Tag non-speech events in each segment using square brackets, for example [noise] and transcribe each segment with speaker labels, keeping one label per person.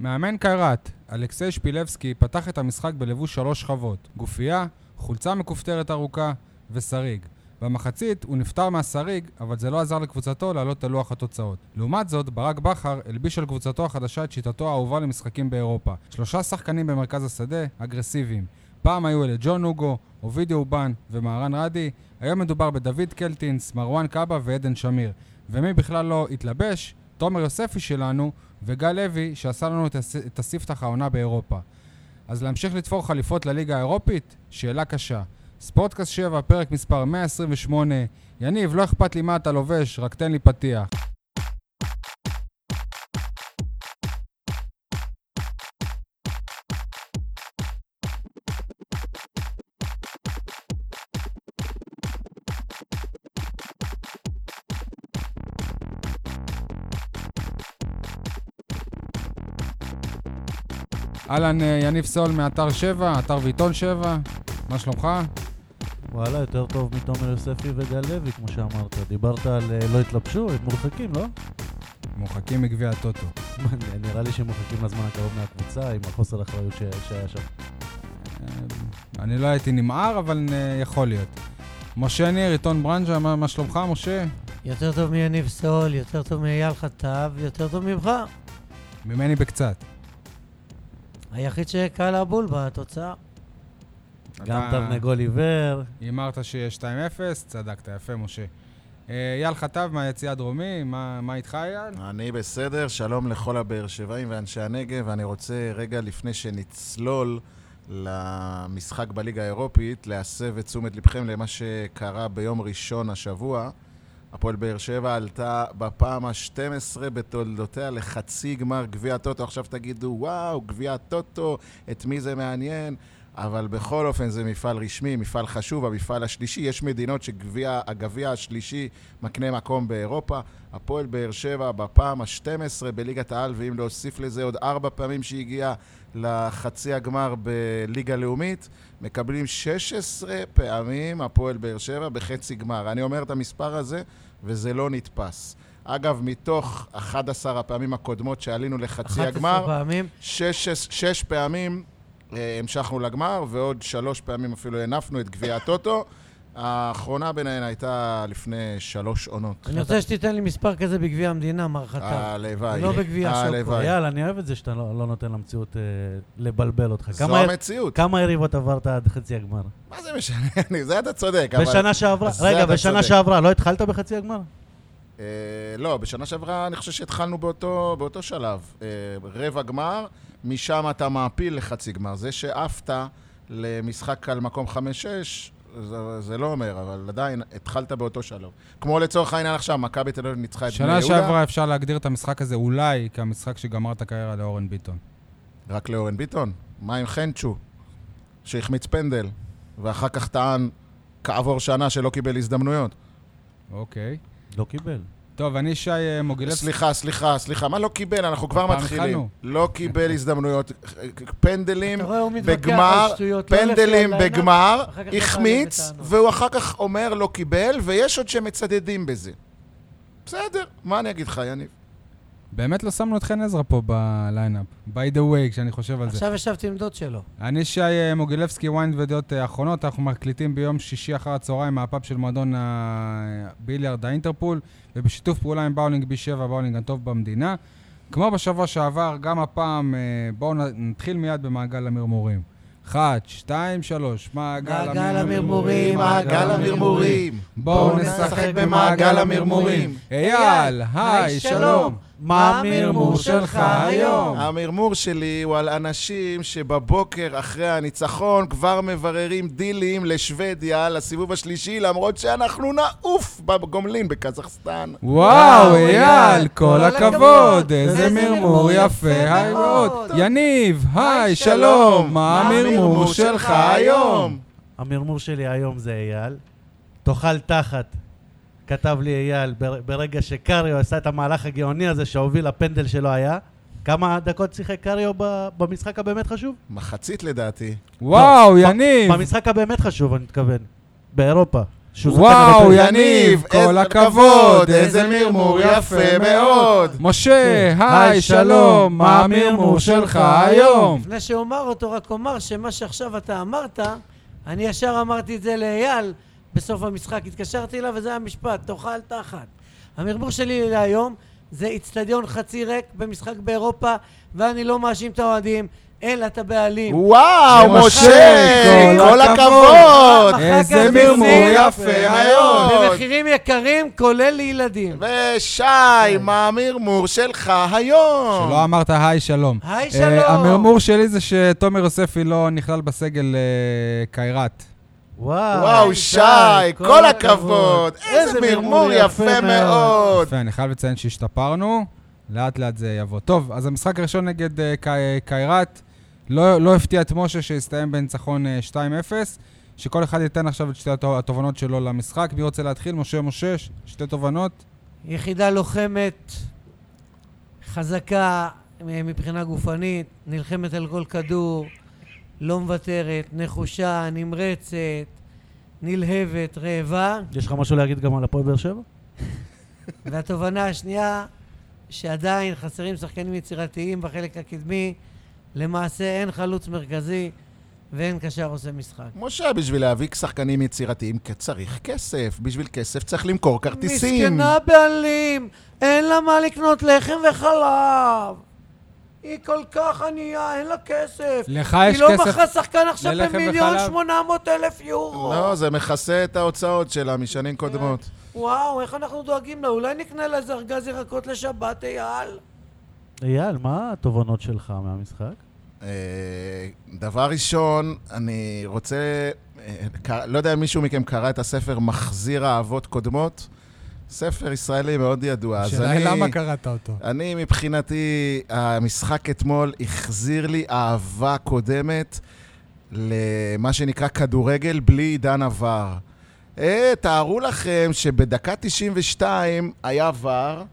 Speaker 1: מאמן קיירת, אלכסיי שפילבסקי, פתח את המשחק בלבוש שלוש שכבות, גופייה, חולצה מכופתרת ארוכה ושריג. במחצית הוא נפטר מהשריג, אבל זה לא עזר לקבוצתו לעלות ללוח התוצאות. לעומת זאת, ברק בכר הלביש על קבוצתו החדשה את שיטתו האהובה למשחקים באירופה. שלושה שחקנים במרכז השדה, אגרסיביים. פעם היו אלה ג'ון הוגו, אובידיו אובן ומהרן רדי, היום מדובר בדוד קלטינס, מרואן קאבה ועדן שמיר. ומי בכלל לא התלבש? תומר יוספי שלנו וגל לוי, שעשה לנו את הס- את הספתח העונה באירופה. אז להמשיך לתפור חליפות לליגה האירופית? שאלה קשה. ספורטקאסט 7, פרק מספר 128. יניב, לא אכפת לי מה אתה לובש, רק תן לי פתיח. אהלן, אה, יניב סול מאתר 7, אתר ועיתון 7, מה שלומך?
Speaker 2: וואלה, יותר טוב מתומר יוספי וגל לוי, כמו שאמרת. דיברת על אה, לא התלבשו, הם מורחקים, לא? [laughs]
Speaker 1: מורחקים מגביע הטוטו. אה,
Speaker 2: נראה לי שהם מורחקים לזמן הקרוב מהקבוצה, עם החוסר אחריות ש- שהיה שם.
Speaker 1: אה, אני לא הייתי נמהר, אבל אה, יכול להיות. משה ניר, עיתון ברנז'ה, מה, מה שלומך, משה?
Speaker 3: יותר טוב מיניב סול, יותר טוב מאייל חטב, יותר טוב ממך.
Speaker 1: ממני בקצת.
Speaker 3: היחיד שקל הבול בתוצאה.
Speaker 2: גם
Speaker 1: אתה-
Speaker 2: תרנגול עיוור,
Speaker 1: הימרת שיהיה 2-0, צדקת, יפה, משה. אה, אייל חטב מהיציע הדרומי, מה מה איתך, אייל?
Speaker 4: אני בסדר, שלום לכל הבאר שבעים ואנשי הנגב, ואני רוצה רגע לפני שנצלול למשחק בליגה האירופית, להסב את תשומת לבכם למה שקרה ביום ראשון השבוע. הפועל באר שבע עלתה בפעם ה-12 בתולדותיה לחצי גמר גביע הטוטו. עכשיו תגידו, וואו, גביע הטוטו, את מי זה מעניין? אבל בכל אופן זה מפעל רשמי, מפעל חשוב, המפעל השלישי. יש מדינות שהגביע השלישי מקנה מקום באירופה. הפועל באר שבע בפעם ה-12 בליגת העל, ואם להוסיף לזה עוד ארבע פעמים שהגיעה לחצי הגמר בליגה לאומית, מקבלים 16 פעמים הפועל באר שבע בחצי גמר. אני אומר את המספר הזה, וזה לא נתפס. אגב, מתוך 11 הפעמים הקודמות שעלינו לחצי
Speaker 3: 11
Speaker 4: הגמר,
Speaker 3: פעמים.
Speaker 4: שש, שש, שש פעמים אה, המשכנו לגמר, ועוד שלוש פעמים אפילו הנפנו את גביע הטוטו. האחרונה ביניהן הייתה לפני שלוש עונות.
Speaker 3: אני רוצה שתיתן לי מספר כזה בגביע המדינה, מר חטב.
Speaker 4: אה, הלוואי.
Speaker 3: לא בגביע השוקו.
Speaker 4: הלוואי.
Speaker 2: יאללה, אני אוהב את זה שאתה לא לא נותן למציאות אה, לבלבל אותך.
Speaker 4: זו
Speaker 2: כמה-
Speaker 4: המציאות.
Speaker 2: כמה יריבות עברת עד חצי הגמר?
Speaker 4: מה זה משנה? אני- זה אתה צודק, אבל...
Speaker 2: בשנה שעברה,
Speaker 4: אז זה
Speaker 2: רגע,
Speaker 4: אתה
Speaker 2: בשנה
Speaker 4: צודק.
Speaker 2: שעברה, לא התחלת בחצי הגמר?
Speaker 4: אה, לא, בשנה שעברה אני חושב שהתחלנו באותו, באותו שלב. אה, רבע גמר, משם אתה מעפיל לחצי גמר. זה שעפת למשחק על מקום 5-6, זה, זה לא אומר, אבל עדיין התחלת באותו שלב. כמו לצורך העניין עכשיו, מכבי תל אביב ניצחה את בני
Speaker 1: שנה
Speaker 4: יהודה,
Speaker 1: שעברה אפשר להגדיר את המשחק הזה אולי כמשחק שגמר את הקריירה לאורן ביטון.
Speaker 4: רק לאורן ביטון. מה עם חנצ'ו, שהחמיץ פנדל, ואחר כך טען כעבור שנה שלא קיבל הזדמנויות?
Speaker 1: אוקיי.
Speaker 2: לא קיבל.
Speaker 1: טוב, אני שי אה, מוגילבסקי.
Speaker 4: סליחה, סליחה, סליחה, מה לא קיבל? אנחנו כבר
Speaker 1: הפעם
Speaker 4: מתחילים.
Speaker 1: התחלנו.
Speaker 4: לא קיבל הזדמנויות. פנדלים,
Speaker 3: אתה רואה, הוא מתווכח
Speaker 4: בגמר,
Speaker 3: על שטויות, לא הולך לי על
Speaker 4: פנדלים
Speaker 3: העיניים.
Speaker 4: בגמר,
Speaker 3: אחר כך לא
Speaker 4: החמיץ,
Speaker 3: אתה בא אליי
Speaker 4: והוא אחר כך אומר לא קיבל, ויש עוד שמצדדים בזה. בסדר, מה אני אגיד לך, יניב?
Speaker 1: באמת לא שמנו את חן עזרא פה בליינאפ. by the way, כשאני חושב על זה.
Speaker 3: עכשיו ישבתי עם דוד שלו.
Speaker 1: אני שי אה, מוגילבסקי, ויינד ודעות אה, אחרונות, אנחנו מקליטים ביום שישי אחר הצהריים מהפאב של מועדון הביליארד האינטרפול, ובשיתוף פעולה עם באולינג B7, באולינג הטוב במדינה. כמו בשבוע שעבר, גם הפעם, אה, בואו נ- נתחיל מיד במעגל המרמורים. אחת, שתיים, שלוש, מעגל
Speaker 3: מעגל
Speaker 1: המרמורים,
Speaker 3: המרמורים, מעגל המרמורים.
Speaker 1: בואו
Speaker 4: בואו
Speaker 1: נשחק
Speaker 4: נשחק
Speaker 1: במעגל
Speaker 4: במעגל
Speaker 1: המרמורים.
Speaker 4: המרמורים.
Speaker 1: אייל, היי, שלום.
Speaker 2: מה
Speaker 1: המרמור שלך היום?
Speaker 4: המרמור שלי הוא על אנשים שבבוקר אחרי הניצחון כבר מבררים דילים לשוודיה לסיבוב השלישי, למרות שאנחנו נעוף בגומלין בקזחסטן.
Speaker 1: וואו,
Speaker 3: וואו,
Speaker 1: אייל,
Speaker 3: אייל,
Speaker 1: כל
Speaker 3: כל
Speaker 1: הכבוד,
Speaker 3: הכבוד.
Speaker 1: איזה מרמור יפה, היי מאוד. יניב, היי, שלום, מה המרמור שלך היום?
Speaker 2: המרמור שלי היום זה אייל. תאכל תחת, כתב לי אייל, בר- ברגע שקריו עשה את המהלך הגאוני הזה שהוביל לפנדל שלא היה. כמה דקות שיחק קריו ב- במשחק הבאמת חשוב? לא,
Speaker 4: מחצית לדעתי.
Speaker 1: וואו,
Speaker 2: ב-
Speaker 1: יניב,
Speaker 2: במשחק הבאמת חשוב, אני מתכוון. באירופה. שהוא זוכר
Speaker 1: וואו,
Speaker 2: בבית"ר.
Speaker 1: יניב, כל הכבוד, איזה מרמור יפה מאוד. משה, כן. היי, שלום, מה המרמור שלך היום?
Speaker 3: לפני שאומר אותו, רק אומר שמה שעכשיו אתה אמרת, אני ישר אמרתי את זה לאייל בסוף המשחק. התקשרתי אליו וזה המשפט, תאכל תחת. המרמור שלי להיום זה איצטדיון חצי ריק במשחק באירופה, ואני לא מאשים את האוהדים, אלא את הבעלים.
Speaker 4: וואו,
Speaker 1: משה,
Speaker 4: משה,
Speaker 1: כל
Speaker 4: כל
Speaker 1: הכבוד.
Speaker 4: הכבוד.
Speaker 1: איזה מרמור יפה מאוד.
Speaker 3: במחירים יקרים, כולל לילדים.
Speaker 4: ושי, מה המרמור שלך היום?
Speaker 1: שלא אמרת היי, שלום.
Speaker 3: היי,
Speaker 1: אה,
Speaker 3: שלום.
Speaker 1: המרמור שלי זה שתומר יוספי לא נכלל בסגל אה, קיירת.
Speaker 2: וואו,
Speaker 4: וואו, שי, כל הכבוד. איזה מרמור יפה מאוד.
Speaker 1: יפה, אני חייב לציין שהשתפרנו, לאט לאט זה יבוא. טוב, אז המשחק הראשון נגד אה, קי- קיירת לא לא הפתיע את משה שהסתיים בניצחון אה, 2-0, שכל אחד ייתן עכשיו את שתי התו- התובנות שלו למשחק. מי רוצה להתחיל? משה, משה, ש- שתי תובנות.
Speaker 3: יחידה לוחמת, חזקה אה, מבחינה גופנית, נלחמת על כל כדור, לא מוותרת, נחושה, נמרצת, נלהבת, רעבה.
Speaker 2: יש לך משהו להגיד גם על הפועל באר שבע?
Speaker 3: והתובנה השנייה, שעדיין חסרים שחקנים יצירתיים בחלק הקדמי. למעשה אין חלוץ מרכזי ואין קשר עושה משחק.
Speaker 4: משה, בשביל להביא שחקנים יצירתיים כי צריך כסף. בשביל כסף צריך למכור כרטיסים.
Speaker 3: מסכנה בעלים, אין לה מה לקנות לחם וחלב. היא כל כך ענייה, אין לה כסף.
Speaker 1: לך אה, יש
Speaker 3: היא לא
Speaker 1: כסף-
Speaker 3: מכרה שחקן עכשיו
Speaker 1: ללחם
Speaker 3: במיליון
Speaker 1: וחלב?
Speaker 3: שמונה מאות אלף יורו.
Speaker 4: לא, זה מכסה את ההוצאות שלה משנים קודמות.
Speaker 3: וואו, איך אנחנו דואגים לה? אולי נקנה לה איזה ארגז ירקות לשבת,
Speaker 4: לא,
Speaker 3: אייל?
Speaker 2: אייל, מה התובנות שלך מהמשחק?
Speaker 4: אה, דבר ראשון, אני רוצה... אה, קר- לא יודע אם מישהו מכם קרא את הספר "מחזיר אהבות קודמות". ספר ישראלי מאוד ידוע. אז
Speaker 1: השאלה
Speaker 4: אני-
Speaker 1: היא למה קראת אותו.
Speaker 4: אני מבחינתי, המשחק אתמול החזיר לי אהבה קודמת למה שנקרא כדורגל בלי עידן עבר. אה, תארו לכם שבדקה 92 היה ור,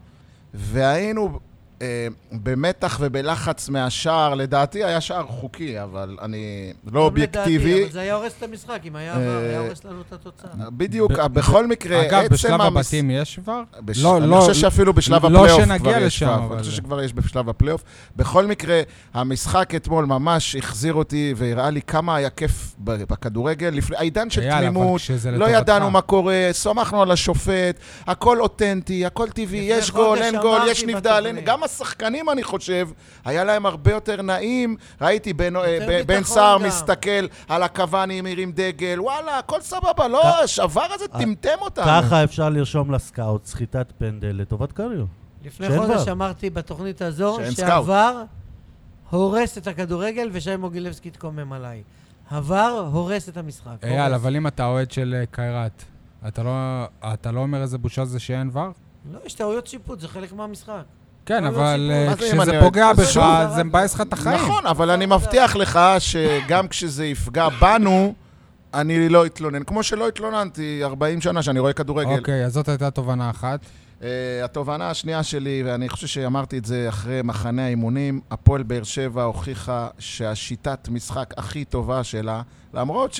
Speaker 4: והיינו אה, במתח ובלחץ מהשער, לדעתי היה שער חוקי, אבל אני לא
Speaker 3: גם לדעתי,
Speaker 4: אובייקטיבי.
Speaker 3: אבל זה היה הורס את המשחק, אם היה עבר,
Speaker 4: אה, לא.
Speaker 3: היה הורס לנו את התוצאה.
Speaker 4: בדיוק,
Speaker 1: ב-
Speaker 4: בכל מקרה, עצם
Speaker 1: אגב,
Speaker 4: המס...
Speaker 1: בשלב הבתים יש כבר?
Speaker 4: בש...
Speaker 1: לא,
Speaker 4: אני
Speaker 1: לא,
Speaker 4: חושב שאפילו בשלב
Speaker 1: לא
Speaker 4: הפלייאוף
Speaker 1: שנגיע
Speaker 4: כבר יש
Speaker 1: לשם,
Speaker 4: כבר,
Speaker 1: אבל-
Speaker 4: אני חושב שכבר יש בשלב הפלייאוף. בכל מקרה, המשחק אתמול ממש החזיר אותי והראה לי כמה היה כיף ב- בכדורגל. לפני, העידן של
Speaker 1: אייל, אבל
Speaker 4: תמימות,
Speaker 1: כשזה
Speaker 4: לא
Speaker 1: לטובתך.
Speaker 4: ידענו מה קורה, סומכנו על השופט, הכל אותנטי, הכל טבעי,
Speaker 3: לפני
Speaker 4: יש גול,
Speaker 3: חודש
Speaker 4: אין גול,
Speaker 3: אמרתי
Speaker 4: יש נבדל, אין...
Speaker 3: בתוכנית.
Speaker 4: גם השחקנים, אני חושב, היה להם הרבה יותר נעים. ראיתי בן- אה,
Speaker 3: יותר
Speaker 4: ב- בן
Speaker 3: ביטחון
Speaker 4: סער
Speaker 3: גם.
Speaker 4: מסתכל על הקוואני, מרים דגל, וואלה, הכל סבבה, לא, השוואר הזה
Speaker 1: אה,
Speaker 4: טמטם אותנו.
Speaker 2: ככה אפשר לרשום לסקאוט סחיטת פנדל לטובת קריו.
Speaker 3: לפני
Speaker 2: שאין
Speaker 3: חודש
Speaker 2: ור.
Speaker 3: אמרתי בתוכנית הזו
Speaker 4: שאין סקאוט.
Speaker 3: שהעבר הורס את הכדורגל ושי מוגילבסקי התקומם עליי. עבר הורס את המשחק.
Speaker 1: אייל,
Speaker 3: הורס.
Speaker 1: אבל אם אתה אוהד של אה, קיירת, אתה לא- אתה לא אומר איזה בושה זה שאין ור?
Speaker 3: לא, יש טעויות שיפוט, זה חלק מהמשחק.
Speaker 1: כן,
Speaker 3: לא, לא
Speaker 1: אבל
Speaker 3: סיפור.
Speaker 1: אה,
Speaker 4: מה זה אם
Speaker 1: כשזה
Speaker 4: אני-
Speaker 1: פוגע
Speaker 4: אז
Speaker 1: בך,
Speaker 3: שוב.
Speaker 1: זה מבאס לך את החיים.
Speaker 4: נכון, אבל אני מבטיח לך שגם כשזה יפגע בנו, אני לא אתלונן. כמו שלא התלוננתי 40 שנה שאני רואה כדורגל.
Speaker 1: אוקיי, אז זאת הייתה תובנה אחת.
Speaker 4: אה, התובנה השנייה שלי, ואני חושב שאמרתי את זה אחרי מחנה האימונים, הפועל באר שבע הוכיחה שהשיטת משחק הכי טובה שלה, למרות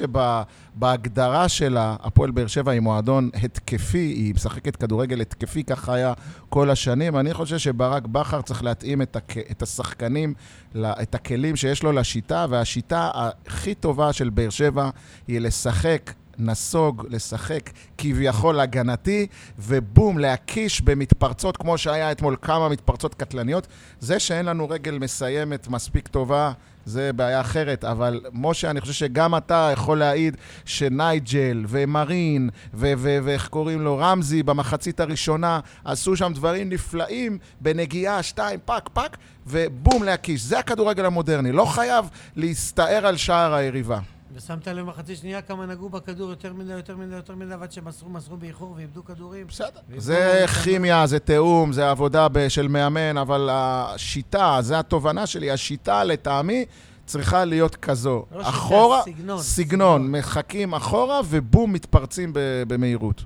Speaker 4: שבהגדרה שלה, הפועל באר שבע היא מועדון התקפי, היא משחקת כדורגל התקפי, ככה היה כל השנים. אני חושב שברק בכר צריך להתאים את, הכ... את השחקנים, ל... את הכלים שיש לו לשיטה, והשיטה הכי טובה של באר שבע היא לשחק. נסוג, לשחק כביכול הגנתי, ובום, להקיש במתפרצות, כמו שהיה אתמול, כמה מתפרצות קטלניות. זה שאין לנו רגל מסיימת מספיק טובה, זה בעיה אחרת, אבל משה, אני חושב שגם אתה יכול להעיד שנייג'ל ומרין, ו- ו- ואיך קוראים לו, רמזי, במחצית הראשונה, עשו שם דברים נפלאים בנגיעה, שתיים, פק, פק, ובום, להקיש. זה הכדורגל המודרני, לא חייב להסתער על שער היריבה.
Speaker 3: ושמת לב מחצית שנייה כמה נגעו בכדור יותר מדי, יותר מדי, יותר מדי, ועד שמסרו, מסרו באיחור ואיבדו כדורים.
Speaker 4: בסדר. זה כימיה, זה תיאום, זה עבודה ב- של מאמן, אבל השיטה, זה התובנה שלי, השיטה לטעמי צריכה להיות כזו.
Speaker 3: לא שיטה,
Speaker 4: אחורה,
Speaker 3: סגנון.
Speaker 4: סגנון, מחכים אחורה ובום, מתפרצים ב- במהירות.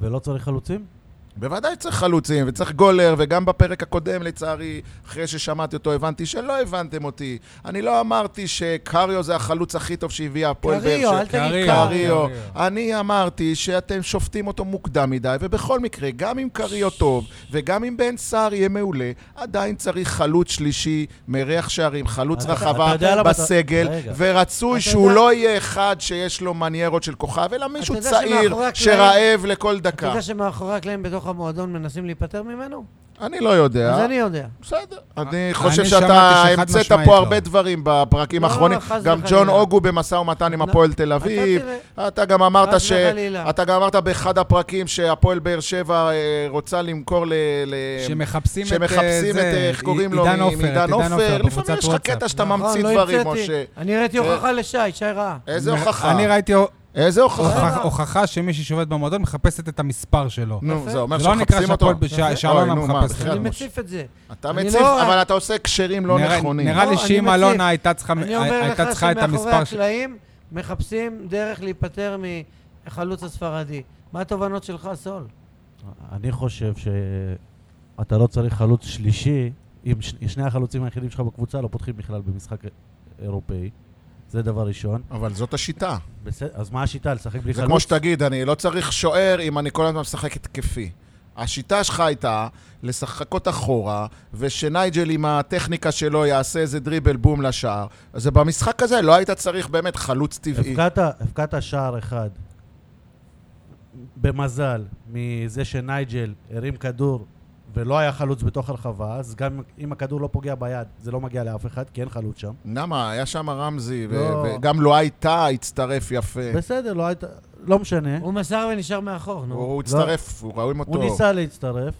Speaker 2: ולא צריך חלוצים?
Speaker 4: בוודאי צריך חלוצים, וצריך גולר, וגם בפרק הקודם, לצערי, אחרי ששמעתי אותו, הבנתי שלא הבנתם אותי. אני לא אמרתי שקריו זה החלוץ הכי טוב שהביאה הפועל באר
Speaker 3: קריו,
Speaker 4: שבע.
Speaker 3: אל תגיד
Speaker 1: קריו.
Speaker 3: קריו.
Speaker 4: קריו.
Speaker 1: קריו.
Speaker 4: אני אמרתי שאתם שופטים אותו מוקדם מדי, ובכל מקרה, גם אם קריו טוב, וגם אם בן סער יהיה מעולה, עדיין צריך חלוץ שלישי, מריח שערים, חלוץ
Speaker 2: אתה-
Speaker 4: רחבה
Speaker 2: אתה יודע למה אתה-
Speaker 4: בסגל,
Speaker 2: רגע.
Speaker 4: ורצוי
Speaker 3: אתה
Speaker 4: שהוא
Speaker 3: יודע-
Speaker 4: לא יהיה אחד שיש לו מניירות של כוכב, אלא מישהו
Speaker 3: יודע
Speaker 4: צעיר
Speaker 3: שמאחורי הקלעים-
Speaker 4: שרעב לכל
Speaker 3: אתה
Speaker 4: דקה.
Speaker 3: יודע שמאחורי הקלעים בתוך המועדון מנסים להיפטר ממנו?
Speaker 4: אני לא יודע.
Speaker 3: אז אני יודע.
Speaker 4: בסדר. אני
Speaker 1: אני
Speaker 4: חושב שאתה
Speaker 1: שמעתי שחד
Speaker 4: המצאת
Speaker 1: משמעית
Speaker 4: פה
Speaker 1: לא.
Speaker 4: הרבה דברים בפרקים
Speaker 3: לא,
Speaker 4: האחרונים.
Speaker 3: חס
Speaker 4: גם
Speaker 3: וחלילה.
Speaker 4: ג'ון אוגו במשא ומתן עם
Speaker 3: לא.
Speaker 4: הפועל תל
Speaker 3: אתה
Speaker 4: אביב.
Speaker 3: תראה.
Speaker 4: אתה גם אמרת
Speaker 3: חס
Speaker 4: ש...
Speaker 3: וחלילה.
Speaker 4: אתה גם אמרת באחד הפרקים שהפועל באר שבע אה, רוצה למכור ל... ל...
Speaker 1: שמחפשים את אה,
Speaker 4: שמחפשים את,
Speaker 1: זה,
Speaker 4: אה, איך קוראים
Speaker 1: עידן
Speaker 4: לו, מ-
Speaker 1: עופר, את
Speaker 4: מעידן עופר.
Speaker 1: בקבוצת
Speaker 4: לפעמים יש לך
Speaker 1: וואטסאפ.
Speaker 4: קטע שאתה
Speaker 3: נכון,
Speaker 4: ממציא
Speaker 3: לא
Speaker 4: דברים,
Speaker 3: המצאתי.
Speaker 4: משה. אה.
Speaker 3: אני הראיתי הוכחה לשי, שי ראה.
Speaker 4: איזה
Speaker 1: מ-
Speaker 4: הוכחה?
Speaker 1: אני לא, ראיתי
Speaker 4: איזה הוכחה?
Speaker 1: הוכח- הוכחה שמישהי שעובד במועדון מחפשת את המספר שלו.
Speaker 4: נו, זה אומר
Speaker 1: זה לא נקרא
Speaker 4: שמחפשים אותו. אה,
Speaker 1: שהפועל בשעה- לא
Speaker 4: אוי,
Speaker 1: שאלונה
Speaker 4: נו, מה,
Speaker 1: מחפשת.
Speaker 4: בכלל,
Speaker 3: אני
Speaker 4: משה.
Speaker 3: מציף את זה.
Speaker 4: אתה
Speaker 3: אני
Speaker 4: מציב,
Speaker 3: לא-
Speaker 4: אבל אתה עושה הקשרים לא
Speaker 1: נראה-
Speaker 4: נכונים.
Speaker 1: נראה לי
Speaker 3: לא, אני
Speaker 1: שאם
Speaker 3: מציף.
Speaker 1: אלונה הייתה צריכה-
Speaker 3: אני אומר
Speaker 1: הייתה
Speaker 3: לך
Speaker 1: צריכה את
Speaker 3: שמאחורי
Speaker 1: המספר... ש-
Speaker 3: הקלעים מחפשים דרך להיפטר מחלוץ הספרדי. מה התובנות שלך, סול?
Speaker 2: אני חושב שאתה לא צריך חלוץ שלישי, אם ש- שני החלוצים היחידים שלך בקבוצה לא פותחים בכלל במשחק אירופאי. זה דבר ראשון.
Speaker 4: אבל זאת השיטה.
Speaker 2: בסדר, אז מה השיטה? לשחק בלי
Speaker 4: זה
Speaker 2: חלוץ?
Speaker 4: כמו שתגיד, אני לא צריך שוער אם אני כל הזמן משחק התקפי. השיטה שלך הייתה לשחקות אחורה, ושנייג'ל עם הטכניקה שלו יעשה איזה דריבל בום לשער. אז זה במשחק הזה לא היית צריך באמת חלוץ טבעי.
Speaker 2: הבקעת, הבקעת שער אחד במזל מזה שנייג'ל הרים כדור ולא היה חלוץ בתוך הרחבה, אז גם אם הכדור לא פוגע ביד, זה לא מגיע לאף אחד, כי אין חלוץ שם.
Speaker 4: למה? היה שם רמזי, ו-
Speaker 2: לא.
Speaker 4: וגם לא הייתה, הצטרף יפה.
Speaker 1: כן.
Speaker 2: בסדר, לא הייתה... לא משנה.
Speaker 3: הוא מסר ונשאר מאחור, נו.
Speaker 4: הוא הצטרף, הוא רואים אותו.
Speaker 2: לא. הוא ניסה להצטרף,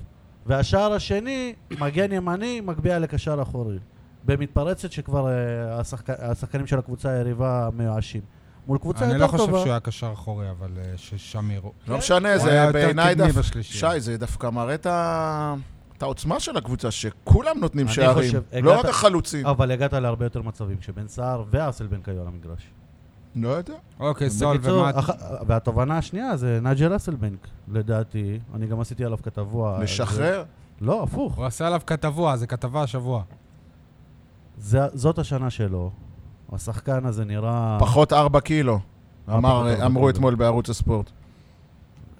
Speaker 2: והשער השני, מגן ימני, מגביה לקשר אחורי. במתפרצת שכבר אה, השחק... השחקנים של הקבוצה היריבה מיואשים. מול קבוצה
Speaker 1: אני לא
Speaker 2: יותר
Speaker 1: חושב
Speaker 2: טובה.
Speaker 1: שהוא היה קשר אחורי, אבל אה, ששמיר... הוא
Speaker 4: לא משנה,
Speaker 1: היה
Speaker 4: זה
Speaker 1: יותר
Speaker 4: בעיניי
Speaker 1: קדמי
Speaker 4: דווקא...
Speaker 1: בשלישייה.
Speaker 4: שי, זה דווקא מראה את ה... את העוצמה של הקבוצה, שכולם נותנים
Speaker 2: אני
Speaker 4: שערים.
Speaker 2: חושב,
Speaker 4: לא
Speaker 2: הגעת- אה,
Speaker 4: רק החלוצים.
Speaker 2: אבל הגעת להרבה יותר מצבים, כשבן סער וארסל בן קיו על המגרש.
Speaker 4: לא יודע.
Speaker 2: אה,
Speaker 1: אוקיי, סול
Speaker 2: בקיצור,
Speaker 1: ומה...
Speaker 2: אח... והתובנה השנייה זה נג'ל אסלבנק, לדעתי. אני גם עשיתי עליו כתבוע. זה...
Speaker 4: לשחרר?
Speaker 2: לא, הפוך.
Speaker 1: הוא עשה עליו כתבוע, זה כתבה השבוע.
Speaker 2: זה... זאת השנה שלו. השחקן הזה נראה...
Speaker 4: פחות 4 קילו,
Speaker 2: אה,
Speaker 4: אמר-
Speaker 2: פחות ארבע
Speaker 4: אמרו
Speaker 2: קילו.
Speaker 4: אתמול בערוץ הספורט.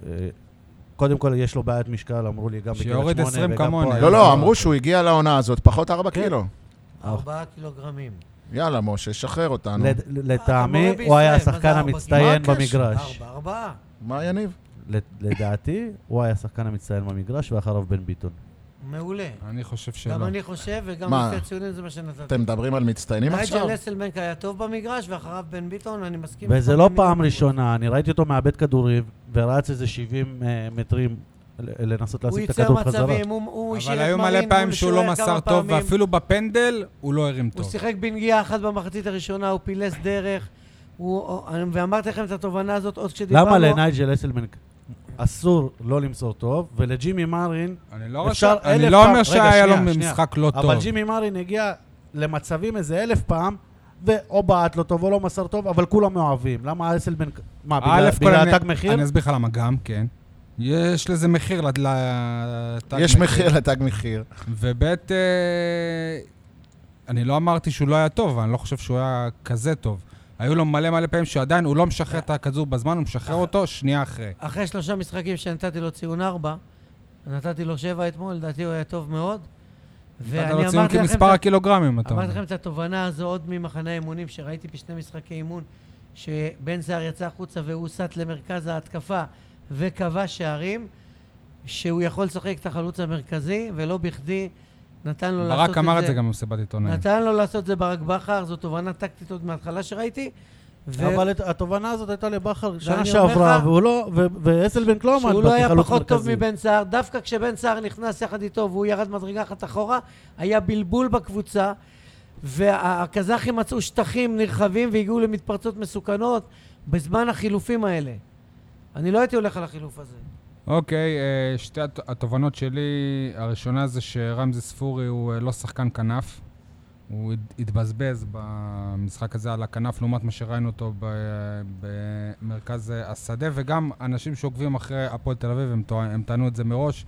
Speaker 2: אה, קודם כל, יש לו בעיית משקל, אמרו לי גם בגלל שמונה
Speaker 1: שיוריד 20
Speaker 2: וגם פה
Speaker 1: כמוני.
Speaker 2: היה
Speaker 4: לא,
Speaker 2: לו-
Speaker 4: לא, אמרו שהוא הגיע לעונה הזאת, פחות 4
Speaker 2: אה, כן.
Speaker 4: קילו.
Speaker 3: ארבעה קילוגרמים.
Speaker 4: יאללה, משה, שחרר אותנו.
Speaker 2: לד- לטעמי,
Speaker 3: המורה
Speaker 2: הוא היה
Speaker 3: בישראל, מה
Speaker 2: השחקן
Speaker 3: זה ארבע
Speaker 2: המצטיין
Speaker 4: קילו? מה הקשר?
Speaker 2: במגרש.
Speaker 3: ארבע, ארבעה.
Speaker 4: מה, יניב?
Speaker 2: לד- לדעתי, הוא היה השחקן המצטיין במגרש, ואחריו בן ביטון.
Speaker 3: מעולה.
Speaker 1: אני חושב שלא.
Speaker 3: גם אני חושב, וגם
Speaker 4: מה?
Speaker 3: לפי הציונים זה מה שנתתי.
Speaker 4: אתם מדברים על מצטיינים עכשיו?
Speaker 3: נייג'ל אסלבנק היה טוב במגרש, ואחריו בן ביטון, אני מסכים.
Speaker 2: וזה
Speaker 3: איתך
Speaker 2: לא
Speaker 3: במיליון
Speaker 2: פעם
Speaker 3: אחוז.
Speaker 2: ראשונה, אני ראיתי אותו מאבד כדורים, ורץ איזה 70 אה, מטרים ל- לנסות
Speaker 3: הוא
Speaker 2: להשיג את
Speaker 3: ייצר
Speaker 2: הכדור חזרה.
Speaker 3: מצבים, הוא הוא השאיר את
Speaker 1: אבל
Speaker 3: מרין.
Speaker 1: היו מלא פעמים
Speaker 3: מול
Speaker 1: שהוא לא
Speaker 3: שוער כמה
Speaker 1: מסר טוב,
Speaker 3: פעמים.
Speaker 1: ואפילו בפנדל הוא לא הרים
Speaker 3: הוא
Speaker 1: טוב.
Speaker 3: שיחק בנגיעה אחת במחצית הראשונה, הוא פילס דרך. הוא, ואמרתי לכם את התובנה הזאת עוד כשדיברנו.
Speaker 2: למה לנייג'ל אסלמנק אסור לא למסור טוב, ולג'ימי מרין
Speaker 1: אני לא
Speaker 2: אפשר
Speaker 1: רוצה- אני
Speaker 2: אלף
Speaker 1: לא
Speaker 2: פעם-
Speaker 1: אומר
Speaker 2: רגע,
Speaker 1: שהיה לו
Speaker 2: שנייה, שנייה.
Speaker 1: משחק לא טוב.
Speaker 2: אבל ג'ימי מרין הגיע למצבים איזה אלף פעם, ואו בעט לא טוב או לא מסר טוב, אבל כולם מאוהבים. למה אסלבן... מה, בגלל-
Speaker 1: א', כל
Speaker 2: בגלל
Speaker 1: אני-
Speaker 2: התג מחיר?
Speaker 1: אני אסביר לך למה גם, כן. יש לזה מחיר לד- לתג
Speaker 4: יש מחיר לתג מחיר.
Speaker 1: וב' אה, אני לא אמרתי שהוא לא היה טוב, אבל אני לא חושב שהוא היה כזה טוב. היו לו מלא מלא פעמים שעדיין הוא לא משחרר את הכדור בזמן, הוא משחרר אותו שנייה אחרי.
Speaker 3: אחרי שלושה משחקים שנתתי לו ציון ארבע, נתתי לו שבע אתמול, לדעתי הוא היה טוב מאוד.
Speaker 1: אתה
Speaker 3: ואני
Speaker 1: לא ציון
Speaker 3: אמרתי לכם,
Speaker 1: כמספר
Speaker 3: את-
Speaker 1: הקילוגרמים, אתה
Speaker 3: אמרתי
Speaker 1: אומר.
Speaker 3: לכם את התובנה הזו עוד ממחנה האימונים, שראיתי בשני משחקי אימון, שבן זהר יצא החוצה והוא סט למרכז ההתקפה וכבש שערים, שהוא יכול לשחק את החלוץ המרכזי, ולא בכדי נתן לו לעשות את
Speaker 1: ברק
Speaker 3: זה.
Speaker 1: אמר את זה גם לא במסיבת עיתונאים.
Speaker 3: נתן לו לעשות את זה ברק בכר, זו תובנה טקטית עוד מההתחלה שראיתי. ו-
Speaker 2: אבל את- התובנה הזאת הייתה לבכר שנה
Speaker 3: אומר
Speaker 2: שעברה,
Speaker 3: לך-
Speaker 2: והוא לא... ו- ואסלבן לא עמד
Speaker 3: שהוא לא היה
Speaker 2: כחלוץ
Speaker 3: פחות טוב
Speaker 2: מרכזי.
Speaker 3: מבן סער, דווקא כשבן סער נכנס יחד איתו והוא ירד מדרגה אחת אחורה, היה בלבול בקבוצה, והקזחים מצאו שטחים נרחבים והגיעו למתפרצות מסוכנות בזמן החילופים האלה. אני לא הייתי הולך על החילוף הזה.
Speaker 1: אוקיי, אה, שתי הת- התובנות שלי, הראשונה זה שרמזי ספורי הוא אה, לא שחקן כנף. הוא הת- התבזבז במשחק הזה על הכנף לעומת מה שראינו אותו ב- במרכז אה, השדה, וגם אנשים שעוקבים אחרי הפועל תל אביב, הם, טוע- הם טענו את זה מראש,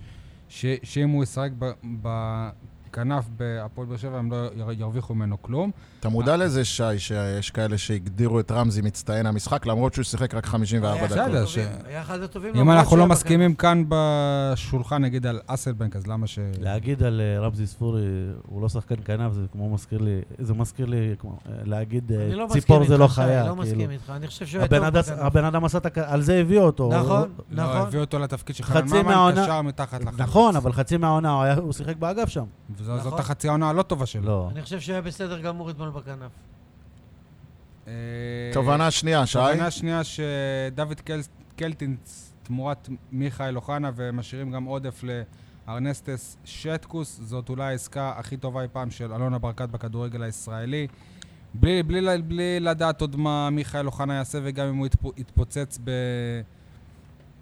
Speaker 1: ש- שאם הוא ישחק ב- בכנף בהפועל באר שבע, הם לא יר- ירוויחו ממנו כלום.
Speaker 4: אתה מודע לזה, שי, שיש כאלה שהגדירו את רמזי מצטיין המשחק, למרות שהוא שיחק רק 54
Speaker 3: היה
Speaker 1: בסדר,
Speaker 4: דקות.
Speaker 3: אחד
Speaker 1: ש-
Speaker 3: הטובים, היה אחד הטובים.
Speaker 1: אם
Speaker 3: למרות
Speaker 1: אנחנו לא
Speaker 3: שהוא היה
Speaker 1: מסכימים כאן בשולחן, נגיד, על אסלבנק, אז למה ש...
Speaker 2: להגיד על אה, רמזי ספורי, הוא לא שחקן כנף, זה כמו מזכיר לי, זה מזכיר לי כמו אה, להגיד אה,
Speaker 3: אני לא מסכים
Speaker 2: ציפור זה
Speaker 3: איתך,
Speaker 2: לא
Speaker 3: שי,
Speaker 2: חיה.
Speaker 3: אני לא
Speaker 2: כאילו.
Speaker 3: מסכים איתך, אני חושב שהוא היה
Speaker 2: הבן
Speaker 3: טוב.
Speaker 2: אדם-
Speaker 3: בכדור.
Speaker 2: הבן אדם עשה את הכ... על זה הביאו אותו.
Speaker 3: נכון,
Speaker 2: הוא-
Speaker 1: לא,
Speaker 3: נכון.
Speaker 1: הביאו אותו לתפקיד של חנן
Speaker 2: חצי
Speaker 1: ממן,
Speaker 2: מהעונה-
Speaker 1: קשר מתחת לחלוץ.
Speaker 2: נכון, אבל חצי מהעונה הוא היה- הוא שיחק באגף שם.
Speaker 1: וזאת
Speaker 3: נכון.
Speaker 1: החצי העונה הלא טובה שלו.
Speaker 2: לא.
Speaker 3: אני חושב שהוא היה בסדר גמור אתמול בכנף.
Speaker 1: אה,
Speaker 4: תובנה שנייה, שי.
Speaker 1: תובנה שנייה שדוד קל... קלטינס תמורת מיכאל אוחנה ומשאירים גם עודף לארנסטס שטקוס. זאת אולי העסקה הכי טובה אי פעם של אלונה ברקת בכדורגל הישראלי. בלי, בלי, ל- בלי לדעת עוד מה מיכאל אוחנה יעשה וגם אם הוא יתפו- יתפוצץ ב...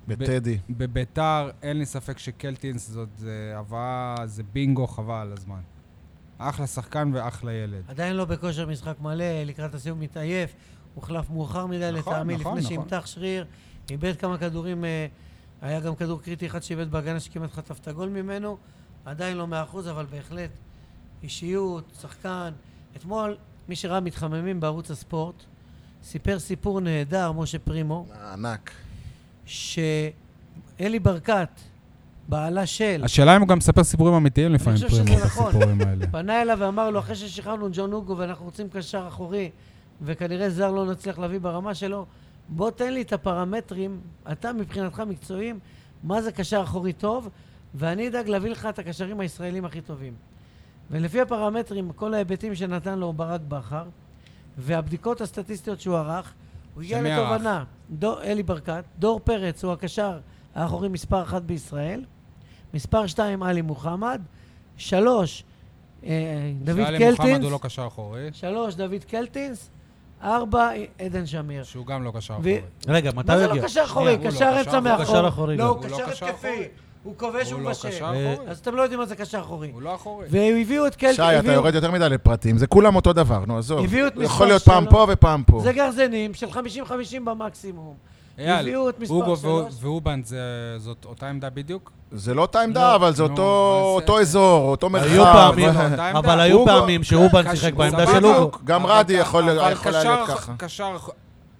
Speaker 4: בטדי.
Speaker 1: בביתר, אין לי ספק שקלטינס זאת אה, הבאה, זה בינגו חבל על הזמן. אחלה שחקן ואחלה ילד.
Speaker 3: עדיין לא בכושר משחק מלא, לקראת הסיום מתעייף, הוחלף מאוחר מדי
Speaker 1: נכון,
Speaker 3: לטעמי,
Speaker 1: נכון,
Speaker 3: לפני
Speaker 1: נכון.
Speaker 3: שימתח שריר, איבד כמה כדורים, אה, היה גם כדור קריטי אחד שאיבד בהגנה שכמעט חטף את הגול ממנו, עדיין לא מאה אחוז, אבל בהחלט אישיות, שחקן. אתמול, מי שראה מתחממים בערוץ הספורט, סיפר סיפור נהדר, משה פרימו,
Speaker 4: ענק.
Speaker 3: שאלי ברקת, בעלה של...
Speaker 1: השאלה אם הוא גם מספר סיפורים אמיתיים לפעמים,
Speaker 3: חושב שזה
Speaker 1: פרימו,
Speaker 3: נכון.
Speaker 1: בסיפורים האלה.
Speaker 3: פנה אליו ואמר לו, אחרי ששחררנו את ג'ון אוגו ואנחנו רוצים קשר אחורי, וכנראה זר לא נצליח להביא ברמה שלו, בוא תן לי את הפרמטרים, אתה מבחינתך מקצועיים, מה זה קשר אחורי טוב, ואני אדאג להביא לך את הקשרים הישראלים הכי טובים. ולפי הפרמטרים, כל ההיבטים שנתן לו ברק בכר, והבדיקות הסטטיסטיות שהוא ערך, הוא הגיע
Speaker 1: שמי ערך?
Speaker 3: לתובנה, דו, אלי ברקת, דור פרץ הוא הקשר האחורי מספר אחת בישראל, מספר שתיים עלי מוחמד, שלוש, אה, [laughs] דוד
Speaker 1: שאלה אם מוחמד
Speaker 3: קלטינס,
Speaker 1: הוא לא קשר אחורי,
Speaker 3: שלוש, דוד קלטינס, ארבע, עדן שמיר.
Speaker 1: שהוא גם לא קשר
Speaker 3: ו-
Speaker 1: אחורי.
Speaker 2: רגע, מתי
Speaker 3: מה
Speaker 2: הוא
Speaker 3: זה לא
Speaker 2: יגיע?
Speaker 3: קשר אחורי?
Speaker 1: הוא לא קשר
Speaker 3: קשר אמצע
Speaker 1: אחורי.
Speaker 2: קשר
Speaker 3: מאחור.
Speaker 2: אחורי
Speaker 3: לא,
Speaker 2: גם.
Speaker 3: הוא
Speaker 1: הוא לא
Speaker 3: קשר
Speaker 1: קשר
Speaker 3: התקפי.
Speaker 1: אחורי.
Speaker 3: הוא כובש
Speaker 1: הוא לא
Speaker 3: ובשל.
Speaker 1: קשר אחורי.
Speaker 3: אז אתם לא יודעים מה זה קשר אחורי.
Speaker 1: הוא לא אחורי.
Speaker 3: והביאו את קלטינס.
Speaker 4: שי, אתה יורד יותר מדי לפרטים, זה כולם אותו דבר, נו, עזוב.
Speaker 3: כן, הביאו את
Speaker 4: זה
Speaker 3: מספר
Speaker 4: יכול להיות פעם
Speaker 3: שלוש.
Speaker 4: פה ופעם פה.
Speaker 3: זה גרזנים של 50-50 במקסימום.
Speaker 1: אייל,
Speaker 3: הביאו את מספר
Speaker 1: אוגו
Speaker 3: שלוש.
Speaker 1: והוא- ואובן, זה- זאת אותה עמדה בדיוק?
Speaker 4: זה לא אותה
Speaker 3: לא,
Speaker 4: עמדה, אבל זה
Speaker 1: נו,
Speaker 4: אותו-
Speaker 1: מה זה?
Speaker 4: אותו אזור, אותו מרחב.
Speaker 2: היו פעמים,
Speaker 1: אבל- אותה עמדה.
Speaker 2: אבל היו
Speaker 4: אוגו-
Speaker 2: פעמים שאובן
Speaker 1: קש-
Speaker 2: שיחק בעמדה
Speaker 1: סבבה.
Speaker 2: של אוגו.
Speaker 4: גם
Speaker 1: אבל
Speaker 4: רדי
Speaker 1: אתה-
Speaker 4: יכול
Speaker 1: אבל
Speaker 4: יכול היה
Speaker 1: קשר
Speaker 4: להיות
Speaker 1: אח-
Speaker 4: ככה.
Speaker 1: קשר אח-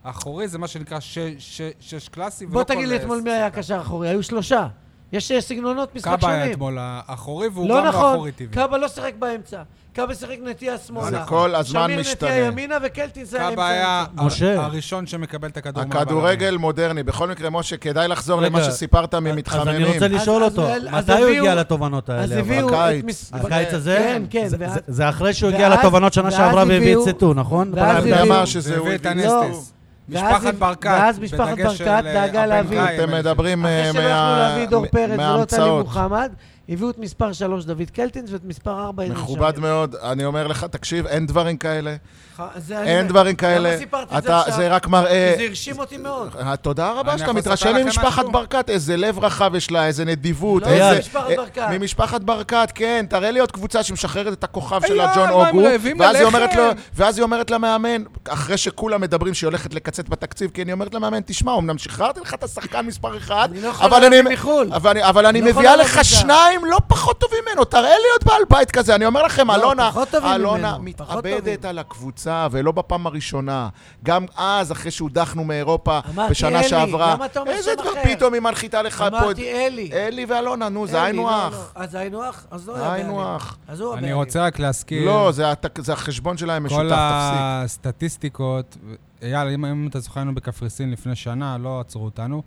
Speaker 1: אחורי זה מה שנקרא ש- ש- שש קלאסי.
Speaker 3: בוא
Speaker 1: ולא
Speaker 3: תגיד
Speaker 1: כל-
Speaker 3: לי אתמול מי היה קשר אחורי. היו שלושה. יש אה, סגנונות משחק
Speaker 1: קאבה היה
Speaker 3: שונים.
Speaker 1: אתמול האחורי, והוא
Speaker 3: לא
Speaker 1: גם לא
Speaker 3: נכון,
Speaker 1: אחורי טבעי.
Speaker 3: קאבה לא שיחק באמצע. קאבה שיחק נטייה שמאלה.
Speaker 4: זה כל הזמן
Speaker 3: שמיר
Speaker 4: משתנה.
Speaker 3: נטייה ימינה וקלטינס היה
Speaker 1: קאבה היה
Speaker 3: אמצע.
Speaker 1: ה-
Speaker 2: משה.
Speaker 1: הראשון שמקבל את הכדור. מהבלמים.
Speaker 4: הכדורגל מודרני. בכל מקרה, משה, כדאי לחזור
Speaker 2: רגע,
Speaker 4: למה שסיפרת
Speaker 2: אז אני
Speaker 4: ממתחממים.
Speaker 2: רוצה לשאול
Speaker 3: אז-
Speaker 2: אותו,
Speaker 3: אז- אז
Speaker 2: מתי הוא
Speaker 3: הביאו-
Speaker 2: הגיע לתובנות
Speaker 3: אז
Speaker 2: האלה? אבל?
Speaker 3: הביאו את...
Speaker 4: הקיץ.
Speaker 3: מס-
Speaker 2: הקיץ הזה?
Speaker 3: כן, כן.
Speaker 2: זה-
Speaker 3: ואז-
Speaker 2: זה- זה אחרי שהוא הגיע
Speaker 3: ואז-
Speaker 2: לתובנות שנה
Speaker 3: ואז
Speaker 2: שעברה והביא את
Speaker 3: הביאו-
Speaker 2: סטו, נכון?
Speaker 3: ואז
Speaker 4: אתה יודע
Speaker 3: הביאו-
Speaker 4: מה שזה הוא
Speaker 1: והביא את
Speaker 4: הביא.
Speaker 1: הנסטס.
Speaker 3: לא.
Speaker 1: משפחת
Speaker 3: ואז-
Speaker 1: ברקת.
Speaker 3: ואז משפחת
Speaker 1: בדגש
Speaker 3: ברקת
Speaker 1: של, אה,
Speaker 3: דאגה
Speaker 1: הבנקאי,
Speaker 3: להביא.
Speaker 1: אני
Speaker 4: אתם
Speaker 1: חושב.
Speaker 4: מדברים
Speaker 3: אחרי
Speaker 4: אה,
Speaker 3: שלא יכלו
Speaker 4: מה-
Speaker 3: להביא דור פרץ לא ולא את טלי
Speaker 4: מההמצאות.
Speaker 3: מוחמד, הביאו את מספר 3 דוד קלטינס ואת מספר 4 עדן שמיר.
Speaker 4: מכובד מאוד, אני אומר לך, תקשיב, אין דברים כאלה.
Speaker 3: ח- זה אני-
Speaker 4: אין דברים כאלה.
Speaker 3: למה סיפרתי את זה
Speaker 4: אתה-
Speaker 3: עכשיו?
Speaker 4: זה רק אה,
Speaker 3: כי
Speaker 4: מראה...
Speaker 3: זה הרשים אותי מאוד.
Speaker 4: אה, תודה רבה
Speaker 1: אני
Speaker 4: שאתה
Speaker 1: יכול
Speaker 4: מתרשם
Speaker 1: לספר לכם
Speaker 4: ממשפחת
Speaker 1: משהו?
Speaker 4: ברקת, איזה לב רחב יש לה, איזה נדיבות,
Speaker 3: לא,
Speaker 4: איזה...
Speaker 3: ממשפחת
Speaker 4: אה,
Speaker 3: ברקת.
Speaker 4: ממשפחת ברקת, כן, תראה לי עוד קבוצה שמשחררת את הכוכב שלה,
Speaker 1: אייל,
Speaker 4: ג'ון
Speaker 1: מה, הם
Speaker 4: אוגו,
Speaker 1: רעבים
Speaker 4: ואז היא
Speaker 1: ללחם?
Speaker 4: אומרת לו, ואז היא אומרת למאמן, אחרי שכולם מדברים שהיא הולכת לקצץ בתקציב, כי אני אומרת למאמן, תשמע, אמנם שחררתי לך את השחקן מספר אחד,
Speaker 3: אני לא יכולה
Speaker 4: אבל
Speaker 3: להביא
Speaker 4: אני...
Speaker 3: מחו"ל.
Speaker 4: אבל אני- אבל אני
Speaker 3: לא יכולה
Speaker 4: מביאה
Speaker 3: להביא
Speaker 4: לך
Speaker 3: זר.
Speaker 4: שניים לא פחות טובים ממנו, תראה לי עוד בעל בית כזה. אני אומר לכם,
Speaker 3: לא,
Speaker 4: אלונה,
Speaker 3: פחות טובים
Speaker 4: אלונה
Speaker 3: ממנו, פחות טובים.
Speaker 4: מתאבדת על הקבוצה, ולא בפעם הראשונה. גם אז, אחרי שהודחנו מאירופה,
Speaker 3: אמרתי,
Speaker 4: בשנה
Speaker 3: אלי,
Speaker 4: שעברה,
Speaker 3: למה אתה אומר
Speaker 4: איזה
Speaker 3: שם
Speaker 4: דבר
Speaker 3: אחר?
Speaker 4: פתאום היא מנחיתה לך פה את...
Speaker 3: אמרתי אלי.
Speaker 4: אלי ואלונה, נו,
Speaker 3: אלי,
Speaker 4: זה
Speaker 3: לא,
Speaker 4: היינו
Speaker 3: לא.
Speaker 4: אח.
Speaker 3: אז היינו אח? אז לא היה
Speaker 4: היינו
Speaker 3: בעלים.
Speaker 4: אח.
Speaker 3: אז הוא
Speaker 1: אני
Speaker 3: הבעלים.
Speaker 1: רוצה רק להזכיר...
Speaker 4: לא, זה הת- זה החשבון שלהם משותף,
Speaker 1: כן. כל
Speaker 4: תפסיק.
Speaker 1: הסטטיסטיקות, אייל, אם, אם אתה זוכר, היינו בקפריסין לפני שנה, לא עצרו אותנו,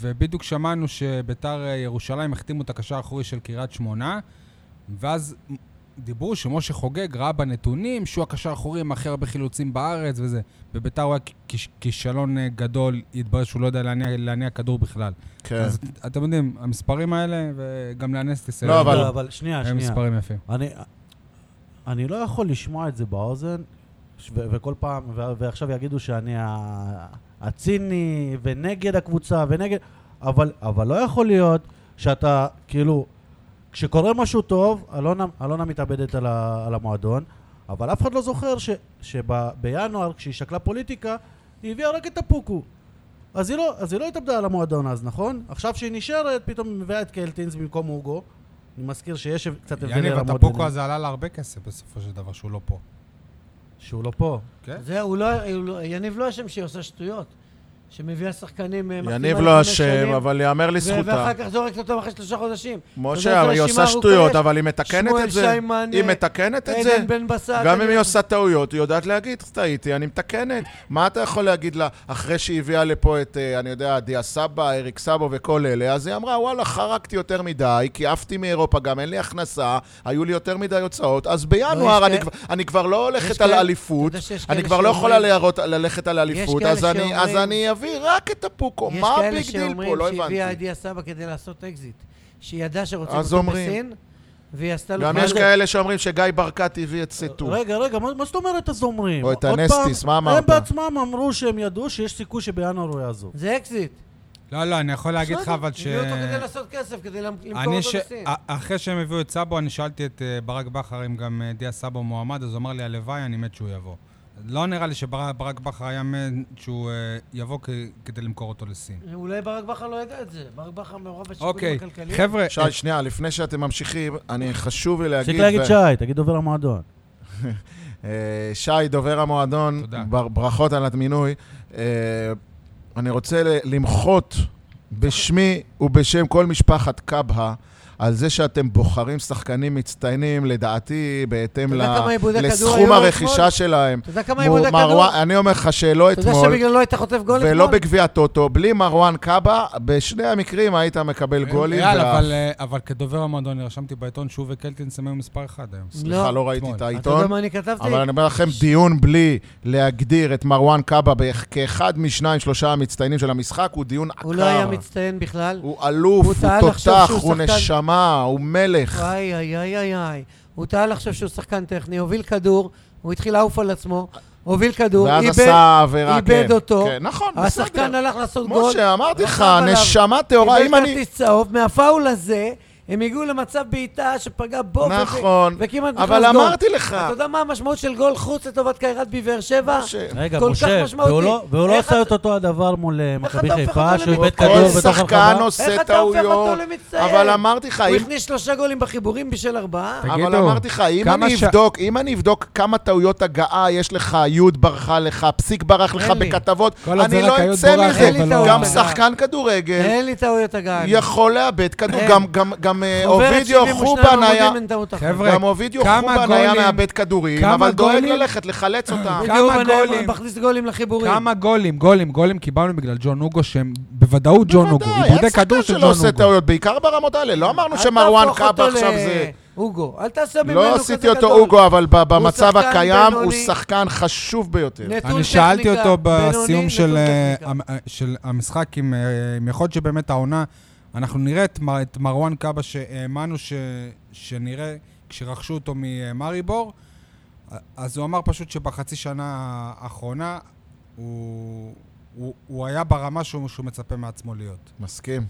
Speaker 1: ובדיוק שמענו שביתר אה, ירושלים החתימו את הקשר האחורי של קריית שמונה, ואז דיברו שמשה חוגג ראה בנתונים שהוא הקשר האחורי עם הכי הרבה חילוצים בארץ וזה. בביתר הוא היה כיש, כישלון אה, גדול, התברר שהוא לא יודע להניע, להניע כדור בכלל.
Speaker 4: כן.
Speaker 1: אז אתם יודעים, המספרים האלה, וגם לאנסטיס,
Speaker 4: לא, אבל-
Speaker 2: לא, אבל שנייה,
Speaker 1: הם
Speaker 2: שנייה.
Speaker 1: מספרים יפים.
Speaker 2: אני, אני לא יכול לשמוע את זה באוזן, ש- ו- וכל פעם, ו- ועכשיו יגידו שאני ה- הציני, ונגד הקבוצה, ונגד... אבל, אבל לא יכול להיות שאתה, כאילו, כשקורה משהו טוב, אלונה, אלונה מתאבדת על, ה, על המועדון, אבל אף אחד לא זוכר ש, שבינואר, כשהיא שקלה פוליטיקה, היא הביאה רק את הפוקו. אז היא, לא, אז היא לא התאבדה על המועדון אז, נכון? עכשיו שהיא נשארת, פתאום היא מביאה את קלטינס במקום אוגו. אני מזכיר שיש הב- קצת הבדל
Speaker 1: יניב,
Speaker 2: לרמות
Speaker 1: הטפוקו
Speaker 2: ביניהם.
Speaker 1: הזה עלה לה הרבה כסף בסופו של דבר, שהוא לא פה.
Speaker 2: שהוא לא פה.
Speaker 1: כן?
Speaker 3: זה, הוא לא, הוא לא- יניב לא אשם שהיא עושה שטויות. שמביאה שחקנים... אה,
Speaker 4: יניב
Speaker 3: מחתימה
Speaker 4: לא
Speaker 3: לחמש
Speaker 4: אשם,
Speaker 3: שנים,
Speaker 4: אבל יאמר
Speaker 3: ו-
Speaker 4: לזכותה.
Speaker 3: ואחר כך זורקת אותם אחרי שלושה חודשים. אתה יודע,
Speaker 4: משה,
Speaker 3: זו
Speaker 4: אבל היא
Speaker 3: רשימה
Speaker 4: עושה
Speaker 3: ארוכה,
Speaker 4: שטויות,
Speaker 3: יש.
Speaker 4: אבל היא מתקנת
Speaker 3: שמואל
Speaker 4: את זה.
Speaker 3: שיימן,
Speaker 4: היא
Speaker 3: אה,
Speaker 4: מתקנת את זה.
Speaker 3: עדן בן בסט.
Speaker 4: גם אם
Speaker 3: אני- לא-
Speaker 4: היא עושה טעויות, היא יודעת להגיד, טעיתי, אני מתקנת. מה אתה יכול להגיד לה, אחרי שהיא הביאה לפה את, אה, אני יודע, דיה סבא, אריק סבו וכל אלה, אז היא אמרה, וואלה, חרקתי יותר מדי, כי עפתי מאירופה, גם אין לי הכנסה, היו לי יותר מדי הוצאות, אז
Speaker 3: לא,
Speaker 4: בינואר
Speaker 3: יש
Speaker 4: אני כבר-
Speaker 3: כאלה-
Speaker 4: אני כבר לא
Speaker 3: יש
Speaker 4: הולכת על
Speaker 3: כאלה-
Speaker 4: אליפות,
Speaker 3: אתה יודע שיש
Speaker 4: אני
Speaker 3: כאלה
Speaker 4: כבר לא יכולה
Speaker 3: שאומרים-
Speaker 4: להראות- ללכת על אליפות,
Speaker 3: כאלה
Speaker 4: אז אני- אז
Speaker 3: שאומרים-
Speaker 4: אני אביא רק את הפוקו. מה הביג דיל פה? לא
Speaker 3: שאומרים שהביאה
Speaker 4: הבנתי.
Speaker 3: עדיה סבא כדי לעשות אקזיט. שהיא ידעה שרוצים
Speaker 4: אז
Speaker 3: אותו
Speaker 4: אומרים.
Speaker 3: בסין, והיא עשתה לו...
Speaker 4: גם
Speaker 3: כבר-
Speaker 4: יש כאלה שאומרים שגיא ברקת הביא את סטו.
Speaker 2: רגע, רגע, מה, מה זאת אומרת אז אומרים?
Speaker 4: או את
Speaker 2: עוד
Speaker 4: הנסטיס,
Speaker 2: פעם,
Speaker 4: מה אמרת?
Speaker 2: הם בעצמם אמרו שהם ידעו שיש סיכוי שבינואר הוא יעזוב.
Speaker 3: זה אקזיט.
Speaker 1: לא, לא, אני יכול להגיד לך
Speaker 3: בסדר,
Speaker 1: אבל ש...
Speaker 3: הביאו אותו כדי לעשות כסף, כדי למ- למכור
Speaker 1: אני
Speaker 3: אותו
Speaker 1: ש... אה-
Speaker 3: בסין.
Speaker 1: א- אחרי שהם הביאו את סאבו, אני שאלתי את אה, ברק בכר אם גם אה, דיה סאבו מועמד, אז הוא אמר לי, הלוואי, אני מת שהוא יבוא. לא נראה לי שברק בכר היה מת שהוא אה, יבוא כ- כדי למכור אותו לסין.
Speaker 3: אולי ברק בכר לא ידע את זה. ברק בכר מעורב בשיקולים
Speaker 1: אוקיי,
Speaker 3: הכלכליים.
Speaker 1: חבר'ה,
Speaker 4: שי, שנייה, לפני שאתם ממשיכים, אני חשוב לי להגיד...
Speaker 2: תפסיק להגיד
Speaker 4: ו-
Speaker 2: שי, תגיד דובר המועדון.
Speaker 4: אה, שי, דובר המועדון,
Speaker 1: תודה.
Speaker 4: בר- ברכות על המינוי. אה, אני רוצה ל- למחות בשמי ובשם כל משפחת קבהא על זה שאתם בוחרים שחקנים מצטיינים, לדעתי, בהתאם
Speaker 3: אתה יודע
Speaker 4: ל-
Speaker 3: כמה איבודי כדור היו
Speaker 4: לסכום
Speaker 3: לו אתמול?
Speaker 4: הרכישה שלהם.
Speaker 3: אתה יודע כמה
Speaker 4: מור-
Speaker 3: איבוד הכדור?
Speaker 4: מרואן- אני אומר לך שלא
Speaker 3: אתה יודע
Speaker 4: אתמול,
Speaker 3: שבגללו היית חוטף גול אתמול?
Speaker 4: ולא בגביע הטוטו, בלי מרואן קבהא, בשני המקרים היית מקבל גולים.
Speaker 1: אייל,
Speaker 4: ואף-
Speaker 1: אבל, אה, אבל כדובר המועדון, רשמתי בעיתון שהוא וקלטינס הם היו מספר אחד היום.
Speaker 4: סליחה, לא ראיתי
Speaker 1: אתמול.
Speaker 4: את
Speaker 3: אתה יודע
Speaker 4: העיתון.
Speaker 3: מה אני כתבתי?
Speaker 4: אבל אני אומר לכם, דיון בלי להגדיר את מרואן קאבה באח- כאחד משניים, שלושה המצטיינים של המשחק, הוא דיון עקר.
Speaker 3: הוא לא היה מצטיין בכלל.
Speaker 4: הוא אלוף,
Speaker 3: הוא
Speaker 4: הוא
Speaker 3: טען לחשוב
Speaker 4: תותח,
Speaker 3: שהוא
Speaker 4: הוא
Speaker 3: שחקן-
Speaker 4: נשמה, הוא מלך.
Speaker 3: איי, איי, איי, איי, איי. הוא טעה לחשוב שהוא שחקן טכני, הוביל כדור, הוא התחיל לעוף על עצמו, הוביל כדור,
Speaker 4: ואז
Speaker 3: איבד,
Speaker 4: עשה עבירה, כן.
Speaker 3: איבד אותו.
Speaker 4: כן, נכון,
Speaker 3: השחקן
Speaker 4: בסדר.
Speaker 3: הלך לעשות גול.
Speaker 4: משה, אמרתי לך,
Speaker 3: רכב עליו,
Speaker 4: נשמה טהורה, אם
Speaker 3: קיבל
Speaker 4: אני...
Speaker 3: כרטיס צהוב, מהפאול הזה, הם הגיעו למצב בעיטה שפגע בו, וזה-
Speaker 4: נכון,
Speaker 3: וכמעט נכנס גול.
Speaker 4: אבל אמרתי לך...
Speaker 3: אתה יודע מה המשמעות של גול חוץ לטובת קיירת בבאר שבע?
Speaker 4: משה,
Speaker 2: רגע,
Speaker 3: כל כך
Speaker 2: משה,
Speaker 3: משמעותי.
Speaker 2: והוא לא- והוא לא
Speaker 3: איך
Speaker 2: עשה
Speaker 3: אתה-
Speaker 2: את אותו הדבר מול אה, מכבי
Speaker 3: אתה הופך
Speaker 2: חיפה,
Speaker 3: אותו
Speaker 2: שהוא איבד
Speaker 3: למצטיין?
Speaker 2: כדור
Speaker 4: כל
Speaker 2: בתוך
Speaker 4: שחקן
Speaker 2: הרחבה?
Speaker 4: עושה
Speaker 3: איך אתה הופך אותו
Speaker 4: טעויות.
Speaker 3: למצטיין?
Speaker 4: אבל אמרתי לך,
Speaker 3: הוא
Speaker 4: אם
Speaker 3: הכניס שלושה גולים בחיבורים בשל ארבעה.
Speaker 1: תגיד,
Speaker 4: אבל
Speaker 1: תגידו,
Speaker 4: אמרתי לך, אם
Speaker 1: כמה
Speaker 4: אני
Speaker 1: ש-
Speaker 4: אבדוק, אם אני אבדוק כמה טעויות הגעה יש לך, יוד ברחה לך, פסיק ברח לך
Speaker 3: אין לי.
Speaker 4: בכתבות,
Speaker 1: כל עוד זה
Speaker 4: אני
Speaker 1: רק
Speaker 4: לא
Speaker 1: היוד
Speaker 4: אצא
Speaker 1: בורח,
Speaker 4: מזה.
Speaker 3: אבל לא-
Speaker 4: גם
Speaker 1: אוקיי.
Speaker 3: אין.
Speaker 4: שחקן כדורגל
Speaker 3: אין לי טעויות הגעה.
Speaker 4: יכול לאבד כדור,
Speaker 3: אין.
Speaker 4: גם- גם- גם אה,
Speaker 3: חוברת
Speaker 4: אובידיו
Speaker 3: 72
Speaker 4: חובן היה...
Speaker 3: עמודים אין טעות אחת.
Speaker 1: חבר'ה,
Speaker 4: גם אובידיו
Speaker 1: כמה
Speaker 4: חובן היה
Speaker 1: גולים-
Speaker 4: מאבד כדורים,
Speaker 1: כמה
Speaker 4: אבל דואג
Speaker 1: גולים-
Speaker 4: ללכת, לחלץ אותם.
Speaker 1: כמה
Speaker 3: בדיוק, אני
Speaker 1: גולים?
Speaker 3: מכניס גולים לחיבורים.
Speaker 1: כמה גולים, גולים, גולים קיבלנו בגלל ג'ון אוגו, שהם בוודאות ג'ון אוגו.
Speaker 4: בוודאי,
Speaker 1: איבודי
Speaker 4: אין שחקן
Speaker 1: כדור של
Speaker 4: שלא
Speaker 1: ג'ון אה,
Speaker 4: עושה
Speaker 1: אוגו.
Speaker 4: טעויות, בעיקר ברמות האלה. לא אמרנו
Speaker 3: אל
Speaker 4: שמרואן
Speaker 3: תהפוך
Speaker 4: קאבה
Speaker 3: אותו
Speaker 4: עכשיו
Speaker 3: ל-
Speaker 4: זה...
Speaker 3: אוגו, אל תעשה ממנו כזה
Speaker 4: לא
Speaker 3: גדול.
Speaker 4: עשיתי אותו אוגו, אבל ב- במצב
Speaker 3: שחקן
Speaker 4: הקיים הוא
Speaker 3: בינוני.
Speaker 4: שחקן חשוב ביותר.
Speaker 3: נטול
Speaker 1: אני שאלתי
Speaker 3: טכניקה,
Speaker 1: אותו
Speaker 3: בינוני,
Speaker 1: בסיום
Speaker 3: נטול
Speaker 1: של, אה,
Speaker 3: טכניקה.
Speaker 1: המ- אה, של המשחק, אם אה, אם יכול להיות שבאמת העונה, אנחנו נראה את מר- את מרואן קאבה שהאמנו ש- שנראה כשרכשו אותו ממריבור, אה, אז הוא אמר פשוט שבחצי שנה האחרונה הוא... הוא, הוא היה ברמה שהוא, שהוא מצפה מעצמו להיות.
Speaker 4: מסכים.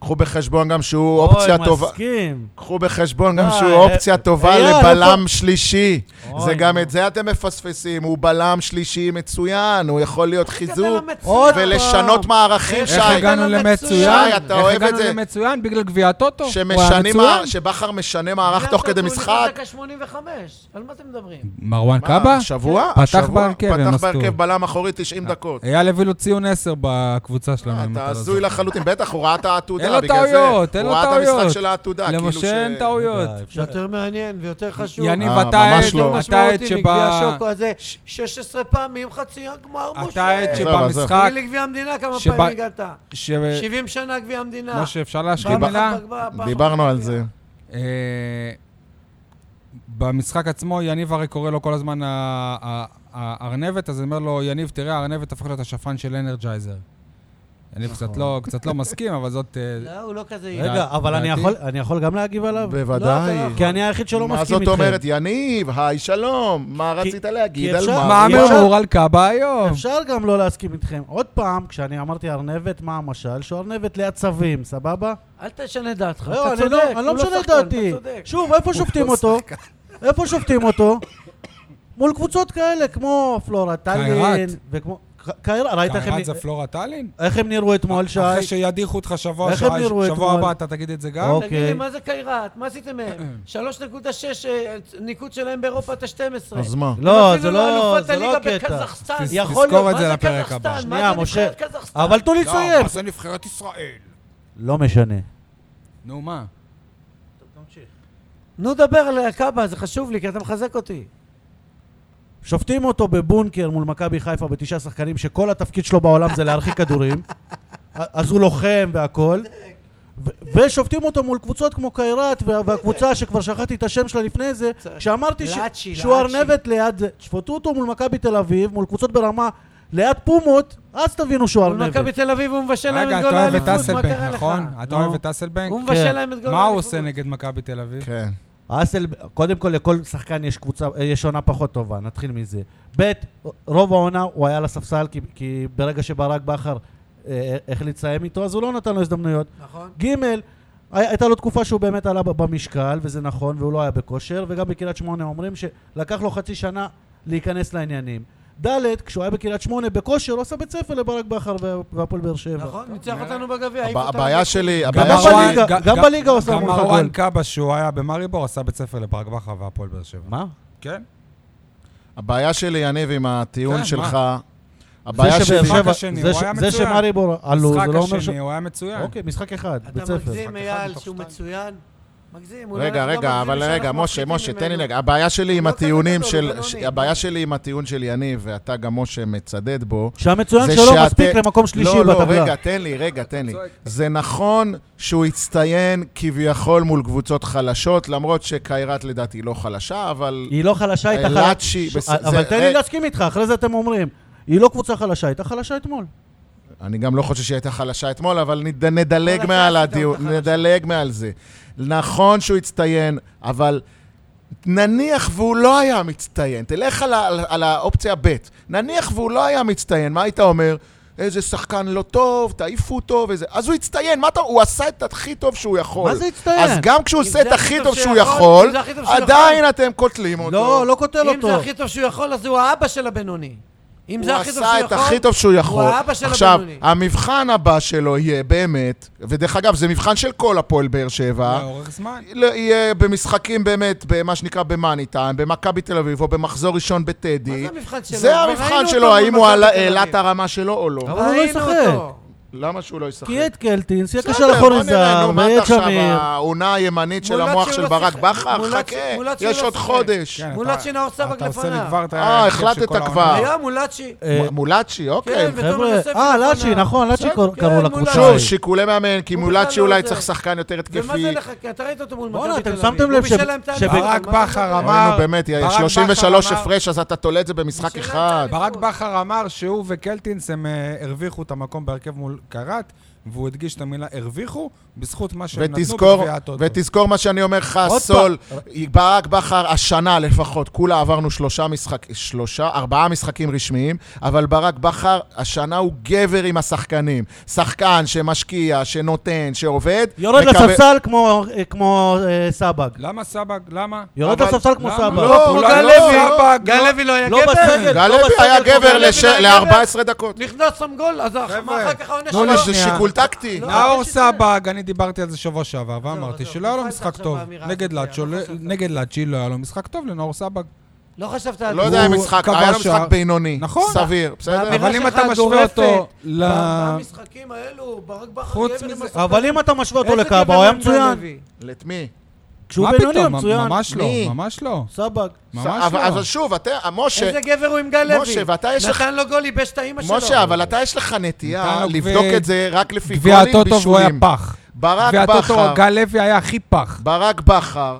Speaker 4: קחו בחשבון גם שהוא
Speaker 2: אוי,
Speaker 4: אופציה טובה.
Speaker 2: מסכים.
Speaker 4: קחו בחשבון גם
Speaker 2: די,
Speaker 4: שהוא
Speaker 2: אה,
Speaker 4: אופציה טובה
Speaker 2: אייל,
Speaker 4: לבלם שלישי.
Speaker 2: אוי,
Speaker 4: זה גם
Speaker 2: נו.
Speaker 4: את זה אתם מפספסים, הוא בלם שלישי מצוין, הוא יכול להיות חיזוק
Speaker 2: עוד פעם.
Speaker 4: ולשנות מערכים,
Speaker 3: איך
Speaker 4: שי.
Speaker 1: איך הגענו
Speaker 3: הגענו
Speaker 1: למצוין?
Speaker 3: שי,
Speaker 4: אתה אוהב את
Speaker 1: איך
Speaker 4: זה?
Speaker 1: הגענו למצוין? בגלל גביע הטוטו. הוא היה
Speaker 4: שמשנים,
Speaker 1: מצוין.
Speaker 4: מע- שבכר משנה מערך תוך כדי משחק.
Speaker 3: דקה 85, על מה אתם מדברים?
Speaker 1: מרואן
Speaker 4: מה,
Speaker 1: קאבה?
Speaker 4: השבוע?
Speaker 1: פתח
Speaker 4: השבוע?
Speaker 1: בהרכב, אה, הם
Speaker 4: פתח
Speaker 1: עשו.
Speaker 4: בהרכב בלם אחורי 90 דקות.
Speaker 1: אייל הביא לו ציון 10 בקבוצה שלנו. אם
Speaker 4: אתה
Speaker 1: לא
Speaker 4: הזוי
Speaker 1: זוכר.
Speaker 4: לחלוטין, בטח, הוא ראה את העתודה,
Speaker 1: אין לו
Speaker 4: בגלל זה.
Speaker 1: טעויות, אין לו
Speaker 4: הוא ראה את
Speaker 1: טעויות.
Speaker 4: המשחק של העתודה, כאילו ש...
Speaker 1: למשה אין טעויות.
Speaker 2: די, אפשר-
Speaker 3: יותר מעניין ויותר חשוב.
Speaker 1: יניב,
Speaker 4: אה,
Speaker 1: אתה
Speaker 4: ממש
Speaker 1: עד-
Speaker 4: לא.
Speaker 1: אתה עד
Speaker 3: משמעותי מגביע
Speaker 1: שב-
Speaker 3: השוקו הזה, 16 פעמים חצי הגמר משה.
Speaker 1: אתה עד
Speaker 4: עזוב, עזוב.
Speaker 1: שבמשחק...
Speaker 3: תגיד לי גביע המדינה כמה
Speaker 1: שב-
Speaker 3: פעמים הגעת?
Speaker 1: ש-
Speaker 3: 70 שנה גביע המדינה.
Speaker 1: משה, אפשר להשחיל
Speaker 3: פעם
Speaker 1: מילה?
Speaker 3: אחת בגמר, פעם
Speaker 4: דיברנו
Speaker 3: אחת
Speaker 4: על
Speaker 3: בגביע.
Speaker 4: זה.
Speaker 1: אה, במשחק עצמו, יניב הרי קורא לו כל הזמן ה- ה- הארנבת, אז אני אומר לו, יניב, תראה, הארנבת הפך להיות השפן של אנרג'ייזר.
Speaker 2: נכון.
Speaker 1: יניב קצת לא- קצת לא מסכים, אבל זאת... אה,
Speaker 3: לא, הוא לא כזה...
Speaker 2: רגע, אבל אני
Speaker 1: לדעתי-
Speaker 2: יכול- אני יכול גם להגיב עליו?
Speaker 4: בוודאי.
Speaker 3: לא, אתה לא
Speaker 2: כי אני היחיד שלא
Speaker 4: מה
Speaker 2: מסכים
Speaker 4: זאת
Speaker 2: איתכם.
Speaker 4: אומרת, יניב, היי, שלום, מה
Speaker 2: כי-
Speaker 4: רצית להגיד
Speaker 2: כי
Speaker 4: על
Speaker 2: אפשר-
Speaker 4: מה?
Speaker 1: מה
Speaker 2: אי אפשר-
Speaker 1: אמור על קאבה היום?
Speaker 2: אפשר גם לא להסכים איתכם. עוד פעם, כשאני אמרתי ארנבת, מה המשל? שארנבת ליד צווים, סבבה?
Speaker 3: אל תשנה דעתך,
Speaker 2: לא,
Speaker 3: אתה
Speaker 2: אני
Speaker 3: צודק.
Speaker 2: לא, אני לא
Speaker 3: הוא לא
Speaker 2: משנה את
Speaker 3: שחקן, אתה
Speaker 2: דעתי.
Speaker 3: צודק.
Speaker 2: שוב, איפה שופטים אותו? איפה שופטים אותו? מול קבוצות כאלה, כמו פלורטלין,
Speaker 1: קיירת.
Speaker 2: וכמו... ק- קיירת, ראית איך הם-
Speaker 1: קיירת זה פלורה טאלין?
Speaker 2: איך הם נראו אתמול, שי?
Speaker 1: אחרי שידיחו אותך שבוע
Speaker 2: איך
Speaker 1: שעה,
Speaker 2: הם נראו
Speaker 1: שבוע
Speaker 2: אתמול?
Speaker 1: הבא אתה תגיד את זה גם?
Speaker 2: אוקיי.
Speaker 3: תגיד לי, מה זה קיירת? מה עשיתם מהם?
Speaker 2: [clears throat]
Speaker 3: 3.6 אה, ניקוד שלהם באירופה את ה-12.
Speaker 4: אז מה?
Speaker 2: לא, זה לא, זה לא קטע.
Speaker 3: בקזחסטן.
Speaker 1: תז- תזכור
Speaker 2: יכול להיות,
Speaker 1: את זה
Speaker 3: מה
Speaker 1: לפרק
Speaker 3: קזחסטן?
Speaker 1: הבא.
Speaker 2: שנייה,
Speaker 3: מה זה
Speaker 2: משה.
Speaker 3: נבחרת קזחסטן?
Speaker 2: אבל תנו לי
Speaker 1: לא,
Speaker 2: לסיים.
Speaker 1: מה זה נבחרת ישראל?
Speaker 2: לא משנה.
Speaker 1: נו, מה?
Speaker 3: נו, דבר על קאבה, זה חשוב לי, כי אתה מחזק אותי.
Speaker 2: שופטים אותו בבונקר מול מכבי חיפה בתשעה שחקנים שכל התפקיד שלו בעולם זה להרחיק כדורים. [laughs] אז הוא לוחם והכול. ו- ושופטים אותו מול קבוצות כמו קיירת וה- והקבוצה שכבר שכחתי את השם שלה לפני זה, כשאמרתי ש-
Speaker 3: לאצ'י,
Speaker 2: שהוא
Speaker 3: לאצ'י.
Speaker 2: ארנבת ליד זה. תשפטו אותו מול מכבי תל אביב, מול קבוצות ברמה ליד פומות, אז תבינו שהוא
Speaker 3: מול
Speaker 2: ארנבת.
Speaker 3: מכבי תל אביב הוא מבשל להם
Speaker 1: רגע,
Speaker 3: את גול
Speaker 1: אתה אוהב את
Speaker 3: האליפות, מה
Speaker 1: אסלבנק,
Speaker 3: קרה לך?
Speaker 1: נכון? אתה
Speaker 2: נו.
Speaker 1: אוהב את אסלבנק?
Speaker 3: הוא
Speaker 2: כן.
Speaker 3: מבשל להם את גול האליפות.
Speaker 1: מה הוא עושה נגד מכבי תל אביב?
Speaker 4: כן.
Speaker 2: אסל, קודם כל לכל שחקן יש קבוצה, אה, יש עונה פחות טובה, נתחיל מזה. ב', רוב העונה הוא היה על הספסל, כי, כי ברגע שברק בכר אה, החליט לסיים איתו, אז הוא לא נתן לו הזדמנויות.
Speaker 3: נכון.
Speaker 2: ג', היה- הייתה לו תקופה שהוא באמת עלה ב- במשקל, וזה נכון, והוא לא היה בכושר, וגם בקריית שמונה אומרים שלקח לו חצי שנה להיכנס לעניינים. ד', כשהוא היה בקריית שמונה בכושר, הוא עשה בית ספר לברק בכר וה- והפועל באר שבע.
Speaker 3: נכון, ניצח אותנו בגביע. העיף
Speaker 4: הבע-
Speaker 3: אותנו.
Speaker 4: הבעיה שלי,
Speaker 1: גם
Speaker 4: הבעיה
Speaker 1: מרואן-
Speaker 4: שלי...
Speaker 2: בליגה- גם בליגה הוא שם
Speaker 1: גם
Speaker 2: מולך
Speaker 1: מרואן
Speaker 2: גול.
Speaker 1: קאבה, שהוא היה במאריבור, עשה בית ספר לברק בכר והפועל באר שבע.
Speaker 2: מה?
Speaker 1: כן.
Speaker 4: הבעיה שלי, יניב, עם
Speaker 1: כן,
Speaker 4: הטיעון שלך... הבעיה
Speaker 2: זה שבאר
Speaker 4: שלי...
Speaker 1: המשחק
Speaker 2: שבע,
Speaker 1: השני,
Speaker 2: זה
Speaker 1: הוא
Speaker 2: ש-
Speaker 1: היה
Speaker 2: זה
Speaker 1: מצוין.
Speaker 2: שמאריבור עלו,
Speaker 1: המשחק
Speaker 2: זה לא אומר ש...
Speaker 1: השני, הוא היה מצוין.
Speaker 2: אוקיי, משחק אחד, בית
Speaker 3: אתה
Speaker 2: ספר.
Speaker 1: אחד
Speaker 3: מגזים, אייל,
Speaker 1: מתוך
Speaker 3: שהוא
Speaker 1: שתיים.
Speaker 3: מצוין. מגזים. הוא לא
Speaker 4: רגע,
Speaker 3: יודע, גם
Speaker 4: רגע, אבל
Speaker 3: מגזים
Speaker 4: רגע,
Speaker 3: שאנחנו
Speaker 4: משה,
Speaker 3: מפחידים
Speaker 4: משה, תן לי
Speaker 3: ממנו.
Speaker 4: רגע. הבעיה שלי עם
Speaker 3: לא כזה
Speaker 4: הטיעונים
Speaker 3: גדול,
Speaker 4: של...
Speaker 3: הוא בינוני.
Speaker 4: הבעיה שלי עם הטיעון של יניב, ואתה גם, משה, מצדד בו,
Speaker 2: שהמצוין
Speaker 4: זה
Speaker 2: שלו
Speaker 4: שאתה-
Speaker 2: מספיק למקום שלישי
Speaker 4: לא, לא,
Speaker 2: בטבלה.
Speaker 4: רגע, תן לי, רגע, תן לי.
Speaker 1: צועק.
Speaker 4: זה נכון שהוא הצטיין כביכול מול קבוצות חלשות, למרות שקיירת לדעתי לא חלשה, אבל...
Speaker 2: היא לא חלשה, הייתה
Speaker 4: אה,
Speaker 2: חלשה.
Speaker 4: לאצ'י, בס-
Speaker 2: אבל
Speaker 4: זה-
Speaker 2: תן לי
Speaker 4: אה,
Speaker 2: להסכים איתך, אחרי זה אתם אומרים. היא לא קבוצה חלשה, הייתה חלשה אתמול.
Speaker 4: אני גם לא חושב שהיא הייתה חלשה אתמול, אבל נד- נדלג
Speaker 3: אבל
Speaker 4: מעל
Speaker 3: אתה עשית אותה
Speaker 4: הדיון,
Speaker 3: חלשה.
Speaker 4: נדלג מעל זה. נכון שהוא הצטיין, אבל נניח והוא לא היה מצטיין, תלך על, ה- על, על האופציה ב', נניח והוא לא היה מצטיין, מה היית אומר? איזה שחקן לא טוב, תעיפו אותו וזה. אז הוא הצטיין, מה אתה... הוא עשה את הכי טוב שהוא יכול.
Speaker 2: מה זה הצטיין?
Speaker 4: אז גם כשהוא
Speaker 3: אם
Speaker 4: עושה
Speaker 3: זה
Speaker 4: את הכי טוב שהוא
Speaker 3: אם
Speaker 4: יכול,
Speaker 3: זה הכי טוב שהוא
Speaker 4: עדיין אתם קוטלים אותו.
Speaker 2: לא, לא קוטל
Speaker 3: אם
Speaker 2: אותו.
Speaker 3: זה הכי טוב שהוא יכול, אז הוא האבא של הבינוני. אם
Speaker 4: הוא
Speaker 3: זה הכי טוב שהוא
Speaker 4: עשה
Speaker 3: יכול... אה,
Speaker 4: את הכי טוב שהוא יכול.
Speaker 3: הוא האבא של
Speaker 4: עכשיו,
Speaker 3: הבינוני.
Speaker 4: המבחן הבא שלו יהיה באמת, ודרך אגב, זה מבחן של כל הפועל באר שבע,
Speaker 1: לאורך
Speaker 2: אה?
Speaker 1: זמן.
Speaker 4: לא- יהיה במשחקים באמת, במה שנקרא במאני טיים, במכבי תל אביב, או במחזור ראשון בטדי.
Speaker 3: מה זה המבחן שלו?
Speaker 4: זה
Speaker 3: כבר
Speaker 4: המבחן
Speaker 3: ראינו
Speaker 4: שלו,
Speaker 3: אותו
Speaker 4: האם
Speaker 3: מול
Speaker 4: הוא
Speaker 3: מכבי
Speaker 4: עלה-
Speaker 3: תל אביב.
Speaker 4: העלה את הרמה שלו או לא.
Speaker 2: אבל הוא לא
Speaker 3: ראינו
Speaker 2: ישחק.
Speaker 3: אותו.
Speaker 4: למה שהוא לא ישחק?
Speaker 2: כי את קלטינס, יהיה קשה
Speaker 4: בסדר, בוא
Speaker 2: לחורי
Speaker 4: נראה,
Speaker 2: זר,
Speaker 4: נו, מה
Speaker 2: ויהיה
Speaker 4: אתה עכשיו,
Speaker 2: שמיר.
Speaker 4: האונה הימנית של
Speaker 3: מולצ'י
Speaker 4: המוח
Speaker 3: אה, הוא
Speaker 4: של
Speaker 3: לא
Speaker 4: ברק
Speaker 3: שיחק.
Speaker 4: בכר?
Speaker 3: מולצ'י-
Speaker 4: חכה,
Speaker 3: מולצ'י
Speaker 4: יש
Speaker 3: לא
Speaker 4: עוד
Speaker 3: שיחק.
Speaker 4: חודש.
Speaker 1: כן,
Speaker 3: מול
Speaker 1: אתה-
Speaker 3: הצ'ינה עושה
Speaker 1: אתה עושה לי
Speaker 3: בגלפונה.
Speaker 1: כבר את ה-
Speaker 4: אה,
Speaker 1: ההרכב של
Speaker 4: החלטת
Speaker 1: כל העונה.
Speaker 4: כבר.
Speaker 3: היה מולאצ'י.
Speaker 2: אה,
Speaker 4: מ- מולאצ'י, אוקיי.
Speaker 3: כן, ותומר
Speaker 2: חבר'ה,
Speaker 3: יוסף
Speaker 2: אה,
Speaker 3: לאחרונה.
Speaker 2: לאצ'י, נכון, לאצ'י
Speaker 3: בסדר,
Speaker 2: קור-
Speaker 3: כן,
Speaker 2: קראו
Speaker 3: מול
Speaker 2: לקבוצה.
Speaker 4: שוב,
Speaker 3: אולי.
Speaker 4: שיקולי מאמן, כי
Speaker 3: הוא
Speaker 4: מולאצ'י
Speaker 3: בכלל לא
Speaker 4: אולי
Speaker 3: זה.
Speaker 4: צריך שחקן יותר
Speaker 3: ומה זה
Speaker 4: התקפי.
Speaker 3: לך? כי אתה ראית אותו מול מכבי תל
Speaker 2: בואנה,
Speaker 3: אביב.
Speaker 2: אתם שמתם לב
Speaker 3: הוא
Speaker 2: ש-
Speaker 3: בישל להם את אה,
Speaker 2: שב-
Speaker 3: האליפות,
Speaker 1: ברק
Speaker 3: מה אתה
Speaker 1: בכר
Speaker 3: מדבר?
Speaker 1: אמר-
Speaker 4: ראינו באמת,
Speaker 1: ברק
Speaker 4: יש
Speaker 1: בכר
Speaker 4: 33
Speaker 1: אמר-
Speaker 4: הפרש, אז אתה תולה את זה במשחק
Speaker 3: בשאלה
Speaker 4: אחד.
Speaker 3: הייתה-
Speaker 1: ברק בכר אמר שהוא וקלטינס הם אה, הרוויחו את המקום בהרכב מול קראט, והוא הדגיש את המילה הרוויחו, בזכות מה שהם נתנו
Speaker 4: ותזכור,
Speaker 1: בגביע הטוטו.
Speaker 4: ותזכור מה שאני אומר לך,
Speaker 2: עוד
Speaker 4: סול, ברק בכר השנה לפחות, כולה עברנו שלושה משחק, שלושה, ארבעה משחקים רשמיים, אבל ברק בכר השנה הוא גבר עם השחקנים. שחקן שמשקיע, שנותן, שעובד.
Speaker 2: יורד
Speaker 4: מקבל-
Speaker 2: לספסל כמו- אה, כמו אה, סבג.
Speaker 1: למה סבג? למה?
Speaker 2: יורד
Speaker 4: אבל-
Speaker 2: לספסל כמו
Speaker 1: למה?
Speaker 2: סבג.
Speaker 4: לא,
Speaker 1: הוא
Speaker 4: לא,
Speaker 1: גל
Speaker 4: לא,
Speaker 1: לוי,
Speaker 4: לא.
Speaker 1: סבג,
Speaker 3: גל
Speaker 1: לא. כן.
Speaker 3: לוי לא היה
Speaker 2: לא
Speaker 3: גבר.
Speaker 2: בסגל.
Speaker 4: גל
Speaker 2: לא
Speaker 4: לוי
Speaker 2: בסגל,
Speaker 4: היה
Speaker 2: כמו
Speaker 4: גבר
Speaker 3: גל לוי
Speaker 4: לש-
Speaker 3: היה גבר.
Speaker 4: ל-14 דקות.
Speaker 3: נכנס שם גול, אז
Speaker 1: חבר'ה,
Speaker 3: מה אחר כך העונש
Speaker 1: תנו
Speaker 3: שלו?
Speaker 1: לי
Speaker 4: לא, זה
Speaker 1: שנייה.
Speaker 4: שיקול טקטי.
Speaker 3: לא,
Speaker 1: נאור
Speaker 3: אל תצא.
Speaker 1: סבג, אני דיברתי על זה שבוע שעבר, ואמרתי
Speaker 3: עזוב,
Speaker 1: שלא היה לו
Speaker 3: לא
Speaker 1: משחק
Speaker 3: עכשיו
Speaker 1: טוב.
Speaker 3: באמירה
Speaker 1: נגד
Speaker 3: הזאת,
Speaker 1: לאצ'ו,
Speaker 3: לא חשבת.
Speaker 1: נגד לאצ'י לא היה לו משחק טוב לנאור סבג.
Speaker 3: לא חשבת על
Speaker 4: לא
Speaker 3: זה.
Speaker 4: יודע אם
Speaker 1: הוא
Speaker 4: משחק,
Speaker 1: כבש
Speaker 4: היה לו
Speaker 1: שער.
Speaker 4: משחק בינוני.
Speaker 1: נכון.
Speaker 4: סביר, בסדר?
Speaker 1: אבל אם
Speaker 3: שלך
Speaker 1: אתה משווה
Speaker 3: גורפת.
Speaker 1: אותו
Speaker 2: לא,
Speaker 1: ל...
Speaker 3: במשחקים האלו, ברק בכר
Speaker 1: חוץ
Speaker 3: גבר עם
Speaker 1: מזה-
Speaker 3: השחקנים.
Speaker 2: אבל אם אתה משווה אותו
Speaker 3: איזה
Speaker 2: לקאבה,
Speaker 3: גבר
Speaker 2: הוא היה
Speaker 3: עם גל
Speaker 2: מצוין.
Speaker 3: לוי?
Speaker 4: את מי?
Speaker 2: כשהוא
Speaker 1: מה
Speaker 2: בינוני הוא
Speaker 1: פתאום?
Speaker 2: מצוין.
Speaker 1: ממש לא,
Speaker 4: מי?
Speaker 1: ממש לא.
Speaker 2: סבג.
Speaker 1: ממש
Speaker 4: אבל- אבל
Speaker 1: לא.
Speaker 4: שוב, אתה, משה,
Speaker 3: איזה גבר הוא עם גל לוי.
Speaker 4: משה, ואתה יש לך-
Speaker 3: נתן לו גול, ייבש את האימא שלו.
Speaker 4: משה, אבל אתה יש לך נטייה
Speaker 1: נתן לו
Speaker 4: לבדוק
Speaker 1: גביע-
Speaker 4: את זה רק לפי
Speaker 1: גביע
Speaker 4: גולים
Speaker 1: הטוטו והוא היה
Speaker 4: בישולים.
Speaker 1: פח.
Speaker 4: ברק
Speaker 1: גביע
Speaker 4: בכר,
Speaker 1: הטוטו, גל לוי היה הכי פח.
Speaker 4: ברק בכר,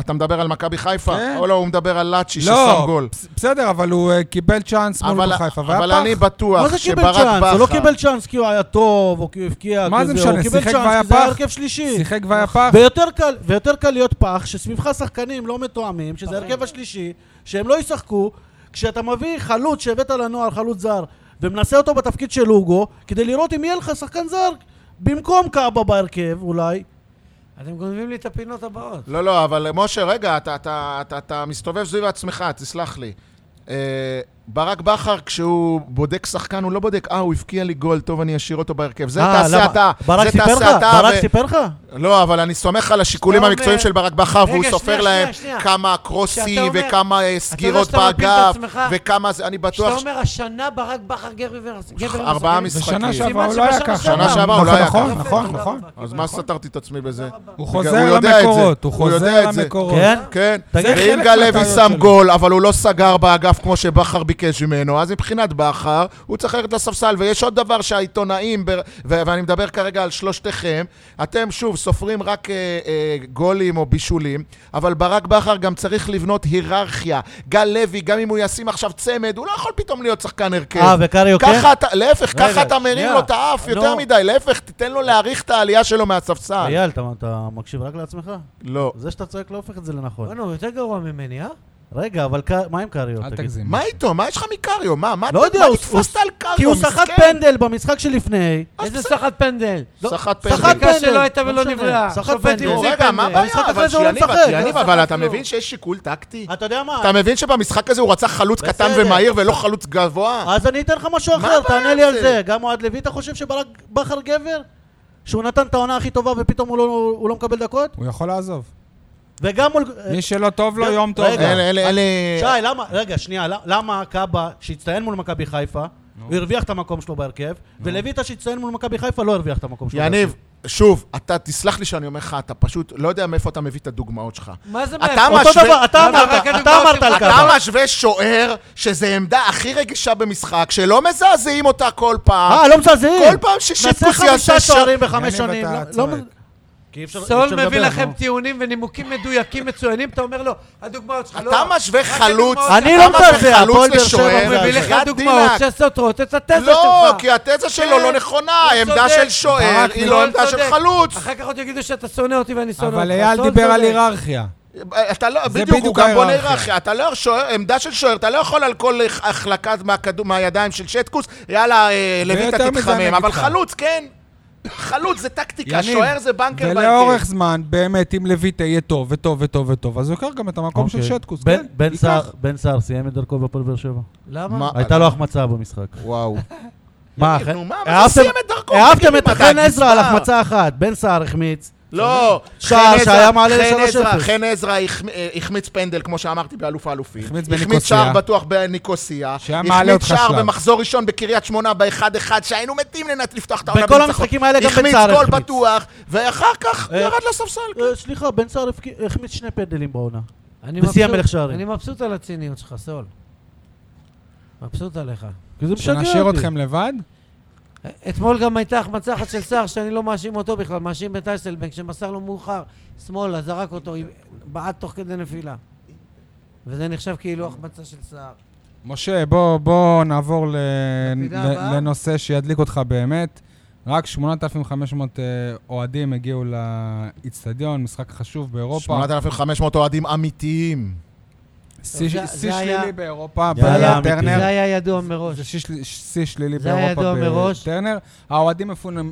Speaker 4: אתה מדבר על מכבי חיפה?
Speaker 1: כן.
Speaker 4: או לא, הוא מדבר על לאצ'י
Speaker 1: לא,
Speaker 4: ששם גול.
Speaker 1: בס- בסדר, אבל הוא אה, קיבל צ'אנס מול
Speaker 4: אבל
Speaker 1: הפועל חיפה, והיה פח.
Speaker 4: אבל אני
Speaker 2: מה
Speaker 4: בטוח
Speaker 2: זה קיבל
Speaker 4: שברק
Speaker 2: צ'אנס? הוא לא
Speaker 4: בכר...
Speaker 2: קיבל צ'אנס כי הוא היה טוב, או כי הוא הבקיע,
Speaker 1: מה
Speaker 2: כי
Speaker 1: זה משנה?
Speaker 2: הוא קיבל
Speaker 1: שיחק
Speaker 2: צ'אנס
Speaker 1: והיה
Speaker 2: כי זה היה
Speaker 1: פח?
Speaker 2: הרכב שלישי.
Speaker 1: שיחק והיה פח.
Speaker 2: ויותר קל, ויותר קל להיות פח, שסביבך שחקנים לא מתואמים, שזה הרכב השלישי, שהם לא ישחקו, כשאתה מביא חלוץ שהבאת לנוער, חלוץ זר, ומנסה אותו בתפקיד של לוגו, כדי לראות אם יהיה לך שחקן זר במקום קאבה בהרכב, אולי.
Speaker 3: אתם גונבים לי את הפינות הבאות.
Speaker 4: לא, לא, אבל משה, רגע, אתה, אתה, אתה, אתה מסתובב סביב עצמך, תסלח לי. אה, ברק בכר, כשהוא בודק שחקן, הוא לא בודק, אה, הוא הבקיע לי גול, טוב, אני אשאיר אותו בהרכב. זה
Speaker 2: אה,
Speaker 4: תעשה
Speaker 2: למה?
Speaker 4: אתה.
Speaker 2: ברק
Speaker 4: זה
Speaker 2: סיפר
Speaker 4: תעשה
Speaker 2: לך?
Speaker 4: אתה,
Speaker 2: ברק
Speaker 4: ו-
Speaker 2: סיפר לך?
Speaker 4: לא, אבל אני סומך על השיקולים
Speaker 3: אתה
Speaker 4: המקצועיים
Speaker 3: אומר-
Speaker 4: של ברק בכר,
Speaker 3: רגע,
Speaker 4: והוא
Speaker 3: שנייה,
Speaker 4: סופר
Speaker 3: שנייה,
Speaker 4: להם
Speaker 3: שנייה.
Speaker 4: כמה קרוסי
Speaker 3: כשאתה אומר-
Speaker 4: וכמה אה, סגירות
Speaker 3: שאתה מפיל את
Speaker 4: באגף,
Speaker 3: עצמך,
Speaker 4: וכמה זה, אני
Speaker 3: כשאתה
Speaker 4: בטוח... ש-
Speaker 3: אומר, השנה ברק בכר גבר ונוסף.
Speaker 1: בשנה
Speaker 4: ארבעה משחקים.
Speaker 1: שעברה הוא לא היה ככה.
Speaker 4: שנה שעברה הוא לא היה
Speaker 1: נכון,
Speaker 4: ככה.
Speaker 1: נכון,
Speaker 3: תודה
Speaker 1: נכון.
Speaker 3: רבה.
Speaker 4: אז מה סתרתי את עצמי בזה?
Speaker 1: הוא
Speaker 4: הוא
Speaker 1: חוזר
Speaker 4: יודע את זה.
Speaker 1: למקורות, הוא
Speaker 4: הוא יודע
Speaker 1: חוזר
Speaker 4: את זה.
Speaker 1: למקורות.
Speaker 2: כן?
Speaker 4: כן,
Speaker 2: תגיד,
Speaker 1: זה
Speaker 4: ואם
Speaker 1: חלק
Speaker 4: גל לוי
Speaker 1: מהטעויות
Speaker 4: שם
Speaker 1: שלו.
Speaker 4: גול, אבל הוא לא סגר באגף כמו שבכר ביקש ממנו, אז מבחינת בכר, הוא צריך ללכת לספסל. ויש עוד דבר שהעיתונאים, ב- ו- ואני מדבר כרגע על שלושתכם, אתם שוב סופרים רק אה, אה, גולים או בישולים, אבל ברק בכר גם צריך לבנות היררכיה. גל לוי, גם אם הוא ישים עכשיו צמד, הוא לא יכול פתאום להיות שחקן הרכב.
Speaker 2: אה, וקריו כן?
Speaker 4: ככה אתה, להפך,
Speaker 2: רגע,
Speaker 4: ככה אתה מרים
Speaker 2: שנייה.
Speaker 4: לו את האף יותר
Speaker 2: לא.
Speaker 4: מדי, להפך, תיתן לו להעריך את העלייה שלו מהספסל.
Speaker 2: אייל, אתה- אתה מקשיב רק לעצמך?
Speaker 4: לא.
Speaker 2: זה שאתה צועק לא הופך את זה לנכון.
Speaker 3: בוא'נה, הוא יותר גרוע ממני, אה?
Speaker 2: רגע, אבל ק- מה עם קריו?
Speaker 1: אל
Speaker 2: תגיד?
Speaker 1: תגזים.
Speaker 4: מה איתו? מה יש לך מקריו? מה? מה
Speaker 2: לא
Speaker 4: אתה-
Speaker 2: יודע,
Speaker 4: מה
Speaker 2: הוא-
Speaker 4: נתפסת על קריו?
Speaker 2: כי הוא
Speaker 4: מסכן.
Speaker 2: סחט פנדל במשחק שלפני.
Speaker 3: איזה לא. סחט פנדל.
Speaker 4: לא, סחט
Speaker 2: סחט
Speaker 4: פנדל.
Speaker 3: חקיקה
Speaker 2: פנדל.
Speaker 3: שלא הייתה
Speaker 2: לא
Speaker 3: ולא
Speaker 2: משנה.
Speaker 3: נבראה.
Speaker 2: סחט
Speaker 3: שופט
Speaker 2: פנדל.
Speaker 3: המציא
Speaker 4: רגע, לא, מה
Speaker 3: פנדל.
Speaker 4: הבעיה?
Speaker 2: במשחק
Speaker 4: אבל
Speaker 2: אחרי זה הוא לא
Speaker 4: שיניב,
Speaker 2: משחק,
Speaker 4: יניב,
Speaker 2: לא
Speaker 4: אבל
Speaker 2: סחט
Speaker 4: אתה
Speaker 2: כלום.
Speaker 4: מבין שיש שיקול טקטי?
Speaker 2: אתה יודע מה?
Speaker 4: אתה מבין שבמשחק הזה הוא רצה חלוץ
Speaker 2: לא- בסדר.
Speaker 4: קטן ומהיר ולא חלוץ גבוה?
Speaker 2: אז אני אתן לך משהו
Speaker 4: מה
Speaker 2: אחר,
Speaker 4: הבעיה
Speaker 2: תענה לי על
Speaker 4: עם זה?
Speaker 2: זה. גם אוהד לוי, אתה חושב שברק בכר גבר? שהוא נתן את העונה הכי טובה ופתאום הוא לא- הוא לא מקבל דקות?
Speaker 1: הוא יכול לעזוב.
Speaker 2: וגם מול...
Speaker 1: מי שלא טוב לו,
Speaker 2: רגע.
Speaker 1: יום טוב.
Speaker 2: אה, רגע.
Speaker 1: לו.
Speaker 4: אלה, אלה, אלה...
Speaker 2: לא שי, למה, רגע, שנייה, ל- למה קאבה, שהצטיין מול מכבי חיפה, הוא הרוויח את המקום שלו בהרכב, ולויטה, שהצטיין מול מכבי חיפה, לא הרוויח את המקום שלו בהרכב?
Speaker 4: יניב, שוב, אתה, תסלח לי שאני אומר לך, אתה פשוט לא יודע מאיפה אתה מביא את הדוגמאות שלך.
Speaker 3: מה זה
Speaker 4: אתה
Speaker 3: מאיפה?
Speaker 4: מה-
Speaker 2: אותו
Speaker 4: משווה-
Speaker 2: דבר, אתה
Speaker 3: למה רק
Speaker 2: אמרת, אתה
Speaker 3: הדוגמאות
Speaker 2: אמרת על
Speaker 3: שלך?
Speaker 2: קאבה.
Speaker 4: אתה משווה שוער, שזו עמדה הכי רגישה במשחק, שלא מזעזעים אותה כל פעם.
Speaker 2: אה, לא מזעזעים.
Speaker 4: כל פעם ששיפוס
Speaker 2: נעשה חמישה
Speaker 4: יעשה שער...
Speaker 2: שערים בחמש
Speaker 1: יניב,
Speaker 2: שנים.
Speaker 1: אתה
Speaker 2: לא- לא
Speaker 1: צועק.
Speaker 2: מ- כי אי אפשר- אי
Speaker 3: סול
Speaker 2: אפשר
Speaker 3: מביא
Speaker 2: לדבר,
Speaker 3: לכם
Speaker 2: נו.
Speaker 3: טיעונים ונימוקים מדויקים מצוינים, אתה אומר לו, הדוגמאות שלך לא...
Speaker 4: אתה משווה
Speaker 3: רק
Speaker 4: חלוץ,
Speaker 3: הדוגמאות
Speaker 2: אני
Speaker 3: שלך.
Speaker 2: לא
Speaker 4: אתה משווה
Speaker 2: מזעזע,
Speaker 4: חלוץ
Speaker 2: הפועל באר שבע
Speaker 4: לשוער,
Speaker 2: מזעזע.
Speaker 3: הוא מביא לך
Speaker 4: בחייאת
Speaker 3: דוגמאות
Speaker 4: דינק.
Speaker 3: שסותרות את התזה שלך.
Speaker 4: לא, כי התזה שלו
Speaker 3: כן,
Speaker 4: לא נכונה,
Speaker 3: הוא
Speaker 4: העמדה
Speaker 3: צודק.
Speaker 4: של שוער
Speaker 1: ברק
Speaker 4: היא לא
Speaker 3: ליאון
Speaker 4: עמדה של
Speaker 3: צודק.
Speaker 4: חלוץ.
Speaker 3: אחר כך עוד יגידו שאתה שונא אותי ואני שונא אותך.
Speaker 1: אבל אייל
Speaker 3: סול
Speaker 1: דיבר על
Speaker 3: צודק.
Speaker 1: היררכיה.
Speaker 4: אתה לא,
Speaker 1: זה
Speaker 4: בדיוק, הוא
Speaker 1: בדיוק
Speaker 4: גם בונה
Speaker 1: ההיררכיה.
Speaker 4: היררכיה. אתה לא, שוער- עמדה של שוער, אתה לא יכול על כל החלקה מהכדור- מהידיים של שטקוס, יאללה, אה,
Speaker 1: ויותר
Speaker 4: לויטה
Speaker 1: מזה אני
Speaker 4: תתחמם.
Speaker 1: אגיד
Speaker 4: אבל
Speaker 1: לך.
Speaker 4: חלוץ, כן. חלוץ זה טקטיקה,
Speaker 1: יניב,
Speaker 4: שוער זה בנקר בהרכב.
Speaker 1: ולאורך זמן, באמת, אם לויטה יהיה טוב וטוב וטוב וטוב, אז הוא ייקח גם את המקום של
Speaker 2: אוקיי.
Speaker 1: שטקוס,
Speaker 2: בן-
Speaker 1: כן?
Speaker 2: בן
Speaker 1: ייקח.
Speaker 2: סער- בן סער סיים את דרכו בהפועל באר שבע.
Speaker 3: למה?
Speaker 4: מה?
Speaker 2: הייתה לו החמצה במשחק.
Speaker 4: וואו.
Speaker 2: מה,
Speaker 4: יניב,
Speaker 2: אחי-
Speaker 4: נו, מה, מה זה
Speaker 2: העפתם-
Speaker 4: סיים את דרכו?
Speaker 2: העפתם
Speaker 4: תגיד,
Speaker 2: את
Speaker 4: מה, אתה
Speaker 2: חן עזרא על
Speaker 4: הגזבר?
Speaker 2: החמצה אחת, בן סער החמיץ.
Speaker 4: לא,
Speaker 2: שער
Speaker 4: חן עזרא-
Speaker 2: שהיה מעלה
Speaker 4: חן
Speaker 2: לשלוש
Speaker 4: עזרא-
Speaker 2: אפס.
Speaker 4: חן עזרא החמ- אה, החמיץ פנדל, כמו שאמרתי, באלוף האלופים.
Speaker 1: החמיץ
Speaker 4: החמיץ
Speaker 1: בניקוסיה.
Speaker 4: שער בטוח בניקוסיה.
Speaker 1: שהיה מעלה אותך
Speaker 4: החמיץ שער
Speaker 1: שלב.
Speaker 4: במחזור ראשון בקריית שמונה ב-1-1, שהיינו מתים לנת לפתוח את העונה
Speaker 2: בכל המשחקים האלה גם בן
Speaker 4: החמיץ
Speaker 2: סער
Speaker 4: גול
Speaker 2: החמיץ.
Speaker 4: בטוח, ואחר כך
Speaker 2: אה,
Speaker 4: ירד לספסל.
Speaker 2: אה, סליחה, בן סער הפק- החמיץ שני פנדלים בעונה.
Speaker 3: אני
Speaker 2: בשיא
Speaker 3: מבסוט-
Speaker 2: המלך שערים.
Speaker 3: אני מבסוט על הציניות שלך, סול. מבסוט עליך.
Speaker 2: כי זה משגע אותי.
Speaker 1: שנשאיר אתכם לבד?
Speaker 3: אתמול גם הייתה החמצה אחת של סער שאני לא מאשים אותו בכלל, מאשים את אייסלבנק שמסר לו מאוחר, שמאלה, זרק אותו, בעט תוך כדי נפילה. וזה נחשב כאילו החמצה של סער.
Speaker 1: משה, בוא, בוא נעבור ל...
Speaker 3: לפינה
Speaker 1: ל-
Speaker 3: הבאה?
Speaker 1: לנושא שידליק אותך באמת. רק 8,500 אה, אוהדים הגיעו לאיצטדיון, משחק חשוב באירופה.
Speaker 4: 8,500 אוהדים אמיתיים.
Speaker 1: שיא
Speaker 3: זה- זה
Speaker 1: שיא
Speaker 3: היה-
Speaker 1: שלילי באירופה,
Speaker 2: זה היה אמיתי.
Speaker 1: בטרנר.
Speaker 3: זה היה ידוע מראש.
Speaker 1: זה שיא של- שיא שלילי
Speaker 3: זה היה
Speaker 1: באירופה
Speaker 3: ידוע מראש.
Speaker 1: בטרנר. האוהדים מפונ-
Speaker 3: לא,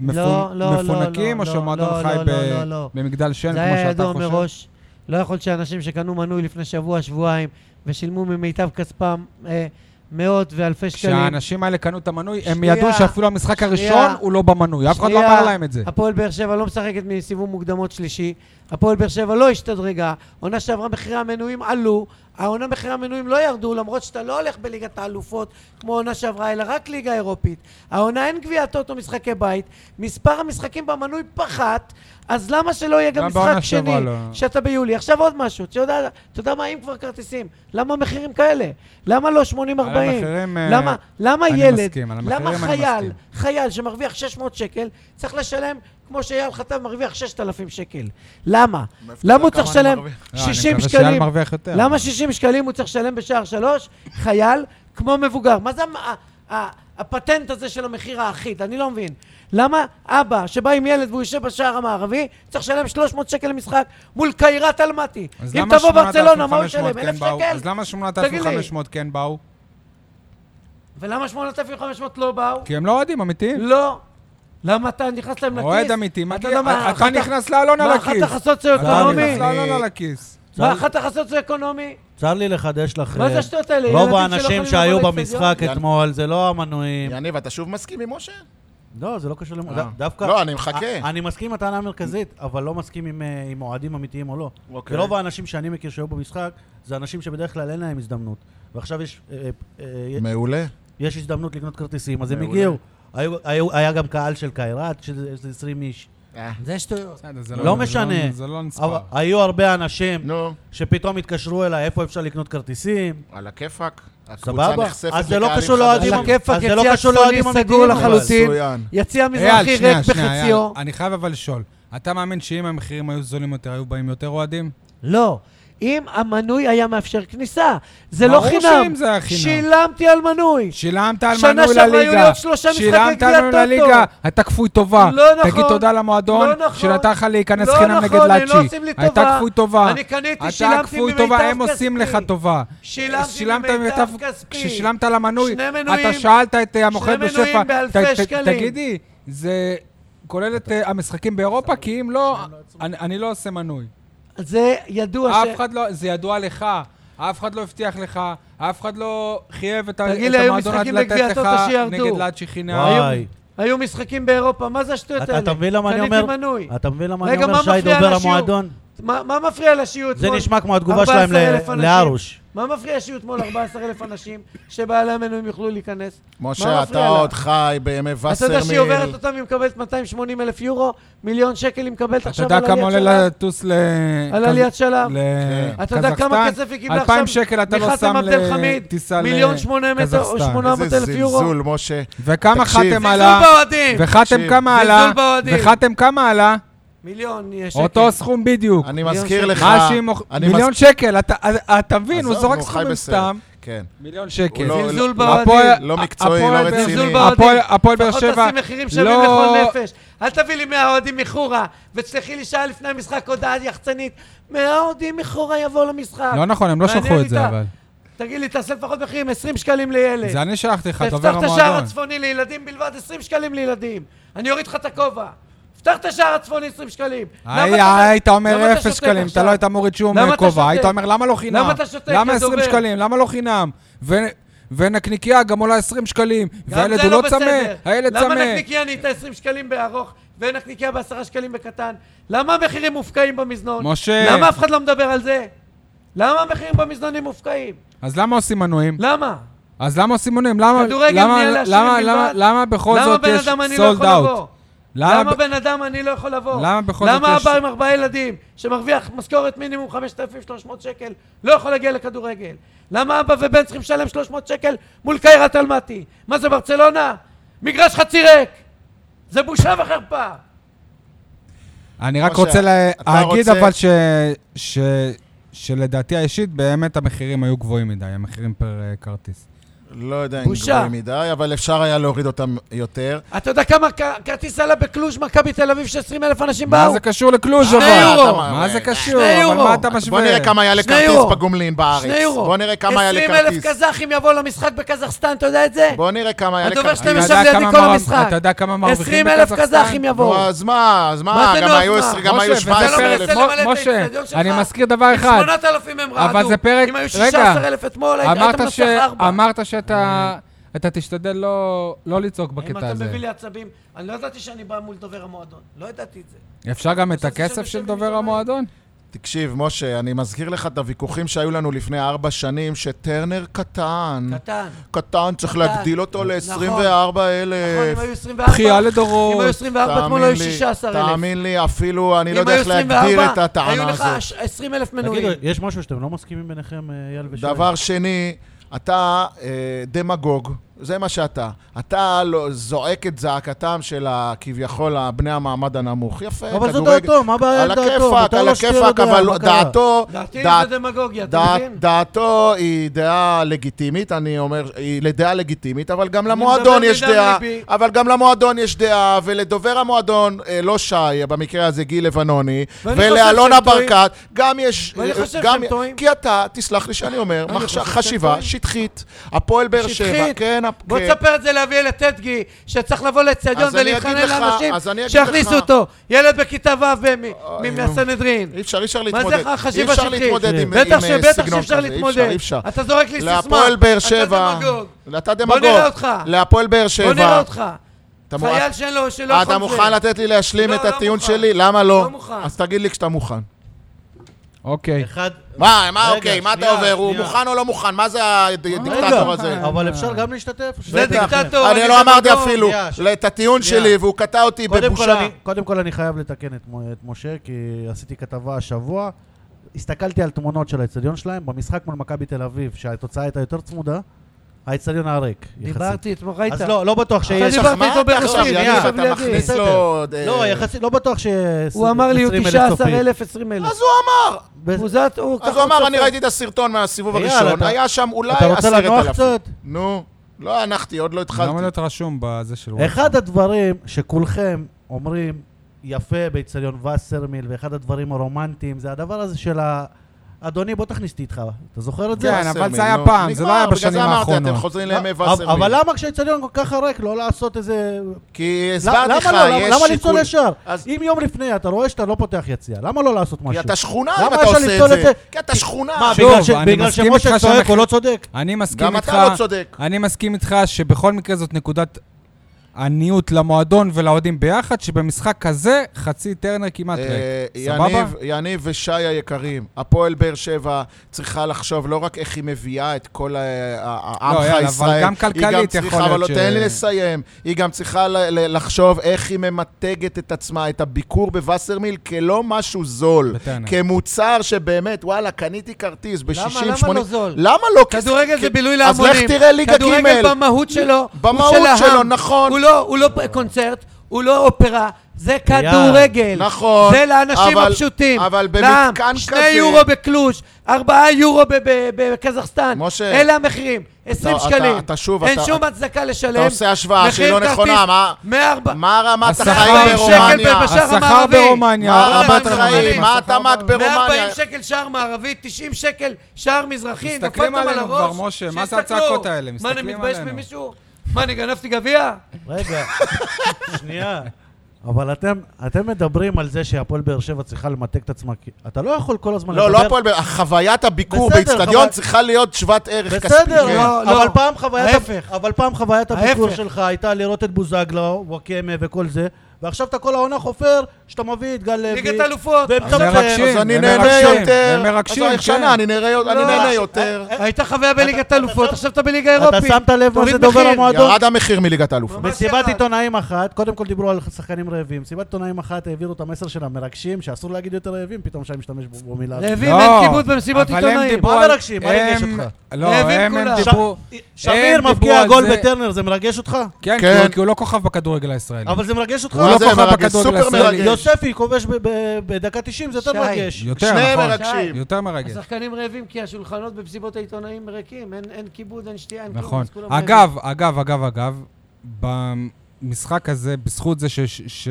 Speaker 1: מפונ-
Speaker 3: לא,
Speaker 1: מפונקים,
Speaker 3: לא,
Speaker 1: או
Speaker 3: לא,
Speaker 1: שמועדון
Speaker 3: לא,
Speaker 1: חי
Speaker 3: לא,
Speaker 1: ב-
Speaker 3: לא, לא, לא.
Speaker 1: במגדל שן,
Speaker 3: זה
Speaker 1: כמו
Speaker 3: היה
Speaker 1: שאתה
Speaker 3: ידוע
Speaker 1: חושב?
Speaker 3: מראש. לא יכול שאנשים שקנו מנוי לפני שבוע, שבועיים, ושילמו ממיטב כספם אה, מאות ואלפי שקלים.
Speaker 1: כשהאנשים האלה קנו את המנוי, הם
Speaker 3: שנייה,
Speaker 1: ידעו שאפילו המשחק
Speaker 3: שנייה,
Speaker 1: הראשון הוא לא במנוי. אף אחד לא
Speaker 3: שנייה,
Speaker 1: אמר להם את זה.
Speaker 3: הפועל באר שבע לא משחקת מסיבוב מוקדמות שלישי, הפועל באר שבע לא השתדרגה, עונה שעברה מחירי המנויים עלו, העונה מחירי המנויים לא ירדו, למרות שאתה לא הולך בליגת האלופות כמו עונה שעברה, אלא רק ליגה אירופית. העונה אין גביע טוטו משחקי בית, מספר המשחקים במנוי פחת, אז למה שלא יהיה גם
Speaker 1: גם בעונה
Speaker 3: משחק שני,
Speaker 1: שעברה לא.
Speaker 3: שאתה ביולי? עכשיו עוד משהו, אתה יודע- אתה יודע מה, אם כבר כרטיסים, למה מחירים כאלה? למה לא 80-40?
Speaker 1: על המחירים, אה,
Speaker 3: למה, למה
Speaker 1: אני
Speaker 3: ילד,
Speaker 1: מסכים, על המחירים
Speaker 3: למה
Speaker 1: אני
Speaker 3: חייל,
Speaker 1: מסכים.
Speaker 3: חייל שמרוויח 600 שקל, צריך לשלם כמו שאייל חטב מרוויח 6,000 שקל. למה? למה הוא צריך
Speaker 4: כמה אני
Speaker 3: לשלם
Speaker 4: מרוויח?
Speaker 1: לא,
Speaker 3: 60
Speaker 1: אני מקווה שאל
Speaker 3: שקלים?
Speaker 1: מרוויח יותר.
Speaker 3: למה 60 שקלים הוא צריך לשלם בשער שלוש? חייל כמו מבוגר. מה זה המ- ה- ה- הפטנט הזה של המחיר האחיד? אני לא מבין. למה אבא שבא עם ילד והוא יושב בשער המערבי צריך לשלם 300 שקל למשחק מול קיירת אלמטי?
Speaker 1: אז
Speaker 3: אם
Speaker 1: למה
Speaker 3: תבוא ברצלונה, מה הוא
Speaker 1: 8,500
Speaker 3: ישלם?
Speaker 1: כן
Speaker 3: 1,000
Speaker 1: באו?
Speaker 3: שקל?
Speaker 1: אז למה 8,500 כן באו?
Speaker 3: ולמה 8,500 לא באו?
Speaker 1: כי הם לא אוהדים אמיתיים.
Speaker 3: לא. למה אתה נכנס להם לכיס?
Speaker 1: אוהד אמיתי,
Speaker 3: אתה
Speaker 1: מגיע-
Speaker 3: יודע מה,
Speaker 1: אתה
Speaker 3: אחת-
Speaker 1: נכנס לאלונה
Speaker 3: מה, אחת
Speaker 1: לכיס.
Speaker 3: החסות
Speaker 1: אתה
Speaker 2: אני-
Speaker 3: סוציו-אקונומי?
Speaker 1: נכנס לאלונה לכיס.
Speaker 3: מה, אחת החסות סוציו-אקונומי?
Speaker 2: צר לי לחדש לך. אה,
Speaker 3: מה זה השטויות האלה?
Speaker 2: רוב
Speaker 3: ילדים שלא יכולים
Speaker 2: האנשים
Speaker 3: לבוא
Speaker 2: שהיו
Speaker 3: לאצטדיון?
Speaker 2: במשחק
Speaker 4: יאללה.
Speaker 2: אתמול זה לא המנויים.
Speaker 4: יניב, אתה שוב מסכים עם משה?
Speaker 2: לא, זה לא קשור
Speaker 4: אה.
Speaker 2: למ... ד- דווקא...
Speaker 4: לא, אני מחכה.
Speaker 2: א- אני מסכים עם הטענה המרכזית, אבל לא מסכים עם, אה, עם אוהדים אמיתיים או לא.
Speaker 4: אוקיי.
Speaker 2: ורוב האנשים שאני מכיר שהיו במשחק, זה אנשים שבדרך כלל אין להם הזדמנות. ועכשיו יש, אה, אה,
Speaker 4: מעולה.
Speaker 2: יש הזדמנות לקנות כרטיסים, אז הם
Speaker 4: מעולה.
Speaker 2: הגיעו. היו, היו, היה גם קהל של קיירת, שזה שזה 20 איש.
Speaker 4: אה,
Speaker 3: זה שטויות.
Speaker 1: בסדר, זה
Speaker 2: לא
Speaker 1: זה
Speaker 2: משנה.
Speaker 1: זה לא
Speaker 2: אבל
Speaker 1: נספר.
Speaker 2: היו הרבה אנשים
Speaker 4: נו,
Speaker 2: שפתאום התקשרו אליי, איפה אפשר לקנות כרטיסים?
Speaker 4: על הכיפאק. הקבוצה
Speaker 2: סבבה.
Speaker 4: נחשפת
Speaker 2: אז זה לא
Speaker 4: לקהלים
Speaker 2: קשור
Speaker 4: חדשים.
Speaker 2: לאוהדים.
Speaker 3: על הכיפאק,
Speaker 2: אז זה לא
Speaker 3: יציע
Speaker 2: קשור לאוהדים
Speaker 3: צפוני
Speaker 2: אמיתיים,
Speaker 3: סגור
Speaker 2: אבל.
Speaker 3: לחלוטין.
Speaker 4: מצוין.
Speaker 3: יציע
Speaker 1: אייל,
Speaker 3: מזרחי
Speaker 1: שנייה,
Speaker 3: ריק
Speaker 1: שנייה, אייל.
Speaker 3: בחציו.
Speaker 1: אני חייב אבל לשאול, אתה מאמין שאם המחירים היו זולים יותר, היו באים יותר אוהדים?
Speaker 3: לא. אם המנוי היה מאפשר כניסה, זה לא
Speaker 1: ברור
Speaker 3: חינם.
Speaker 1: שאם זה היה חינם.
Speaker 3: שילמתי על מנוי.
Speaker 1: שילמת על
Speaker 3: שנה
Speaker 1: מנוי לליגה.
Speaker 3: שעברה היו לי עוד שלושה משחקי
Speaker 1: שילמת
Speaker 3: גביע
Speaker 1: על מנוי
Speaker 3: טוטו.
Speaker 1: לליגה, אתה כפוי טובה.
Speaker 3: לא נכון.
Speaker 1: תגיד תודה למועדון,
Speaker 3: לא נכון.
Speaker 1: שנתן לך להיכנס
Speaker 3: לא
Speaker 1: חינם נגד
Speaker 3: נכון, הם
Speaker 1: לאצ'י.
Speaker 3: לא עושים לי
Speaker 1: הייתה
Speaker 3: טובה.
Speaker 1: כפוי טובה.
Speaker 3: אני קניתי,
Speaker 1: אתה
Speaker 3: שילמתי
Speaker 1: כפוי
Speaker 3: ממיטב
Speaker 1: טובה, הם עושים
Speaker 3: כספי.
Speaker 1: לך טובה.
Speaker 3: שילמתי
Speaker 1: שילמת
Speaker 3: ממיטב
Speaker 1: ממיטב-
Speaker 3: כספי.
Speaker 1: כששילמת על המנוי,
Speaker 3: שני
Speaker 1: אתה
Speaker 3: מנויים.
Speaker 1: שאלת את אה, המוכר
Speaker 3: שני
Speaker 1: בשפע.
Speaker 3: מנויים באלפי
Speaker 1: ת- ת-
Speaker 3: שקלים.
Speaker 1: תגידי, זה כולל את אה, המשחקים באירופה? כי אם לא, אני אני לא עושה מנוי.
Speaker 3: זה ידוע
Speaker 1: אף
Speaker 3: ש...
Speaker 1: אחד לא, זה ידוע לך. אף אחד לא הבטיח לך, אף אחד לא חייב את ה-
Speaker 3: תגיד
Speaker 1: את
Speaker 3: לי, היו
Speaker 1: המועדון עד
Speaker 3: משחקים
Speaker 1: לתת
Speaker 3: בגביע
Speaker 1: לך
Speaker 3: הטוטו שירדו.
Speaker 1: נגד לאצ'י חינם.
Speaker 2: וואי.
Speaker 3: היו משחקים באירופה, מה זה השטויות
Speaker 2: אתה-
Speaker 3: האלה?
Speaker 2: אתה מבין למה אני
Speaker 3: קניתי
Speaker 2: אומר?
Speaker 3: מנוי.
Speaker 2: אתה מבין למה אני
Speaker 3: רגע,
Speaker 2: אומר
Speaker 3: מה
Speaker 2: שי
Speaker 3: מפריע
Speaker 2: דובר
Speaker 3: לשיעור?
Speaker 2: המועדון?
Speaker 3: מה מה מפריע לשיהיו
Speaker 2: זה
Speaker 3: אתמול?
Speaker 2: נשמע כמו התגובה שלהם
Speaker 3: 14,000
Speaker 2: ל-
Speaker 3: אנשים?
Speaker 2: לארוש.
Speaker 3: מה מפריע שיהיו אתמול 14,000 אנשים שבעלי המנויים יוכלו להיכנס? מה
Speaker 4: משה,
Speaker 3: מפריע
Speaker 4: אתה
Speaker 3: לה?
Speaker 4: עוד חי בימי
Speaker 3: אתה יודע שהיא עוברת
Speaker 4: וסרמיל.
Speaker 3: אותם, היא מקבלת 280 אלף יורו, מיליון שקל היא מקבלת
Speaker 1: אתה
Speaker 3: עכשיו על
Speaker 1: יודע
Speaker 3: עליית
Speaker 1: כמה
Speaker 3: שלה.
Speaker 1: עולה לטוס ל...
Speaker 3: על
Speaker 1: כז-
Speaker 3: עליית שלב.
Speaker 1: לקזחסטן?
Speaker 3: אתה יודע כמה כסף היא קיבלה עכשיו?
Speaker 1: 2,000 שקל אתה לא
Speaker 3: מחאתם
Speaker 1: שם
Speaker 3: עבד אל חמיד,
Speaker 1: לטיסה
Speaker 3: מיליון שמונה מאות או
Speaker 1: לקזחסטן.
Speaker 3: שמונה- 400,000
Speaker 4: איזה
Speaker 3: יורו.
Speaker 4: זלזול, משה.
Speaker 1: וכמה
Speaker 4: תקשיב.
Speaker 1: חתם
Speaker 4: זלזול
Speaker 1: עלה?
Speaker 3: באוהדים!
Speaker 1: וחתם
Speaker 4: תקשיב,
Speaker 1: כמה
Speaker 3: זלזול
Speaker 1: עלה?
Speaker 3: באוהדים.
Speaker 1: וחתם כמה עלה?
Speaker 3: מיליון אה, שקל.
Speaker 1: אותו סכום בדיוק.
Speaker 4: אני
Speaker 3: מיליון
Speaker 4: מזכיר
Speaker 3: שקל.
Speaker 4: לך...
Speaker 1: מה שהיא מוכ...
Speaker 4: אני
Speaker 1: מיליון
Speaker 4: מז-
Speaker 1: שקל, אתה- אתה- אתה מבין, הוא
Speaker 4: עזוב,
Speaker 1: זורק
Speaker 4: נו, חי
Speaker 1: סכומים
Speaker 4: בסרט.
Speaker 1: סתם.
Speaker 4: כן.
Speaker 1: מיליון שקל.
Speaker 4: הוא לא-
Speaker 3: זלזול
Speaker 4: לא-
Speaker 3: באוהדים.
Speaker 1: הפועל-
Speaker 4: לא מקצועי,
Speaker 1: הפועל
Speaker 4: לא
Speaker 1: באר-
Speaker 4: רציני.
Speaker 3: זלזול
Speaker 1: הפועל-
Speaker 3: באוהדים.
Speaker 1: הפועל באר
Speaker 3: לפחות
Speaker 1: שבע,
Speaker 3: תשים מחירים שווים
Speaker 1: לא-
Speaker 3: לכל נפש. אל תביא לי 100 אוהדים מחורה, ותשלחי לי שעה לפני המשחק הודעה יחצנית. 100 אוהדים מחורה יבואו למשחק.
Speaker 1: לא נכון, הם לא
Speaker 3: מעניין
Speaker 1: שלחו את זה,
Speaker 3: איתה.
Speaker 1: אבל.
Speaker 3: תגיד לי, תעשה לפחות מחירים 20 שקלים לילד.
Speaker 1: זה אני שלחתי לך, דובר
Speaker 3: תפתח את השער
Speaker 1: המועדון.
Speaker 3: הצפוני לילדים בלבד, 20 שקלים לילדים. אני אוריד לך את הכובע. תפתח את השער הצפוני, 20 שקלים. למה
Speaker 1: היי,
Speaker 3: אתה-
Speaker 1: היית
Speaker 3: למה
Speaker 1: אומר
Speaker 3: אתה
Speaker 1: אפס
Speaker 3: שותק
Speaker 1: שקלים, אתה
Speaker 3: עכשיו?
Speaker 1: לא היית מוריד שום
Speaker 3: למה אתה
Speaker 1: כובע,
Speaker 3: שותק?
Speaker 1: היית אומר למה לא חינם?
Speaker 3: למה אתה שותק,
Speaker 1: למה
Speaker 3: כדובר?
Speaker 1: 20 שקלים? למה לא חינם? ו- ונקניקיה גם עולה 20 שקלים,
Speaker 3: גם
Speaker 1: והילד
Speaker 3: זה
Speaker 1: הוא
Speaker 3: לא
Speaker 1: לא צמא,
Speaker 3: בסדר.
Speaker 1: הילד
Speaker 3: למה
Speaker 1: צמא.
Speaker 3: נקניקיה נהייתה 20 שקלים בארוך, ואין נקניקיה בעשרה שקלים בקטן? למה המחירים מופקעים במזנון?
Speaker 1: משה.
Speaker 3: למה אף אחד לא מדבר על זה? למה המחירים במזנון הם מופקעים?
Speaker 1: אז למה עושים מנויים?
Speaker 3: למה?
Speaker 1: אז למה עושים מנויים? למה
Speaker 3: כדורגל
Speaker 1: למה-
Speaker 3: נהיה לעשירים
Speaker 1: למה-
Speaker 3: בלבד?
Speaker 1: למה- למה בכל
Speaker 3: למה
Speaker 1: זאת
Speaker 3: בן
Speaker 1: יש
Speaker 3: אדם אני לא
Speaker 1: סולד
Speaker 3: יכול לבוא?
Speaker 1: אאוט?
Speaker 3: למה בן אדם אני לא יכול לבוא?
Speaker 1: למה בכל זאת
Speaker 3: למה
Speaker 1: יש-
Speaker 3: אבא עם ארבעה ילדים, שמרוויח משכורת מינימום 5,300 שקל, לא יכול להגיע לכדורגל? למה אבא ובן צריכים לשלם 300 שקל מול קיירת אלמטי? מה זה ברצלונה? מגרש חצי ריק! זה בושה וחרפה!
Speaker 1: אני רק
Speaker 4: משה,
Speaker 1: רוצה לה-
Speaker 4: אתה
Speaker 1: להגיד
Speaker 4: רוצה-
Speaker 1: אבל ש... ש... שלדעתי האישית, באמת המחירים היו גבוהים מדי, המחירים פר אה, כרטיס.
Speaker 4: לא יודע אם
Speaker 3: בושה.
Speaker 4: גבוהים מדי, אבל אפשר היה להוריד אותם יותר.
Speaker 3: אתה יודע כמה כ- כרטיס עלה בקלוז' מכבי תל אביב ש-20 אלף אנשים באו?
Speaker 1: מה זה קשור לקלוז'
Speaker 3: שני
Speaker 1: אבל?
Speaker 3: יורו.
Speaker 1: אתה- מה זה קשור?
Speaker 3: שני
Speaker 1: אבל
Speaker 3: יורו.
Speaker 1: מה אתה משווה?
Speaker 4: בוא נראה כמה היה
Speaker 3: שני
Speaker 4: לכרטיס
Speaker 3: יורו.
Speaker 4: בגומלין בארץ.
Speaker 3: שני יורו.
Speaker 4: בוא נראה כמה היה
Speaker 3: 20 אלף
Speaker 4: לכרטיס.
Speaker 3: קזחים יבואו למשחק בקזחסטן, אתה יודע את זה?
Speaker 4: בוא נראה כמה היה
Speaker 3: הדובר
Speaker 4: לכרטיס.
Speaker 3: שלהם
Speaker 1: אתה
Speaker 3: ישב
Speaker 1: יודע
Speaker 3: לידי
Speaker 1: כמה
Speaker 3: כל
Speaker 1: מרוויח-
Speaker 3: המשחק.
Speaker 1: אתה יודע כמה מרוויחים
Speaker 3: 20 אלף
Speaker 1: בקזחסטן?
Speaker 3: קזחים
Speaker 4: נו,
Speaker 3: יבואו.
Speaker 4: אז מה, אז
Speaker 3: מה
Speaker 4: מה,
Speaker 3: זה
Speaker 4: גם
Speaker 3: נו,
Speaker 4: היו
Speaker 3: אז מה? לא
Speaker 4: 20, גם
Speaker 1: משה,
Speaker 4: היו
Speaker 1: וזה
Speaker 4: 17
Speaker 1: פרק-
Speaker 4: אלף.
Speaker 3: זה למלא את
Speaker 1: מ- משה,
Speaker 3: האצטדיון שלך.
Speaker 1: אני מזכיר דבר אחד.
Speaker 3: 8,000 הם רעדו.
Speaker 1: אבל זה פרק...
Speaker 3: אם היו
Speaker 1: רגע,
Speaker 3: 16,000 אתמול, היית היית
Speaker 1: אמרת, ש...
Speaker 3: מנצח ארבע.
Speaker 1: אמרת שאתה... אתה תשתדל לא, לא לצעוק
Speaker 3: אם
Speaker 1: בקטע
Speaker 4: אה.
Speaker 3: אתה
Speaker 1: הזה.
Speaker 3: מביא לי עצבים, אני לא ידעתי שאני בא מול דובר המועדון. לא ידעתי את זה.
Speaker 1: אפשר גם את
Speaker 3: חשבתי
Speaker 1: הכסף
Speaker 3: שאני
Speaker 1: של
Speaker 3: יושב
Speaker 1: דובר
Speaker 3: עם
Speaker 1: המועדון?
Speaker 4: תקשיב, משה, אני מזכיר לך את הוויכוחים שהיו לנו לפני ארבע שנים, שטרנר קטן.
Speaker 3: קטן.
Speaker 4: קטן, צריך
Speaker 3: קטן.
Speaker 4: להגדיל אותו
Speaker 3: נכון.
Speaker 4: ל-24
Speaker 3: נכון, אם
Speaker 4: אלף.
Speaker 3: היו 24,
Speaker 1: בכייה
Speaker 3: אם
Speaker 1: לדורות.
Speaker 3: היו 24 אתמול, לא
Speaker 2: לא
Speaker 3: היו 16,000.
Speaker 4: תאמין לי, אפילו אני לא
Speaker 3: אם
Speaker 4: יודע
Speaker 3: היו
Speaker 4: איך להגדיר
Speaker 3: 24,
Speaker 4: את הטענה
Speaker 3: היו לך
Speaker 4: הזאת.
Speaker 3: 20,000
Speaker 2: תגידו,
Speaker 3: מנויים.
Speaker 2: יש משהו שאתם לא מסכימים ביניכם, אה, אייל ושי?
Speaker 4: דבר שני, אתה אה, דמגוג, זה מה שאתה. אתה לא, זועק את זעקתם של ה- כביכול בני המעמד הנמוך. יפה,
Speaker 2: אבל זו
Speaker 4: כדורגל-
Speaker 2: דעתו, מה הבעיה עם
Speaker 4: על
Speaker 2: דעתו?
Speaker 4: הכיפאק,
Speaker 2: מותר
Speaker 4: על
Speaker 2: לו שתהיה לו
Speaker 4: הכיפאק,
Speaker 2: דעה,
Speaker 4: אבל
Speaker 2: מה
Speaker 4: לא-
Speaker 2: קרה?
Speaker 4: דעתו...
Speaker 3: דעתי
Speaker 4: דעת-
Speaker 3: זה דמגוגיה, אתה
Speaker 4: דעת-
Speaker 3: מבין?
Speaker 4: דעתו היא דעה לגיטימית, אני אומר, היא לדעה לגיטימית, אבל גם
Speaker 3: אני
Speaker 4: למועדון
Speaker 3: מדבר
Speaker 4: יש
Speaker 3: מדם
Speaker 4: דעה,
Speaker 3: ליבי.
Speaker 4: אבל גם למועדון יש דעה, ולדובר המועדון, אה, לא שי, במקרה הזה גיל לבנוני,
Speaker 3: ואני חושב
Speaker 4: ולאלונה
Speaker 3: שהם טועים.
Speaker 4: ברקת, גם יש...
Speaker 3: ואני
Speaker 4: אה,
Speaker 3: חושב
Speaker 4: גם-
Speaker 3: שהם טועים.
Speaker 4: כי אתה, תסלח לי שאני אומר, מחש-
Speaker 3: חושב שהם
Speaker 4: חשיבה
Speaker 3: טועים.
Speaker 4: שטחית. הפועל באר שבע,
Speaker 3: שטחית.
Speaker 4: כן, הפ-
Speaker 3: בוא
Speaker 4: כן.
Speaker 3: תספר את זה לאביאל אטדגי, שצריך לבוא לאצטדיון
Speaker 4: אז אני
Speaker 3: ולהתחנן
Speaker 4: אגיד לך-
Speaker 3: לאנשים
Speaker 4: אז אני אגיד
Speaker 3: שיכניסו
Speaker 4: לך- אה,
Speaker 3: אותו. ילד בכיתה ו' במ-
Speaker 4: אוי, נו.
Speaker 3: מהסנהדרין.
Speaker 4: אי אפשר, אי אפשר
Speaker 3: מה
Speaker 4: להתמודד.
Speaker 3: זה החשיבה
Speaker 4: אי אפשר
Speaker 3: השטחית?
Speaker 4: להתמודד עם, עם,
Speaker 3: בטח ש-
Speaker 4: אה,
Speaker 3: בטח
Speaker 4: סגנון כזה, אי
Speaker 3: שאפשר
Speaker 4: אפשר,
Speaker 3: להתמודד.
Speaker 4: אי אפשר.
Speaker 3: אתה זורק לי סיסמה.
Speaker 4: להפועל באר שבע,
Speaker 3: אתה דמגוג.
Speaker 4: אתה דמגוג,
Speaker 3: נראה אותך.
Speaker 4: להפועל באר שבע,
Speaker 3: בוא נראה אותך.
Speaker 4: אתה מוכן- אה,
Speaker 3: חייל שלו, שלא
Speaker 4: אתה מוכן לתת לי להשלים
Speaker 3: לא,
Speaker 4: את
Speaker 3: לא
Speaker 4: הטיעון
Speaker 3: מוכן.
Speaker 4: שלי? למה לא?
Speaker 3: לא מוכן.
Speaker 4: אז תגיד לי כשאתה מוכן.
Speaker 1: אוקיי.
Speaker 2: אחד...
Speaker 4: מה, מה,
Speaker 2: רגע,
Speaker 4: אוקיי, מה אתה
Speaker 2: שנייה,
Speaker 4: עובר? הוא
Speaker 2: שנייה.
Speaker 4: מוכן או לא מוכן? מה זה הדיקטטור הזה?
Speaker 2: אבל אפשר גם להשתתף?
Speaker 3: זה
Speaker 2: בטח.
Speaker 3: דיקטטור.
Speaker 4: אני לא אמרתי
Speaker 3: דמגוג.
Speaker 4: אפילו
Speaker 2: שנייה, ש-
Speaker 4: את הטיעון
Speaker 2: שנייה.
Speaker 4: שלי, והוא קטע אותי
Speaker 2: קודם כל,
Speaker 4: בבושה.
Speaker 2: אני, קודם כל אני חייב לתקן את, מו- את משה, כי עשיתי כתבה השבוע. הסתכלתי על תמונות של האצטדיון שלהם, במשחק מול מכבי תל אביב, שהתוצאה הייתה יותר צמודה, האצטדיון היה ריק. יחסית.
Speaker 3: דיברתי איתו, ראית?
Speaker 2: אז לא, לא בטוח
Speaker 3: אתה
Speaker 2: שיש...
Speaker 3: דיברת
Speaker 4: מה
Speaker 3: איתו
Speaker 4: אתה עכשיו,
Speaker 3: ברוסית,
Speaker 4: יניב,
Speaker 3: ישב
Speaker 4: אתה
Speaker 3: לידי.
Speaker 4: מכניס
Speaker 2: בסדר.
Speaker 4: לו עוד... אה,
Speaker 2: לא, יחסית, לא בטוח ש...
Speaker 3: הוא אמר לי, הוא 19,000, 20,000.
Speaker 4: אז הוא אמר!
Speaker 2: בס-
Speaker 3: הוא זאת, הוא ככה
Speaker 4: אז הוא אמר, אני
Speaker 3: צופה.
Speaker 4: ראיתי את הסרטון מהסיבוב
Speaker 2: אייל,
Speaker 4: הראשון,
Speaker 2: אתה-
Speaker 4: היה שם אולי
Speaker 2: אתה רוצה
Speaker 4: עשרת
Speaker 2: לנוח
Speaker 4: אלפים.
Speaker 2: קצת?
Speaker 4: נו, לא הנחתי, עוד לא
Speaker 1: למה
Speaker 4: התחלתי.
Speaker 1: להיות רשום בזה של וואטסאפ?
Speaker 2: אחד הדברים שכולכם אומרים יפה באיצטדיון וסרמיל, ואחד הדברים הרומנטיים, זה הדבר הזה של ה... אדוני, בוא תכניס אותי איתך. אתה זוכר את זה?
Speaker 1: כן, אבל
Speaker 4: וסרמיל,
Speaker 1: זה היה
Speaker 4: נו.
Speaker 1: פעם, זה לא
Speaker 4: נגמר,
Speaker 1: היה
Speaker 4: בגלל זה
Speaker 1: בשנים
Speaker 4: אמרתי,
Speaker 1: האחרונות.
Speaker 4: אתם חוזרים לימי
Speaker 2: אבל
Speaker 4: וסרמיל.
Speaker 2: לא, אבל למה כשהאיצטדיון כל כך ריק לא לעשות איזה...
Speaker 4: כי הסברתי
Speaker 2: למה
Speaker 4: לך,
Speaker 2: לא?
Speaker 4: יש
Speaker 2: למה
Speaker 4: שיקול.
Speaker 2: לצלול ישר?
Speaker 4: אז-
Speaker 2: אם יום לפני אתה רואה שאתה לא פותח יציאה, למה לא לעשות משהו?
Speaker 4: כי אתה שכונה
Speaker 2: למה
Speaker 4: אם אתה
Speaker 2: אפשר
Speaker 4: עושה
Speaker 2: לצלול
Speaker 4: את זה.
Speaker 2: את זה?
Speaker 4: כי אתה שכונה.
Speaker 2: מה,
Speaker 1: שוב,
Speaker 2: בגלל ש-
Speaker 1: אני
Speaker 2: בגלל
Speaker 1: מסכים
Speaker 2: שמשה
Speaker 1: איתך
Speaker 2: צועק
Speaker 1: שהמח-
Speaker 2: הוא לא צודק?
Speaker 1: אני מסכים
Speaker 4: גם
Speaker 1: איתך...
Speaker 4: אתה לא צודק.
Speaker 1: אני מסכים איתך שבכל מקרה זאת נקודת עניות למועדון ולאוהדים ביחד, שבמשחק כזה חצי טרנר כמעט
Speaker 4: אה,
Speaker 1: ריק. אוקיי. סבבה?
Speaker 4: יניב, יניב ושי היקרים, הפועל באר שבע צריכה לחשוב לא רק איך היא מביאה את כל ה- ה-
Speaker 1: לא,
Speaker 4: העמך
Speaker 1: יאללה, אבל
Speaker 4: ישראל,
Speaker 1: גם
Speaker 4: היא גם
Speaker 1: כלכלית
Speaker 4: צריכה,
Speaker 1: יכול
Speaker 4: אבל לא
Speaker 1: להיות ש-
Speaker 4: תן לי לסיים, היא גם צריכה ל- ל- לחשוב איך היא ממתגת את עצמה, את הביקור בווסרמיל, כלא משהו זול,
Speaker 1: בטענה.
Speaker 4: כמוצר שבאמת, וואלה, קניתי כרטיס ב-60, 80...
Speaker 3: למה לא זול?
Speaker 4: למה לא? כי-
Speaker 3: כדורגל
Speaker 4: כי-
Speaker 3: זה בילוי
Speaker 4: אז
Speaker 3: להמונים.
Speaker 4: לך תראה ליגה ג'.
Speaker 3: כדורגל במהות שלו,
Speaker 4: במהות
Speaker 3: הוא של העם.
Speaker 4: שלו, נכון.
Speaker 3: הוא לא- הוא לא פ- קונצרט, הוא לא אופרה, זה כדורגל.
Speaker 4: נכון,
Speaker 3: זה לאנשים
Speaker 4: אבל-
Speaker 3: הפשוטים.
Speaker 4: אבל
Speaker 3: לעם.
Speaker 4: במתקן כזה-
Speaker 3: שני יורו בקלוש, ארבעה יורו ב- ב- בקזחסטן.
Speaker 4: משה.
Speaker 3: אלה המחירים, 20
Speaker 4: אתה-
Speaker 3: שקלים.
Speaker 4: אתה שוב,
Speaker 3: אין
Speaker 4: אתה-
Speaker 3: שום הצדקה לשלם.
Speaker 4: אתה עושה השוואה שהיא
Speaker 3: מחיר
Speaker 4: לא נכונה,
Speaker 3: כרטיס,
Speaker 4: מה-
Speaker 3: 104.
Speaker 4: מה רמת
Speaker 1: השכר
Speaker 4: החיים
Speaker 1: שקל
Speaker 4: ברומניה?
Speaker 3: בשער
Speaker 1: השכר
Speaker 3: המערבי.
Speaker 1: ברומניה,
Speaker 3: מה
Speaker 1: הרבה
Speaker 4: רמת
Speaker 3: הרמת
Speaker 1: דברים.
Speaker 4: חיים,
Speaker 3: חיים?
Speaker 4: מה התמ"ג ברומניה?
Speaker 3: 140 שקל שער מערבי, 90 שקל שער מזרחי,
Speaker 1: מסתכלים
Speaker 3: נפלתם על
Speaker 1: עלינו
Speaker 3: הראש.
Speaker 1: כבר, משה, מה זה
Speaker 3: שיסתכלו.
Speaker 1: הצעקות האלה? מסתכלים
Speaker 3: מה, אני מתבייש
Speaker 1: עלינו.
Speaker 3: ממישהו? מה, אני גנבתי גביע?
Speaker 1: [laughs]
Speaker 2: רגע, שנייה. אבל אתם, אתם מדברים על זה שהפועל באר שבע צריכה למתק את עצמה, כי אתה לא יכול כל הזמן
Speaker 4: לא,
Speaker 2: לדבר...
Speaker 4: לא הפועל, באר- חוויית הביקור
Speaker 2: בסדר,
Speaker 4: באיצטדיון
Speaker 2: חוויה-
Speaker 4: צריכה להיות שוות ערך כספי.
Speaker 2: בסדר,
Speaker 4: כן.
Speaker 2: לא,
Speaker 3: לא.
Speaker 2: אבל פעם חוויית...
Speaker 3: ההפך.
Speaker 2: אבל פעם חוויית הביקור
Speaker 3: ההפך.
Speaker 2: שלך הייתה לראות את בוזגלו, וואקמה וכל זה, ועכשיו אתה כל העונה חופר, שאתה מביא את גל לוי...
Speaker 3: ליגת אלופות.
Speaker 2: והם
Speaker 1: הם
Speaker 2: מצמצם.
Speaker 1: מרגשים,
Speaker 4: אז אני
Speaker 1: הם
Speaker 4: נהנה
Speaker 1: מרגשים,
Speaker 4: יותר.
Speaker 1: הם מרגשים,
Speaker 4: אז איך
Speaker 1: כן.
Speaker 4: שנה, אני נהנה יותר- אני
Speaker 3: לא.
Speaker 4: נהנה יותר.
Speaker 3: הייתה חוויה בליגת
Speaker 2: אתה
Speaker 3: אלופות,
Speaker 2: שם-
Speaker 3: עכשיו אתה בליגה
Speaker 2: אתה
Speaker 3: האירופית.
Speaker 2: שמת לב מה
Speaker 3: תוריד
Speaker 2: זה דובר
Speaker 3: מחיר.
Speaker 2: המועדון? אדום.
Speaker 4: ירד המחיר מליגת האלופות.
Speaker 3: ממש.
Speaker 2: מסיבת
Speaker 3: ירד.
Speaker 2: עיתונאים אחת, קודם כל דיברו על שחקנים רעבים, מסיבת עיתונאים אחת העבירו את המסר של המרגשים, שאסור להגיד יותר רעבים, פתאום שי משתמש ב- במילה הזאת.
Speaker 3: רעבים אין כיבוד במסיבות
Speaker 1: לא, אבל הם
Speaker 3: עיתונאים.
Speaker 1: דיברו
Speaker 2: מה
Speaker 1: על-
Speaker 2: מרגשים? מה ריגש
Speaker 1: הם-
Speaker 2: אותך?
Speaker 1: לא,
Speaker 3: רעבים
Speaker 1: הם הם
Speaker 3: כולם.
Speaker 1: דיברו...
Speaker 2: שמיר
Speaker 1: הם דיברו
Speaker 2: מבקיע
Speaker 1: על
Speaker 2: גול
Speaker 1: זה-
Speaker 2: בטרנר, זה מרגש אותך?
Speaker 1: כן,
Speaker 4: כן.
Speaker 1: כי הוא- כי הוא לא כוכב בכדורגל הישראלי.
Speaker 2: אבל זה מרגש אותך?
Speaker 1: הוא לא
Speaker 4: מה זה
Speaker 1: כוכב
Speaker 4: מרגש?
Speaker 1: בכדורגל
Speaker 4: סופר
Speaker 1: הישראלי.
Speaker 4: מרגש.
Speaker 2: יוספי כובש ב- ב- בדקה 90, זה יותר
Speaker 3: שי.
Speaker 2: מרגש.
Speaker 1: יותר,
Speaker 4: שניהם
Speaker 1: נכון.
Speaker 4: מרגשים.
Speaker 1: יותר מרגש.
Speaker 3: השחקנים רעבים כי השולחנות במסיבות העיתונאים ריקים, אין- אין כיבוד, אין שתייה, אין כלום.
Speaker 1: נכון.
Speaker 3: אז כולם רעבים.
Speaker 1: אגב, אגב, אגב, אגב, במשחק הזה, בזכות זה ש- ש- ש-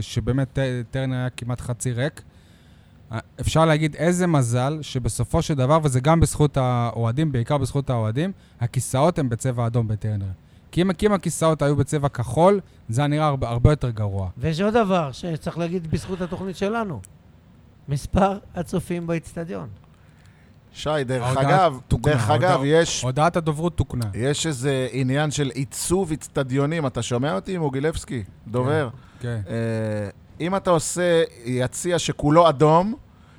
Speaker 1: שבאמת ט- טרנר היה כמעט חצי ריק, אה, אפשר להגיד איזה מזל שבסופו של דבר, וזה גם בזכות האוהדים, בעיקר בזכות האוהדים, הכיסאות הם בצבע אדום בטרנר. כי אם, כי אם הכיסאות היו בצבע כחול, זה היה נראה הרבה, הרבה יותר גרוע.
Speaker 3: ויש עוד דבר שצריך להגיד בזכות התוכנית שלנו. מספר הצופים באיצטדיון.
Speaker 4: שי, דרך
Speaker 1: ההודעה
Speaker 4: אגב,
Speaker 1: תוקנה,
Speaker 4: דרך אגב,
Speaker 1: ההודעה-
Speaker 4: יש...
Speaker 1: הודעת הדוברות תוקנה.
Speaker 4: יש איזה עניין של עיצוב אצטדיונים, אתה שומע אותי, מוגילבסקי? דובר.
Speaker 1: כן.
Speaker 4: אה, אם אתה עושה יציע שכולו אדום,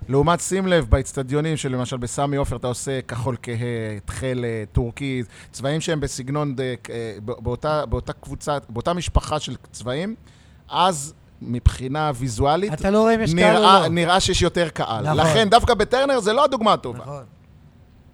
Speaker 4: לעומת, שים לב, באצטדיונים שלמשל בסמי עופר אתה עושה כחול כהה, תכלת, טורקיז, צבעים שהם בסגנון, דק, אה, ב- באותה, באותה קבוצה, באותה משפחה של צבעים, אז מבחינה ויזואלית,
Speaker 3: אתה לא רואה אם יש קהל או
Speaker 4: נראה,
Speaker 3: לא.
Speaker 4: נראה שיש יותר קהל.
Speaker 3: נכון.
Speaker 4: לכן דווקא בטרנר זה לא הדוגמה הטובה.
Speaker 3: נכון.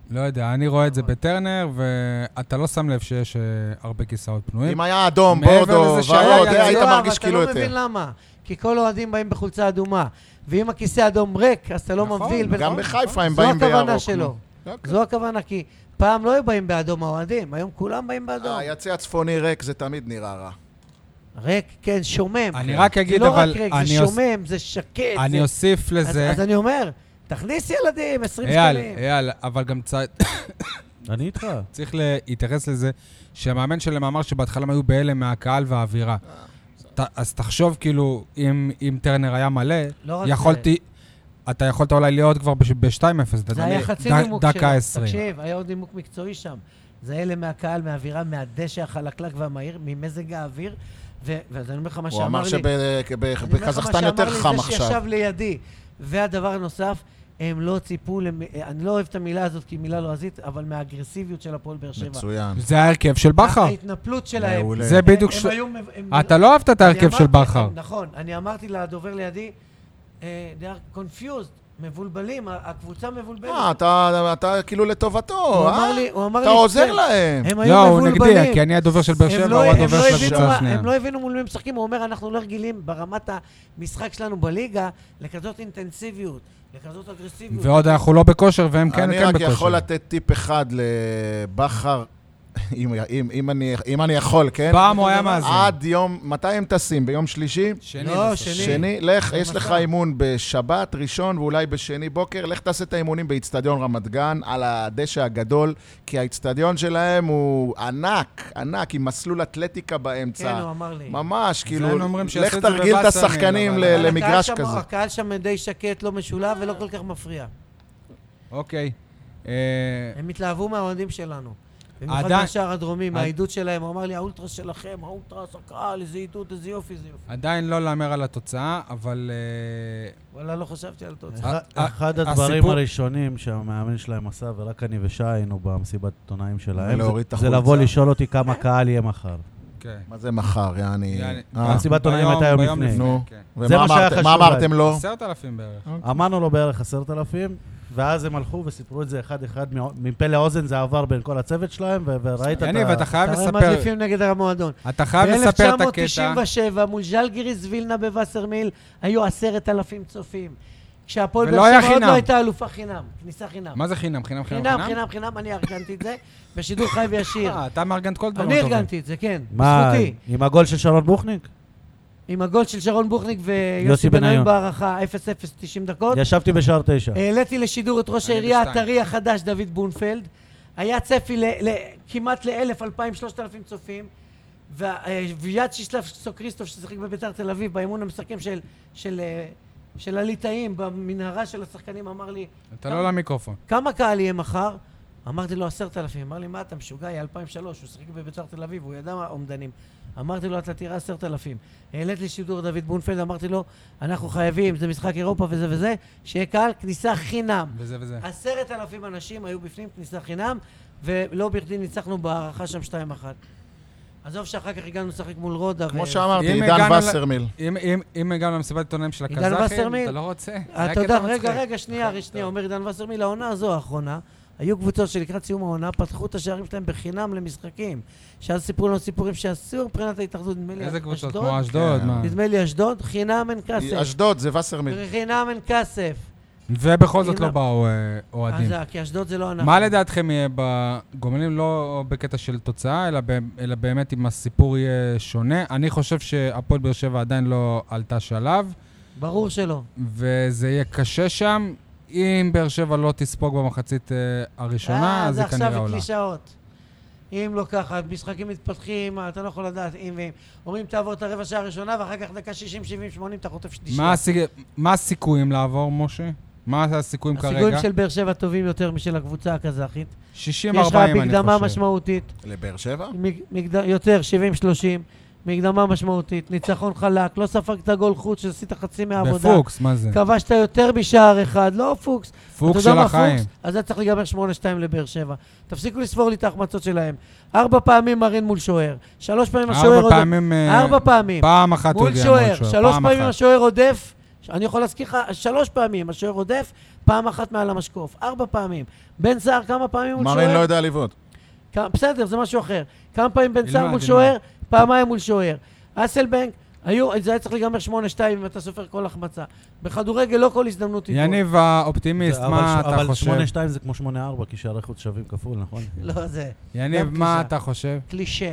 Speaker 1: לא יודע, אני רואה את זה בטרנר, ואתה לא שם לב שיש אה, הרבה כיסאות פנויים.
Speaker 4: אם היה אדום,
Speaker 1: מעבר
Speaker 4: בורדו,
Speaker 1: לזה שהיה
Speaker 4: ורוד,
Speaker 1: ידוע,
Speaker 4: היית
Speaker 3: לא, אבל
Speaker 4: מרגיש כאילו
Speaker 3: אתה לא
Speaker 4: יותר.
Speaker 3: מבין למה. כי כל האוהדים באים בחולצה אדומה. ואם הכיסא אדום ריק, אז אתה לא
Speaker 1: נכון,
Speaker 3: מבדיל בין...
Speaker 4: גם בחיפה הם
Speaker 3: זו
Speaker 4: באים בירוק. אוקיי.
Speaker 3: הכוונה שלו.
Speaker 4: נו.
Speaker 3: זו הכוונה, כי פעם לא היו באים באדום האוהדים, היום כולם באים באדום.
Speaker 4: היציא הצפוני ריק זה תמיד נראה רע.
Speaker 3: ריק, כן, שומם.
Speaker 1: אני
Speaker 3: כן.
Speaker 1: רק אגיד, אבל
Speaker 3: זה לא רק ריק, זה
Speaker 1: אני אוס-
Speaker 3: שומם, זה שקט.
Speaker 1: אני
Speaker 3: זה-
Speaker 1: אוסיף
Speaker 3: אז-
Speaker 1: לזה,
Speaker 3: אז אני אומר, תכניס ילדים, 20
Speaker 1: אייל,
Speaker 4: [coughs]
Speaker 3: שקלים.
Speaker 1: אייל, אבל גם צ-
Speaker 2: אני איתך.
Speaker 1: צריך להתייחס לזה שהמאמן שלהם אמר שבהתחלה הם היו בהלם מהקהל והאווירה.
Speaker 3: אה.
Speaker 1: ת, אז תחשוב, כאילו, אם, אם טרנר היה מלא,
Speaker 3: לא רק
Speaker 1: יכולתי... אתה יכולת אולי להיות כבר ב-2-0,
Speaker 3: זה, זה היה חצי נימוק שלו.
Speaker 1: דקה 20.
Speaker 3: תקשיב, היה עוד נימוק מקצועי שם. זה אלה מהקהל, מהאווירה, מהדשא החלקלק והמהיר, ממזג האוויר. ו- ואז אני אומר לך מה
Speaker 4: הוא
Speaker 3: שאמר
Speaker 4: אמר אה,
Speaker 3: לי. אני אומר לך מה
Speaker 4: שבקזחסטן יותר
Speaker 3: שאמר
Speaker 4: חם
Speaker 3: לי זה
Speaker 4: עכשיו.
Speaker 3: שישב לידי. והדבר הנוסף, הם לא ציפו, למ... אני לא אוהב את המילה הזאת כי היא מילה לועזית, אבל מהאגרסיביות של הפועל באר שבע.
Speaker 4: מצוין.
Speaker 1: זה ההרכב של בכר.
Speaker 3: ההתנפלות שלהם.
Speaker 4: מעולה.
Speaker 1: זה בדיוק...
Speaker 3: הם
Speaker 1: ש-
Speaker 3: היו מב- הם-
Speaker 1: אתה לא אהבת את ההרכב
Speaker 3: אני
Speaker 1: של
Speaker 3: אמרתי-
Speaker 1: בכר.
Speaker 3: נכון, אני אמרתי לדובר לידי, אה, they are confused, מבולבלים, ה- הקבוצה מבולבלת.
Speaker 4: אה, אתה- אתה כאילו לטובתו,
Speaker 3: הוא אמר
Speaker 4: אה?
Speaker 3: לי, הוא אמר לי...
Speaker 4: אתה עוזר
Speaker 3: כן.
Speaker 4: להם.
Speaker 3: הם היו
Speaker 1: לא, הוא
Speaker 3: מבולבלים.
Speaker 1: נגדי, כי אני הדובר של באר
Speaker 3: הם
Speaker 1: שבע,
Speaker 3: לא-
Speaker 1: הוא
Speaker 3: הם
Speaker 1: הדובר
Speaker 3: לא
Speaker 1: של
Speaker 3: הבינו
Speaker 1: הקבוצה
Speaker 3: מה-
Speaker 1: השנייה.
Speaker 3: הם לא הבינו מול מי הם משחקים, הוא אומר, אנחנו לא רגילים ברמת המשחק שלנו בליגה לכזאת אינטנסיביות, לכזאת אגרסיביות.
Speaker 1: ועוד אנחנו לא בכושר, והם כן,
Speaker 4: אני
Speaker 1: כן
Speaker 4: רק
Speaker 1: בכושר.
Speaker 4: יכול לתת טיפ אחד לבכר, [laughs] אם- אם- אם אני- אם אני יכול, כן?
Speaker 1: פעם הוא היה מאזין.
Speaker 4: עד יום, מתי הם טסים? ביום שלישי?
Speaker 1: שני.
Speaker 3: לא,
Speaker 1: בסוף.
Speaker 3: שני.
Speaker 4: שני, לך, יש
Speaker 3: מסע.
Speaker 4: לך אימון בשבת, ראשון ואולי בשני בוקר, לך תעשה את האימונים באיצטדיון רמת גן, על הדשא הגדול, כי האיצטדיון שלהם הוא ענק, ענק, עם מסלול אתלטיקה
Speaker 3: כן, הוא
Speaker 4: באמצע.
Speaker 3: אמר לי.
Speaker 4: ממש, כאילו,
Speaker 1: היינו אומרים שיעשה
Speaker 4: לך
Speaker 1: את זה
Speaker 4: תרגיל את
Speaker 1: בבאסה,
Speaker 4: השחקנים
Speaker 1: אבל-
Speaker 4: ל-
Speaker 3: אבל הקהל
Speaker 4: למגרש
Speaker 3: שם-
Speaker 4: כזה.
Speaker 3: הקהל שם די שקט, לא משולב ולא כל כך מפריע.
Speaker 1: אוקיי. אה,
Speaker 3: הם התלהבו מהאוהדים שלנו. במיוחד
Speaker 1: עדיין-
Speaker 3: מהשער הדרומי,
Speaker 1: עד-
Speaker 3: מהעידוד שלהם, הוא אמר לי, האולטרס שלכם, האולטרס, הקהל, איזה עידוד, איזה יופי, איזה יופי.
Speaker 1: עדיין לא להמר על התוצאה, אבל... אה,
Speaker 3: וואלה, לא חשבתי על התוצאה.
Speaker 1: אה,
Speaker 2: אח- אחד
Speaker 1: הסיפור-
Speaker 2: הדברים הראשונים שהמאמן שלהם עשה, ורק אני ושי היינו במסיבת עיתונאים שלהם,
Speaker 4: ולהוריד את
Speaker 2: זה- זה
Speaker 4: החולצה.
Speaker 2: לבוא לשאול אותי כמה קהל יהיה מחר.
Speaker 1: כן.
Speaker 4: מה זה מחר, יעני?
Speaker 1: יעני,
Speaker 4: אה,
Speaker 2: מסיבת עיתונאים הייתה יום
Speaker 1: ביום
Speaker 2: לפני.
Speaker 1: לפני.
Speaker 4: נו.
Speaker 1: כן.
Speaker 2: זה מה
Speaker 4: ומה
Speaker 2: שהיה
Speaker 4: אמרתם- מה
Speaker 2: חשוב להם.
Speaker 4: אמרתם לא. לו?
Speaker 1: עשרת אלפים בערך.
Speaker 3: אה.
Speaker 2: אמרנו לו בערך עשרת אלפים, ואז הם הלכו וסיפרו את זה אחד-אחד, מאו- מפה לאוזן זה עבר בין כל הצוות שלהם, ו- וראית את
Speaker 1: יניב,
Speaker 2: ה-
Speaker 1: אתה חייב
Speaker 3: הרי הם
Speaker 1: לספר...
Speaker 3: מדליפים נגד המועדון.
Speaker 1: אתה חייב לספר את הקטע.
Speaker 3: ב-1997 מול ז'לגיריס וילנה בווסרמיל היו עשרת אלפים צופים. כשהפועל
Speaker 1: ולא היה
Speaker 3: באר שבע עוד
Speaker 1: חינם.
Speaker 3: לא הייתה אלופה חינם, כניסה חינם.
Speaker 1: מה זה חינם? חינם, חינם,
Speaker 3: חינם, חינם, חינם, אני ארגנתי את זה, בשידור חי וישיר.
Speaker 1: אה, אתה מארגן כל דבר.
Speaker 3: אני ארגנתי את זה, כן,
Speaker 2: מה,
Speaker 3: בזכותי.
Speaker 2: עם הגול של שרון בוכניק?
Speaker 3: עם הגול של שרון בוכניק
Speaker 2: יוסי
Speaker 3: ויוסי
Speaker 2: בניון.
Speaker 3: בניון בהערכה 0-0 90 דקות.
Speaker 2: ישבתי בשער תשע.
Speaker 3: העליתי לשידור את ראש
Speaker 1: אני
Speaker 3: העירייה
Speaker 1: בשתיים.
Speaker 3: הטרי החדש, דוד בונפלד. היה צפי ל- ל- כמעט ל-1,000, 2,000, 3,000 צופים. אה, ויד שיסלב סוקריסטוף ששיחק בביתר תל אביב, באימון המסכם של, של, אה, של הליטאים, במנהרה של השחקנים, אמר לי,
Speaker 1: אתה לא למיקרופון.
Speaker 3: כמה קהל יהיה מחר? אמרתי לו, עשרת אלפים. אמר לי, מה אתה משוגע? היה 2003, הוא שיחק בביתר תל אביב, הוא ידע מה אומדנים. אמרתי לו, אתה תראה עשרת אלפים. העלית לי שידור דוד בונפלד, אמרתי לו, אנחנו חייבים, זה משחק אירופה וזה וזה, שיהיה קהל כניסה חינם.
Speaker 1: וזה וזה.
Speaker 3: עשרת אלפים אנשים היו בפנים, כניסה חינם, ולא בכדי ניצחנו בהערכה שם 2-1. עזוב שאחר כך הגענו לשחק מול רודה.
Speaker 4: כמו
Speaker 3: ו-
Speaker 4: שאמרתי,
Speaker 1: אם
Speaker 4: עידן
Speaker 1: הגענו ל-
Speaker 4: וסרמיל.
Speaker 1: אם- אם- אם הגענו למסיבת עיתונאים של
Speaker 3: עידן
Speaker 1: הקזחים,
Speaker 3: וסרמיל.
Speaker 1: אתה לא רוצה? היה
Speaker 3: אה, אתה
Speaker 1: קטע
Speaker 3: יודע,
Speaker 1: מצחיק. נכון,
Speaker 3: רגע, רגע, שנייה, רגע, שנייה, אומר עידן וסרמיל, העונה הזו האחרונה, היו קבוצות שלקראת סיום העונה פתחו את השערים שלהם בחינם למשחקים, שאז סיפרו לנו סיפורים שאסור מבחינת ההתאחדות, נדמה לי
Speaker 1: איזה קבוצות?
Speaker 3: אשדוד,
Speaker 1: כמו אשדוד,
Speaker 4: כן.
Speaker 1: מה?
Speaker 3: נדמה לי אשדוד, חינם אין כסף,
Speaker 4: אשדוד, זה וסרמיל.
Speaker 3: חינם אין כסף,
Speaker 1: ובכל זאת לא
Speaker 3: אם-
Speaker 1: באו אה,
Speaker 3: אז
Speaker 1: אוהדים.
Speaker 3: אה, כי אשדוד זה לא אנחנו.
Speaker 1: מה לדעתכם יהיה בגומלין, לא בקטע של תוצאה, אלא, ב- אלא באמת אם הסיפור יהיה שונה? אני חושב שהפועל באר שבע עדיין לא עלתה שלב,
Speaker 3: ברור שלא.
Speaker 1: וזה יהיה קשה שם. אם באר שבע לא תספוג במחצית אה, הראשונה,
Speaker 3: אה,
Speaker 1: אז היא כנראה
Speaker 3: זה עכשיו
Speaker 1: עולה.
Speaker 3: קלישאות. אם לא ככה, משחקים מתפתחים, אתה לא יכול לדעת אם ואם. אומרים תעבור את הרבע שעה הראשונה, ואחר כך דקה 60, 70, 80, אתה חוטף שלישי.
Speaker 1: מה, הסיג... מה הסיכויים לעבור, משה? מה הסיכויים
Speaker 3: הסיכויים
Speaker 1: כרגע?
Speaker 3: של באר שבע טובים יותר משל הקבוצה הקזחית.
Speaker 1: 60-40, אני
Speaker 3: יש לך
Speaker 1: חושב.
Speaker 3: מקדמה
Speaker 1: אה.
Speaker 3: משמעותית,
Speaker 4: לבאר שבע?
Speaker 3: מג- מגד- יותר, 70-30, מקדמה משמעותית, ניצחון חלק, לא ספגת גול חוץ שעשית חצי מהעבודה.
Speaker 1: בפוקס, מה זה?
Speaker 3: כבשת יותר משער אחד, לא פוקס.
Speaker 1: פוקס
Speaker 3: אתה
Speaker 1: של
Speaker 3: יודע מה
Speaker 1: החיים.
Speaker 3: פוקס? אז היה צריך להיגמר 8-2 לבאר שבע. תפסיקו לספור לי את ההחמצות שלהם. ארבע פעמים מרין מול שוער. שלוש פעמים השוער
Speaker 1: ארבע
Speaker 3: עוד...
Speaker 1: פעמים... אה,
Speaker 3: ארבע פעמים.
Speaker 1: פעם אחת הוא
Speaker 3: מול
Speaker 1: הגיע
Speaker 3: שוער. שלוש
Speaker 1: פעם
Speaker 3: פעמים
Speaker 1: אחת.
Speaker 3: השוער עודף. ש- אני יכול להזכיר לך, שלוש פעמים השוער עודף, פעם אחת מעל המשקוף. ארבע פעמים. בן סער כמה פעמים מול
Speaker 4: מרין לא
Speaker 3: שוער?
Speaker 4: יודע לבעוט.
Speaker 3: כ- בסדר, זה משהו אחר. כמה פעמים בן סער
Speaker 1: ילמד,
Speaker 3: מול
Speaker 1: ילמד.
Speaker 3: שוער? פעמיים מול שוער. אסלבנק, היו, זה היה צריך להיגמר 8-2 אם אתה סופר כל החמצה. בכדורגל לא כל הזדמנות היא גול.
Speaker 1: יניב האופטימיסט,
Speaker 2: אבל
Speaker 1: מה
Speaker 2: ש-
Speaker 1: אתה חושב?
Speaker 2: אבל 8-2 זה כמו 8-4, כי שערי חוץ שווים כפול, נכון?
Speaker 3: לא, זה
Speaker 1: יניב,
Speaker 3: גם
Speaker 1: מה
Speaker 3: קלישה.
Speaker 1: אתה חושב?
Speaker 3: קלישה.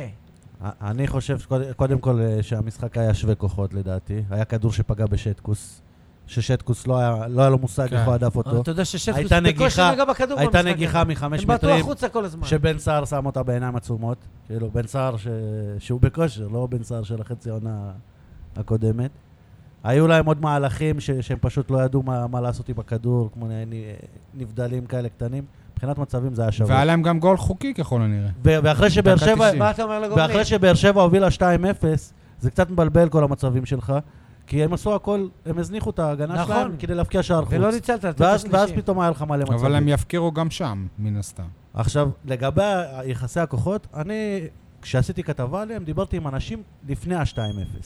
Speaker 2: א- אני חושב שקוד- קודם כל אה, שהמשחק היה שווה כוחות לדעתי. היה כדור שפגע בשטקוס. ששטקוס לא היה, לא היה לו מושג
Speaker 1: כן.
Speaker 2: איך הוא הדף אותו.
Speaker 3: אתה יודע ששטקוס
Speaker 2: הייתה
Speaker 3: בקושי
Speaker 2: נגיחה-
Speaker 3: נגע בכדור במשחק.
Speaker 2: הייתה נגיחה
Speaker 3: הזה.
Speaker 2: מחמש
Speaker 3: הם בעטו
Speaker 2: מטרים,
Speaker 3: החוצה כל הזמן.
Speaker 2: שבן סער שם אותה בעיניים עצומות. כאילו, בן סער ש... שהוא בכושר, לא בן סער של החצי העונה הקודמת. היו להם עוד מהלכים ש... שהם פשוט לא ידעו מה, מה לעשות עם הכדור, כמו נ- נבדלים כאלה קטנים. מבחינת מצבים זה היה שווה.
Speaker 1: והיה להם גם גול חוקי ככל הנראה.
Speaker 2: ו- ואחרי שבאר
Speaker 1: דקה
Speaker 2: שבע,
Speaker 1: 90.
Speaker 3: מה אתה אומר לגומלין?
Speaker 2: ואחרי שבאר שבע הובילה 2-0, זה קצת מבלבל כל המצבים שלך, כי הם עשו הכל, הם הזניחו את ההגנה
Speaker 3: נכון.
Speaker 2: שלהם כדי להבקיע שער חוץ.
Speaker 3: ולא ניצלת את
Speaker 2: ואז, ואז
Speaker 3: השלישי.
Speaker 2: פתאום היה לך מלא מצבים.
Speaker 1: אבל הם יפקירו גם שם, מן הסתם.
Speaker 2: עכשיו, לגבי ה- יחסי הכוחות, אני, כשעשיתי כתבה עליהם, דיברתי עם אנשים לפני ה-2-0.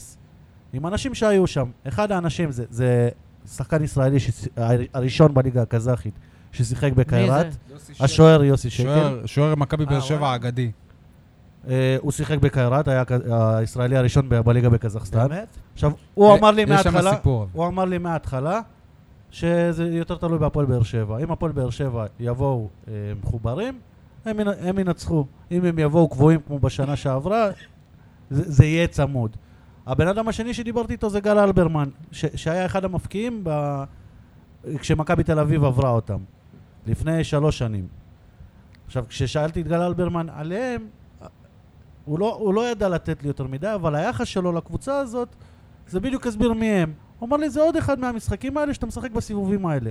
Speaker 2: עם אנשים שהיו שם. אחד האנשים זה, זה שחקן ישראלי שש... הראשון בליגה הקזחית ששיחק בקיירת.
Speaker 3: מי זה?
Speaker 2: השוער יוסי שקל.
Speaker 1: שוער- שוער מכבי
Speaker 3: אה,
Speaker 1: באר שבע
Speaker 3: וואלה.
Speaker 1: האגדי.
Speaker 2: אה, הוא שיחק בקיירת, היה כ- הישראלי הראשון ב- בליגה בקזחסטן.
Speaker 3: באמת?
Speaker 2: עכשיו, הוא אמר לי
Speaker 1: יש שם
Speaker 2: מההתחלה,
Speaker 1: סיפור.
Speaker 2: הוא אמר לי מההתחלה, שזה יותר תלוי בהפועל באר שבע. אם הפועל באר שבע יבואו אה, מחוברים, הם, ינ- הם ינצחו. אם הם יבואו קבועים כמו בשנה שעברה, זה, זה יהיה צמוד. הבן אדם השני שדיברתי איתו זה גל אלברמן, ש, שהיה אחד המפקיעים ב... כשמכבי תל אביב עברה אותם, לפני שלוש שנים. עכשיו, כששאלתי את גל אלברמן עליהם, הוא לא, הוא לא ידע לתת לי יותר מדי, אבל היחס שלו לקבוצה הזאת, זה בדיוק הסביר מי הם. הוא אמר לי, זה עוד אחד מהמשחקים האלה שאתה משחק בסיבובים האלה.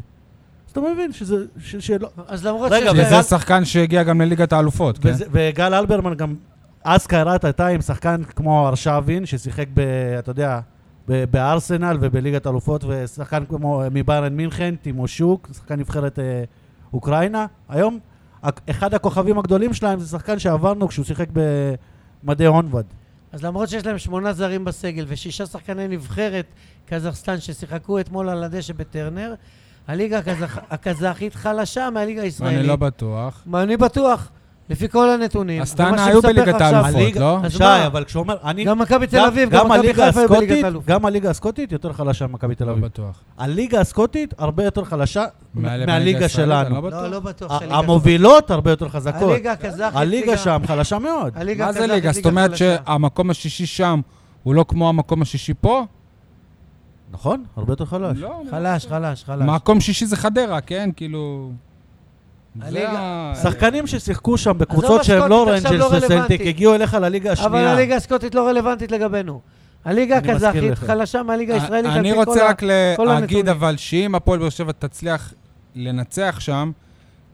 Speaker 2: אז אתה מבין שזה... ש, שלא,
Speaker 3: אז למרות
Speaker 2: רגע,
Speaker 3: שיש...
Speaker 2: אבל
Speaker 1: כי
Speaker 3: להם-
Speaker 1: זה שחקן שהגיע גם לליגת האלופות, כן?
Speaker 2: לא, וזה, וגל אלברמן גם אז קיירת הייתה עם שחקן כמו ארשבין, ששיחק ב... אתה יודע, ב- בארסנל ובליגת אלופות, ושחקן כמו אה, מביירן מינכן, טימושוק, שחקן נבחרת אה, אוקראינה. היום, הכ- אחד הכוכבים הגדולים שלהם זה שחקן שעברנו כשהוא שיחק במדי הונבד.
Speaker 3: אז למרות שיש להם שמונה זרים בסגל ושישה שחקני נבחרת קזחסטן ששיחקו אתמול על הדשא בטרנר, הליגה הקזח... הקזחית חלשה מהליגה הישראלית.
Speaker 1: אני לא בטוח.
Speaker 3: מה, אני בטוח, לפי כל הנתונים.
Speaker 1: אז
Speaker 3: ומה
Speaker 1: טענה,
Speaker 3: שמספר
Speaker 1: היו
Speaker 3: לך
Speaker 1: בליגת
Speaker 3: עכשיו-
Speaker 1: האלופות. לא?
Speaker 3: אז
Speaker 2: שי,
Speaker 3: מה?
Speaker 2: אבל כשהוא אומר... אני...
Speaker 3: גם מכבי תל
Speaker 2: גם-
Speaker 3: אביב,
Speaker 2: גם
Speaker 3: גם מכבי
Speaker 2: הליגה
Speaker 3: חיפה היא בליגת
Speaker 2: הסקוטית,
Speaker 3: האלופות.
Speaker 2: גם הליגה הסקוטית יותר חלשה ממכבי תל
Speaker 1: לא
Speaker 2: אביב.
Speaker 1: בטוח.
Speaker 2: הליגה הסקוטית הרבה יותר חלשה
Speaker 1: מעל-
Speaker 2: מהליגה
Speaker 1: הישראלית, אני
Speaker 2: שלנו.
Speaker 1: לא בטוח.
Speaker 3: לא, לא בטוח שהליגה...
Speaker 2: ה- המובילות הרבה יותר חזקות.
Speaker 3: הליגה הקזחית...
Speaker 2: הליגה
Speaker 3: ליגה-
Speaker 2: שם חלשה מאוד.
Speaker 3: הליגה
Speaker 1: מה זה
Speaker 3: הקזחית
Speaker 1: ליגה? זאת
Speaker 3: ליגה
Speaker 1: אומרת
Speaker 3: חלשה.
Speaker 1: שהמקום השישי שם הוא לא כמו המקום השישי פה?
Speaker 2: נכון, הרבה יותר חלש.
Speaker 1: לא.
Speaker 3: חלש, חלש, חלש.
Speaker 1: מקום שישי זה חדרה, כן? כאילו... זה
Speaker 3: הליגה-
Speaker 1: ה-
Speaker 2: שחקנים ששיחקו שם
Speaker 3: אה, עזוב,
Speaker 2: בקבוצות שהן לא
Speaker 3: הסקוטית עכשיו
Speaker 2: רנג'רס
Speaker 3: לא
Speaker 2: וסלטיק,
Speaker 3: רלוונטית.
Speaker 2: הגיעו אליך לליגה
Speaker 3: אבל
Speaker 2: השנייה.
Speaker 3: הליגה הסקוטית לא רלוונטית לגבינו. הליגה
Speaker 2: אני מזכיר
Speaker 3: הקזחית
Speaker 2: לך.
Speaker 3: חלשה מהליגה הישראלית. על
Speaker 1: אה, אני
Speaker 3: פי
Speaker 1: רוצה
Speaker 3: כל ה-
Speaker 1: רק להגיד
Speaker 3: הנתונים.
Speaker 1: אבל שאם הפועל באר שבע תצליח לנצח שם,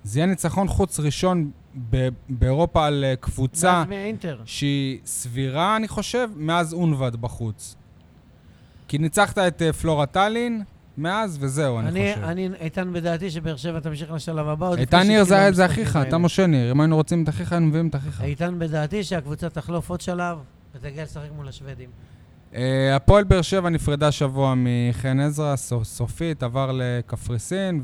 Speaker 1: זה יהיה ניצחון חוץ ראשון ב- באירופה על אה, קבוצה
Speaker 3: מאז מאינטר.
Speaker 1: שהיא סבירה, אני חושב, מאז אונבד בחוץ. כי ניצחת את אה, פלורה טאלין מאז, וזהו, אני
Speaker 3: אני,
Speaker 1: חושב.
Speaker 3: אני איתן בדעתי שבאר שבע תמשיך לשלב הבא. עוד
Speaker 1: איתן
Speaker 3: לפני
Speaker 1: ניר זה
Speaker 3: שהתחילו
Speaker 1: היה זה
Speaker 3: המשחקים
Speaker 1: אחיך,
Speaker 3: האלה.
Speaker 1: אתה משה ניר. אם היינו רוצים את אחיך, היינו מביאים את אחיך.
Speaker 3: איתן בדעתי שהקבוצה תחלוף עוד שלב ותגיע לשחק מול השוודים.
Speaker 1: אה, הפועל באר שבע נפרדה שבוע מחן עזרא, סו- סופית, עבר לקפריסין,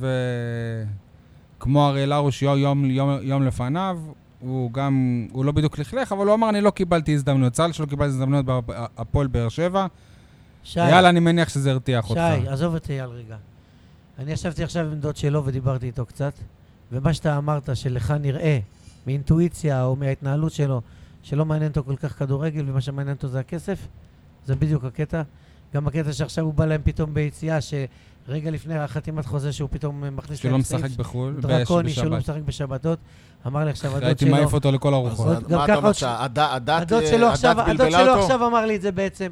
Speaker 1: וכמו אריאל הרוש יום, יום, יום, יום לפניו, הוא גם, הוא לא בדיוק לכלך, אבל הוא אמר, אני לא קיבלתי הזדמנויות. צר לי שלא קיבלתי הזדמנויות בהפועל באר שבע.
Speaker 3: שי,
Speaker 1: יאללה, אני מניח שזה הרתיח אותך.
Speaker 3: שי, עזוב את אייל רגע. אני ישבתי עכשיו עם דוד שלו ודיברתי איתו קצת, ומה שאתה אמרת, שלך נראה, מאינטואיציה או מההתנהלות שלו, שלא מעניין אותו כל כך כדורגל, ומה שמעניין אותו זה הכסף, זה בדיוק הקטע. גם הקטע שעכשיו הוא בא להם פתאום ביציאה, שרגע לפני החתימת חוזה שהוא פתאום אה, מכניס
Speaker 1: שהוא לא
Speaker 3: להם סעיף
Speaker 1: משחק בחו"ל, בש-
Speaker 3: דרקוני, שהוא לא
Speaker 1: בשבת.
Speaker 3: משחק בשבתות, אמר לי עכשיו הדוד
Speaker 1: הייתי
Speaker 3: שלו...
Speaker 1: מעיף אותו לכל
Speaker 4: אז
Speaker 1: הרוחות.
Speaker 3: עוד- גם
Speaker 4: מה אתה
Speaker 3: ככה
Speaker 4: אומר?
Speaker 3: עוד-
Speaker 4: שהדת- הדת
Speaker 3: הדוד שלו
Speaker 4: אה, הדת
Speaker 3: עכשיו, הדוד
Speaker 4: בלבלה
Speaker 3: שלו
Speaker 4: אותו?
Speaker 3: עכשיו אמר לי את זה בעצם.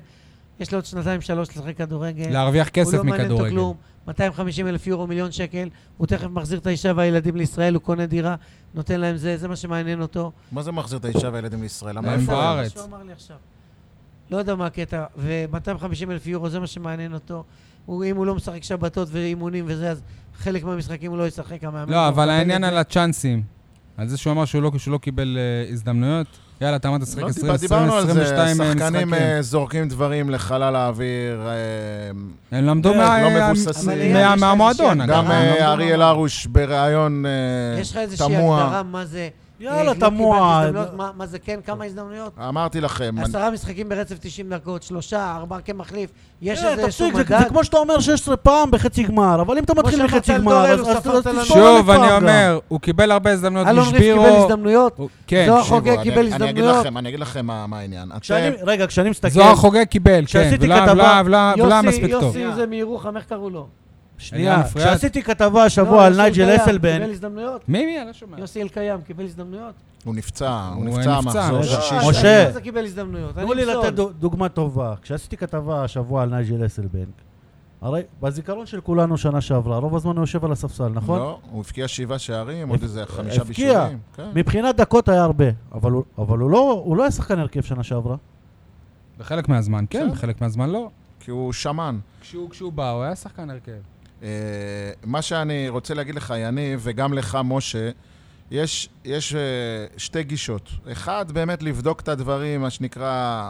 Speaker 3: יש לו עוד שנתיים שלוש לשחק כדורגל.
Speaker 1: להרוויח כסף
Speaker 3: הוא לא מעניין אותו
Speaker 1: מכדורגל.
Speaker 3: כלום. 250 אלף יורו, מיליון שקל. הוא תכף מחזיר את האישה והילדים לישראל, הוא קונה דירה, נותן להם זה, זה מה שמעניין אותו.
Speaker 4: מה זה מחזיר את האישה והילדים לישראל? למה
Speaker 1: הם
Speaker 4: הם
Speaker 3: זה
Speaker 4: פה?
Speaker 1: בארץ.
Speaker 3: מה שהוא אמר לי עכשיו. לא יודע מה הקטע. ו-250 אלף יורו, זה מה שמעניין אותו. הוא, אם הוא לא משחק שבתות ואימונים וזה, אז חלק מהמשחקים הוא לא ישחק, המאמן.
Speaker 1: לא,
Speaker 3: כבר
Speaker 1: אבל
Speaker 3: מקבל
Speaker 1: העניין
Speaker 3: את
Speaker 1: על
Speaker 3: זה.
Speaker 1: הצ'אנסים. על זה שהוא אמר שהוא לא, שהוא לא קיבל אה, הזדמנויות. יאללה, אתה אמרת לשחק
Speaker 4: לא,
Speaker 1: 20,
Speaker 4: דיברנו על זה,
Speaker 1: 22 משחקים.
Speaker 4: השחקנים אה, זורקים דברים לחלל האוויר. אה,
Speaker 1: הם למדו
Speaker 4: כן,
Speaker 1: מה-
Speaker 4: לא
Speaker 1: מה-
Speaker 4: מבוססים.
Speaker 1: מה-
Speaker 4: אבל
Speaker 1: מה-
Speaker 3: יש
Speaker 1: מהמועדון.
Speaker 3: להם
Speaker 1: אגב.
Speaker 4: גם
Speaker 3: הגדרה,
Speaker 1: הם
Speaker 4: אה,
Speaker 1: למדו מה-
Speaker 4: אריאל הרוש בריאיון אה,
Speaker 3: יש לך איזושהי
Speaker 4: תמוה.
Speaker 3: הגדרה מה זה...
Speaker 2: יאללה,
Speaker 3: אה, לא
Speaker 2: תמוה.
Speaker 3: קיבלתי הזדמנויות, מה- מה זה כן, כמה הזדמנויות?
Speaker 4: אמרתי לכם,
Speaker 3: עשרה משחקים ברצף 90 דקות, שלושה, ארבעה כמחליף, יש
Speaker 2: אה,
Speaker 3: איזה איזשהו
Speaker 2: תפסיק, זה-
Speaker 3: מדד?
Speaker 2: זה כמו שאתה אומר 16 פעם בחצי גמר, אבל אם אתה מתחיל
Speaker 3: שאמרת
Speaker 2: בחצי
Speaker 3: על
Speaker 2: גמר,
Speaker 3: דורל,
Speaker 2: אז
Speaker 3: הוא
Speaker 2: אז
Speaker 3: ספרת
Speaker 2: תספור
Speaker 3: לנו.
Speaker 2: עוד
Speaker 4: לא,
Speaker 1: שוב,
Speaker 2: פעם
Speaker 1: אני
Speaker 2: גם.
Speaker 1: אומר, הוא קיבל הרבה הזדמנויות
Speaker 3: אלון ריף
Speaker 1: משבירו.
Speaker 3: קיבל הזדמנויות,
Speaker 1: הוא- כן,
Speaker 2: לא
Speaker 3: זוהר
Speaker 4: תקשיבו,
Speaker 3: חוגג
Speaker 4: אני-
Speaker 3: קיבל
Speaker 4: אני אגיד
Speaker 3: הזדמנויות.
Speaker 4: לכם, אני אגיד לכם מה מה העניין.
Speaker 2: כשאני-
Speaker 4: אתם-
Speaker 2: רגע, כשאני מסתכל...
Speaker 1: זוהר חוגג קיבל, כן.
Speaker 2: כשעשיתי
Speaker 1: ולא-
Speaker 2: כתבה-
Speaker 1: ולא- ולא- ולא
Speaker 3: יוסי-
Speaker 1: מספיק טוב.
Speaker 3: יוסי זה מירוחם, איך קראו לו?
Speaker 1: אליאן
Speaker 2: שנייה,
Speaker 1: פריאט.
Speaker 2: כשעשיתי כתבה השבוע
Speaker 3: לא,
Speaker 2: על
Speaker 3: יוסי
Speaker 2: נייג'ל
Speaker 3: אלקיים,
Speaker 2: אסלבן,
Speaker 3: קיבל הזדמנויות.
Speaker 1: מי מי? אני לא שומע.
Speaker 3: יוסי אלקיים קיבל הזדמנויות.
Speaker 4: הוא נפצע, הוא
Speaker 1: הוא
Speaker 4: נפצע
Speaker 1: נפצע,
Speaker 4: מחזור
Speaker 2: רגע.
Speaker 4: שישי.
Speaker 2: אה,
Speaker 4: שביעי.
Speaker 2: משה.
Speaker 3: זה קיבל הזדמנויות.
Speaker 2: תנו לי
Speaker 3: אני אמסול.
Speaker 2: לתת דו- דוגמה טובה. כשעשיתי כתבה השבוע על נייג'ל אסלבנק, הרי בזיכרון של כולנו שנה שעברה, רוב הזמן הוא יושב על הספסל, נכון?
Speaker 4: לא, הוא הבקיע שבעה שערים, עוד איזה חמישה
Speaker 2: הבקיע.
Speaker 4: בישולים. כן.
Speaker 2: מבחינת דקות היה הרבה, אבל הוא- אבל הוא לא- הוא לא היה שחקן הרכב שנה שעברה.
Speaker 1: בחלק מהזמן כן,
Speaker 4: בסדר.
Speaker 1: בחלק מהזמן לא.
Speaker 4: כי הוא שמן.
Speaker 1: כשהוא כשהוא בא, הוא היה שחקן הרכב.
Speaker 4: אה, מה שאני רוצה להגיד לך, יניב, וגם לך, משה, יש, יש אה, שתי גישות. אחד, באמת לבדוק את הדברים, מה שנקרא,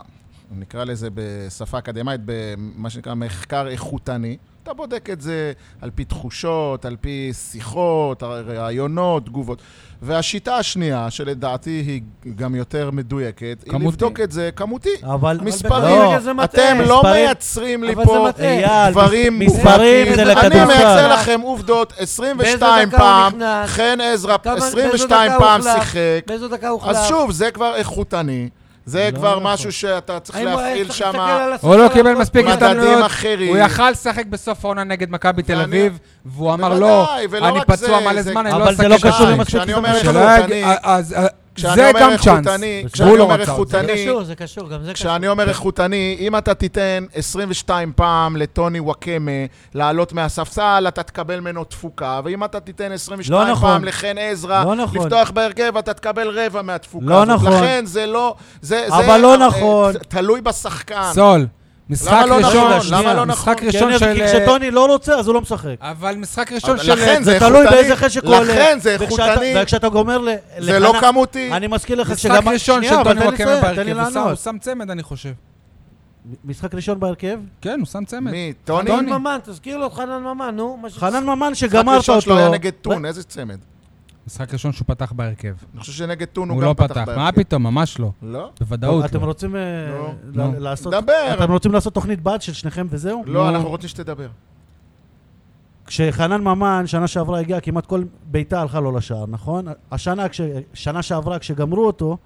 Speaker 4: נקרא לזה בשפה אקדמית, במה שנקרא מחקר איכותני. אתה בודק את זה על פי תחושות, על פי שיחות, רעיונות, תגובות. והשיטה השנייה, שלדעתי היא גם יותר מדויקת, היא
Speaker 1: כמותי.
Speaker 4: לבדוק את זה כמותי.
Speaker 2: אבל...
Speaker 4: מספרים,
Speaker 2: לא,
Speaker 3: זה מטעה.
Speaker 4: אתם לא
Speaker 2: מספרים-
Speaker 4: מייצרים לי
Speaker 3: אבל זה
Speaker 4: פה
Speaker 3: מטעה.
Speaker 2: אייל,
Speaker 4: דברים
Speaker 2: מס- מספרים
Speaker 4: מובהקים.
Speaker 2: זה
Speaker 4: אני
Speaker 2: לכדורסל.
Speaker 4: מייצר לכם עובדות, 22
Speaker 3: באיזו דקה הוא
Speaker 4: פעם,
Speaker 3: נכנס?
Speaker 4: חן עזרא
Speaker 3: כמה- באיזו
Speaker 4: 22
Speaker 3: דקה
Speaker 4: פעם
Speaker 3: הוא הוחלף?
Speaker 4: שיחק.
Speaker 3: באיזו דקה הוחלף?
Speaker 4: אז שוב, זה כבר איכותני. זה
Speaker 2: לא
Speaker 4: כבר
Speaker 2: נכון.
Speaker 4: משהו שאתה צריך
Speaker 3: האם הוא היה
Speaker 4: להפעיל
Speaker 3: צריך להסתכל על
Speaker 4: שם
Speaker 3: הספסל
Speaker 1: הוא לא קיבל
Speaker 3: לעשות
Speaker 1: מספיק
Speaker 3: פעם?
Speaker 4: מדדים
Speaker 1: הזדמנויות.
Speaker 4: אחרים.
Speaker 1: הוא יכל לשחק בסוף העונה נגד מכבי תל
Speaker 4: ואני-
Speaker 1: אביב, והוא אמר לא,
Speaker 4: בוודאי, ולא
Speaker 1: אני
Speaker 4: רק
Speaker 1: פצוע
Speaker 4: זה,
Speaker 1: מלא
Speaker 4: זה-
Speaker 1: זמן, אני לא
Speaker 2: אבל זה
Speaker 1: אשחק
Speaker 2: לא
Speaker 1: שתיים.
Speaker 2: קשור למספיק
Speaker 4: כשאני אומר
Speaker 1: שלא
Speaker 4: איכותני,
Speaker 1: יג- אז- אז-
Speaker 4: כשאני
Speaker 1: אה, זה
Speaker 4: אומר
Speaker 1: גם צ'אנס.
Speaker 4: איכותני, כשאני
Speaker 1: והוא לא
Speaker 4: אומר
Speaker 1: רצה את זה.
Speaker 3: זה
Speaker 4: איכותני,
Speaker 3: קשור, זה קשור, גם זה קשור.
Speaker 4: כשאני
Speaker 2: כן.
Speaker 4: אומר איכותני, אם אתה תיתן 22 פעם לטוני וואקמה לעלות מהספסל, אתה תקבל ממנו תפוקה, ואם אתה תיתן 22
Speaker 2: לא
Speaker 4: פעם
Speaker 2: נכון.
Speaker 4: לחן עזרא
Speaker 2: לא נכון.
Speaker 4: לפתוח בהרכב, אתה תקבל רבע מהתפוקה.
Speaker 2: לא
Speaker 4: הזאת.
Speaker 2: נכון.
Speaker 4: לכן זה לא... זה,
Speaker 2: אבל
Speaker 4: זה,
Speaker 2: לא
Speaker 4: אה,
Speaker 2: נכון.
Speaker 4: ת- תלוי בשחקן.
Speaker 1: סול, משחק
Speaker 4: למה לא
Speaker 1: ראשון,
Speaker 4: נכון? למה לא נכון?
Speaker 1: משחק
Speaker 4: כן,
Speaker 1: ראשון
Speaker 2: כן, כי
Speaker 1: של... אה,
Speaker 2: כשטוני לא רוצה, אז הוא לא משחק.
Speaker 1: אבל משחק ראשון
Speaker 4: אבל
Speaker 1: של... אה,
Speaker 4: לכן זה
Speaker 2: זה
Speaker 4: איכותני.
Speaker 2: תלוי באיזה חשק הוא עולה.
Speaker 4: לכן זה
Speaker 2: וכשאתה-
Speaker 4: איכותני,
Speaker 2: וכשאתה גומר ל... לחנה-
Speaker 4: זה לא כמותי.
Speaker 2: אני מזכיר לך
Speaker 1: משחק ראשון של
Speaker 2: שנייה, אבל
Speaker 1: טוני
Speaker 2: תן לי
Speaker 1: וואקמה
Speaker 2: לסיים, תן לי
Speaker 1: בהרכב, הוא שם- הוא
Speaker 2: לענות.
Speaker 1: שם צמד, אני חושב.
Speaker 2: משחק ראשון בהרכב?
Speaker 1: כן, הוא שם צמד.
Speaker 4: מי? טוני?
Speaker 3: חנן
Speaker 1: טוני.
Speaker 3: ממן, תזכיר לו את חנן ממן, נו. מה ש-
Speaker 2: חנן ממן
Speaker 4: משחק
Speaker 2: שגמרת
Speaker 4: ראשון
Speaker 2: אותו.
Speaker 4: שלו לא, היה נגד טון, איזה צמד?
Speaker 1: משחק ראשון שהוא פתח בהרכב.
Speaker 4: אני חושב שנגד טון הוא
Speaker 1: הוא
Speaker 4: גם
Speaker 1: לא
Speaker 4: פתח
Speaker 1: פתח. מה
Speaker 4: בהרכב.
Speaker 1: פתאום, ממש לא.
Speaker 4: לא?
Speaker 1: בוודאות
Speaker 2: טוב, אתם
Speaker 1: לא.
Speaker 2: רוצים אה,
Speaker 4: לא.
Speaker 2: ל-
Speaker 1: נו.
Speaker 2: לעשות...
Speaker 4: דבר.
Speaker 2: אתם רוצים לעשות תוכנית בת של שניכם וזהו?
Speaker 4: לא, אנחנו רוצים שתדבר.
Speaker 2: כשחנן ממן, שנה שעברה הגיע, כמעט כל בעיטה הלכה לו לשער, נכון? השנה, כש... שנה שעברה כשגמרו אותו,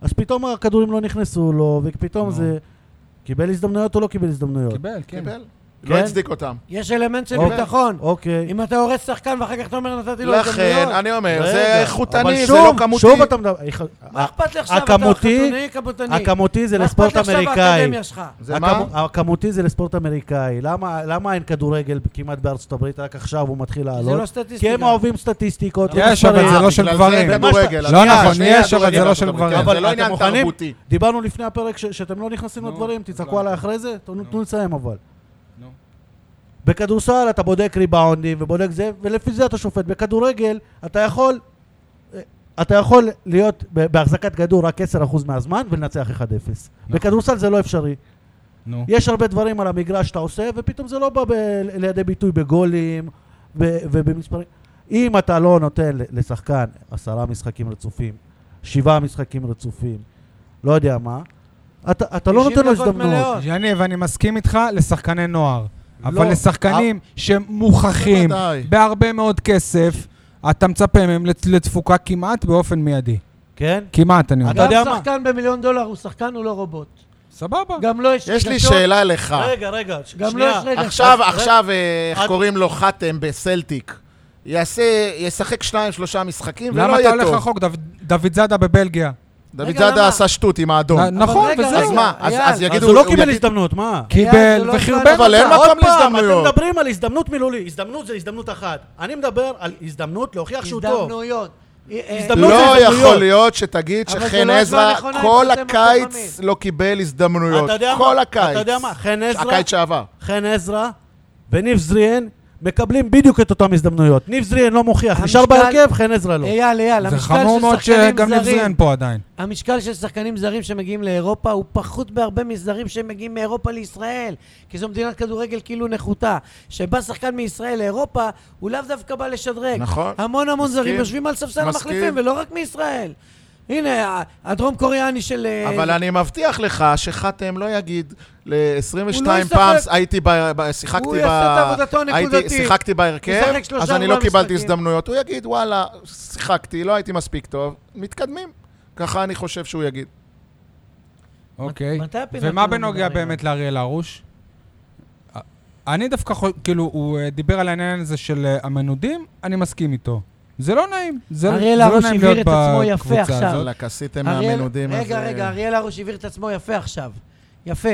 Speaker 2: אז פתאום הכדורים לא נכנסו לו, ופתאום
Speaker 1: נו.
Speaker 2: זה... קיבל הזדמנויות או לא קיבל הזדמנויות?
Speaker 1: קיבל, כן.
Speaker 4: קיבל?
Speaker 2: כן.
Speaker 4: לא הצדיק אותם.
Speaker 3: יש אלמנט של
Speaker 2: אוקיי.
Speaker 3: ביטחון.
Speaker 2: אוקיי.
Speaker 3: אם אתה הורס שחקן ואחר כך אתה אומר נתתי
Speaker 2: לא,
Speaker 3: לו
Speaker 4: לכן,
Speaker 3: הזדמנויות.
Speaker 4: אני אומר,
Speaker 1: לא
Speaker 2: רגע,
Speaker 4: זה איכותני,
Speaker 2: אבל
Speaker 4: זה
Speaker 2: שוב,
Speaker 4: לא כמותי.
Speaker 2: שוב אתה מדבר...
Speaker 3: מה אכפת לי עכשיו? אתה
Speaker 2: הכמותי-
Speaker 3: חתוני, כמותני.
Speaker 2: הכמותי זה
Speaker 3: מה אכפת
Speaker 2: לספורט
Speaker 3: לי עכשיו
Speaker 2: אמריקאי.
Speaker 3: האקדמיה שלך?
Speaker 4: זה מה?
Speaker 2: הכמו- הכמותי זה לספורט אמריקאי. למה למה אין כדורגל כמעט בארצות הברית? רק עכשיו הוא מתחיל לעלות.
Speaker 3: לא
Speaker 2: כי
Speaker 3: סטטיסטיקה.
Speaker 2: הם אוהבים סטטיסטיקות.
Speaker 1: יש, אבל זה
Speaker 2: ומספרים.
Speaker 1: לא של גברים.
Speaker 4: בגלל זה
Speaker 1: לא
Speaker 4: כדורגל.
Speaker 2: לא
Speaker 4: שנייה,
Speaker 1: נכון,
Speaker 4: שנייה,
Speaker 1: יש, אבל זה
Speaker 4: כדורגל
Speaker 1: לא של
Speaker 4: בארצות
Speaker 1: גברים.
Speaker 4: הברית.
Speaker 2: אבל
Speaker 4: זה לא
Speaker 2: אתם
Speaker 4: עניין
Speaker 2: מוכנים?
Speaker 4: תרבותי.
Speaker 2: דיברנו לפני הפרק ש- שאתם לא נכנסים
Speaker 1: נו,
Speaker 2: לדברים,
Speaker 1: אז
Speaker 2: תצעקו
Speaker 1: למה?
Speaker 2: עליי אחרי זה, תנו
Speaker 1: נו.
Speaker 2: תנו לסיים אבל.
Speaker 1: נו.
Speaker 2: בכדורסל אתה בודק ריבאונדים ובודק זה, ולפי זה אתה שופט. בכדורגל אתה יכול... אתה יכול להיות ב- בהחזקת כדור רק 10% מהזמן ולנצח 1-0.
Speaker 1: נכון.
Speaker 2: בכדורסל זה לא אפשרי.
Speaker 1: נו.
Speaker 2: יש הרבה דברים על המגרש שאתה עושה, ופתאום זה לא בא ב- לידי ביטוי בגולים ו- ובמספרים. אם אתה לא נותן ל- לשחקן עשרה משחקים רצופים, שבעה משחקים רצופים, לא יודע מה, אתה, אתה לא
Speaker 3: 90
Speaker 2: נותן לו
Speaker 3: דקות
Speaker 2: הזדמנות.
Speaker 3: מלאות.
Speaker 1: יניב, אני מסכים איתך לשחקני נוער, אבל
Speaker 2: לא,
Speaker 1: לשחקנים שמוכחים
Speaker 4: בוודאי.
Speaker 1: בהרבה מאוד כסף, אתה מצפה מהם לת- לתפוקה כמעט באופן מיידי.
Speaker 2: כן?
Speaker 1: כמעט, אני
Speaker 2: אתה
Speaker 1: אומר.
Speaker 3: גם
Speaker 2: יודע מה?
Speaker 3: שחקן במיליון דולר הוא שחקן, הוא לא רובוט.
Speaker 1: סבבה.
Speaker 3: גם לא יש
Speaker 4: יש לי
Speaker 3: רגשות,
Speaker 4: שאלה אליך.
Speaker 2: רגע, רגע, ש-
Speaker 3: גם לא
Speaker 2: שנייה.
Speaker 3: יש רגע.
Speaker 4: עכשיו,
Speaker 2: אז-
Speaker 4: עכשיו, אה, איך
Speaker 2: עד-
Speaker 4: קוראים לו חתם בסלטיק? יעשה, ישחק שניים, שלושה משחקים, ולא
Speaker 1: למה אתה
Speaker 4: לא יהיה
Speaker 1: הולך
Speaker 4: טוב.
Speaker 1: רחוק? דוד- דוד זאדה בבלגיה.
Speaker 4: דוד
Speaker 3: רגע,
Speaker 4: זאדה
Speaker 3: למה?
Speaker 4: עשה שטות עם האדום.
Speaker 1: נ- נכון,
Speaker 3: רגע,
Speaker 1: וזהו.
Speaker 4: אז
Speaker 3: רגע,
Speaker 4: מה, אז-
Speaker 3: אייל.
Speaker 4: אז
Speaker 2: אז
Speaker 4: יגידו...
Speaker 2: הוא לא
Speaker 4: הוא
Speaker 2: קיבל
Speaker 4: יגיד-
Speaker 2: הזדמנות, מה?
Speaker 3: אייל,
Speaker 1: קיבל
Speaker 3: זה לא
Speaker 1: וחרבן.
Speaker 3: הזדמנות.
Speaker 4: אבל אין
Speaker 2: עוד
Speaker 4: מקום
Speaker 2: פעם, אתם
Speaker 4: להזדמנויות.
Speaker 2: מדברים על הזדמנות מילולית. הזדמנות זה הזדמנות אחת. אני מדבר על הזדמנות להוכיח שהוא טוב.
Speaker 3: הזדמנויות. אה,
Speaker 2: הזדמנות
Speaker 3: אה,
Speaker 4: לא
Speaker 2: הזדמנויות.
Speaker 4: יכול להיות שתגיד
Speaker 3: אבל
Speaker 4: שחן
Speaker 3: זה לא הזמן
Speaker 4: עזרא
Speaker 3: הנכון,
Speaker 4: כל
Speaker 3: הייתם
Speaker 4: הקיץ
Speaker 3: מוכנים.
Speaker 4: לא קיבל הזדמנויות.
Speaker 2: אתה יודע
Speaker 4: כל
Speaker 2: מה?
Speaker 4: הקיץ.
Speaker 2: אתה יודע מה? חן עזרא-
Speaker 4: הקיץ שעבר.
Speaker 2: חן עזרא וניב זריאן מקבלים בדיוק את אותן הזדמנויות. ניב זריאן לא מוכיח, נשאר
Speaker 3: המשקל-
Speaker 2: בהרכב, חן עזרא לא.
Speaker 3: אייל, אייל,
Speaker 1: זה
Speaker 3: המשקל
Speaker 1: חמור מאוד
Speaker 3: של שחקנים
Speaker 1: שגם
Speaker 3: זרים,
Speaker 1: נבזרן פה עדיין.
Speaker 3: המשקל של שחקנים זרים שמגיעים לאירופה הוא פחות בהרבה מזרים שמגיעים מאירופה לישראל, כי זו מדינת כדורגל כאילו נחותה. שבא שחקן מישראל לאירופה, הוא לאו דווקא בא לשדרג.
Speaker 4: נכון.
Speaker 3: המון המון
Speaker 4: מסכים.
Speaker 3: זרים יושבים על ספסל
Speaker 4: מסכים.
Speaker 3: המחליפים, ולא רק מישראל. הנה, ה- הדרום קוריאני של... אה,
Speaker 4: אבל אני מבטיח לך שחתם לא יגיד ל-22
Speaker 3: הוא לא ישחק.
Speaker 4: פעם הייתי, ב- ב- שיחקתי
Speaker 3: הוא
Speaker 4: ב...
Speaker 3: יעשה את עבודתו
Speaker 4: הייתי-
Speaker 3: הנקודתית.
Speaker 4: שיחקתי בהרכב,
Speaker 3: ישחק שלושה,
Speaker 4: אז אני
Speaker 3: ארבעה
Speaker 4: לא קיבלתי
Speaker 3: משחקים.
Speaker 4: הזדמנויות. הוא יגיד, וואלה, שיחקתי, לא הייתי מספיק טוב, מתקדמים. ככה אני חושב שהוא יגיד.
Speaker 1: אוקיי.
Speaker 3: מתי הפינה
Speaker 1: ומה
Speaker 3: שלנו
Speaker 1: בנוגע
Speaker 3: מדברים?
Speaker 1: באמת לאריאל הרוש? אני דווקא חושב, כאילו, הוא אה, דיבר על העניין הזה של אה, המנודים, אני מסכים איתו. זה לא נעים. זה לא-
Speaker 3: אריאל
Speaker 1: זה לא
Speaker 3: הרוש
Speaker 1: נעים
Speaker 3: הבהיר
Speaker 1: להיות
Speaker 3: את עצמו יפה
Speaker 1: בקבוצה
Speaker 3: עכשיו.
Speaker 1: הזאת.
Speaker 4: וואלכ, עשיתם
Speaker 3: אריאל-
Speaker 4: מהמנודים הזה.
Speaker 3: רגע,
Speaker 1: אה,
Speaker 3: רגע, אריאל הרוש הבהיר את עצמו יפה עכשיו. יפה.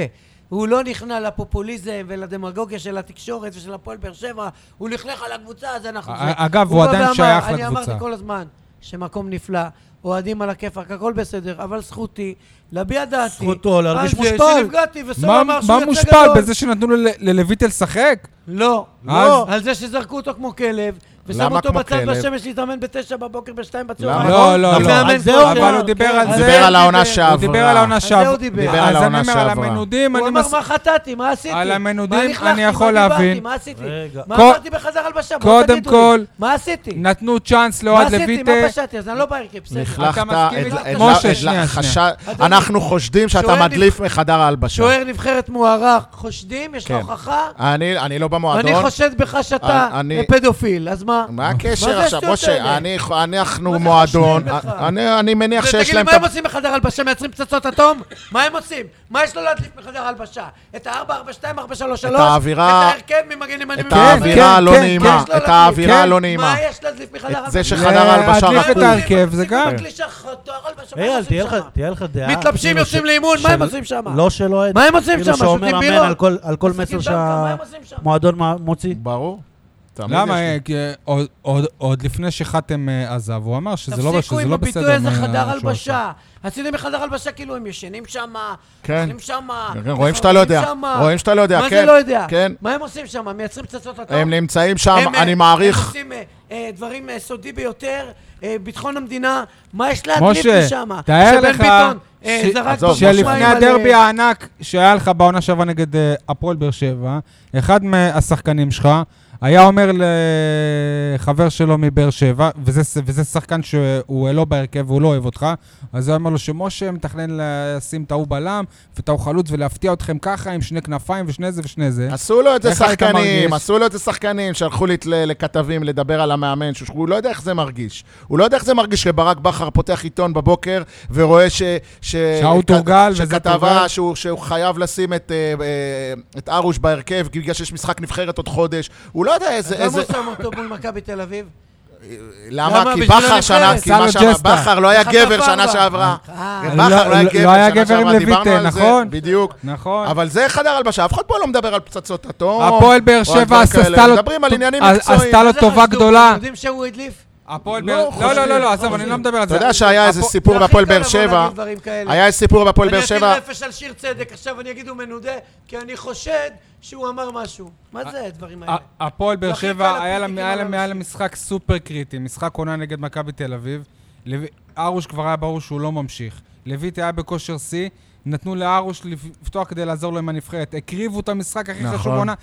Speaker 3: הוא לא נכנע לפופוליזם ולדמגוגיה של התקשורת ושל הפועל באר שבע, הוא לכלך על הקבוצה, אז אנחנו...
Speaker 1: א-
Speaker 3: זה.
Speaker 1: אה, אגב,
Speaker 3: הוא
Speaker 1: הוא
Speaker 3: בא
Speaker 1: עדיין
Speaker 3: ואמר,
Speaker 1: שייך
Speaker 3: אני
Speaker 1: לקבוצה.
Speaker 3: אמרתי כל הזמן שמקום נפלא, אוהדים על הכיפאק, הכל בסדר, אבל זכותי להביע דעתי.
Speaker 2: זכותו להרגיש
Speaker 3: על זה
Speaker 2: מושפל.
Speaker 3: שנפגעתי, וסול
Speaker 1: מה
Speaker 3: אמר שהוא
Speaker 1: מה
Speaker 3: יצא
Speaker 1: מושפל
Speaker 3: גדול.
Speaker 1: בזה שנתנו ל- ללויטל לשחק?
Speaker 3: לא,
Speaker 1: אז-
Speaker 3: לא, על זה שזרקו אותו כמו כלב, ושמו
Speaker 4: למה
Speaker 3: אותו
Speaker 4: כמו
Speaker 3: בצד
Speaker 4: כלב?
Speaker 3: בשמש להתאמן בתשע בבוקר, בשתיים
Speaker 4: למה?
Speaker 3: בצהריים.
Speaker 1: לא, לא,
Speaker 2: נכון,
Speaker 1: לא.
Speaker 2: על זה הוא
Speaker 1: אבל
Speaker 2: דיבר.
Speaker 1: הוא דיבר
Speaker 3: כן,
Speaker 1: על
Speaker 3: הוא
Speaker 1: זה.
Speaker 4: דיבר על העונה
Speaker 3: דיבר-
Speaker 4: שעברה.
Speaker 1: הוא דיבר על העונה
Speaker 3: על זה
Speaker 1: שעברה.
Speaker 3: הוא דיבר.
Speaker 4: דיבר על
Speaker 1: אז אני
Speaker 4: העונה
Speaker 1: אומר, על
Speaker 4: שעברה.
Speaker 1: המנודים,
Speaker 3: הוא
Speaker 1: אני
Speaker 3: אמר
Speaker 1: מס-
Speaker 3: מה חטאתי, מה עשיתי?
Speaker 1: על המנודים
Speaker 3: מה לכלכתי,
Speaker 1: אני יכול
Speaker 3: מה
Speaker 1: להבין.
Speaker 3: דיברתי, מה עשיתי?
Speaker 2: רגע.
Speaker 3: מה
Speaker 1: כל-
Speaker 3: אמרתי בחדר הלבשה? בואו
Speaker 1: קודם
Speaker 3: תגידו לי.
Speaker 1: כל,
Speaker 3: מה עשיתי?
Speaker 1: נתנו צ'אנס
Speaker 3: מה
Speaker 1: לאוהד
Speaker 3: עשיתי? מה
Speaker 1: לויטל.
Speaker 3: פשעתי? אז אני לא בהרכב, בסדר.
Speaker 4: לכלכת,
Speaker 1: מסכים
Speaker 4: את-
Speaker 1: איתי?
Speaker 4: את-
Speaker 1: משה,
Speaker 4: את- את-
Speaker 1: שנייה,
Speaker 4: חשש-
Speaker 1: שנייה.
Speaker 3: אדוני,
Speaker 4: אנחנו חושדים שאתה
Speaker 3: שוער
Speaker 4: מדליף מחדר ההלבשה.
Speaker 3: שוער נבחרת מוערך, חושדים, יש לו
Speaker 4: כן.
Speaker 3: הוכחה,
Speaker 4: אני אני לא
Speaker 3: אני
Speaker 4: במועדון.
Speaker 3: חושד בך שאתה
Speaker 4: אה, אני-
Speaker 3: פדופיל, אז מה?
Speaker 4: מה
Speaker 3: מה
Speaker 4: הקשר
Speaker 3: זה
Speaker 4: עכשיו?
Speaker 3: השטויות
Speaker 4: משה,
Speaker 3: האלה?
Speaker 4: אני- אנחנו
Speaker 3: מה זה
Speaker 4: מועדון.
Speaker 3: חושדים בך?
Speaker 4: אני- אני מניח שיש
Speaker 3: תגיד לי,
Speaker 4: להם
Speaker 3: מה
Speaker 4: את
Speaker 3: הם עושים בחדר הלבשה? מייצרים פצצות אטום? מה הם עושים? מה יש לו להדליף בחדר הלבשה? את ה-4, 4, 2, 4, 3, 3?
Speaker 4: את האווירה-
Speaker 3: את ההרכב ממגן ימני
Speaker 4: את
Speaker 3: ממגן שמאלי?
Speaker 1: כן,
Speaker 4: האווירה הלא
Speaker 1: כן,
Speaker 4: נעימה.
Speaker 3: כן.
Speaker 4: את האווירה
Speaker 1: כן.
Speaker 4: הלא נעימה.
Speaker 3: מה יש להדליף מחדר
Speaker 4: את
Speaker 3: הלבשה?
Speaker 4: זה שחדר ההלבשה
Speaker 1: להדליף
Speaker 4: רחוק.
Speaker 1: את ההרכב, זה גם.
Speaker 2: אייל, תהיה לך- תהיה לך דעה.
Speaker 3: מתלבשים,
Speaker 2: כאילו,
Speaker 3: יוצאים
Speaker 2: של-
Speaker 3: לאימון, מה
Speaker 2: של-
Speaker 3: הם עושים שם?
Speaker 2: לא של אוהד.
Speaker 3: מה הם עושים שם?
Speaker 2: כאילו שאומר
Speaker 3: שותים
Speaker 2: אמן
Speaker 3: בירות?
Speaker 2: על כל- על כל
Speaker 3: משחקים
Speaker 2: מסר
Speaker 3: דמקה, מה הם עושים שם?
Speaker 2: שהמועדון מה- מוציא.
Speaker 4: ברור. תמיד
Speaker 1: למה?
Speaker 4: יש לי.
Speaker 1: כי, אה, עוד- עוד- עוד לפני שחתם אה, עזב, הוא אמר שזה לא
Speaker 3: תפסיקו
Speaker 1: שזה
Speaker 3: עם
Speaker 1: לא
Speaker 3: הביטוי
Speaker 1: בסדר.
Speaker 3: הזה
Speaker 1: מה-
Speaker 3: חדר
Speaker 1: שהוא עשה.
Speaker 3: הלבשה. עשיתם מחדר הלבשה כאילו הם ישנים שם,
Speaker 4: כן.
Speaker 3: אוכלים שם,
Speaker 1: אה,
Speaker 4: כן, רואים שאתה לא יודע. רואים שאתה לא יודע,
Speaker 3: מה
Speaker 4: כן,
Speaker 3: זה לא יודע?
Speaker 4: כן.
Speaker 3: מה הם עושים שם? מייצרים פצצות אטום?
Speaker 4: הם נמצאים שם,
Speaker 3: הם, אה,
Speaker 4: אני מעריך.
Speaker 3: הם עושים אה, אה, דברים אה, סודי ביותר, אה, ביטחון המדינה, מה יש להדליף
Speaker 1: משה,
Speaker 3: משם?
Speaker 1: תאר
Speaker 3: שבן
Speaker 1: לך
Speaker 3: ביטון, אה,
Speaker 1: ש-
Speaker 3: זרק
Speaker 4: עזוב,
Speaker 3: בקבוק
Speaker 4: משה.
Speaker 1: שלפני
Speaker 3: מים על,
Speaker 1: הדרבי
Speaker 3: אה,
Speaker 1: הענק שהיה לך בעונה שעברה נגד אה, הפועל באר שבע, אחד מהשחקנים שלך היה אומר לחבר שלו מבאר שבע, וזה ש- וזה שחקן שהוא לא בהרכב והוא לא אוהב אותך, אז הוא אמר לו שמשה מתכנן לשים את ההוא בלם ואת ההוא חלוץ ולהפתיע אתכם ככה עם שני כנפיים ושני זה ושני זה.
Speaker 4: עשו לו את זה
Speaker 1: איך היית מרגיש?
Speaker 4: שחקנים, עשו לו את זה שחקנים, שלחו לי את ל- לכתבים לדבר על המאמן, שהוא- שהוא לא יודע איך זה מרגיש. הוא לא יודע איך זה מרגיש שברק בכר פותח עיתון בבוקר ורואה ש... ש-
Speaker 1: שההוא
Speaker 4: כ-
Speaker 1: תורגל וזה תורגל.
Speaker 4: שכתבה שהוא שהוא חייב לשים את, אה, אה, את ארוש בהרכב בגלל שיש משחק נבחרת עוד חודש. הוא לא יודע איזה...
Speaker 3: אז למה
Speaker 4: איזה...
Speaker 3: הוא שם אותו מול מכבי תל אביב?
Speaker 4: למה?
Speaker 3: למה?
Speaker 4: כי
Speaker 3: בשביל
Speaker 4: בכר
Speaker 3: הנבחרת.
Speaker 4: שנה... כי
Speaker 1: סלו
Speaker 4: מה שמה-
Speaker 1: ג'סטה.
Speaker 4: בכר לא היה
Speaker 3: חטף
Speaker 4: גבר
Speaker 3: ארבע.
Speaker 4: שנה שעברה.
Speaker 3: אה.
Speaker 4: בכר
Speaker 1: לא-
Speaker 4: לא היה
Speaker 1: לא
Speaker 4: גבר
Speaker 1: היה
Speaker 4: שנה
Speaker 1: גבר עם
Speaker 4: שעברה, דיברנו
Speaker 1: לויטל,
Speaker 4: על זה.
Speaker 1: נכון?
Speaker 4: בדיוק.
Speaker 1: נכון.
Speaker 4: אבל זה חדר הלבשה, אף אחד פה לא מדבר על פצצות אטום.
Speaker 1: הפועל באר
Speaker 4: או על
Speaker 1: שבע
Speaker 4: דברים
Speaker 1: עשתה
Speaker 4: כאלה.
Speaker 1: לו-
Speaker 4: מדברים על
Speaker 1: טוב,
Speaker 4: עניינים
Speaker 1: אז-
Speaker 4: מקצועיים.
Speaker 1: עשתה לו
Speaker 3: זה
Speaker 1: טובה
Speaker 3: חשוב,
Speaker 1: גדולה.
Speaker 3: אתם יודעים שהוא הדליף?
Speaker 1: הפועל
Speaker 4: לא,
Speaker 1: באר... לא, לא,
Speaker 4: חושבים,
Speaker 1: לא, לא, עזוב, אני
Speaker 3: חושבים.
Speaker 1: לא מדבר על
Speaker 4: אתה
Speaker 1: זה.
Speaker 4: יודע שהיה איזה
Speaker 1: הפועל-
Speaker 4: סיפור
Speaker 3: זה הכי
Speaker 4: בהפועל
Speaker 3: קל
Speaker 4: באר
Speaker 3: לבוא
Speaker 4: שבע,
Speaker 3: להגיד דברים כאלה.
Speaker 4: היה איזה סיפור בהפועל באר
Speaker 3: אני
Speaker 4: שבע,
Speaker 3: אטיל רפש על שיר צדק, עכשיו אני אגיד הוא מנודה, כי אני חושד שהוא אמר משהו. מה זה הדברים האלה?
Speaker 1: ה- הפועל באר
Speaker 3: הכי
Speaker 1: שבע,
Speaker 3: קל
Speaker 1: היה לה-
Speaker 3: לפוליטיקאים
Speaker 1: היה לה- היה לה
Speaker 3: להמשיך.
Speaker 1: משחק סופר קריטי, משחק עונה נגד מכבי תל אביב. לוי- ארוש כבר היה ברור שהוא לא ממשיך. לויטי היה בכושר שיא, נתנו לארוש לפתוח כדי לעזור לו עם הנבחרת. הקריבו את המשחק הכי חשוב
Speaker 4: נכון.
Speaker 1: בעונה.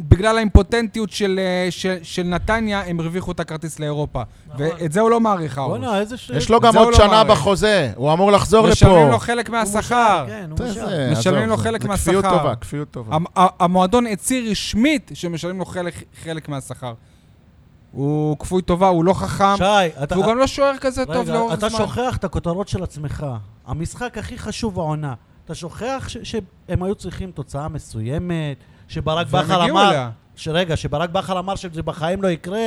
Speaker 1: בגלל האימפוטנטיות של, אה, של, של נתניה, הם הרוויחו את הכרטיס לאירופה.
Speaker 3: נכון.
Speaker 1: ואת זה הוא לא מעריך, ארוש.
Speaker 2: בואנה, איזה ש...
Speaker 4: יש לו
Speaker 1: את
Speaker 4: גם
Speaker 1: זה הוא
Speaker 4: עוד
Speaker 1: לא
Speaker 4: שנה
Speaker 1: מעריך.
Speaker 4: בחוזה, הוא אמור לחזור
Speaker 1: משלמים לו
Speaker 4: לפה.
Speaker 1: חלק
Speaker 3: הוא מושל,
Speaker 1: מהשכר.
Speaker 3: כן, הוא
Speaker 4: זה-
Speaker 3: מושל.
Speaker 4: זה-
Speaker 1: משלמים
Speaker 4: עזוב,
Speaker 1: לו
Speaker 4: זה-
Speaker 1: חלק
Speaker 4: זה כפיות
Speaker 1: מהשכר.
Speaker 4: טובה, כפיות טובה.
Speaker 1: המ- ה- המועדון הצהיר רשמית שמשלמים לו חלק, חלק מהשכר. הוא כפוי טובה, הוא לא חכם,
Speaker 2: שי, אתה...
Speaker 1: והוא גם לא שוער כזה טוב
Speaker 2: רגע,
Speaker 1: לאורך
Speaker 2: אתה
Speaker 1: זמן.
Speaker 2: שוכח את הכותרות של עצמך. המשחק הכי חשוב העונה. אתה שוכח ש- שהם היו צריכים תוצאה מסוימת, שברק
Speaker 1: והם
Speaker 2: בכר
Speaker 1: הגיעו
Speaker 2: אמר...
Speaker 1: אליה.
Speaker 2: שרגע, שברק בכר אמר שזה בחיים לא יקרה,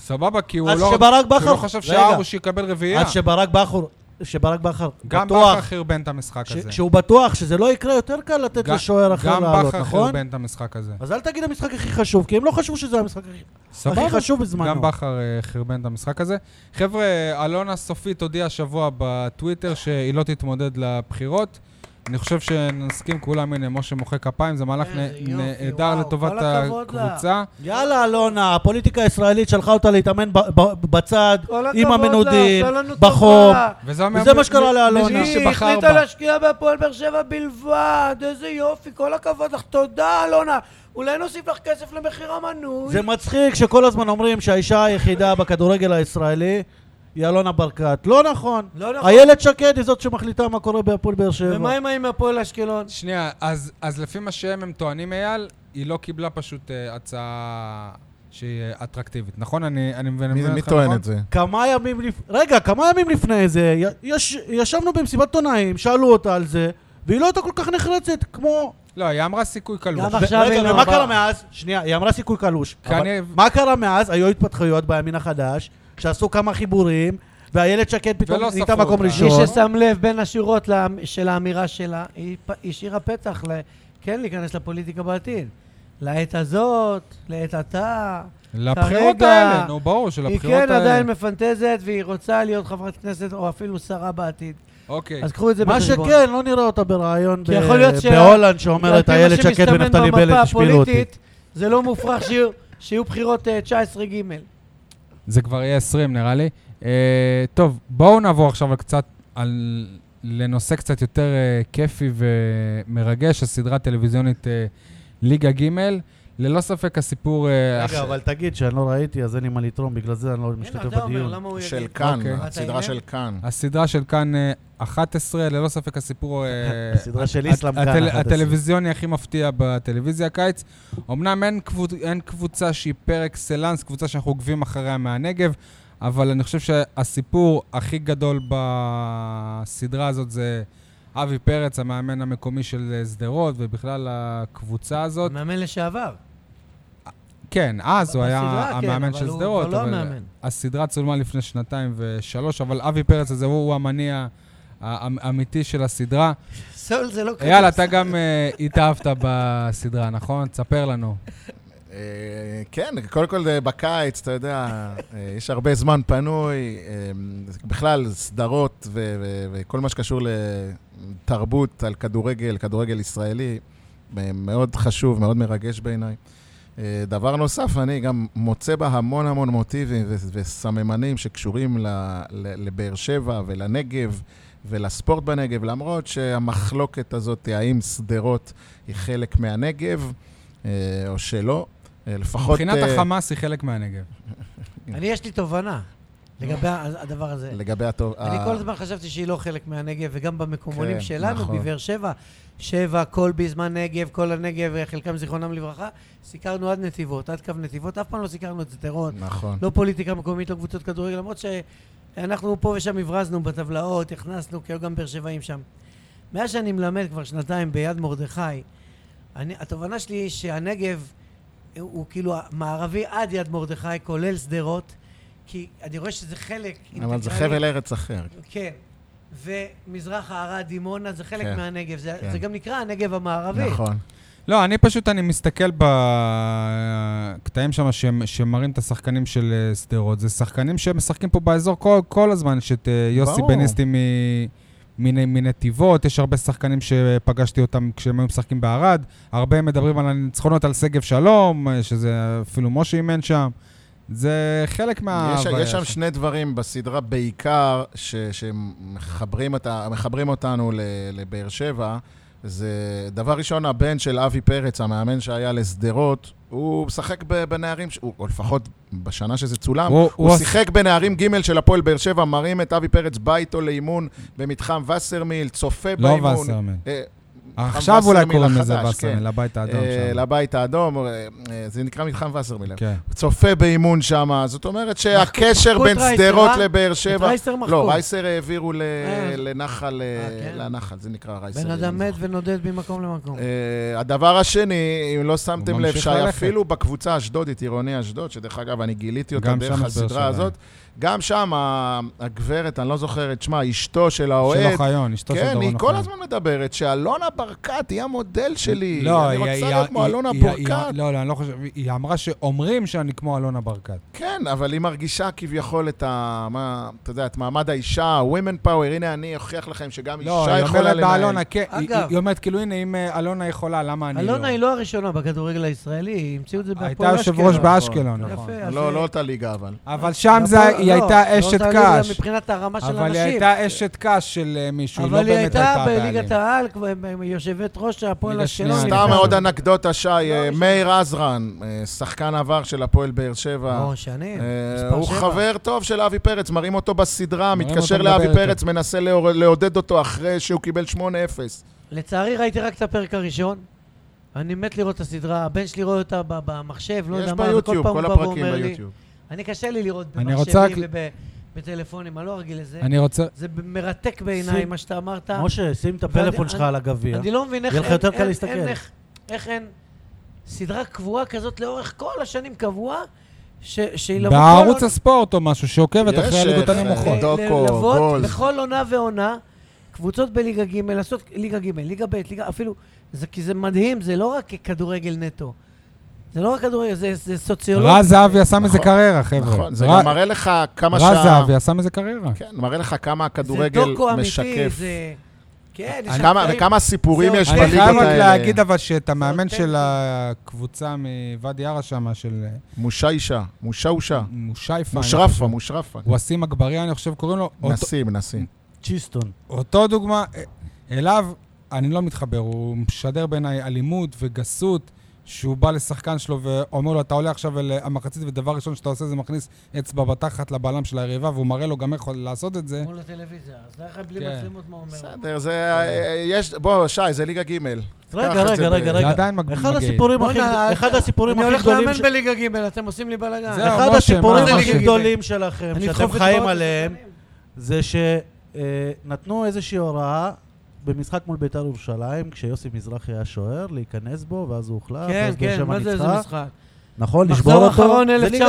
Speaker 1: סבבה, כי הוא
Speaker 2: אז
Speaker 1: לא
Speaker 2: שברק
Speaker 1: כי הוא
Speaker 2: בכר-
Speaker 1: לא חשב
Speaker 2: רגע.
Speaker 1: שהארוש יקבל רביעייה.
Speaker 2: אז שברק בכר... שברק בכר
Speaker 1: גם בכר
Speaker 2: בטוח...
Speaker 1: חרבן את המשחק
Speaker 2: ש-
Speaker 1: הזה.
Speaker 2: שהוא בטוח שזה לא יקרה, יותר קל לתת
Speaker 1: ג-
Speaker 2: לשוער אחר
Speaker 1: גם
Speaker 2: לעלות,
Speaker 1: בכר
Speaker 2: נכון?
Speaker 1: חרבן את המשחק הזה.
Speaker 2: אז אל תגיד המשחק הכי חשוב, כי הם לא חשבו שזה המשחק הכי- הכי
Speaker 1: סבבה.
Speaker 2: חשוב בזמנו.
Speaker 1: גם בכר אה, חרבן את המשחק הזה. חבר'ה, אלונה סופית הודיעה השבוע בטוויטר שהיא לא תתמודד לבחירות. אני חושב שנסכים כולם, הנה, משה מוחא כפיים, זה מהלך
Speaker 3: איזה
Speaker 1: נ-
Speaker 3: יופי,
Speaker 1: נהדר
Speaker 3: וואו,
Speaker 1: לטובת
Speaker 3: כל הכבוד לה.
Speaker 1: הקבוצה.
Speaker 2: יאללה, אלונה, הפוליטיקה הישראלית שלחה אותה להתאמן ב- ב- בצד,
Speaker 3: כל הכבוד
Speaker 2: עם
Speaker 3: לה,
Speaker 2: המנודים,
Speaker 3: עשה לנו טובה.
Speaker 2: בחום.
Speaker 1: וזה אומר-
Speaker 2: וזה מה שקרה
Speaker 1: מ-
Speaker 2: לאלונה.
Speaker 1: מי שבחר
Speaker 3: היא
Speaker 1: בה.
Speaker 3: החליטה להשקיע בהפועל באר שבע בלבד, איזה יופי, כל הכבוד לך, תודה אלונה. אולי נוסיף לך כסף למחיר המנוי.
Speaker 2: זה מצחיק שכל הזמן אומרים שהאישה היחידה בכדורגל הישראלי היא אלונה ברקת. לא נכון.
Speaker 3: לא נכון.
Speaker 2: איילת שקד היא זאת שמחליטה מה קורה בהפועל באר
Speaker 3: ומה
Speaker 2: שבע.
Speaker 3: עם האם הפועל אשקלון?
Speaker 1: שנייה, אז, אז לפי מה שהם הם טוענים, אייל, היא לא קיבלה פשוט אה, הצעה שהיא אה, אטרקטיבית. נכון? אני, אני מבין
Speaker 4: מי-
Speaker 1: מבין
Speaker 4: מי
Speaker 1: אותך,
Speaker 4: טוען
Speaker 1: נכון?
Speaker 4: את זה?
Speaker 2: כמה ימים לפני... רגע, כמה ימים לפני זה, י- יש- ישבנו במסיבת עיתונאים, שאלו אותה על זה, והיא לא הייתה כל כך נחרצת כמו...
Speaker 1: לא, היא אמרה סיכוי קלוש.
Speaker 3: גם עכשיו
Speaker 2: רגע,
Speaker 3: אין לו
Speaker 2: ומה
Speaker 3: עבר.
Speaker 2: קרה מאז? שנייה, היא אמרה סיכוי קלוש. אבל
Speaker 1: כנראה-
Speaker 2: מה קרה מאז? היו התפתחויות בימין החדש, שעשו כמה חיבורים, ואיילת שקד פתאום
Speaker 1: ולא
Speaker 2: נהייתה
Speaker 1: ספרו
Speaker 2: מקום
Speaker 1: אותה.
Speaker 3: מי
Speaker 2: ראשון.
Speaker 3: ששם לב בין השורות לאמ- של האמירה שלה, היא פ- השאירה פתח ל- כן להיכנס לפוליטיקה בעתיד. לעת הזאת, לעת עתה.
Speaker 1: לבחירות
Speaker 3: כרגע
Speaker 1: האלה, נו, ברור
Speaker 3: היא
Speaker 1: שלבחירות
Speaker 3: כן
Speaker 1: האלה.
Speaker 3: עדיין מפנטזת, והיא רוצה להיות חברת כנסת או אפילו שרה בעתיד.
Speaker 1: אוקיי.
Speaker 3: אז קחו את זה
Speaker 2: כן. מה
Speaker 3: בחשבון.
Speaker 2: שכן, לא נראה אותה ברעיון
Speaker 3: כי
Speaker 2: ב-
Speaker 3: יכול להיות ש-
Speaker 2: בהולנד שאומרת
Speaker 3: על פי מה
Speaker 2: איילת שקד
Speaker 3: שמסתמן
Speaker 2: ונפתלי
Speaker 3: במפה
Speaker 2: בנט השפילו אותי.
Speaker 3: הפוליטית, זה לא מופרך שיהיו- שיהיו בחירות אה, 19 ג'.
Speaker 1: זה כבר יהיה 20 נראה לי. אה, טוב, בואו נעבור עכשיו על קצת, על, לנושא קצת יותר אה, כיפי ומרגש, הסדרה הטלוויזיונית אה, ליגה ג', ללא ספק הסיפור... אה,
Speaker 2: רגע,
Speaker 1: הש-
Speaker 2: אבל תגיד שאני לא ראיתי, אז אין לי מה לתרום, בגלל זה אני לא משתתף בדיון.
Speaker 4: של כאן,
Speaker 1: אוקיי.
Speaker 4: הסדרה
Speaker 3: אתה
Speaker 4: של
Speaker 2: Mm.
Speaker 4: כאן.
Speaker 1: הסדרה של כאן אה, 11, ללא ספק הסיפור... אה,
Speaker 2: [laughs] הסדרה של איסלאם
Speaker 1: הט-
Speaker 2: כאן
Speaker 1: הטל-
Speaker 2: 11.
Speaker 1: הטלוויזיוני הכי מפתיע בטלוויזיה הקיץ. אמנם אין, קבוצ... אין קבוצה שהיא פר אקסלנס, קבוצה שאנחנו עוקבים אחריה מהנגב, אבל אני חושב שהסיפור הכי גדול בסדרה הזאת זה אבי פרץ, המאמן המקומי של אה, שדרות, ובכלל הקבוצה הזאת.
Speaker 3: מאמן לשעבר.
Speaker 1: כן, אז הוא היה
Speaker 3: בסדרה, כן,
Speaker 1: המאמן
Speaker 3: אבל
Speaker 1: של
Speaker 3: הוא
Speaker 1: שדרות,
Speaker 3: כבר לא המאמן.
Speaker 1: הסדרה צולמה לפני שנתיים ושלוש, אבל אבי פרץ הזה הוא, הוא המניע האמ- האמיתי של הסדרה.
Speaker 3: סול זה לא כתוב.
Speaker 1: אייל, אתה גם אה, התאהבת בסדרה, נכון? תספר לנו.
Speaker 4: אה, כן, קודם כל אה, בקיץ, אתה יודע, אה, יש הרבה זמן פנוי, אה, בכלל סדרות ו- ו- וכל מה שקשור לתרבות על כדורגל, כדורגל ישראלי, אה, מאוד חשוב, מאוד מרגש בעיניי. אה, דבר נוסף, אני גם מוצא בה המון המון מוטיבים ו- וסממנים שקשורים ל- ל- לבאר שבע ולנגב ולספורט בנגב, למרות שהמחלוקת הזאת, האם שדרות היא חלק מהנגב אה, או שלא, אה, לפחות...
Speaker 1: מבחינת
Speaker 4: אה,
Speaker 1: החמאס היא חלק מהנגב.
Speaker 3: אני, יש לי תובנה לגבי ה- הדבר הזה.
Speaker 4: לגבי הטוב...
Speaker 3: אני
Speaker 4: ה-
Speaker 3: כל הזמן חשבתי שהיא לא חלק מהנגב, וגם במקומונים
Speaker 4: אה. כן,
Speaker 3: שלנו,
Speaker 4: נכון.
Speaker 3: בבאר שבע, שבע, כל בזמן נגב, כל הנגב, חלקם זיכרונם לברכה, סיקרנו עד נתיבות, עד קו נתיבות, אף פעם לא סיקרנו את שדרות,
Speaker 4: נכון.
Speaker 3: לא פוליטיקה מקומית, לא קבוצות כדורגל, למרות שאנחנו פה ושם הברזנו בטבלאות, הכנסנו, כי היו גם באר שבעים שם. מאז שאני מלמד כבר שנתיים ביד מרדכי, אני, התובנה שלי היא שהנגב הוא, הוא כאילו מערבי עד יד מרדכי, כולל שדרות, כי אני רואה שזה חלק
Speaker 4: אבל זה
Speaker 3: אינטגרלי.
Speaker 4: חבל ארץ אחר.
Speaker 3: כן. ומזרח הערד, דימונה, זה חלק
Speaker 4: כן,
Speaker 3: מהנגב. זה,
Speaker 4: כן.
Speaker 3: זה גם נקרא הנגב המערבי.
Speaker 4: נכון.
Speaker 1: לא, אני פשוט, אני מסתכל בקטעים שם שהם- שמראים את השחקנים של אה, שדרות. זה שחקנים שמשחקים פה באזור כל, כל הזמן, יש את אה, יוסי
Speaker 4: ברור.
Speaker 1: בניסטי מ... מנ- מנתיבות, יש הרבה שחקנים שפגשתי אותם כשהם היו משחקים בערד, הרבה מדברים על הניצחונות על שגב שלום, אה, שזה אפילו משה אימן שם. זה חלק מה...
Speaker 4: יש, יש שם שני דברים בסדרה בעיקר, ש, שמחברים אותה, מחברים אותנו ל- לבאר שבע. זה דבר ראשון, הבן של אבי פרץ, המאמן שהיה לשדרות, הוא משחק ב- בנערים, ש- הוא- או לפחות בשנה שזה צולם,
Speaker 1: הוא-
Speaker 4: הוא,
Speaker 1: הוא עש-
Speaker 4: שיחק בנערים ג' של הפועל באר שבע, מראים את אבי פרץ בא איתו לאימון במתחם וסרמיל, צופה
Speaker 1: לא
Speaker 4: באימון.
Speaker 1: וסרמן.
Speaker 4: אה,
Speaker 1: עכשיו אולי
Speaker 4: וסרמיל
Speaker 1: קוראים לזה
Speaker 4: החדש,
Speaker 1: וסרמן,
Speaker 4: כן.
Speaker 1: לבית האדום
Speaker 4: אה,
Speaker 1: שם.
Speaker 4: לבית האדום, אה, אה, זה נקרא מתחם וסרמיל.
Speaker 1: כן.
Speaker 4: צופה באימון שם, זאת אומרת שהקשר
Speaker 3: מחקו
Speaker 4: בין
Speaker 3: את רייסר,
Speaker 4: שדרות
Speaker 3: אה?
Speaker 4: לבאר שבע...
Speaker 3: רייסר מחקו.
Speaker 4: לא, רייסר העבירו ל-
Speaker 3: אה.
Speaker 4: לנחל, אה,
Speaker 3: אה, כן.
Speaker 4: לנחל, זה נקרא רייסר.
Speaker 3: בן אדם
Speaker 4: אני
Speaker 3: מת
Speaker 4: זוכר.
Speaker 3: ונודד ממקום למקום.
Speaker 4: אה, הדבר השני, אם לא שמתם לב,
Speaker 1: ממשיך ללכת.
Speaker 4: שאפילו בקבוצה האשדודית, עירוני אשדוד, שדרך אגב, אני גיליתי אותה
Speaker 1: גם
Speaker 4: דרך
Speaker 1: שם הסבר
Speaker 4: הסדרה
Speaker 1: שלהם.
Speaker 4: הזאת, גם שם ה- הגברת, אני לא זוכר את שמה, אשתו של האוהד,
Speaker 1: של אוחיון, אשתו של דורון
Speaker 4: כן,
Speaker 1: אוחיון.
Speaker 4: היא כל הזמן מדברת שאלונה ברקת היא המודל שלי.
Speaker 1: לא,
Speaker 4: אני
Speaker 1: היא-
Speaker 4: רוצה
Speaker 1: היא-
Speaker 4: להיות כמו
Speaker 1: היא-
Speaker 4: אלונה
Speaker 1: היא- היא-
Speaker 4: ברקת.
Speaker 1: לא, לא, אני לא חושב, היא אמרה שאומרים שאני כמו אלונה ברקת.
Speaker 4: כן, אבל היא מרגישה כביכול את ה... מה, אתה יודע, את מעמד האישה, ה-women power, הנה אני אוכיח לכם שגם
Speaker 1: לא,
Speaker 4: אישה
Speaker 1: היא
Speaker 4: יכולה
Speaker 1: אומרת
Speaker 4: לנהל.
Speaker 1: לאלונה, כן, היא-
Speaker 3: אגב-
Speaker 1: היא אומרת כאילו, הנה, אם אה, אלונה יכולה, למה אני לא?
Speaker 3: אלונה היא לא הראשונה בכדורגל הישראלי, המציאו את זה בהפועל
Speaker 1: הייתה
Speaker 3: אשקלון.
Speaker 1: יושב ראש
Speaker 4: נכון.
Speaker 1: באשקלון,
Speaker 3: יפה,
Speaker 1: נכון.
Speaker 3: אז-
Speaker 4: לא, לא אותה ליגה, אבל.
Speaker 1: אבל שם זה-
Speaker 3: בהפועל-
Speaker 1: היא
Speaker 3: לא,
Speaker 1: הייתה
Speaker 3: לא
Speaker 1: אשת
Speaker 3: תעלו לה
Speaker 1: קש.
Speaker 3: מבחינת הרמה של הנשים.
Speaker 1: אבל היא הייתה אשת קש של אה, מישהו, היא לא
Speaker 3: אבל היא
Speaker 1: באמת
Speaker 3: הייתה
Speaker 1: הייתה
Speaker 3: בליגת
Speaker 1: הבעלים.
Speaker 3: העל, כבר- היא יושבת ראש הפועל
Speaker 1: ליגה
Speaker 3: אשקלון.
Speaker 1: שנייה.
Speaker 4: סתם
Speaker 1: נכון.
Speaker 4: עוד אנקדוטה,
Speaker 3: לא,
Speaker 4: שי, אה, מאיר עזרן, אה, שחקן עבר של הפועל באר שבע.
Speaker 3: אור שנים,
Speaker 4: אה,
Speaker 3: מספר
Speaker 4: הוא
Speaker 3: שבע.
Speaker 4: חבר טוב של אבי פרץ, מראים אותו בסדרה,
Speaker 1: מראים
Speaker 4: מתקשר
Speaker 1: אותו
Speaker 4: לאבי
Speaker 1: מדבר
Speaker 4: פרץ, מנסה לעור- לעודד אותו אחרי שהוא קיבל 8-0.
Speaker 3: לצערי ראיתי רק את הפרק הראשון. אני מת לראות את הסדרה, הבן שלי רואה אותה ב- במחשב, לא
Speaker 4: יש
Speaker 3: יודע מה, וכל
Speaker 4: ביוטיוב,
Speaker 3: פעם
Speaker 4: כל
Speaker 3: הוא בא
Speaker 4: הפרקים
Speaker 3: ואומר לי...
Speaker 4: ביוטיוב.
Speaker 3: אני קשה לי לראות
Speaker 1: אני רוצה רק-
Speaker 3: במחשבים בטלפונים, אני לא רגיל לזה.
Speaker 1: אני רוצה...
Speaker 3: זה ב- מרתק בעיניי
Speaker 2: שים-
Speaker 3: מה שאתה אמרת.
Speaker 2: משה, שים את הפלאפון שלך על הגביע.
Speaker 3: אני לא מבין איך
Speaker 2: יהיה לך
Speaker 3: אין-
Speaker 2: יותר קל
Speaker 3: אין-
Speaker 2: להסתכל.
Speaker 3: אין- איך- איך אין סדרה קבועה כזאת לאורך כל השנים קבועה, ש- שהיא לבוא כל
Speaker 1: בערוץ
Speaker 3: עונה-
Speaker 1: הספורט או משהו שעוקבת
Speaker 4: יש,
Speaker 1: אחרי הליגות
Speaker 4: אה,
Speaker 1: הנמוכות.
Speaker 4: אה, דוקו,
Speaker 3: ללוות
Speaker 4: גולד.
Speaker 3: בכל עונה ועונה, קבוצות בליגה ג', לעשות ליגה ג', ליגה ב', ליגה אפילו, זה, כי זה מדהים, זה לא רק כדורגל נטו. זה לא רק כדורגל, זה, זה סוציולוגיה.
Speaker 1: רז זהבי עשה מזה
Speaker 4: נכון,
Speaker 1: קריירה,
Speaker 3: כן,
Speaker 1: חבר'ה.
Speaker 4: נכון, זה
Speaker 1: ר-
Speaker 4: גם מראה לך כמה
Speaker 1: רז
Speaker 4: שה...
Speaker 1: זהבי עשה מזה קריירה.
Speaker 4: כן, מראה לך כמה
Speaker 3: זה
Speaker 4: הכדורגל
Speaker 3: דוקו אמיתי,
Speaker 4: משקף. אה,
Speaker 3: זה... כן, יש
Speaker 4: כמה-
Speaker 3: הקטעים.
Speaker 4: וכמה סיפורים
Speaker 3: זה אוקיי.
Speaker 4: יש
Speaker 3: אותי.
Speaker 1: אני
Speaker 4: בליגות
Speaker 1: חייב רק
Speaker 4: האלה.
Speaker 1: להגיד אבל שאת המאמן
Speaker 3: אותנטי.
Speaker 1: של הקבוצה מוואדי ערה שם, של אה,
Speaker 4: מושיישה, מושאושה,
Speaker 1: מושייפה. אני חושב.
Speaker 4: מושרפה, מושרפה.
Speaker 1: ווסים אגבריה, אני חושב, קוראים לו. אותו-
Speaker 4: נסים, נסים.
Speaker 2: צ'יסטון.
Speaker 1: אותו דוגמה, אה, אליו אני לא מתחבר, הוא משדר בעיניי אלימות וגסות, שהוא בא לשחקן שלו ואומר לו, אתה עולה עכשיו אל המחצית, ודבר ראשון שאתה עושה זה מכניס אצבע בתחת לבלם של היריבה, והוא מראה לו גם איך לעשות את זה.
Speaker 3: מול הטלוויזיה, אז לך בלי
Speaker 1: כן.
Speaker 3: מצלמות מה הוא אומר.
Speaker 4: בסדר, זה... אה, יש... בוא, שי, זה ליגה ג'.
Speaker 2: רגע, רגע, רגע,
Speaker 1: זה
Speaker 2: רגע.
Speaker 1: עדיין אוקיי. מג-
Speaker 2: אחד
Speaker 1: מגעיל.
Speaker 2: הסיפורים הכי
Speaker 3: בואנה,
Speaker 2: גדולים-
Speaker 3: אתה-
Speaker 2: אחד הסיפורים
Speaker 3: אני
Speaker 2: הכי
Speaker 3: הולך
Speaker 2: גדולים...
Speaker 3: לאמן
Speaker 2: ש-
Speaker 3: בליגה ג', אתם עושים לי בלאגן.
Speaker 1: זהו,
Speaker 2: אחד
Speaker 1: משה,
Speaker 2: הסיפורים
Speaker 1: מה-
Speaker 2: הכי
Speaker 3: מה-
Speaker 2: גדולים שלכם,
Speaker 3: אני כן,
Speaker 2: שאתם
Speaker 3: אדחוף את
Speaker 2: חיים
Speaker 3: כל
Speaker 2: עליהם,
Speaker 3: השחקנים.
Speaker 2: זה שנתנו איזושהי הוראה במשחק מול בית"ר ירושלים, כשיוסי מזרחי היה שוער, להיכנס בו, ואז הוא הוחלף,
Speaker 3: כן,
Speaker 2: ואז באר
Speaker 3: כן,
Speaker 2: אה, שבע
Speaker 3: מה זה איזה
Speaker 2: ניצחה.
Speaker 3: משחק?
Speaker 2: נכון, לשבור
Speaker 3: מחזור
Speaker 2: אותו.
Speaker 3: אחרון
Speaker 2: זה ליגת-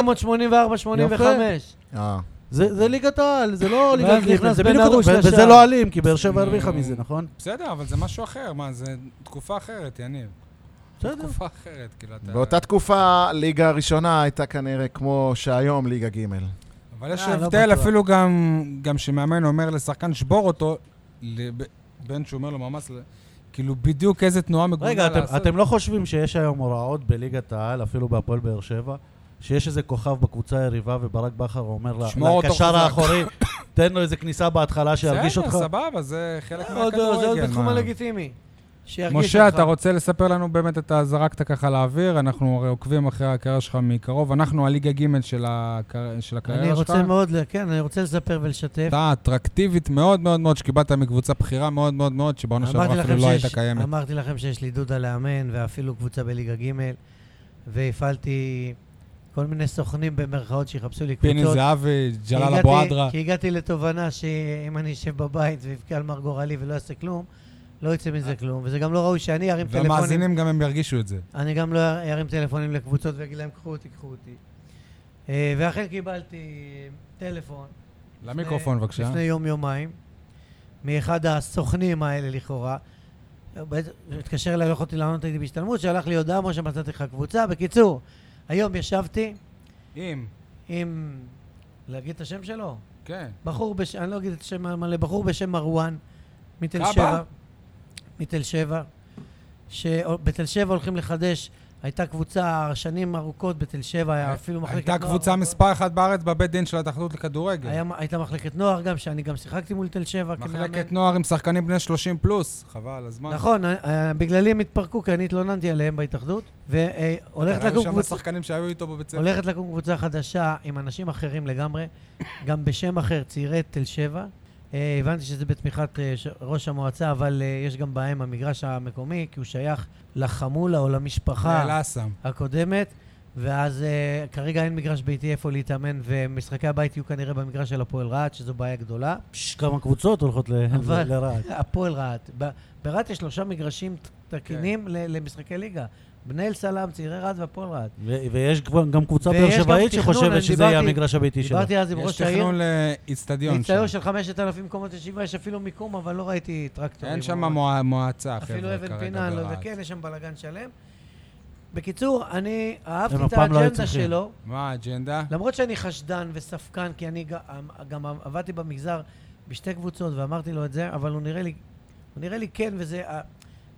Speaker 3: 1984-85.
Speaker 4: אה.
Speaker 2: זה זה ליגת העל, זה לא
Speaker 3: ואז
Speaker 2: ליגת ג',
Speaker 3: נכנס
Speaker 2: זה
Speaker 3: בן
Speaker 2: בדיוק-
Speaker 3: ארוש
Speaker 2: ו-
Speaker 3: לשער.
Speaker 2: וזה לא אלים, כי באר שבע הרוויחה מזה, נכון?
Speaker 1: בסדר, אבל זה משהו אחר, מה, זה תקופה אחרת, יניב.
Speaker 2: בסדר.
Speaker 1: תקופה אחרת, כאילו, אתה...
Speaker 4: באותה תקופה, ליגה הראשונה הייתה כנראה כמו שהיום ליגה ג'.
Speaker 1: אבל יש
Speaker 3: אה, לא
Speaker 1: הבדל,
Speaker 3: בטוח.
Speaker 1: אפילו גם, גם שמאמן אומר לשחקן, שבור אותו, לב- בין שהוא אומר לו ממש, ל- כאילו, בדיוק איזה תנועה מגונה
Speaker 2: רגע,
Speaker 1: לעשות.
Speaker 2: אתם, אתם לא חושבים שיש היום הוראות בליגת העל, אפילו בהפועל באר שבע, שיש איזה כוכב בקבוצה היריבה וברק בכר אומר לה-
Speaker 1: תשמור אותו
Speaker 2: לקשר
Speaker 1: חזק.
Speaker 2: האחורי, תן לו איזה כניסה בהתחלה שירגיש אותך?
Speaker 1: בסדר, סבבה, זה חלק
Speaker 3: עוד- לא, זה אה, עוד
Speaker 1: מהכדורגל.
Speaker 3: בתחום
Speaker 1: כן, מה?
Speaker 3: הלגיטימי. שירגיש
Speaker 1: משה,
Speaker 3: אותך.
Speaker 1: אתה רוצה לספר לנו באמת, אתה זרקת ככה לאוויר, אנחנו הרי עוקבים אחרי הקריירה שלך מקרוב, אנחנו הליגה ג' של הקר- של
Speaker 3: אני
Speaker 1: הקריירה שלך.
Speaker 3: רוצה מאוד, ל- כן, אני רוצה לספר ולשתף.
Speaker 1: אה, אתה אטרקטיבית מאוד מאוד מאוד, שקיבלת מקבוצה בכירה מאוד מאוד מאוד, שבעונה
Speaker 3: אמרתי
Speaker 1: שעברה
Speaker 3: לכם
Speaker 1: אפילו לא
Speaker 3: שיש-
Speaker 1: הייתה קיימת.
Speaker 3: אמרתי לכם שיש לי דודה לאמן, ואפילו קבוצה בליגה ג', והפעלתי כל מיני סוכנים במרכאות שיחפשו לי
Speaker 1: פיני
Speaker 3: קבוצות.
Speaker 1: זהבי,
Speaker 3: כי
Speaker 1: ג'לאל
Speaker 3: הגעתי-
Speaker 1: אבו עדרה.
Speaker 3: כי הגעתי לתובנה שאם אני אשב בבית ויבכה על מר גורלי ולא אעשה כלום, לא יצא
Speaker 1: אה.
Speaker 3: מזה כלום, וזה גם לא ראוי שאני ארים טלפונים
Speaker 1: והמאזינים גם הם ירגישו את זה.
Speaker 3: אני גם לא ארים טלפונים לקבוצות ואגיד להם, קחו אותי, קחו אותי. אה, ואכן קיבלתי אה, טלפון.
Speaker 1: למיקרופון
Speaker 3: לפני-
Speaker 1: בבקשה.
Speaker 3: לפני יום-יומיים, מאחד הסוכנים האלה לכאורה. בעצם, הוא התקשר אליי, לא יכולתי לענות, הייתי בהשתלמות, שלח לי הודעה, משה, מצאתי לך קבוצה. בקיצור, היום ישבתי
Speaker 1: אם,
Speaker 3: עם... להגיד את השם שלו?
Speaker 1: כן.
Speaker 3: בחור, בש... אני לא אגיד את השם המלא, בחור בשם מרואן, מתל
Speaker 1: כבא?
Speaker 3: שבע. מתל שבע. שבתל שבע הולכים לחדש, הייתה קבוצה שנים ארוכות בתל שבע, היה אפילו מחלקת
Speaker 1: אה, הייתה
Speaker 3: נוער.
Speaker 1: קבוצה מספר אחת בארץ בבית דין של ההתאחדות לכדורגל.
Speaker 3: היה, הייתה מחלקת נוער גם, שאני גם שיחקתי מול תל שבע כמאמן.
Speaker 1: מחלקת נוער עם שחקנים בני 30 פלוס. חבל, הזמן.
Speaker 3: נכון, אה, אה, בגללי הם התפרקו, כי אני התלוננתי עליהם בהתאחדות, והולכת
Speaker 1: היו
Speaker 3: לקום
Speaker 1: לא שם
Speaker 3: קבוצה...
Speaker 1: השחקנים שהיו איתו בבית ספר.
Speaker 3: הולכת לקום קבוצה חדשה עם אנשים אחרים לגמרי, גם בשם אחר, צעירי תל שבע. אה, הבנתי שזה בתמיכת אה, ש- ראש המועצה, אבל אה, יש גם בעיה עם המגרש המקומי, כי הוא שייך לחמולה או למשפחה
Speaker 1: לאלאסם.
Speaker 3: הקודמת, ואז אה, כרגע אין מגרש ביתי איפה להתאמן, ומשחקי הבית יהיו כנראה במגרש של הפועל רהט, שזו בעיה גדולה.
Speaker 2: פש, כמה קבוצות הולכות ל-
Speaker 3: אבל-
Speaker 2: לרעת.
Speaker 3: [laughs] הפועל רהט. ב- ברהט יש שלושה מגרשים ת- תקינים ל- למשחקי ליגה. בני אל סלאם, צעירי רהט והפועל רהט.
Speaker 2: ו- ויש כבר גם קבוצה
Speaker 3: ויש
Speaker 2: באר
Speaker 3: גם
Speaker 2: שבעית
Speaker 3: תכנון, אני
Speaker 2: שחושבת שזה יהיה
Speaker 3: דיברתי-
Speaker 2: המגרש הביתי שלה.
Speaker 3: דיברתי אז עם
Speaker 1: יש
Speaker 3: ראש העיר.
Speaker 1: תכנון לאיצטדיון שם.
Speaker 3: איצטדיון של 5,000 מקומות ישיבה, יש אפילו מיקום, אבל לא ראיתי טרקטורים.
Speaker 1: אין שם
Speaker 3: או-
Speaker 1: מוע- מועצה, חבר'ה.
Speaker 3: אפילו
Speaker 1: כרגע
Speaker 3: אבן פינה, לא יודע,
Speaker 1: ברהט.
Speaker 3: כן, יש שם בלאגן שלם. בקיצור, אני
Speaker 2: הם
Speaker 3: אהבתי את
Speaker 2: הפעם לא היו
Speaker 3: האג'נדה
Speaker 2: צריכים.
Speaker 3: שלו,
Speaker 1: מה האג'נדה?
Speaker 3: למרות שאני חשדן וספקן, כי אני ג- אמ, גם עבדתי במגזר בשתי קבוצות ואמרתי לו את זה, אבל הוא נראה לי, הוא נראה לי כן, וזה... ה-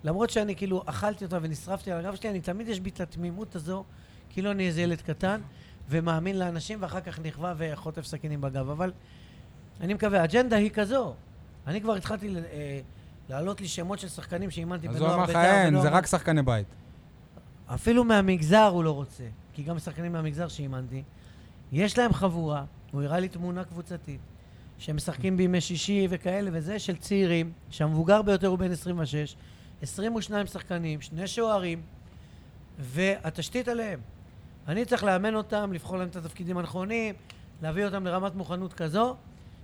Speaker 3: למרות שאני כאילו אכלתי אותה ונשרפתי על הגב שלי, אני תמיד יש בי את התמימות הזו, כאילו אני איזה ילד קטן, ומאמין לאנשים, ואחר כך נכווה וחוטף סכינים בגב. אבל אני מקווה, האג'נדה היא כזו. אני כבר התחלתי ל- אה, להעלות לי שמות של שחקנים שאימנתי
Speaker 1: אז הוא
Speaker 3: בנוער
Speaker 1: אמר לך
Speaker 3: בית"ר.
Speaker 1: אין,
Speaker 3: בנוער-
Speaker 1: זה רק שחקני בית.
Speaker 3: אפילו מהמגזר הוא לא רוצה, כי גם שחקנים מהמגזר שאימנתי, יש להם חבורה, הוא הראה לי תמונה קבוצתית, שמשחקים בימי שישי וכאלה וזה, של צעירים, שהמבוגר ביותר הוא בן 26, 22 שחקנים, שני שוערים, והתשתית עליהם. אני צריך לאמן אותם, לבחור להם את התפקידים הנכונים, להביא אותם לרמת מוכנות כזו,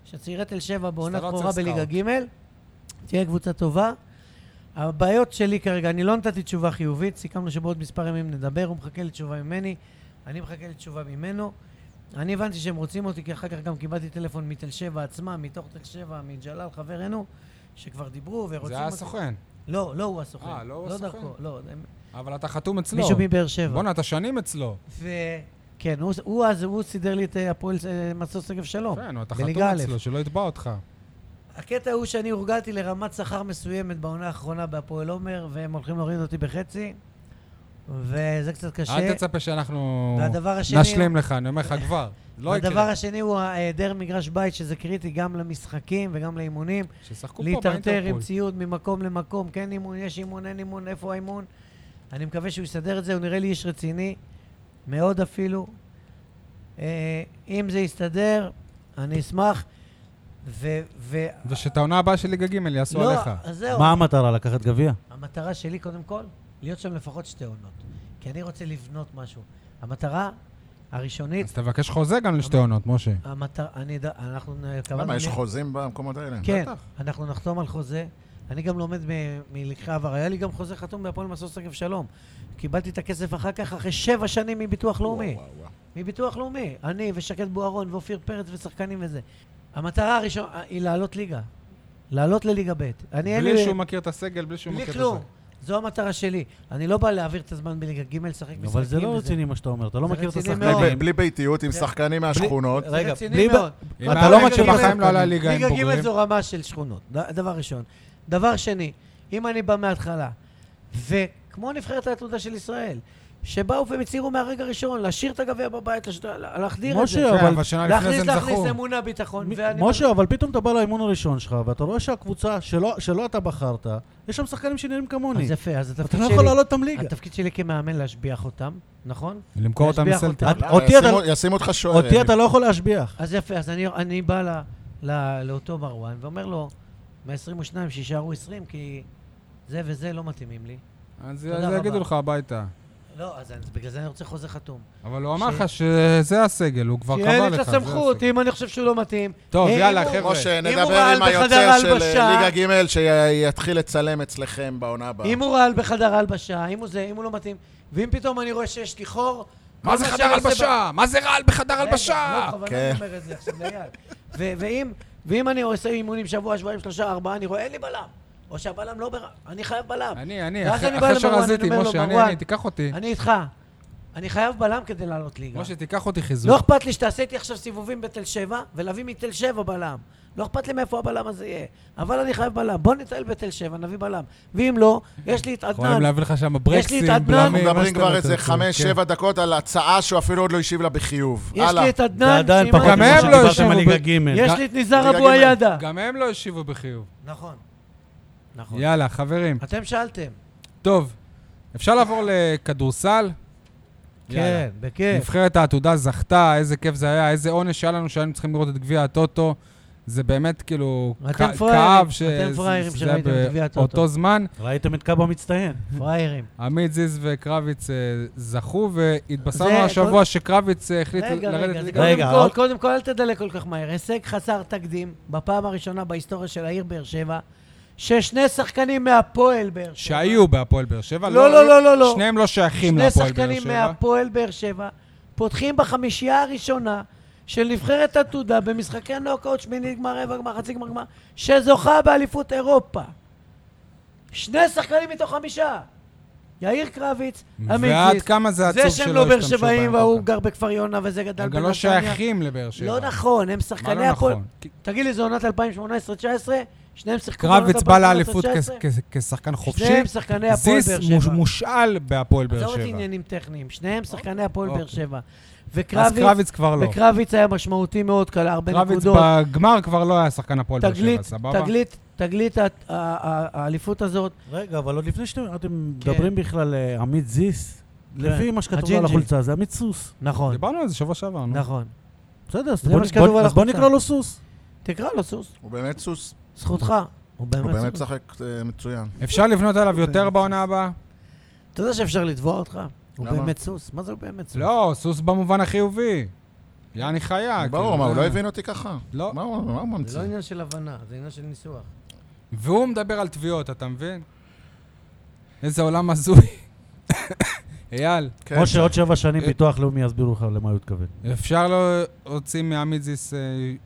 Speaker 3: שצעירי תל שבע בעונה
Speaker 1: סטרציה
Speaker 3: קרובה בליגה
Speaker 1: סקאוט.
Speaker 3: ג' תהיה קבוצה טובה. הבעיות שלי כרגע, אני לא נתתי תשובה חיובית, סיכמנו שבעוד מספר ימים נדבר, הוא מחכה לתשובה ממני, אני מחכה לתשובה ממנו. אני הבנתי שהם רוצים אותי, כי אחר כך גם קיבלתי טלפון מתל שבע עצמה, מתוך תל שבע, מג'לal חברנו, שכבר דיברו ורוצים אותי.
Speaker 1: זה היה הסוכן,
Speaker 3: לא, לא הוא הסוכן.
Speaker 1: אה, לא הוא לא. הסוכן?
Speaker 3: דרכו, לא, הם-
Speaker 1: אבל אתה חתום אצלו.
Speaker 3: מישהו מבאר שבע.
Speaker 1: בואנה, אתה שנים אצלו.
Speaker 3: ו... כן, הוא, הוא אז, הוא סידר לי את אה, הפועל אה, מצוס שגב שלום.
Speaker 1: כן, אתה
Speaker 3: בליגה
Speaker 1: חתום
Speaker 3: א'.
Speaker 1: אצלו, שלא יתבע אותך.
Speaker 3: הקטע הוא שאני הורגלתי לרמת שכר מסוימת בעונה האחרונה בהפועל עומר, והם הולכים להוריד אותי בחצי, וזה קצת קשה.
Speaker 1: אל תצפה שאנחנו
Speaker 3: והדבר השני-
Speaker 1: נשלים לך, אני אומר לך כבר. לא
Speaker 3: הדבר
Speaker 1: יקרה.
Speaker 3: השני הוא היעדר מגרש בית, שזה קריטי גם למשחקים וגם לאימונים.
Speaker 1: שישחקו פה
Speaker 3: להיטרטר עם
Speaker 1: באינטרפול.
Speaker 3: ציוד ממקום למקום, כן אימון, יש אימון, אין אימון, איפה האימון. אני מקווה שהוא יסדר את זה, הוא נראה לי איש רציני, מאוד אפילו. אה, אם זה יסתדר, אני אשמח. ו... ו...
Speaker 1: ושאת העונה הבאה של ליגה ג' יעשו
Speaker 3: לא,
Speaker 1: עליך.
Speaker 3: אז זהו.
Speaker 2: מה המטרה? לקחת גביע?
Speaker 3: המטרה שלי, קודם כל, להיות שם לפחות שתי עונות. כי אני רוצה לבנות משהו. המטרה הראשונית,
Speaker 1: אז תבקש חוזה גם לשתי עונות, משה.
Speaker 3: המטרה, אני... ד- אנחנו...
Speaker 4: למה, יש
Speaker 3: אני-
Speaker 4: חוזים במקומות האלה?
Speaker 3: כן,
Speaker 1: בטח.
Speaker 3: אנחנו נחתום על חוזה. אני גם לומד מ- מלקחי העבר. היה לי גם חוזה חתום בהפועל מסוס שגב שלום. קיבלתי את הכסף אחר כך, אחרי שבע שנים מביטוח לאומי.
Speaker 4: וואו, וואו, וואו.
Speaker 3: מביטוח לאומי. אני ושקד בוארון ואופיר פרץ ושחקנים וזה. המטרה הראשונה היא לעלות ליגה. לעלות לליגה ב'. אני אין לי...
Speaker 1: בלי שהוא מכיר את הסגל, בלי שהוא
Speaker 3: בלי
Speaker 1: מכיר את
Speaker 3: כלום.
Speaker 1: הסגל.
Speaker 3: זו המטרה שלי. אני לא בא להעביר את הזמן בליגה ג', לשחק משחקים.
Speaker 2: אבל זה לא
Speaker 3: וזה.
Speaker 2: רציני מה שאתה אומר, אתה לא
Speaker 3: זה
Speaker 2: מכיר את
Speaker 3: רציני
Speaker 2: השחקנים.
Speaker 4: בלי-
Speaker 3: מאוד.
Speaker 4: בלי ביתיות, עם שחקנים מהשכונות.
Speaker 3: זה
Speaker 2: רגע,
Speaker 3: רציני
Speaker 2: בלי ב-
Speaker 3: מאוד.
Speaker 2: אתה
Speaker 1: אם
Speaker 2: לא
Speaker 1: היה
Speaker 2: מכיר
Speaker 1: ליגה
Speaker 2: בחיים
Speaker 1: ג', לא עלה ליגה עם
Speaker 3: ליגה ג'
Speaker 1: בוגרים.
Speaker 3: זו רמה של שכונות, ד- דבר ראשון. דבר שני, אם אני בא מההתחלה, וכמו נבחרת העתודה של ישראל, שבאו והם הצהירו מהרגע הראשון, להשאיר את הגביע בבית, לשת- לה- להחדיר את
Speaker 2: משה,
Speaker 3: זה.
Speaker 1: כן,
Speaker 2: אבל-
Speaker 1: אבל שנה לפני זה
Speaker 3: להכניס,
Speaker 1: הם זכו.
Speaker 3: להכניס אמונה, ביטחון.
Speaker 2: מ-
Speaker 3: ואני-
Speaker 2: משה, אבל פתאום אתה בא לאימון הראשון שלך, ואתה רואה שהקבוצה שלא שלא אתה בחרת, יש שם שחקנים שנראים כמוני.
Speaker 3: אז יפה, אז התפקיד
Speaker 2: אתה
Speaker 3: שלי...
Speaker 2: לא יכול לעלות אותם ליגה.
Speaker 3: התפקיד שלי כמאמן להשביח אותם, נכון?
Speaker 1: למכור אותם
Speaker 3: להשביח
Speaker 1: לסלטה.
Speaker 2: אותם.
Speaker 4: למה?
Speaker 2: אותי
Speaker 4: ישימו-
Speaker 2: אתה- לא-
Speaker 4: ישימו אותך שוער.
Speaker 2: אותי אתה לא יכול להשביח.
Speaker 3: אז יפה, אז אני, אני בא ל, ל, לאותו מרואן ואומר לו, מה-22 שיישארו 20, כי זה וזה לא מתאימים לי.
Speaker 1: אז
Speaker 3: תודה
Speaker 1: אז יגידו
Speaker 3: רבה.
Speaker 1: לך הביתה.
Speaker 3: לא, אז אני, בגלל זה אני רוצה חוזה חתום.
Speaker 1: אבל הוא אמר
Speaker 3: ש-
Speaker 1: לך שזה הסגל, הוא כבר קבע לך.
Speaker 3: שיהיה לי את
Speaker 1: זה
Speaker 3: הסמכות,
Speaker 1: הסגל.
Speaker 3: אם אני חושב שהוא לא מתאים.
Speaker 1: טוב,
Speaker 3: אה, אם
Speaker 1: יאללה,
Speaker 3: הוא-
Speaker 1: חבר'ה.
Speaker 4: משה,
Speaker 3: אם הוא
Speaker 4: נדבר
Speaker 3: רעל
Speaker 4: עם
Speaker 3: בחדר
Speaker 4: היוצר של
Speaker 3: הלבשה-
Speaker 4: אה, ליגה ג' שיתחיל לצלם אצלכם בעונה הבאה.
Speaker 3: אם הוא רעל בחדר הלבשה, אם הוא זה, אם הוא לא מתאים. ואם פתאום אני רואה שיש לי חור...
Speaker 1: מה זה
Speaker 3: כל
Speaker 1: חדר
Speaker 3: שאני עושה ב-
Speaker 1: הלבשה? מה זה רעל בחדר
Speaker 3: רגע,
Speaker 1: הלבשה?
Speaker 3: לא, בכוונה
Speaker 4: כן.
Speaker 3: אני אומר את זה עכשיו ליד. ו- ואם- ואם אני עושה אימונים שבוע, שבועיים, שלושה, ארבעה, אני רואה, אין לי בלם. או שהבלם לא... בר- אני חייב בלם.
Speaker 1: אני, אני,
Speaker 3: ואז
Speaker 1: אחרי-
Speaker 3: אני בא
Speaker 1: אחרי
Speaker 3: למרואן,
Speaker 1: שרזיתי,
Speaker 3: אני אומר לו,
Speaker 1: משה, אני,
Speaker 3: מרואן,
Speaker 1: אני, תיקח אותי.
Speaker 3: אני איתך. אני חייב בלם כדי לעלות ליגה.
Speaker 1: משה, תיקח אותי
Speaker 3: לא
Speaker 1: חיזוק.
Speaker 3: אכפת לי שתעשה איתי עכשיו סיבובים בתל שבע, ולהביא מתל שבע בלם. לא אכפת לי מאיפה הבלם הזה יהיה. אבל אני חייב בלם. בוא נטייל בתל שבע, נביא בלם. ואם לא, יש לי את
Speaker 1: יכולים
Speaker 3: עדנן.
Speaker 1: להביא לך שם ברקסים,
Speaker 3: את עדנן.
Speaker 1: בלמים,
Speaker 4: אנחנו
Speaker 1: מה
Speaker 4: מדברים
Speaker 1: שאתה
Speaker 4: כבר
Speaker 1: רוצה,
Speaker 4: איזה
Speaker 1: כן.
Speaker 4: חמש, שבע דקות על הצעה שהוא אפילו עוד לא השיב לה בחיוב.
Speaker 3: יש
Speaker 4: הלאה.
Speaker 3: לי את עדנן.
Speaker 2: זה עדיין
Speaker 3: שאם
Speaker 2: פחות
Speaker 3: לא, אני-
Speaker 1: גם
Speaker 2: ממה
Speaker 1: הם לא
Speaker 2: שדיברתם על
Speaker 1: ישבו
Speaker 2: ליגה
Speaker 1: ב-
Speaker 2: ג'.
Speaker 3: יש
Speaker 1: גם-
Speaker 3: לי את ניזאר
Speaker 4: ליגה
Speaker 3: אבו
Speaker 4: ג'.
Speaker 3: עיאדה.
Speaker 1: גם הם לא השיבו בחיוב.
Speaker 3: נכון. נכון.
Speaker 1: יאללה, חברים.
Speaker 3: אתם שאלתם.
Speaker 1: טוב, אפשר לעבור לכדורסל? יאללה.
Speaker 3: כן, בכיף.
Speaker 1: נבחרת העתודה זכתה, איזה כיף זה היה, איזה עונש היה לנו שהיינו צריכים לראות את גביע הטוטו. זה באמת כאילו
Speaker 3: אתם
Speaker 1: כ-
Speaker 3: פראיירים,
Speaker 1: כאב
Speaker 3: אתם
Speaker 1: שזה-
Speaker 3: פראיירים
Speaker 1: זה
Speaker 3: שראיתם
Speaker 1: היה
Speaker 3: את גביע הטוטו.
Speaker 1: באותו זמן.
Speaker 2: ראיתם את קאבה מצטיין.
Speaker 3: פראיירים.
Speaker 1: עמית זיז וקרביץ אה, זכו, והתבשרנו
Speaker 3: זה-
Speaker 1: השבוע שקרביץ אה, החליט
Speaker 3: רגע,
Speaker 1: לרדת
Speaker 3: רגע, זה
Speaker 1: לליגה.
Speaker 2: רגע,
Speaker 3: קודם כל,
Speaker 2: עוד-
Speaker 3: קודם כל אל תדלק כל כך מהר. הישג חסר תקדים, בפעם הראשונה בהיסטוריה של העיר באר שבע, ששני שחקנים מהפועל באר שבע,
Speaker 1: שהיו בהפועל באר שבע.
Speaker 3: לא, לא, לא, לא, לא.
Speaker 1: שניהם לא שייכים
Speaker 3: שני
Speaker 1: להפועל באר
Speaker 3: שחקנים
Speaker 1: שבע.
Speaker 3: מהפועל באר שבע, פותחים בחמישייה הראשונה של נבחרת עתודה במשחקי נוקאוט, שמינית גמר, רבע גמר, חצי גמר, גמר, שזוכה באליפות אירופה. שני שחקנים מתוך חמישה. יאיר קרביץ, עמית
Speaker 1: ועד
Speaker 3: זיס.
Speaker 1: כמה זה עצוב
Speaker 3: זה
Speaker 1: שלא
Speaker 3: שהם לא באר
Speaker 1: השתמשו בהם
Speaker 3: שבעים וההוא
Speaker 1: כל
Speaker 3: גר בכפר יונה וזה גדל
Speaker 1: הם
Speaker 3: בנתניה.
Speaker 1: גם לא שייכים לבאר שבע.
Speaker 3: לא נכון, הם
Speaker 1: מה
Speaker 3: שחקני
Speaker 1: לא
Speaker 3: הפועל.
Speaker 1: נכון? כי
Speaker 3: תגיד לי, זו עונת 2018-2019? שניהם שיחקו בעונת 2018-2019?
Speaker 1: קרביץ בא לאליפות כ- כ- כשחקן חופשי.
Speaker 3: שניהם שחקני הפועל באר
Speaker 1: זיס
Speaker 3: שבע.
Speaker 1: מוש- מושאל בהפועל באר
Speaker 3: עזוב את
Speaker 1: שבע.
Speaker 3: עניינים טכניים, שניהם שחקני הפועל באר
Speaker 1: אוקיי.
Speaker 3: שבע.
Speaker 1: אז
Speaker 3: וקרביץ,
Speaker 1: קרביץ כבר לא.
Speaker 3: וקרביץ היה משמעותי מאוד, כלל הרבה
Speaker 1: קרביץ
Speaker 3: נקודות.
Speaker 1: בגמר כבר לא היה שחקן הפועל באר שבע,
Speaker 3: תגלית,
Speaker 1: סבבה?
Speaker 3: תגלית, תגלית ה- ה- ה- האליפות הזאת.
Speaker 2: רגע, אבל עוד לפני שאתם אתם
Speaker 3: כן.
Speaker 2: מדברים בכלל אה, עמית זיס, לפי מה שכתוב על
Speaker 3: הג'ינג'י.
Speaker 2: החולצה זה עמית סוס.
Speaker 3: נכון,
Speaker 1: דיברנו על זה שבוע שעבר, נו.
Speaker 3: נכון.
Speaker 2: בסדר, אז
Speaker 3: זה
Speaker 2: בוא
Speaker 3: מה
Speaker 2: נ-
Speaker 3: שכתוב
Speaker 2: בוא-
Speaker 3: על
Speaker 2: אז בוא
Speaker 3: החולצה.
Speaker 2: נקרא לו סוס.
Speaker 3: תקרא לו סוס,
Speaker 4: הוא באמת סוס.
Speaker 3: זכותך. הוא
Speaker 4: הוא באמת
Speaker 3: באמת סוס.
Speaker 4: משחק אה, מצוין.
Speaker 1: אפשר לבנות עליו
Speaker 3: כן.
Speaker 1: יותר בעונה הבאה?
Speaker 3: אתה יודע שאפשר לתבוע אותך? הוא
Speaker 4: למה?
Speaker 3: באמת סוס. מה זה הוא באמת סוס?
Speaker 1: לא, סוס במובן החיובי. יעני
Speaker 3: אה,
Speaker 1: חיה.
Speaker 4: ברור,
Speaker 1: כאילו,
Speaker 4: מה, הוא
Speaker 1: זה-
Speaker 4: לא הבין אותי ככה?
Speaker 1: לא.
Speaker 4: מה הוא מה הוא
Speaker 3: זה
Speaker 4: ממציא?
Speaker 3: לא עניין של הבנה, זה עניין של ניסוח.
Speaker 1: והוא מדבר על תביעות, אתה מבין? איזה עולם הזוי. [coughs] אייל,
Speaker 4: כן.
Speaker 2: משה, עוד שבע שנים
Speaker 1: אה.
Speaker 2: ביטוח לאומי יסבירו לך למה הוא התכוון.
Speaker 1: אפשר לא להוציא מעמידזיס אה,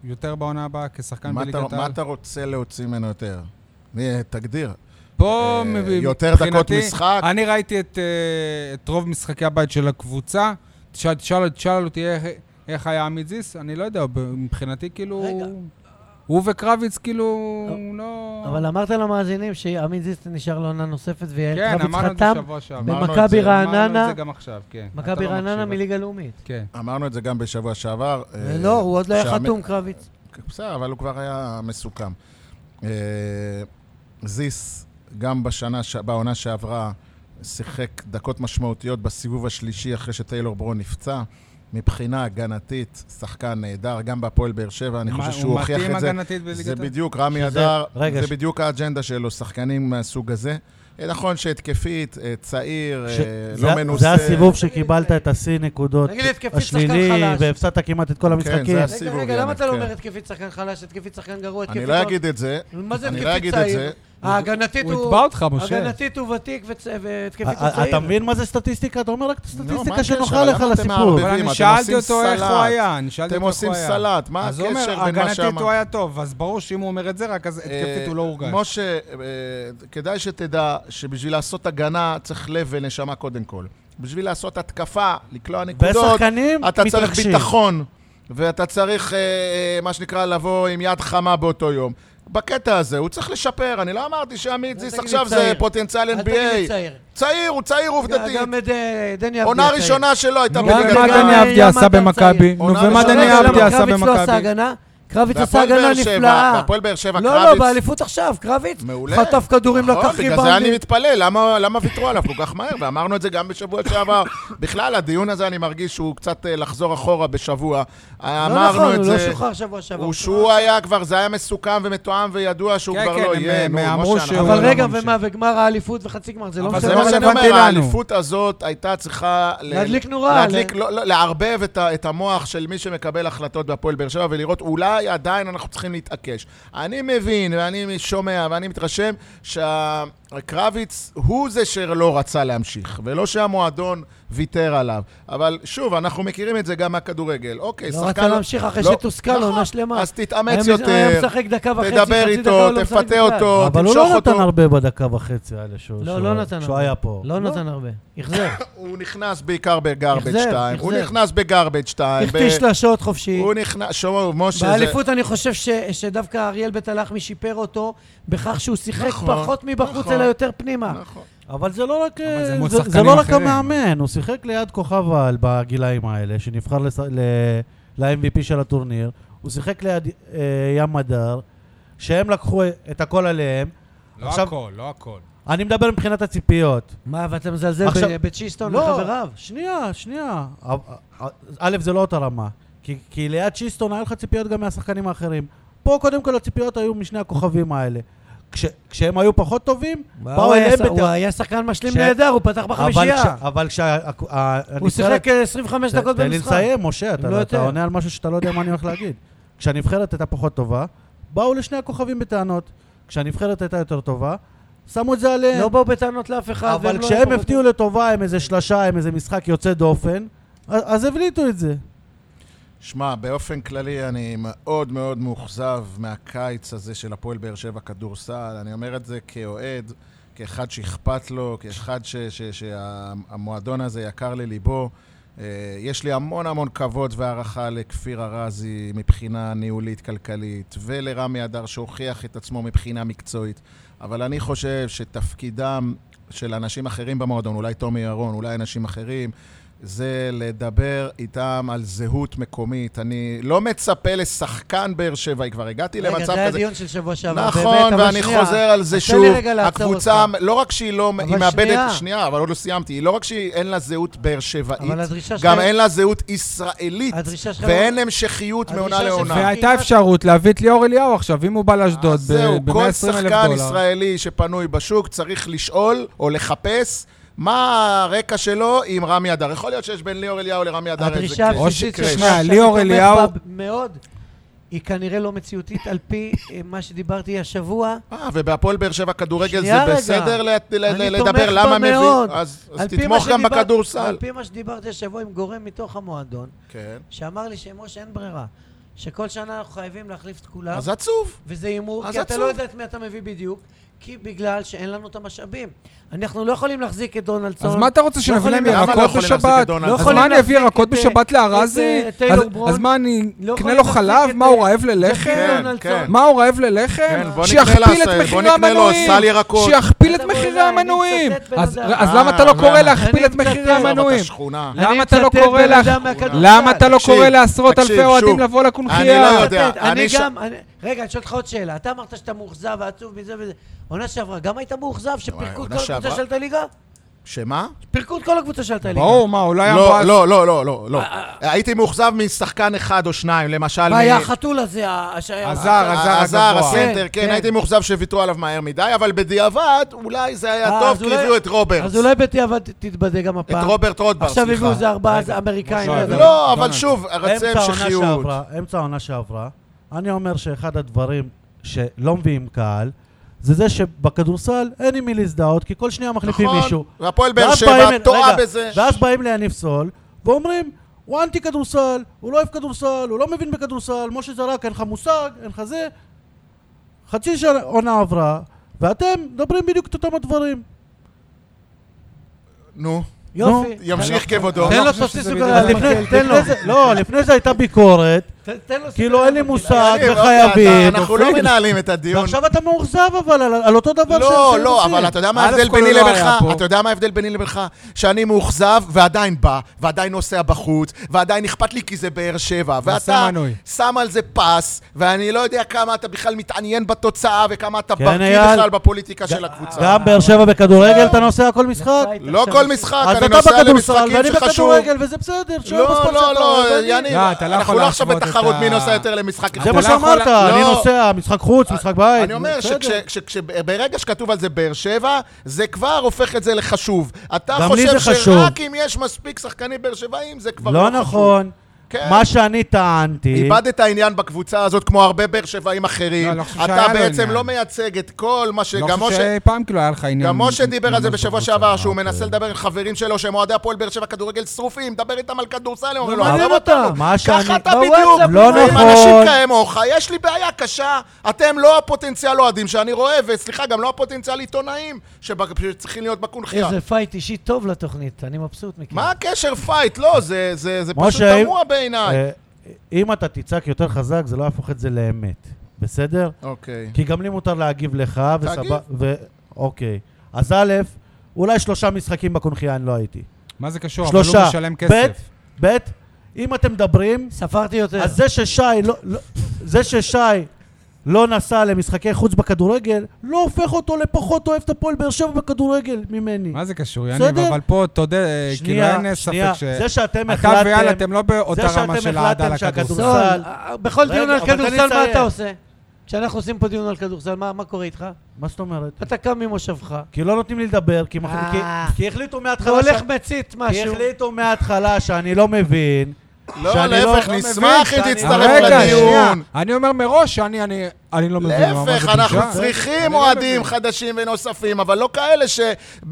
Speaker 1: יותר בעונה הבאה כשחקן
Speaker 4: מה אתה-
Speaker 1: בליגת
Speaker 4: מה
Speaker 1: העל?
Speaker 4: אתה רוצה להוציא ממנו יותר? מי- תגדיר.
Speaker 1: פה
Speaker 4: אה,
Speaker 1: מביא-
Speaker 4: יותר דקות
Speaker 1: מבחינתי,
Speaker 4: משחק?
Speaker 1: אני ראיתי את, אה, את רוב משחקי הבית של הקבוצה. תשאל, תשאל, תשאל אותי איך, איך היה עמידזיס, אני לא יודע, ב- מבחינתי כאילו...
Speaker 3: רגע.
Speaker 1: הוא וקרביץ כאילו...
Speaker 3: אבל-
Speaker 1: לא...
Speaker 3: אבל אמרת למאזינים שעמית זיסט נשאר לעונה נוספת, ויעל
Speaker 1: כן,
Speaker 3: קרביץ
Speaker 1: אמרנו את זה
Speaker 3: חתם,
Speaker 1: שבוע שעבר.
Speaker 4: אמרנו את
Speaker 3: במכבי
Speaker 4: זה,
Speaker 1: אמרנו את
Speaker 3: רעננה,
Speaker 1: זה גם עכשיו, כן. אתה
Speaker 3: מכבי
Speaker 1: לא
Speaker 3: רעננה
Speaker 1: מקשיב,
Speaker 3: מליגה לאומית.
Speaker 1: כן.
Speaker 4: אמרנו את זה גם בשבוע שעבר. אה,
Speaker 3: לא, הוא עוד לא היה
Speaker 4: שהמ-
Speaker 3: חתום, קרביץ.
Speaker 4: בסדר, אבל הוא כבר היה מסוכם. אה, זיס, גם בשנה, ש- בעונה שעברה, שיחק דקות משמעותיות בסיבוב השלישי אחרי שטיילור ברון נפצע. מבחינה הגנתית, שחקן נהדר, גם בהפועל באר שבע, אני
Speaker 1: מה-
Speaker 4: חושב שהוא הוכיח
Speaker 1: הוא
Speaker 4: את
Speaker 1: מתאים
Speaker 4: זה.
Speaker 1: הגנתית בליגת
Speaker 4: זה
Speaker 1: העל?
Speaker 4: בדיוק, רמי
Speaker 2: שזה-
Speaker 4: אדר,
Speaker 2: רגע,
Speaker 4: זה
Speaker 2: ש-
Speaker 4: בדיוק האג'נדה שלו, שחקנים מהסוג הזה. אה, נכון שהתקפית, אה, צעיר,
Speaker 2: ש-
Speaker 4: אה, לא
Speaker 2: זה-
Speaker 4: מנוסה.
Speaker 2: זה הסיבוב שקיבלת את השיא נקודות
Speaker 3: נגיד התקפית, שחקן
Speaker 2: השלילי,
Speaker 3: חלש.
Speaker 2: והפסדת כמעט את כל המשחקים.
Speaker 4: כן,
Speaker 2: אה,
Speaker 4: זה
Speaker 3: רגע,
Speaker 4: הסיבוב,
Speaker 3: רגע, למה
Speaker 4: יאללה,
Speaker 3: אתה לא
Speaker 4: כן.
Speaker 3: אומר התקפית שחקן חלש, התקפית שחקן גרוע, התקפית...
Speaker 4: אני לא אגיד את זה.
Speaker 3: מה זה
Speaker 4: אני לא
Speaker 3: התקפית
Speaker 4: אגיד את
Speaker 3: צעיר?
Speaker 4: זה.
Speaker 3: ההגנתית
Speaker 1: הוא
Speaker 3: הוא...
Speaker 1: יתבע אותך, משה.
Speaker 3: הגנתית הוא ותיק וצ- והתקפית הוא
Speaker 2: אה,
Speaker 3: צעיר.
Speaker 2: אתה מבין מה זה סטטיסטיקה? אתה אומר רק את
Speaker 4: נו, לא, מה
Speaker 2: הסטטיסטיקה
Speaker 4: הקשר?
Speaker 2: שנוחה
Speaker 4: למה
Speaker 2: לך
Speaker 4: אתם
Speaker 2: לסיפור.
Speaker 4: מערבבים?
Speaker 1: אבל
Speaker 4: אתם
Speaker 1: אני שאלתי
Speaker 4: עושים
Speaker 1: אותו איך הוא
Speaker 4: סלט.
Speaker 1: היה, אני שאלתי
Speaker 4: אתם
Speaker 1: אותו איך
Speaker 4: עושים
Speaker 1: הוא היה.
Speaker 4: סלט, מה
Speaker 1: אז הוא אומר,
Speaker 4: הקשר בין מה
Speaker 1: הגנתית
Speaker 4: שאמרת?
Speaker 1: הוא היה טוב, אז ברור שאם הוא אומר את זה, רק אז התקפית הוא לא הורגש.
Speaker 4: משה, אה, כדאי שתדע שבשביל לעשות הגנה צריך לב ונשמה קודם כל. בשביל לעשות התקפה, לקלוע נקודות,
Speaker 2: ושחקנים
Speaker 4: אתה צריך
Speaker 2: מתרגשים.
Speaker 4: ביטחון, ואתה צריך, אה, אה, מה שנקרא, לבוא עם יד חמה באותו יום. בקטע הזה, הוא צריך לשפר. אני לא אמרתי שעמית זיס
Speaker 3: תגיד לי
Speaker 4: עכשיו זה
Speaker 3: צעיר.
Speaker 4: פוטנציאל
Speaker 3: אל תגיד לי
Speaker 4: NBA.
Speaker 3: צעיר.
Speaker 4: צעיר, הוא צעיר עובדתית.
Speaker 3: גם את אה, דני אבדיה.
Speaker 4: עונה
Speaker 3: צעיר.
Speaker 4: ראשונה שלו הייתה
Speaker 1: נו,
Speaker 3: בליגת
Speaker 1: ומה
Speaker 3: העל.
Speaker 1: דני
Speaker 4: בליגה.
Speaker 3: גם-
Speaker 1: אבדיה עשה
Speaker 3: גם-
Speaker 1: במכבי? נו,
Speaker 4: עונה
Speaker 1: ומה
Speaker 4: ראשונה,
Speaker 1: דני
Speaker 4: למה
Speaker 1: אבדיה עשה
Speaker 3: קרביץ לא עשה
Speaker 1: במכבי?
Speaker 3: הגנה? קרביץ עשה
Speaker 4: והפועל
Speaker 3: הגנה
Speaker 4: באר שבע-
Speaker 3: נפלאה.
Speaker 4: והפועל באר שבע,
Speaker 3: לא,
Speaker 4: קרביץ.
Speaker 3: לא, באליפות עכשיו, קרביץ.
Speaker 4: מעולה.
Speaker 3: חטף כדורים, לא
Speaker 4: נכון,
Speaker 3: לקח
Speaker 4: בגלל זה אני
Speaker 3: ריבאונדים.
Speaker 4: מתפלא, למה, למה ויתרו עליו כל כך מהר? ואמרנו את זה גם בשבוע שעבר. בכלל, הדיון הזה, אני מרגיש שהוא קצת אה, לחזור אחורה בשבוע.
Speaker 3: לא
Speaker 4: אמרנו
Speaker 3: נכון,
Speaker 4: את
Speaker 3: הוא
Speaker 4: זה.
Speaker 3: לא שוחרר שבוע שעבר.
Speaker 4: הוא שהוא היה כבר, זה היה מסוכם ומתואם וידוע שהוא
Speaker 1: כן,
Speaker 4: כבר
Speaker 1: כן,
Speaker 4: לא
Speaker 1: הם,
Speaker 4: יהיה.
Speaker 1: הם
Speaker 4: נו, משה,
Speaker 1: אמרו
Speaker 4: אנחנו-
Speaker 1: שהוא-
Speaker 3: אבל
Speaker 1: לא
Speaker 3: רגע,
Speaker 1: ממשיך.
Speaker 3: ומה, וגמר האליפות וחצי גמר, זה לא
Speaker 1: אבל
Speaker 4: זה
Speaker 1: זה
Speaker 3: משנה.
Speaker 4: מה שאני
Speaker 1: רלוונטי
Speaker 4: אומר,
Speaker 1: לנו.
Speaker 4: האליפות הזאת הייתה צריכה... ל-
Speaker 3: להדליק נורה,
Speaker 4: להדליק,
Speaker 3: ל-
Speaker 4: לא, לא, לערבב את, ה, את המוח של מי שמקבל החלטות בהפועל באר שבע ולראות אולי עדיין אנחנו צריכים להתעקש. אני מבין ואני שומע ואני מתרשם שהקרביץ הוא זה שלא רצה להמשיך ולא שהמועדון ויתר עליו. אבל שוב, אנחנו מכירים את זה גם מהכדורגל. אוקיי,
Speaker 3: לא
Speaker 4: שחקן...
Speaker 3: רצה להמשיך אחרי
Speaker 4: לא-
Speaker 3: שתוסכל
Speaker 4: נכון,
Speaker 3: עונה שלמה.
Speaker 4: אז תתאמץ
Speaker 3: היה- היה
Speaker 4: יותר,
Speaker 3: משחק דקה וחצי,
Speaker 4: תדבר
Speaker 3: חצי דקה,
Speaker 4: איתו,
Speaker 3: הוא לא משחק
Speaker 4: תפתה
Speaker 3: בכלל.
Speaker 4: אותו,
Speaker 2: אבל הוא
Speaker 4: תמשוך
Speaker 2: לא נתן
Speaker 4: אותו.
Speaker 2: הרבה בדקה וחצי האלה שהוא
Speaker 3: לא,
Speaker 2: שהוא-
Speaker 3: לא נתן
Speaker 2: שהוא
Speaker 3: הרבה.
Speaker 2: היה פה.
Speaker 3: לא נתן הרבה.
Speaker 4: [laughs]
Speaker 3: החזר.
Speaker 4: הוא נכנס בעיקר בגרבג'
Speaker 3: החזר,
Speaker 4: 2. הוא
Speaker 3: החזר.
Speaker 4: נכנס בגרבג' 2. ב-
Speaker 3: החטיא שלשות חופשי.
Speaker 4: הוא נכנס, שומעו, משה, זה-
Speaker 3: באליפות אני חושב ש- שדווקא אריאל בית הלחמי שיפר אותו בכך שהוא שיחק
Speaker 4: נכון,
Speaker 3: פחות מבחוץ
Speaker 4: נכון.
Speaker 3: אלא יותר פנימה.
Speaker 4: נכון.
Speaker 2: אבל זה לא רק...
Speaker 1: אבל זה
Speaker 2: אה,
Speaker 1: מול
Speaker 2: זה- זה
Speaker 1: שחקנים
Speaker 2: לא רק
Speaker 1: אחרים.
Speaker 2: המאמן, הוא שיחק ליד כוכב על בגילאים האלה, שנבחר לס- ל- ל-MVP של הטורניר, הוא שיחק ליד אה, ים הדר, שהם לקחו את הכל עליהם.
Speaker 1: לא
Speaker 2: עכשיו-
Speaker 1: הכל, לא הכל.
Speaker 2: אני מדבר מבחינת הציפיות.
Speaker 3: מה, ואתה מזלזל
Speaker 2: עכשיו- לא.
Speaker 3: ב- בצ'יסטון וחבריו?
Speaker 2: שנייה, שנייה. א- א- א', זה לא אותה רמה. כי, כי ליד שיסטון היה לך ציפיות גם מהשחקנים האחרים. פה קודם כל הציפיות היו משני הכוכבים האלה. כש, כשהם היו פחות טובים,
Speaker 3: מה,
Speaker 2: באו
Speaker 3: הוא היה
Speaker 2: אליהם
Speaker 3: ש- הוא
Speaker 2: בטח.
Speaker 3: היה שחקן משלים
Speaker 2: ש-
Speaker 3: נהדר, הוא פתח
Speaker 2: אבל
Speaker 3: בחמישייה.
Speaker 2: כש- אבל כשה... ה- ה-
Speaker 3: הוא
Speaker 2: הנבחרת-
Speaker 3: שיחק אה, 25 דקות
Speaker 2: תן לי
Speaker 3: במשחק.
Speaker 2: לסיים, משה,
Speaker 3: אם
Speaker 2: אתה,
Speaker 3: לא
Speaker 2: אתה
Speaker 3: יותר.
Speaker 2: עונה על משהו שאתה לא יודע מה אני הולך להגיד. כשהנבחרת הייתה פחות טובה, באו לשני הכוכבים בטענות. כשהנבחרת הייתה יותר טובה, שמו את זה עליהם.
Speaker 3: לא באו בטענות לאף אחד. והם
Speaker 2: אבל
Speaker 3: לא
Speaker 2: כשהם
Speaker 3: היו
Speaker 2: הפתיעו לטובה עם איזה שלשה, עם איזה משחק יוצא דופן, אז- אז הבליטו את זה.
Speaker 4: שמע, באופן כללי אני מאוד מאוד מאוכזב מהקיץ הזה של הפועל באר שבע כדורסל. אני אומר את זה כאוהד, כאחד שאכפת לו, כאחד ש- ש- שהמועדון הזה יקר לליבו. אה, יש לי המון המון כבוד והערכה לכפיר ארזי מבחינה ניהולית-כלכלית, ולרמי אדר שהוכיח את עצמו מבחינה מקצועית. אבל אני חושב שתפקידם של אנשים אחרים במועדון, אולי תומי ירון, אולי אנשים אחרים, זה לדבר איתם על זהות מקומית. אני לא מצפה לשחקן באר שבעי, כבר הגעתי
Speaker 3: רגע,
Speaker 4: למצב
Speaker 3: זה היה
Speaker 4: כזה.
Speaker 3: דיון של שבוע שעבר. באמת,
Speaker 4: נכון,
Speaker 3: אבל
Speaker 4: ואני
Speaker 3: שנייה.
Speaker 4: חוזר על זה
Speaker 3: אז תן
Speaker 4: שוב.
Speaker 3: לי רגע לעצור
Speaker 4: הקבוצה,
Speaker 3: אותך.
Speaker 4: לא רק שהיא לא, היא
Speaker 3: אבל
Speaker 4: מאבדת,
Speaker 3: שנייה.
Speaker 4: שנייה, אבל עוד לא סיימתי, היא לא רק שהיא אין לה זהות באר שבעית,
Speaker 3: אבל הדרישה
Speaker 4: גם
Speaker 3: שלהם-
Speaker 4: אין לה זהות ישראלית,
Speaker 3: הדרישה שלך-
Speaker 4: ואין המשכיות
Speaker 3: הדרישה
Speaker 4: מעונה
Speaker 3: שלך-
Speaker 4: לעונה.
Speaker 1: והייתה אפשרות להביא את ליאור אליהו עכשיו, אם הוא בא לאשדוד
Speaker 4: אז
Speaker 1: ב-120 אלף
Speaker 4: זהו,
Speaker 1: דולר.
Speaker 4: כל שחקן ישראלי שפנוי בשוק צריך לשאול או לחפש מה הרקע שלו עם רמי אדר. יכול להיות שיש בין ליאור אליהו לרמי אדר איזה
Speaker 3: הדרישה
Speaker 4: קרש.
Speaker 1: או
Speaker 3: הבסיסית
Speaker 4: קרש.
Speaker 1: שתשמע,
Speaker 3: שאני
Speaker 1: ליאור
Speaker 3: תומך
Speaker 1: אליהו-
Speaker 3: בה מאוד, היא כנראה לא מציאותית על פי אה, מה שדיברתי השבוע,
Speaker 4: אה, ובהפועל באר שבע כדורגל
Speaker 3: שנייה
Speaker 4: זה
Speaker 3: רגע.
Speaker 4: בסדר ל- ל-
Speaker 3: אני
Speaker 4: ל-
Speaker 3: תומך
Speaker 4: לדבר
Speaker 3: בה
Speaker 4: למה מביא...
Speaker 3: מאוד.
Speaker 4: אז אז
Speaker 3: על פי מה
Speaker 4: תתמוך גם
Speaker 3: שדיבר-
Speaker 4: בכדורסל.
Speaker 3: על פי מה שדיברתי השבוע עם גורם מתוך המועדון,
Speaker 4: כן.
Speaker 3: שאמר לי שמשה אין ברירה, שכל שנה אנחנו חייבים להחליף את כולם,
Speaker 4: אז עצוב.
Speaker 3: וזה הימור,
Speaker 4: אז
Speaker 3: כי אתה
Speaker 4: עצוב.
Speaker 3: לא יודע את מי אתה מביא בדיוק, כי בגלל שאין לנו את המשאבים. אנחנו לא יכולים להחזיק את דונלדסון.
Speaker 1: אז מה אתה רוצה,
Speaker 3: לא יכולים-
Speaker 1: שנביא להם
Speaker 4: למה לא
Speaker 1: ירקות
Speaker 4: יכולים להחזיק את
Speaker 1: בשבת?
Speaker 4: דונלד?
Speaker 3: לא
Speaker 1: אז
Speaker 3: יכולים
Speaker 1: מה אני אביא
Speaker 3: להחזיק
Speaker 1: ירקות
Speaker 3: את-
Speaker 1: בשבת
Speaker 3: את,
Speaker 1: לארזי?
Speaker 3: אה, טיילור
Speaker 1: אז-
Speaker 3: ברון.
Speaker 1: אז מה, אני
Speaker 3: לא
Speaker 1: אקנה
Speaker 3: יכולים
Speaker 1: לו
Speaker 3: להחזיק
Speaker 1: חלב?
Speaker 3: את,
Speaker 1: מה, הוא
Speaker 3: אה,
Speaker 1: רעב ללחם?
Speaker 4: כן,
Speaker 3: דונלדסון.
Speaker 4: כן.
Speaker 1: מה, הוא רעב ללחם?
Speaker 4: כן, בוא נקנה
Speaker 1: שיכפיל את
Speaker 4: לעשרה, בוא
Speaker 1: מחירי
Speaker 4: נקנה לו
Speaker 1: המנויים!
Speaker 4: סל ירקות.
Speaker 1: שיכפיל את
Speaker 3: אתה
Speaker 1: מחירי
Speaker 3: בוודאי, אני
Speaker 1: המנויים!
Speaker 3: מצטט בן
Speaker 1: אז
Speaker 3: אדם.
Speaker 1: אז למה אתה לא
Speaker 4: אה,
Speaker 1: קורא
Speaker 4: אני
Speaker 1: להכפיל את
Speaker 3: מצטט.
Speaker 1: מחירי
Speaker 3: עזוב, אתה
Speaker 4: עזוב,
Speaker 1: המנויים?
Speaker 4: אתה שכונה.
Speaker 3: אני
Speaker 1: למה אתה לא
Speaker 3: מצטט
Speaker 1: קורא
Speaker 3: בן
Speaker 1: לך?
Speaker 3: אדם מהכדורסל.
Speaker 1: למה אתה לא
Speaker 4: תקשיב,
Speaker 1: קורא לעשרות אלפי
Speaker 4: תקשיב,
Speaker 1: אוהדים
Speaker 4: שוב.
Speaker 1: לבוא
Speaker 4: אני
Speaker 1: לקונכייה?
Speaker 4: לא יודע,
Speaker 3: מצטט, אני
Speaker 4: אני ש-
Speaker 3: גם, אני- רגע, אני שואל אותך עוד שאלה. אתה אמרת שאתה מאוכזב ועצוב מזה וזה. עונה שעברה, גם היית מאוכזב שפירקו
Speaker 4: עונה
Speaker 3: את כל הקבוצה
Speaker 4: שעברה?
Speaker 3: של הליגה?
Speaker 4: שמה?
Speaker 3: פירקו את כל הקבוצה של הליגה.
Speaker 1: ברור, מה, אולי
Speaker 4: לא,
Speaker 1: הבעל...
Speaker 4: לא, לא, לא, לא, לא. הייתי מאוכזב משחקן אחד או שניים, למשל...
Speaker 3: מה
Speaker 4: מ- אה,
Speaker 3: היה החתול הזה? ה- שה-
Speaker 1: עזר, עזר
Speaker 4: הזר,
Speaker 1: הגבוה.
Speaker 4: הסנטר,
Speaker 3: כן.
Speaker 4: כן, הייתי מאוכזב שוויתרו עליו מהר מדי, אבל בדיעבד, אולי זה היה
Speaker 3: אה,
Speaker 4: טוב,
Speaker 3: אז
Speaker 4: כי
Speaker 3: אולי-
Speaker 4: הביאו את רוברטס.
Speaker 3: אז אולי בדיעבד תתבדה גם
Speaker 4: את
Speaker 3: הפעם.
Speaker 4: רוברט רוטבר,
Speaker 3: עכשיו
Speaker 4: סליחה.
Speaker 3: הביאו איזה ארבעה אמריקאים.
Speaker 1: משה,
Speaker 3: לא יודע.
Speaker 4: לא, אבל
Speaker 1: דונלד.
Speaker 4: שוב, רצה
Speaker 2: אמצע העונה
Speaker 4: המשכיות.
Speaker 2: שעברה- אמצע העונה שעברה, אני אומר שאחד הדברים שלא מביאים קהל, זה זה שבכדורסל אין עם מי להזדהות, כי כל שנייה מחליפים מישהו.
Speaker 4: נכון, והפועל באר
Speaker 2: ואז
Speaker 4: שבע
Speaker 2: באים-
Speaker 4: טועה
Speaker 2: רגע,
Speaker 4: בזה.
Speaker 2: ואז באים ליניב סול, ואומרים, הוא אנטי כדורסל, הוא לא אוהב כדורסל, הוא לא מבין בכדורסל, משה זרק, אין לך מושג, אין לך זה. חצי שנה עונה עברה, ואתם מדברים בדיוק את אותם הדברים.
Speaker 4: נו,
Speaker 3: יופי.
Speaker 4: ימשיך
Speaker 2: לא,
Speaker 4: כבודו.
Speaker 3: תן לו
Speaker 1: חושב
Speaker 3: תוסיס
Speaker 1: שזה
Speaker 3: סוכריה,
Speaker 1: בדיוק-
Speaker 3: לפני- תן לו.
Speaker 2: לפני זה- לא, לפני זה הייתה ביקורת,
Speaker 3: תן- תן לו
Speaker 2: כאילו אין לי
Speaker 3: סוכריה.
Speaker 2: מושג
Speaker 4: תקשיב,
Speaker 2: וחייבים.
Speaker 4: אתה- לא אנחנו לא
Speaker 2: אופיר.
Speaker 4: מנהלים את הדיון.
Speaker 2: ועכשיו אתה מאוכזב אבל על, על אותו דבר שהם
Speaker 4: לא,
Speaker 2: שהם
Speaker 4: לא,
Speaker 2: עושים.
Speaker 4: אבל אתה יודע מה
Speaker 1: א'
Speaker 4: ההבדל
Speaker 1: כל
Speaker 4: ביני
Speaker 1: הוא לא היה
Speaker 4: לבינך?
Speaker 1: פה.
Speaker 4: אתה יודע מה ההבדל ביני לבינך? שאני מאוכזב ועדיין בא, ועדיין נוסע בחוץ, ועדיין אכפת לי כי זה באר שבע. ואתה
Speaker 1: מנוי.
Speaker 4: שם על זה פס, ואני לא יודע כמה אתה בכלל מתעניין בתוצאה, וכמה אתה
Speaker 2: כן,
Speaker 4: בקיא
Speaker 2: אייל.
Speaker 4: בכלל בפוליטיקה של הקבוצה.
Speaker 2: גם באר שבע בכדורגל אתה נוסע כל משחק?
Speaker 3: נפלת
Speaker 4: לא
Speaker 3: עכשיו.
Speaker 4: כל משחק,
Speaker 2: אז
Speaker 4: אני
Speaker 2: אתה
Speaker 4: נוסע
Speaker 2: בכדורסל
Speaker 4: למשחקים
Speaker 2: ואני
Speaker 4: שחשוב.
Speaker 2: בכדורגל וזה בסדר, שאוהב
Speaker 4: לא,
Speaker 2: בספורט
Speaker 4: לא,
Speaker 2: שאתה
Speaker 4: לא,
Speaker 2: אוהב, ואני-
Speaker 4: יניב,
Speaker 1: לא, אתה לא
Speaker 4: אנחנו
Speaker 1: יכול
Speaker 4: לא עכשיו
Speaker 1: להשוות את
Speaker 4: בתחרות
Speaker 1: ה-
Speaker 4: מי נוסע יותר למשחק אחד.
Speaker 2: זה
Speaker 1: אתה
Speaker 2: מה
Speaker 1: לא יכול-
Speaker 2: שאמרת, אני
Speaker 4: לא.
Speaker 2: נוסע, משחק חוץ, משחק בית.
Speaker 4: אני אומר
Speaker 2: בסדר.
Speaker 4: שברגע שכתוב על זה באר שבע, זה כבר הופך את זה לחשוב. אתה
Speaker 2: גם לי
Speaker 4: חושב
Speaker 2: זה חשוב.
Speaker 4: שרק אם יש מספיק שחקנים באר שבעים, זה כבר
Speaker 2: לא
Speaker 4: לא חשוב.
Speaker 2: נכון.
Speaker 4: כן.
Speaker 2: מה שאני טענתי,
Speaker 4: איבדת עניין בקבוצה הזאת, כמו הרבה באר שבעים אחרים.
Speaker 1: לא, לא חושב שהיה
Speaker 4: אתה
Speaker 1: לו
Speaker 4: בעצם
Speaker 1: עניין.
Speaker 4: לא מייצג את כל מה ש...
Speaker 1: לא
Speaker 4: גם
Speaker 1: חושב
Speaker 4: משה-
Speaker 1: שאי פעם כאילו היה לך עניין.
Speaker 4: גם משה דיבר על זה
Speaker 1: ממש
Speaker 4: בשבוע
Speaker 1: בקבוצה.
Speaker 4: שעבר, שהוא
Speaker 1: אוקיי.
Speaker 4: מנסה לדבר עם חברים שלו, שהם אוהדי הפועל באר שבע כדורגל שרופים, דבר איתם על כדורסל, הם אומרים לו,
Speaker 2: לא מעניין
Speaker 4: עזוב
Speaker 2: אותם."
Speaker 4: אותנו.
Speaker 2: מה שאני-
Speaker 4: ככה אתה בדיוק,
Speaker 2: בוואטסאפ, לא
Speaker 4: ועם
Speaker 2: נכון.
Speaker 4: אנשים כמוך, יש לי בעיה קשה, אתם לא הפוטנציאל אוהדים שאני רואה, וסליחה, גם לא הפוטנציאל עיתונאים שבק- שצריכים להיות בקונחייה.
Speaker 3: איזה פייט אישי טוב לתוכנית, אני מבסוט מכם.
Speaker 4: מה הקשר פייט? לא, זה- זה זה פשוט
Speaker 2: משה,
Speaker 4: תמוה בעיניי.
Speaker 2: אה, אם אתה תצעק יותר חזק, זה לא יהפוך את זה לאמת, בסדר?
Speaker 4: אוקיי.
Speaker 2: כי גם לי מותר להגיב לך,
Speaker 4: תגיב.
Speaker 2: וסבבה, ו... אוקיי. אז א', אולי שלושה משחקים בקונחייה אני לא הייתי.
Speaker 1: מה זה קשור? אבל הוא
Speaker 2: שלושה.
Speaker 1: משלם
Speaker 2: ב',
Speaker 1: כסף.
Speaker 2: ב', אם אתם מדברים,
Speaker 3: ספרתי יותר.
Speaker 2: אז זה ששי לא... לא- זה ששי לא נסע למשחקי חוץ בכדורגל, לא הופך אותו לפחות אוהב את הפועל באר שבע בכדורגל ממני.
Speaker 1: מה זה קשור,
Speaker 2: בסדר.
Speaker 1: יניב? אבל פה, תודה, כאילו אין ספק
Speaker 2: שנייה,
Speaker 1: ש...
Speaker 2: זה שאתם
Speaker 1: אתה ויאל,
Speaker 2: החלטתם...
Speaker 1: אתם לא באותה
Speaker 2: זה
Speaker 1: רמה
Speaker 2: שאתם
Speaker 1: של אהדה
Speaker 2: החלטתם
Speaker 1: לכדורסל.
Speaker 2: שהכדורסל-
Speaker 3: סול,
Speaker 2: כדורסל.
Speaker 3: אה, בכל
Speaker 2: רגע,
Speaker 3: דיון על
Speaker 2: אבל תן לי
Speaker 3: כדורסל, מה
Speaker 2: לסיים.
Speaker 3: אתה עושה? כשאנחנו עושים פה דיון על כדורסל, מה מה קורה איתך?
Speaker 2: מה זאת אומרת?
Speaker 3: אתה קם ממושבך,
Speaker 2: כי לא נותנים לי לדבר, כי מח-
Speaker 3: אה.
Speaker 2: כי- כי החליטו
Speaker 3: אתה
Speaker 2: מההתחלה...
Speaker 3: הולך
Speaker 2: ש-
Speaker 3: מצית
Speaker 2: כי
Speaker 3: משהו.
Speaker 2: החליטו מההתחלה שאני לא מבין,
Speaker 4: לא,
Speaker 2: שאני
Speaker 4: להפך,
Speaker 2: לא- לא
Speaker 4: נשמח
Speaker 2: מבין,
Speaker 4: אם
Speaker 2: שאני-
Speaker 4: תצטרף
Speaker 2: רגע,
Speaker 4: לדיון.
Speaker 1: אני אומר מראש שאני אני- אני לא
Speaker 2: כאילו,
Speaker 1: מבין. הוא אמר,
Speaker 4: להפך,
Speaker 1: "זה
Speaker 4: אנחנו
Speaker 1: בושה?"
Speaker 4: צריכים
Speaker 1: אני לא
Speaker 4: אוהדים
Speaker 1: מבין.
Speaker 4: חדשים ונוספים, אבל לא כאלה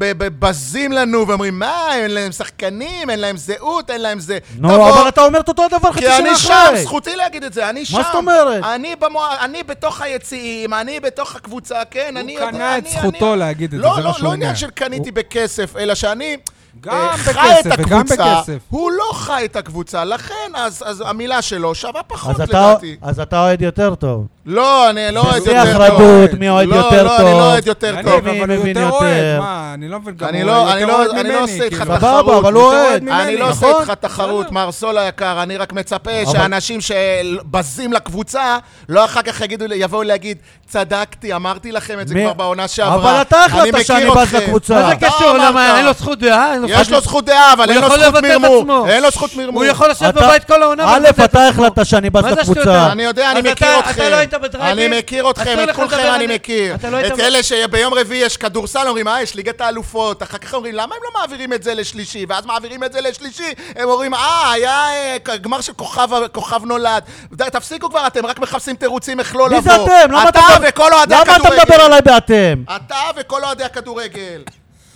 Speaker 4: שבזים לנו ואומרים, מה, אין להם שחקנים, אין להם זהות, אין להם זה...
Speaker 2: נו,
Speaker 4: תבוא,
Speaker 2: אבל אתה אומר את אותו הדבר חצי
Speaker 4: כי
Speaker 2: שנה אחרי.
Speaker 4: אני שם, זכותי להגיד את זה, אני שם.
Speaker 2: זאת אומרת?
Speaker 4: אני, במוע... אני בתוך היציעים, אני בתוך הקבוצה, כן, אני
Speaker 1: הוא
Speaker 4: יודע,
Speaker 1: קנה את
Speaker 4: אני-
Speaker 1: זכותו
Speaker 4: אני-
Speaker 1: להגיד את זה,
Speaker 4: לא,
Speaker 1: זה
Speaker 4: לא,
Speaker 1: מה שהוא
Speaker 4: לא
Speaker 1: אומר.
Speaker 4: עניין של קניתי בכסף, אלא שאני...
Speaker 1: גם
Speaker 4: אה, חי
Speaker 1: בכסף
Speaker 4: את
Speaker 1: וגם
Speaker 4: הקבוצה,
Speaker 1: בכסף.
Speaker 4: הוא לא חי את הקבוצה, לכן אז, אז המילה שלו שווה פחות
Speaker 2: אז אתה-
Speaker 4: לדעתי.
Speaker 2: אז אתה אוהד יותר טוב.
Speaker 4: לא, אני לא אוהד
Speaker 2: זה
Speaker 4: יותר טוב.
Speaker 2: החרדות, מי אוהד
Speaker 4: לא,
Speaker 2: יותר
Speaker 4: לא,
Speaker 2: טוב.
Speaker 4: אני לא אוהד יותר
Speaker 1: אני
Speaker 4: טוב.
Speaker 2: מי
Speaker 1: אבל הוא
Speaker 2: מבין
Speaker 1: יותר אוהד,
Speaker 2: יותר?
Speaker 1: מה, אני לא מבין גם
Speaker 4: אני
Speaker 1: הוא
Speaker 4: לא-
Speaker 1: יותר
Speaker 4: אני לא-
Speaker 1: אוהד
Speaker 4: אני
Speaker 1: ממני,
Speaker 4: לא עושה איתך
Speaker 1: כאילו.
Speaker 4: תחרות.
Speaker 2: סבבה, אבל הוא
Speaker 1: יותר
Speaker 2: אוהד.
Speaker 1: ממני,
Speaker 4: אני לא עושה
Speaker 1: נכון?
Speaker 4: איתך
Speaker 3: לא.
Speaker 4: תחרות, מר סול היקר, אני רק מצפה
Speaker 2: אבל-
Speaker 4: שאנשים שבזים לקבוצה, לא אחר כך יגידו, לי- יבואו להגיד, צדקתי, אמרתי לכם את זה
Speaker 2: מי-
Speaker 4: כבר בעונה שעברה.
Speaker 2: אבל אתה
Speaker 4: אני
Speaker 2: החלטת
Speaker 4: מכיר
Speaker 2: שאני בז
Speaker 4: אתכם."
Speaker 2: לקבוצה.
Speaker 3: מה
Speaker 4: לא,
Speaker 2: אתה
Speaker 3: זה קשור?
Speaker 4: אמרת.
Speaker 3: למה אין לו זכות דעה? אין לו
Speaker 4: יש לו זכות דעה, אבל
Speaker 3: הוא
Speaker 4: אין לו
Speaker 3: יכול
Speaker 4: זכות
Speaker 3: לבטא את
Speaker 4: מרמור.
Speaker 3: עצמו.
Speaker 4: אין לו זכות מרמור.
Speaker 3: הוא יכול לשבת
Speaker 2: אתה-
Speaker 3: בבית כל העונה. ולבטא
Speaker 2: א',
Speaker 3: את
Speaker 2: אתה
Speaker 3: עצמו.
Speaker 2: החלטת שאני בא
Speaker 3: מה זה
Speaker 2: לקבוצה.
Speaker 3: השטויות?
Speaker 4: כן, אני יודע, אני
Speaker 3: אז
Speaker 4: מכיר
Speaker 3: אתה-
Speaker 4: אתכם.
Speaker 3: אתה לא היית בדרייבים?
Speaker 4: אני מכיר אתכם,
Speaker 3: אסור
Speaker 4: את
Speaker 3: לך
Speaker 4: כולכם
Speaker 3: לדבר,
Speaker 4: אני
Speaker 3: אני-
Speaker 4: מכיר.
Speaker 3: אתה לא היית
Speaker 4: את
Speaker 3: ב-
Speaker 4: אלה שביום רביעי יש כדורסל, אומרים, אה, יש ליגת האלופות. אחר כך אומרים, למה הם לא מעבירים את זה לשלישי? ואז מעבירים את זה לשלישי, הם אומרים, אה, היה אה, גמר של כוכב- כוכב נולד. די, תפסיקו כבר, אתם רק מחפשים תירוצים איך לא לבוא.
Speaker 2: מי זה אתם? למה
Speaker 4: אתה
Speaker 2: אתה-
Speaker 4: וכל אוהדי
Speaker 2: למה אתה
Speaker 4: הכדורגל.
Speaker 2: מדבר עליי באתם?
Speaker 4: אתה וכל אוהדי הכדורגל.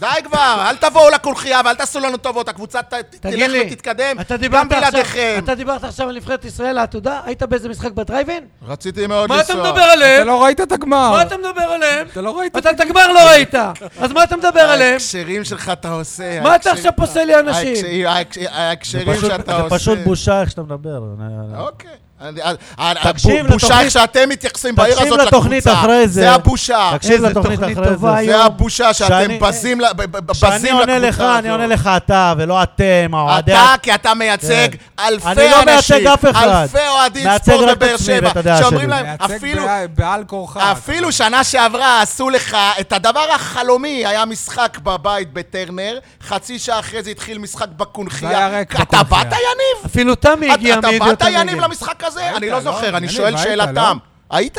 Speaker 4: די כבר, אל תבואו לקונכייה ואל תעשו לנו טובות, הקבוצה ת- תלך
Speaker 3: לי,
Speaker 4: ותתקדם,
Speaker 3: אתה
Speaker 4: גם
Speaker 3: דיברת
Speaker 4: בלעדיכם.
Speaker 3: עכשיו- אתה דיברת עכשיו על נבחרת ישראל העתודה? היית באיזה משחק בדרייבין?
Speaker 4: רציתי מאוד
Speaker 3: מה
Speaker 4: לנסוע.
Speaker 3: אתה מדבר
Speaker 1: אתה
Speaker 3: עליהם?
Speaker 1: לא ראית את הגמר.
Speaker 3: מה אתה מדבר עליהם?
Speaker 1: אתה לא ראית את
Speaker 3: אתה את הגמר לא ראית. אז מה אתה מדבר
Speaker 4: אה,
Speaker 3: עליהם?
Speaker 4: ההקשרים שלך אתה עושה.
Speaker 3: מה אתה
Speaker 4: ההקשרים-
Speaker 3: עכשיו פוסל
Speaker 4: אה,
Speaker 3: לי אנשים?
Speaker 4: ההקש- ההקש-
Speaker 2: זה
Speaker 4: ההקשרים
Speaker 2: פשוט-
Speaker 4: שאתה
Speaker 2: זה
Speaker 4: עושה.
Speaker 2: פשוט בושה איך שאתה מדבר.
Speaker 4: אוקיי. אני- אני- אני-
Speaker 2: תקשיב
Speaker 4: בו- בושה
Speaker 2: לתוכנית-
Speaker 4: איך שאתם מתייחסים בעיר
Speaker 2: תקשיב
Speaker 4: הזאת
Speaker 2: לתוכנית
Speaker 4: לקבוצה.
Speaker 2: אחרי זה.
Speaker 4: זה הבושה.
Speaker 2: תקשיב
Speaker 3: איזה
Speaker 2: לתוכנית
Speaker 3: תוכנית
Speaker 2: אחרי
Speaker 3: טובה
Speaker 2: זה.
Speaker 3: היום.
Speaker 4: זה הבושה
Speaker 2: שאני-
Speaker 4: שאתם בזים ל- ב- ב- ב- בזים לקבוצה הזאת.
Speaker 2: כשאני עונה לך, אני עונה לך אתה, ולא אתם, האוהדי...
Speaker 4: אתה, כי אתה מייצג אלפי
Speaker 2: אני לא
Speaker 4: אנשים,
Speaker 2: מייצג אף אחד.
Speaker 4: אלפי אוהדים
Speaker 2: מייצג
Speaker 4: ספורט
Speaker 2: רק את
Speaker 4: בבאר
Speaker 2: עצמי
Speaker 4: שבע,
Speaker 2: ואת הדעה
Speaker 4: שאומרים
Speaker 2: שלי.
Speaker 4: להם,
Speaker 1: מייצג
Speaker 4: אפילו...
Speaker 1: בע- בעל כורחה.
Speaker 4: אפילו שנה שעברה עשו לך את הדבר החלומי, היה משחק בבית בטרנר, חצי שעה אחרי זה התחיל משחק
Speaker 1: זה היה
Speaker 4: בקונכייה.
Speaker 1: ריק
Speaker 4: אתה
Speaker 1: בקונכייה.
Speaker 4: באת יניב?
Speaker 3: אפילו תמי הגיע
Speaker 4: אתה
Speaker 3: מידיעות
Speaker 4: באת
Speaker 3: הנגב.
Speaker 4: יניב למשחק הזה?
Speaker 1: היית,
Speaker 4: אני לא
Speaker 1: לא?
Speaker 4: זוכר, אני
Speaker 1: יניב,
Speaker 4: שואל
Speaker 1: היית,
Speaker 4: שאלת
Speaker 1: לא?
Speaker 4: תם. היית?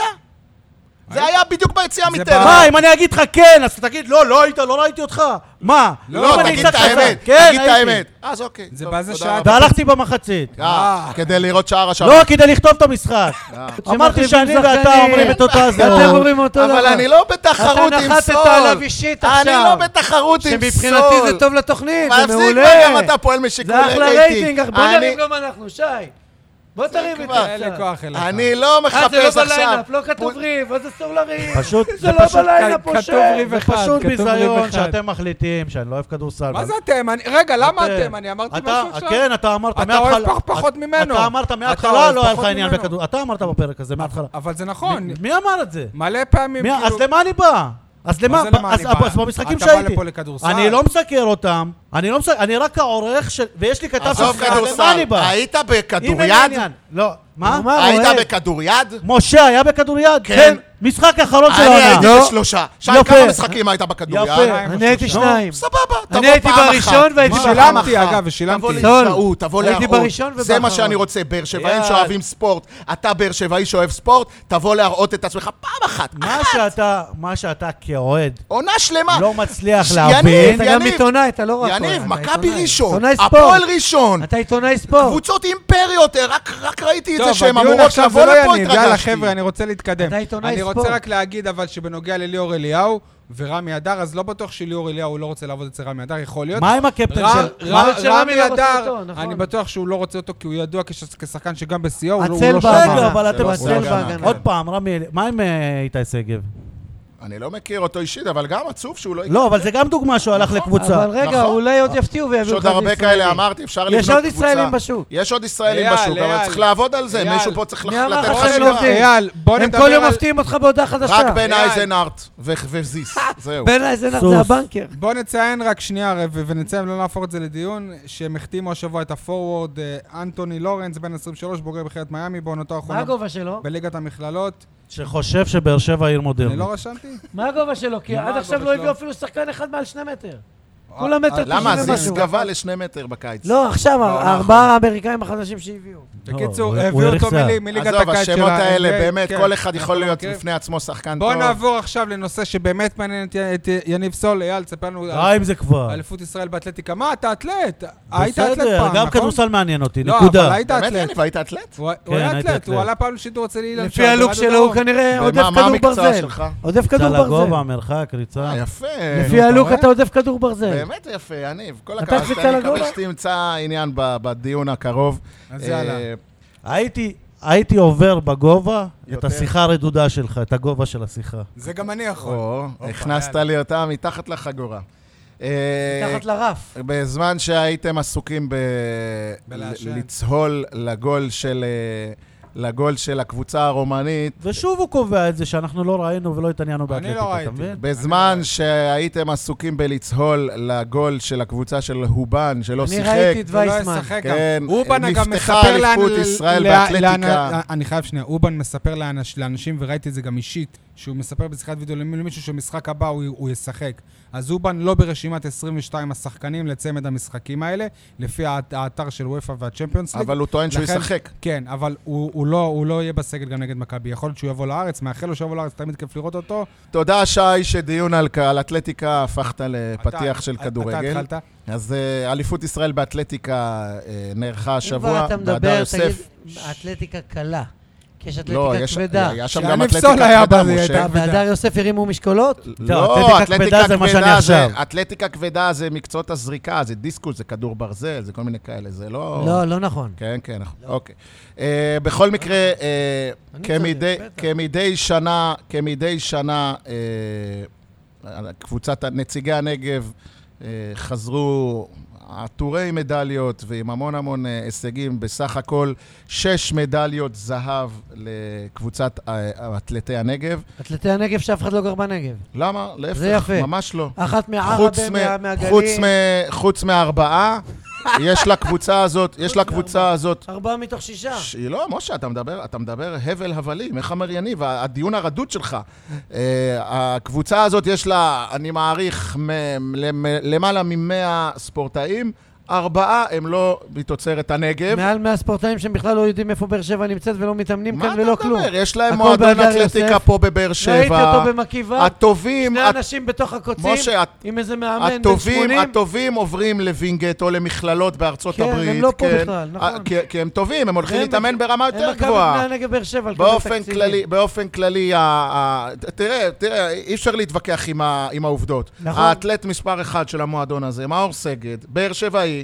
Speaker 4: זה היה בדיוק ביציאה
Speaker 1: זה
Speaker 4: מטרנר.
Speaker 2: מה, אם אני אגיד לך כן, אז תגיד, לא, לא היית, לא ראיתי אותך. מה?
Speaker 4: לא,
Speaker 2: אם אני
Speaker 4: תגיד
Speaker 2: אצעק
Speaker 4: את
Speaker 2: לך,
Speaker 4: האמת,
Speaker 2: כן,
Speaker 4: תגיד את
Speaker 2: הייתי.
Speaker 4: האמת. אז אוקיי.
Speaker 1: זה
Speaker 4: טוב,
Speaker 1: באיזה
Speaker 4: תודה
Speaker 1: שעה?
Speaker 4: רבה.
Speaker 2: והלכתי במחצית.
Speaker 4: אה, כדי לראות שער השער.
Speaker 2: לא, כדי לכתוב את המשחק.
Speaker 1: אה.
Speaker 2: אמרתי
Speaker 3: כשמחליפים
Speaker 2: שאני ואתה
Speaker 3: שחקנים,
Speaker 2: אומרים את אותו
Speaker 3: אתם
Speaker 2: הזמן.
Speaker 3: אומרים אותו דבר.
Speaker 4: אה, אבל אני לא בתחרות
Speaker 3: אתה
Speaker 4: עם
Speaker 3: נחתת
Speaker 4: סול.
Speaker 3: עליו אישית
Speaker 4: אני
Speaker 3: עכשיו.
Speaker 4: לא בתחרות עם סול.
Speaker 3: שמבחינתי זה טוב לתוכנית, זה מעולה.
Speaker 4: מפסיק כבר, גם אתה פועל משיקול
Speaker 3: זה אחלה רייטינג, אך בוא
Speaker 4: אני-
Speaker 3: נריב גם אנחנו, שי. בוא תריב איתי
Speaker 4: כבר.
Speaker 1: אין לי
Speaker 3: קצת.
Speaker 1: כוח אליך.
Speaker 4: אני לא
Speaker 3: אה, זה לא
Speaker 4: מחפש עכשיו.
Speaker 3: בליינאפ, לא כתוב ריב, אז אסור לריב.
Speaker 2: פשוט, זה
Speaker 3: זה לא
Speaker 2: פשוט
Speaker 3: בליינאפ,
Speaker 1: כתוב
Speaker 3: משה.
Speaker 1: ריב
Speaker 2: זה
Speaker 1: אחד,
Speaker 2: פשוט
Speaker 1: כתוב ריב
Speaker 2: ביזיון
Speaker 1: אחד.
Speaker 2: שאתם מחליטים שאני לא אוהב כדורסל.
Speaker 1: מה
Speaker 2: אבל-
Speaker 1: זה אתם? אני- רגע, למה אתם? אני אמרתי
Speaker 2: אתה-
Speaker 1: משהו עכשיו?
Speaker 2: כן, אתה אמרת
Speaker 1: אתה
Speaker 2: מההתחלה-
Speaker 1: אוהב פח- פחות ממנו.
Speaker 2: אתה אמרת
Speaker 1: אתה
Speaker 2: מההתחלה
Speaker 1: אוהב
Speaker 2: לא היה לך
Speaker 1: פחות
Speaker 2: עניין
Speaker 1: ממנו.
Speaker 2: בכדור. אתה אמרת בפרק הזה מההתחלה.
Speaker 1: אבל זה נכון.
Speaker 2: מי- מי אמר את זה?
Speaker 1: מלא פעמים,
Speaker 2: מי- אז
Speaker 1: כאילו...
Speaker 2: למה אני בא? אז למה,
Speaker 1: זה למה
Speaker 2: אז-
Speaker 1: אני בא?
Speaker 2: אז במשחקים
Speaker 1: אתה
Speaker 2: שהייתי,
Speaker 1: בא לפה לכדורסל?
Speaker 2: אני לא מסקר אותם, אני לא מסקר, אני רק העורך של, ויש לי כתב
Speaker 4: עזוב
Speaker 2: אז למה
Speaker 4: כדורסל,
Speaker 2: אני בא?
Speaker 4: היית
Speaker 2: אם אין לי
Speaker 4: בכדוריד?
Speaker 2: עניין. לא, מה?
Speaker 3: מה?
Speaker 4: היית
Speaker 3: אוהד.
Speaker 4: בכדוריד?
Speaker 2: משה היה בכדוריד?
Speaker 4: כן.
Speaker 2: משחק האחרון של
Speaker 4: אני
Speaker 2: העונה.
Speaker 4: הייתי
Speaker 2: לא.
Speaker 4: בשלושה. שי,
Speaker 2: יפה.
Speaker 4: כמה משחקים היית בכדוריד?
Speaker 2: יפה.
Speaker 3: אני הייתי שניים.
Speaker 4: סבבה, תבוא
Speaker 3: אני הייתי
Speaker 4: פעם
Speaker 3: בראשון
Speaker 4: אחת.
Speaker 3: והייתי
Speaker 4: מה,
Speaker 3: באחרון.
Speaker 4: פעם אחת.
Speaker 1: שילמתי, אגב,
Speaker 4: תבוא
Speaker 1: ושילמתי.
Speaker 4: להזדהות, תבוא
Speaker 3: הייתי
Speaker 4: להראות.
Speaker 3: בראשון
Speaker 4: זה מה
Speaker 3: ובאחרון.
Speaker 4: שאני רוצה, באר שבעים
Speaker 2: יאללה.
Speaker 4: שאוהבים ספורט. אתה באר שבעי שאוהב ספורט, תבוא להראות את עצמך פעם אחת.
Speaker 2: מה שאתה, מה שאתה כאוהד
Speaker 4: עונה שלמה.
Speaker 2: לא מצליח
Speaker 4: ש-
Speaker 2: להבין,
Speaker 4: יניב,
Speaker 3: אתה גם
Speaker 4: יניב.
Speaker 3: עיתונאי, אתה לא רק... אוהד,
Speaker 4: יניב,
Speaker 3: אתה
Speaker 4: מכבי
Speaker 3: עיתונאי.
Speaker 4: ראשון,
Speaker 3: עיתונאי ספורט.
Speaker 4: הפועל ראשון,
Speaker 3: אתה עיתונאי ספורט.
Speaker 4: קבוצות אימפריות, אה, רק רק ראיתי את
Speaker 1: טוב,
Speaker 4: זה שהן
Speaker 1: הדיון
Speaker 4: אמורות
Speaker 1: עכשיו
Speaker 4: לבוא
Speaker 1: זה לא
Speaker 4: לפה,
Speaker 1: יניב. יאללה,
Speaker 4: התרגשתי.
Speaker 1: חבר'ה, אני רוצה להתקדם.
Speaker 3: אתה עיתונאי
Speaker 1: אני
Speaker 3: ספורט.
Speaker 1: רוצה רק להגיד, אבל שבנוגע לליאור אליהו ורמי הדר, אז לא בטוח שליאור אליהו לא רוצה לעבוד אצל רמי הדר, יכול להיות.
Speaker 2: מה עם הקפטן
Speaker 1: ר-
Speaker 2: של...
Speaker 1: ר-
Speaker 3: יכול להיות שרמי
Speaker 1: רמי
Speaker 3: לא רוצה
Speaker 1: הדר,
Speaker 3: אותו, נכון.
Speaker 1: אני בטוח שהוא לא רוצה אותו, כי הוא ידוע כש- כשחקן שגם בשיאו, הוא לא- הוא
Speaker 3: הצל
Speaker 1: לא
Speaker 3: בהגנה.
Speaker 2: רגע,
Speaker 1: שמע.
Speaker 2: אבל
Speaker 4: זה
Speaker 2: אתם
Speaker 4: לא
Speaker 2: עושים...
Speaker 4: בסדר.
Speaker 3: בהגנה.
Speaker 2: עוד פעם, רמי, מה עם אה, איתי שגב?
Speaker 4: אני לא מכיר אותו אישית, אבל גם עצוב שהוא לא... הגיע.
Speaker 2: לא, אבל זה גם דוגמה שהוא הלך לקבוצה.
Speaker 3: אבל רגע,
Speaker 4: נכון.
Speaker 3: אולי עוד יפתיעו
Speaker 4: יש
Speaker 3: ויביאו
Speaker 4: עוד
Speaker 3: אחד
Speaker 4: הרבה
Speaker 3: ישראלי.
Speaker 4: כאלה, אמרתי, אפשר
Speaker 3: יש
Speaker 4: לבנות קבוצה.
Speaker 3: עוד ישראלים בשוק.
Speaker 4: יש עוד ישראלים
Speaker 1: אייל,
Speaker 4: בשוק, אבל
Speaker 1: אייל.
Speaker 4: צריך לעבוד על זה.
Speaker 1: אייל.
Speaker 4: מישהו פה צריך לח-
Speaker 3: מי אמר
Speaker 4: לתת
Speaker 3: לך שהם
Speaker 4: חשיבה.
Speaker 3: עובדים?
Speaker 1: אייל, בוא
Speaker 3: לא הם
Speaker 1: נדבר
Speaker 3: כל יום
Speaker 1: על-
Speaker 3: מפתיעים אותך בהודעה חדשה.
Speaker 4: רק בין
Speaker 1: אייל.
Speaker 4: אייזנארט ו-
Speaker 1: [laughs]
Speaker 4: וזיס. זהו.
Speaker 3: בעיניי זה
Speaker 2: סוס.
Speaker 3: זה הבנקר.
Speaker 1: בוא נציין רק שנייה, ו- ונציין, לא נהפוך את זה לדיון, שהם החתימו השבוע את הפורוורד אה, אנטוני לורנס, בן 23, בוגר בחרת מיאמי, בעונתו
Speaker 3: מה
Speaker 1: האחרונה
Speaker 3: הגובה שלו?
Speaker 1: בליגת המכללות.
Speaker 2: שחושב שבאר שבע עיר
Speaker 1: אני
Speaker 2: מודרנית.
Speaker 1: לא רשמתי?
Speaker 3: מה הגובה שלו? כי
Speaker 1: מה
Speaker 3: עד
Speaker 1: הגובה
Speaker 3: עכשיו
Speaker 1: שלו?
Speaker 3: לא הביאו אפילו שחקן אחד מעל שני מטר. כולם
Speaker 1: אה,
Speaker 3: מטר תשעים
Speaker 4: למה?
Speaker 3: ומשהו.
Speaker 4: זיס גבה לשני מטר בקיץ.
Speaker 3: לא, עכשיו,
Speaker 1: נכון.
Speaker 3: הארבעה האמריקאים החדשים שהביאו.
Speaker 1: בקיצור,
Speaker 2: הוא- הוא
Speaker 1: הביאו אותו
Speaker 2: החזר.
Speaker 1: מלי- מליגת הקיץ
Speaker 4: עזוב,
Speaker 1: של ה...
Speaker 4: השמות האלה,
Speaker 1: NBA,
Speaker 4: באמת,
Speaker 1: כן.
Speaker 4: כל אחד יכול
Speaker 1: אנחנו
Speaker 4: להיות
Speaker 1: מכירים.
Speaker 4: בפני עצמו שחקן
Speaker 1: בואו
Speaker 4: טוב.
Speaker 1: נעבור עכשיו לנושא שבאמת מעניין את י- את יניב סול. אייל, תספר לנו על
Speaker 2: די עם אה, זה כבר.
Speaker 1: אליפות ישראל באתלטיקה. מה, אתה אתלט? היית אתלט
Speaker 2: בסדר,
Speaker 1: פעם,
Speaker 2: גם
Speaker 1: נכון?
Speaker 2: כדורסל מעניין אותי,
Speaker 1: לא, אבל
Speaker 2: נקודה.
Speaker 1: היית
Speaker 4: באמת,
Speaker 1: אתלט.
Speaker 4: יניב, היית אתלט?
Speaker 1: הוא
Speaker 2: כן,
Speaker 1: הוא היה
Speaker 2: הייתי
Speaker 1: אתלט, הוא
Speaker 2: אתלט.
Speaker 1: עלה פעם לשידור אצל אילן.
Speaker 3: לפי
Speaker 1: שם,
Speaker 3: הלוק
Speaker 1: ברדיו
Speaker 3: שלו
Speaker 1: דרום.
Speaker 3: הוא כנראה
Speaker 4: ומה-
Speaker 3: עודף
Speaker 4: מה
Speaker 3: כדור
Speaker 4: המקצוע
Speaker 3: ברזל.
Speaker 4: שלך?
Speaker 3: עודף
Speaker 2: קצת
Speaker 3: כדור ברזל.
Speaker 2: לגובה, מרחק, ריצה.
Speaker 4: אה, יפה.
Speaker 3: לפי הלוק
Speaker 1: רואה?
Speaker 3: אתה עודף כדור ברזל.
Speaker 4: באמת יפה, יניב. כל
Speaker 3: כן. אתה
Speaker 4: הכבוד.
Speaker 3: קפיצה
Speaker 4: אני מקווה
Speaker 3: לגובה?
Speaker 4: שתמצא עניין ב- בדיון הקרוב.
Speaker 1: אז יאללה.
Speaker 4: אה,
Speaker 2: הייתי... הייתי עובר בגובה את
Speaker 4: יותר.
Speaker 2: השיחה הרדודה שלך, את הגובה של השיחה.
Speaker 1: זה גם אני יכול.
Speaker 4: או,
Speaker 1: נכון. הופה,
Speaker 4: הכנסת לי אותה מתחת לחגורה. אה,
Speaker 3: מתחת לרף.
Speaker 4: בזמן שהייתם עסוקים ב...
Speaker 1: בלעשן.
Speaker 4: ל- לצהול לגול של, אה, לגול של הקבוצה הרומנית,
Speaker 2: ושוב הוא קובע את זה שאנחנו לא ראינו ולא התעניינו
Speaker 1: אני לא
Speaker 2: באתלטיקה,
Speaker 1: ראיתי.
Speaker 2: אתה מבין?
Speaker 4: בזמן שהייתם עסוקים בלצהול לגול של הקבוצה של הובן, שלא
Speaker 3: אני
Speaker 4: שיחק,
Speaker 3: ראיתי את
Speaker 1: ולא
Speaker 3: וייסמן.
Speaker 1: ישחק לא גם.
Speaker 4: כן,
Speaker 1: אובן אגב
Speaker 4: נפתחה
Speaker 1: מספר לאן...
Speaker 4: אליפות ישראל
Speaker 1: לאן- לאן-
Speaker 4: באתלטיקה.
Speaker 1: אני חייב שנייה, אובן מספר לאנש- לאנשים, וראיתי את זה גם אישית, שהוא מספר בשיחת וידאו למי- למישהו שמשחק הבא הוא, הוא ישחק. אז אובן לא ברשימת 22 השחקנים לצמד המשחקים האלה, לפי האת- האתר של וופא והצ'מפיונס ליג.
Speaker 4: אבל הוא טוען שהוא
Speaker 1: לכן-
Speaker 4: ישחק.
Speaker 1: כן, אבל הוא, הוא, לא, הוא לא יהיה בסגל גם נגד מכבי. יכול להיות שהוא יבוא לארץ, מאחל לו שיבוא לארץ, תמיד כיף לראות אותו.
Speaker 4: תודה, שי, שדיון על קהל אתלטיקה הפכת לפתיח
Speaker 1: אתה-
Speaker 4: של
Speaker 1: אתה-
Speaker 4: כדורגל.
Speaker 1: אתה התחלת.
Speaker 4: אז אה, אליפות ישראל באתלטיקה אה, נערכה השבוע,
Speaker 3: אם כבר אתה
Speaker 4: בהדר
Speaker 3: מדבר,
Speaker 4: יוסף.
Speaker 3: תגיד, אתלטיקה קלה. כי יש
Speaker 4: לא,
Speaker 3: אתלטיקה
Speaker 4: יש-
Speaker 3: כבדה.
Speaker 4: היה שם
Speaker 1: שאלף
Speaker 4: גם
Speaker 1: סול היה
Speaker 4: אתלטיקה כבדה,
Speaker 1: בזה,
Speaker 4: משה. לא,
Speaker 1: הייתה-
Speaker 3: והדר יוסף הרימו משקולות?
Speaker 2: לא, אתלטיקה כבדה זה מה שאני עכשיו.
Speaker 4: זה- אתלטיקה כבדה זה מקצועות הזריקה, זה דיסקוס, זה כדור ברזל, זה כל מיני כאלה, זה לא...
Speaker 3: לא, לא נכון.
Speaker 4: כן, כן, נכון. אוקיי. אה, בכל מקרה, אה,
Speaker 3: אני
Speaker 4: כמדי-
Speaker 3: צודק, בטח.
Speaker 4: כמדי שנה, כמדי שנה, אה, קבוצת ה- נציגי הנגב אה, חזרו עטורי מדליות ועם המון המון אה, הישגים, בסך הכל שש מדליות זהב לקבוצת אה, אתלטי הנגב.
Speaker 3: אתלטי הנגב שאף אחד לא גר בנגב.
Speaker 4: למה? להפך,
Speaker 3: זה יפה.
Speaker 4: ממש לא.
Speaker 3: אחת
Speaker 4: חוץ
Speaker 3: מערבה,
Speaker 4: מ-
Speaker 3: מה-
Speaker 4: חוץ
Speaker 3: מהגליל.
Speaker 4: מ- חוץ מהארבעה, יש לקבוצה הזאת, יש לקבוצה הזאת
Speaker 3: ארבעה מתוך שישה.
Speaker 4: ש- לא, משה, אתה מדבר, אתה מדבר הבל הבלים, איך אמר יניב, ה- הדיון הרדוד שלך. אה, הקבוצה הזאת יש לה, אני מעריך, מ- למ- למעלה מ-100 ספורטאים, ארבעה הם לא מתוצרת הנגב.
Speaker 3: מעל 100 ספורטאים שהם בכלל לא יודעים איפה באר שבע נמצאת ולא מתאמנים
Speaker 4: מה
Speaker 3: כאן
Speaker 4: אתה
Speaker 3: ולא כלום.
Speaker 4: מדבר? יש להם
Speaker 3: הכל
Speaker 4: מועדון
Speaker 3: בהדר
Speaker 4: אתלטיקה
Speaker 3: יוסף.
Speaker 4: פה בבאר
Speaker 3: ראיתי
Speaker 4: שבע.
Speaker 3: אותו במקיבה,
Speaker 4: הטובים,
Speaker 3: שני
Speaker 4: הט-
Speaker 3: אנשים בתוך הקוצים,
Speaker 4: משה, הט-
Speaker 3: עם איזה מאמן בן
Speaker 4: הטובים,
Speaker 3: 80.
Speaker 4: הטובים עוברים לווינגייט או למכללות בארצות
Speaker 3: כן, הם
Speaker 4: הברית.
Speaker 3: לא פה
Speaker 4: כן.
Speaker 3: בכלל,
Speaker 4: אה,
Speaker 3: נכון.
Speaker 4: כי- כי הם טובים, הם הולכים
Speaker 3: הם-
Speaker 4: להתאמן ברמה יותר
Speaker 3: הם מכבי
Speaker 4: גבוהה.
Speaker 3: בני הנגב באר שבע. לקבל
Speaker 4: באופן
Speaker 3: תקציבים.
Speaker 4: כללי, באופן כללי, ה- ה- ת- תראה, תראה, אי אפשר להתווכח עם, ה, עם העובדות.
Speaker 3: נכון.
Speaker 4: האתלט מספר אחד של המועדון הזה, מאור סגד, באר שבעי.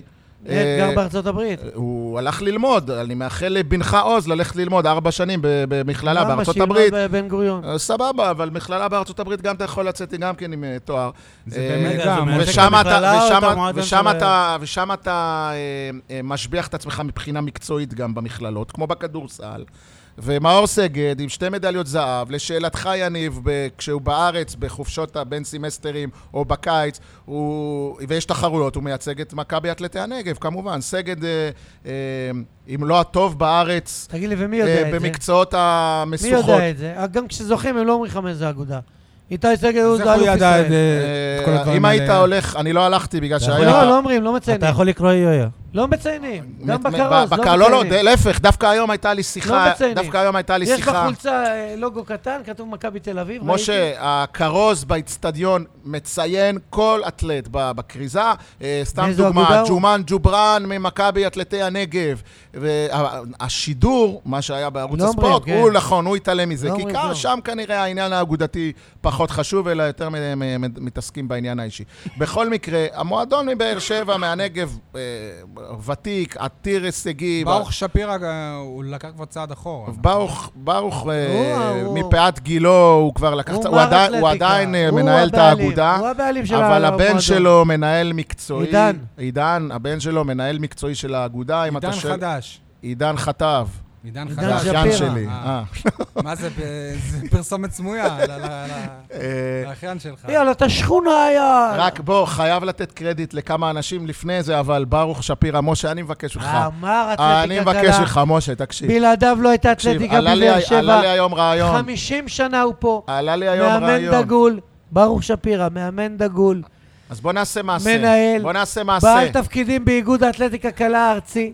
Speaker 4: אה,
Speaker 3: גר בארצות הברית.
Speaker 4: הוא הלך ללמוד, אני מאחל לבנך עוז ללכת ללמוד ארבע שנים ב- במכללה בארצות הברית.
Speaker 3: בן גוריון.
Speaker 4: אה, סבבה, אבל מכללה בארצות הברית גם אתה יכול לצאת גם כן עם אה, תואר.
Speaker 1: זה
Speaker 4: אה,
Speaker 1: באמת
Speaker 2: רגע,
Speaker 1: גם,
Speaker 2: זה מעניין.
Speaker 4: ושם אתה-
Speaker 2: המכללה או את
Speaker 4: ושם-
Speaker 2: המועדון
Speaker 4: ושם
Speaker 2: של-
Speaker 4: אתה- ושם אתה אה, אה, משביח את עצמך מבחינה מקצועית גם במכללות, כמו בכדורסל. ומאור סגד עם שתי מדליות זהב, לשאלתך יניב, ב- כשהוא בארץ בחופשות הבין סמסטרים או בקיץ, הוא, ויש תחרויות, הוא מייצג את מכבי אתלטי הנגב כמובן. סגד, אה, אה, אם לא הטוב בארץ,
Speaker 3: תגיד לי, ומי
Speaker 4: אה,
Speaker 3: יודע את זה?
Speaker 4: במקצועות
Speaker 3: מי
Speaker 4: המשוכות.
Speaker 3: יודע את זה? גם כשזוכים הם לא אומרים לך מאיזה אגודה. איתי סגל הוא
Speaker 1: אז איך
Speaker 3: זה
Speaker 1: הוא
Speaker 3: לא אלוף
Speaker 1: ידע את
Speaker 3: ישראל.
Speaker 1: אה, את כל
Speaker 4: אה,
Speaker 1: הדברים
Speaker 4: אם היית
Speaker 1: האלה?
Speaker 4: הולך, אני לא הלכתי בגלל
Speaker 2: אתה
Speaker 4: שהיה...
Speaker 2: יכול-
Speaker 3: לא, לא אומרים, לא
Speaker 2: אתה
Speaker 3: מציינים.
Speaker 2: יכול לקרוא יויו.
Speaker 3: לא מציינים. גם
Speaker 4: מת- מת-
Speaker 3: בכרוז,
Speaker 4: בקר-
Speaker 3: לא
Speaker 4: לא, לא, ד-
Speaker 3: מציינים.
Speaker 4: להפך, דווקא היום הייתה לי שיחה,
Speaker 3: לא מציינים.
Speaker 4: דווקא היום הייתה לי
Speaker 3: יש
Speaker 4: שיחה.
Speaker 3: בחולצה אה, לוגו קטן, כתוב מכבי תל אביב. ראיתי.
Speaker 4: משה, הכרוז באיצטדיון מציין כל אתלט ב- בכריזה. אה, סתם
Speaker 3: מאיזו אגודה
Speaker 4: דוגמה,
Speaker 3: הוא?
Speaker 4: ג'ומאן ג'ובראן ממכבי אתלטי הנגב. והשידור, מה שהיה בערוץ
Speaker 3: לא אומרים,
Speaker 4: הספורט,
Speaker 3: כן.
Speaker 4: הוא נכון, הוא התעלם מזה.
Speaker 3: לא
Speaker 4: כי
Speaker 3: אומרים,
Speaker 4: כאן,
Speaker 3: לא.
Speaker 4: שם כנראה העניין האגודתי פחות חשוב, אלא יותר מ- מ- מ- מתעסקים בעניין
Speaker 3: [laughs]
Speaker 4: האישי. בכל מקרה, המועדון מבאר שבע, מהנגב, אה, ותיק, עתיר הישגים.
Speaker 1: ברוך שפירא, אה, הוא לקח כבר צעד אחורה.
Speaker 4: ברוך, ברוך, אה,
Speaker 3: נכון. הוא-
Speaker 4: מפאת גילו, הוא כבר לקח, צ- הוא
Speaker 3: מר
Speaker 4: עדיין- הוא
Speaker 3: אתלטיקה.
Speaker 4: עדיין אה,
Speaker 3: הוא
Speaker 4: מנהל את
Speaker 3: הבעלים.
Speaker 4: האגודה,
Speaker 3: הוא הבעלים של
Speaker 4: אבל הבן
Speaker 3: המועדון.
Speaker 4: שלו מנהל מקצועי.
Speaker 3: עידן.
Speaker 4: עידן, הבן שלו מנהל מקצועי של האגודה. אם אתה
Speaker 1: עידן
Speaker 4: שואל-
Speaker 1: חדש.
Speaker 4: עידן חטב.
Speaker 1: עידן
Speaker 3: עידן
Speaker 1: חדש.
Speaker 3: שפירא.
Speaker 4: האחיין שלי.
Speaker 1: אה. מה זה, ב- זה פרסומת סמויה ל- ל- ל-
Speaker 4: אה,
Speaker 1: לאחיין שלך.
Speaker 3: יאללה, אתה שכונה, יאללה.
Speaker 4: רק בוא, חייב לתת קרדיט לכמה אנשים לפני זה, אבל ברוך שפירא, משה, אני מבקש ממך. אה,
Speaker 3: אמר
Speaker 4: אני
Speaker 3: אה, אתלטיקה
Speaker 4: מבקש
Speaker 3: קלה.
Speaker 4: ממך, משה, תקשיב.
Speaker 3: בלעדיו לא הייתה
Speaker 4: תקשיב,
Speaker 3: אתלטיקה
Speaker 4: עלה לי-
Speaker 3: בבאר
Speaker 4: עלה לי
Speaker 3: שבע.
Speaker 4: היום רעיון.
Speaker 3: 50 שנה הוא פה.
Speaker 4: עלה לי היום
Speaker 3: מאמן
Speaker 4: רעיון.
Speaker 3: דגול. ברוך שפירא, מאמן דגול.
Speaker 4: אז בוא נעשה מעשה.
Speaker 3: מנהל,
Speaker 4: בוא נעשה מעשה.
Speaker 3: בעל תפקידים באיגוד האתלטיקה הקלה הארצי.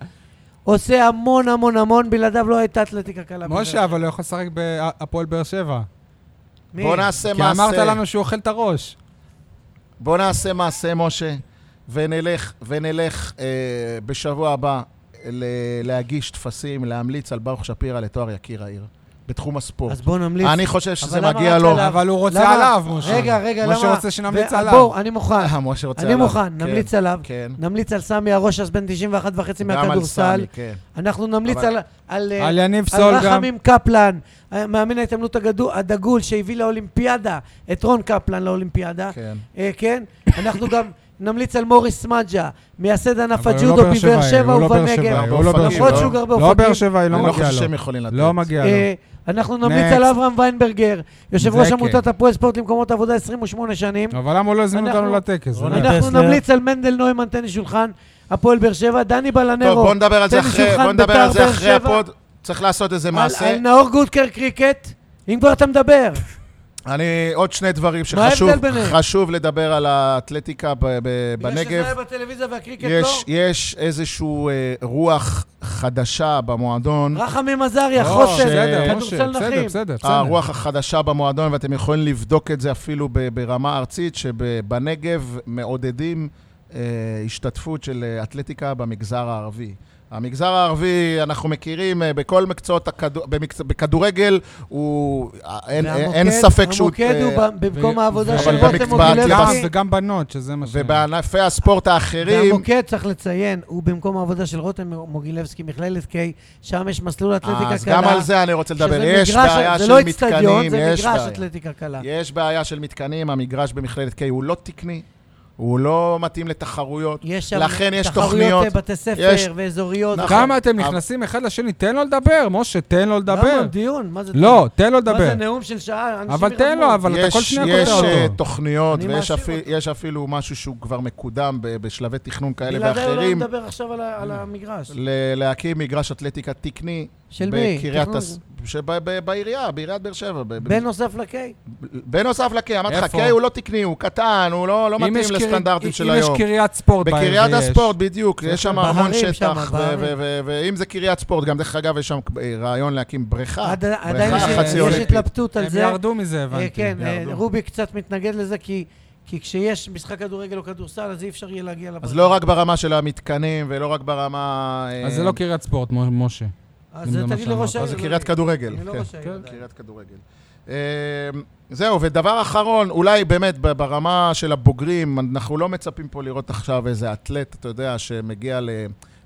Speaker 3: עושה המון המון המון, בלעדיו לא הייתה אתלטיקה קלה.
Speaker 1: משה, אבל הוא יכול לשחק בהפועל באר שבע.
Speaker 3: מי?
Speaker 4: בוא נעשה
Speaker 1: כי
Speaker 4: מעשה.
Speaker 1: אמרת לנו שהוא אוכל את הראש.
Speaker 4: בוא נעשה מעשה, משה, ונלך, ונלך אה, בשבוע הבא ל- להגיש טפסים, להמליץ על ברוך שפירא לתואר יקיר העיר, בתחום הספורט.
Speaker 3: אז בואו נמליץ.
Speaker 4: אני חושב שזה
Speaker 3: אבל למה
Speaker 4: מגיע
Speaker 3: רק
Speaker 4: לו.
Speaker 3: עליו?
Speaker 1: אבל הוא רוצה
Speaker 3: למה?
Speaker 1: עליו, משה.
Speaker 3: רגע, רגע, למה?
Speaker 1: משה רוצה שנמליץ
Speaker 3: ו-
Speaker 1: עליו.
Speaker 3: בואו, אני מוכן.
Speaker 4: [laughs] אה, משה [laughs] רוצה
Speaker 3: אני
Speaker 4: עליו.
Speaker 3: מוכן,
Speaker 4: כן,
Speaker 3: נמליץ עליו.
Speaker 4: כן.
Speaker 3: נמליץ על סמי הרושס, בן 91 וחצי
Speaker 4: גם על
Speaker 3: מהכדורסל.
Speaker 4: סמי, כן.
Speaker 3: אנחנו נמליץ
Speaker 4: אבל-
Speaker 3: על... על אה,
Speaker 1: על יניב
Speaker 3: על
Speaker 1: סול גם.
Speaker 3: רחמים קפלן, אה, מאמן ההתעמלות הגדו- הדגול שהביא לאולימפיאדה, את רון קפלן לאולימפיאדה.
Speaker 4: כן.
Speaker 3: אה, כן? אנחנו גם נמליץ על מוריס סמג'ה, מייסד ענף
Speaker 1: אבל הוא לא
Speaker 3: הג'ודו
Speaker 1: באר
Speaker 3: בבאר
Speaker 1: שבעי,
Speaker 3: שבע
Speaker 1: הוא לא באר
Speaker 3: ובנגב.
Speaker 1: שבעי, הוא לא באר
Speaker 4: למרות
Speaker 1: שבעי.
Speaker 4: שהוא
Speaker 3: גר
Speaker 1: לא
Speaker 3: באופקים.
Speaker 1: באר שבעי,
Speaker 4: אני
Speaker 1: לא
Speaker 4: לא
Speaker 1: מגיע
Speaker 4: חושב
Speaker 1: לו.
Speaker 4: שהם יכולים לתת.
Speaker 1: לא מגיע לו.
Speaker 3: אה, אנחנו נמליץ
Speaker 1: Next.
Speaker 3: על אברהם ויינברגר, יושב
Speaker 1: זה
Speaker 3: ראש
Speaker 1: כן.
Speaker 3: עמותת הפועל ספורט למקומות עבודה 28 שנים.
Speaker 1: אבל למה הוא לא הזמין
Speaker 3: אנחנו-
Speaker 1: אותנו לטקס? לא-
Speaker 2: רונן,
Speaker 1: באמת?
Speaker 3: אנחנו
Speaker 2: טסלר.
Speaker 3: נמליץ על מנדל נוימן, טניס שולחן, הפועל באר שבע, דני בלנרו.
Speaker 4: טוב, בוא נדבר על זה
Speaker 3: טניס
Speaker 4: אחרי,
Speaker 3: שולחן,
Speaker 4: בוא נדבר
Speaker 3: בית"ר
Speaker 4: על זה
Speaker 3: באר
Speaker 4: אחרי
Speaker 3: שבע. אה,
Speaker 4: הפוד. צריך לעשות איזה
Speaker 3: על-
Speaker 4: מעשה.
Speaker 3: על נאור גודקר קריקט, אם כבר אתה מדבר.
Speaker 4: אני, עוד שני דברים
Speaker 3: מה
Speaker 4: שחשוב
Speaker 3: ההבדל ביניהם?
Speaker 4: חשוב לדבר על האתלטיקה ב- ב-
Speaker 3: בגלל שזה
Speaker 4: בנגב.
Speaker 3: היה בטלוויזיה והקריקט
Speaker 4: יש,
Speaker 3: לא?
Speaker 4: יש איזושהי רוח חדשה במועדון.
Speaker 3: רחמים עזריה,
Speaker 1: לא,
Speaker 3: חוסן,
Speaker 1: בסדר, משה,
Speaker 3: כדורסל
Speaker 1: בסדר,
Speaker 3: נכים.
Speaker 1: בסדר, בסדר.
Speaker 4: אה, הרוח החדשה במועדון, ואתם יכולים לבדוק את זה אפילו ב- ברמה ארצית, שבנגב מעודדים אה, השתתפות של אה, אתלטיקה במגזר הערבי. המגזר הערבי, אנחנו מכירים, אה, בכל מקצועות, הכדור, במקצוע, בכדורגל, הוא, אה, אין, אין, אין
Speaker 3: והמוקד-
Speaker 4: ספק שהוא...
Speaker 3: המוקד
Speaker 4: אה,
Speaker 3: הוא ב- במקום
Speaker 1: ו-
Speaker 3: העבודה
Speaker 1: אבל
Speaker 3: של
Speaker 1: במקצוע-
Speaker 3: רותם מוגילבסקי.
Speaker 1: גם וגם בנות, שזה מה ש...
Speaker 4: ובענפי הספורט האחרים...
Speaker 3: והמוקד, צריך לציין, הוא במקום העבודה של רותם מוגילבסקי, מכללת K, שם יש מסלול אתלטיקה קלה.
Speaker 4: אה, אז גם על זה אני רוצה
Speaker 3: שזה
Speaker 4: לדבר. יש
Speaker 3: מגרש-
Speaker 4: בעיה
Speaker 3: זה לא
Speaker 4: של
Speaker 3: אצטדיון,
Speaker 4: מתקנים,
Speaker 3: זה
Speaker 4: יש
Speaker 3: מגרש
Speaker 4: בעיה.
Speaker 3: אתלטיקה קלה.
Speaker 4: יש בעיה של מתקנים, המגרש במכללת K הוא לא תקני, הוא לא מתאים לתחרויות.
Speaker 3: יש שם
Speaker 4: לכן יש
Speaker 3: תחרויות
Speaker 4: תוכניות.
Speaker 3: אה, בתי
Speaker 4: יש-
Speaker 3: ספר ואזוריות.
Speaker 4: נכון.
Speaker 1: כמה אתם
Speaker 4: אבל-
Speaker 1: נכנסים אחד לשני? תן לו לדבר, משה, תן לו
Speaker 3: למה
Speaker 1: לדבר.
Speaker 3: דיון? מה זה
Speaker 1: לא, תן לו
Speaker 3: מה
Speaker 1: לדבר.
Speaker 3: זה נאום של שעה? אנשים
Speaker 1: אבל תן לו,
Speaker 3: ירדמו.
Speaker 1: אבל אתה כל
Speaker 4: יש,
Speaker 1: שנייה
Speaker 4: יש
Speaker 1: קוטע
Speaker 4: אה,
Speaker 1: אותו.
Speaker 4: תוכניות,
Speaker 3: אני
Speaker 4: ויש
Speaker 3: מאשים
Speaker 4: אפילו,
Speaker 3: אותו.
Speaker 4: יש אפילו משהו שהוא כבר מקודם ב- בשלבי תכנון כאלה
Speaker 3: בלעדיי הוא לא
Speaker 4: ואחרים, לא,
Speaker 3: מדבר עכשיו על ה- על המגרש.
Speaker 4: ל- להקים מגרש אתלטיקה תקני.
Speaker 3: של מי?
Speaker 4: בקריית...
Speaker 3: תכנון?
Speaker 4: הס- שב- ב- בעירייה, בעיריית באר שבע. ב- ב-
Speaker 3: בנוסף ל-K. אה,
Speaker 4: בנוסף לקיי, אמרתי לך,
Speaker 1: איפה?
Speaker 4: קיי הוא לא תקני, הוא קטן, הוא לא, לא
Speaker 1: אם
Speaker 4: מתאים
Speaker 1: יש קרי-
Speaker 4: לסטנדרטים
Speaker 1: אם-
Speaker 4: של היום.
Speaker 1: אם יש קריית ספורט בעיר
Speaker 4: בקריית
Speaker 1: ויש.
Speaker 4: הספורט, בדיוק, יש שם המון
Speaker 3: בהרים שם,
Speaker 4: שטח, ו-
Speaker 3: בהרים.
Speaker 4: ו- ו- ואם זה קריית ספורט, גם דרך אגב, יש שם אה, רעיון להקים בריכה,
Speaker 3: עד- עדיין יש-
Speaker 1: אה, חצי
Speaker 3: יש
Speaker 1: אולימפית.
Speaker 3: התלבטות על
Speaker 1: הם
Speaker 3: זה.
Speaker 1: ירדו מזה,
Speaker 3: אה,
Speaker 1: הבנתי.
Speaker 3: כן, אה,
Speaker 4: ירדו.
Speaker 3: רובי קצת מתנגד לזה, כי כי כשיש משחק כדורגל או כדורסל, אז אי אפשר יהיה להגיע לבריכה.
Speaker 4: אז לא רק ברמה של המתקנים, ולא רק ברמה... אה,
Speaker 1: אז זה לא קריית ספורט, מ- משה.
Speaker 3: אז
Speaker 1: אם זה מה
Speaker 3: תגיד
Speaker 1: שאמרת.
Speaker 3: לראש העיר.
Speaker 4: אז זה
Speaker 3: לא
Speaker 4: קריית
Speaker 3: יודע.
Speaker 4: כדורגל.
Speaker 3: אני לא
Speaker 4: כן.
Speaker 3: ראש העיר.
Speaker 1: כן.
Speaker 3: עדיין.
Speaker 4: קריית כדורגל. אמ, זהו, ודבר אחרון, אולי באמת ב- ברמה של הבוגרים, אנחנו לא מצפים פה לראות עכשיו איזה אתלט, אתה יודע, שמגיע ל...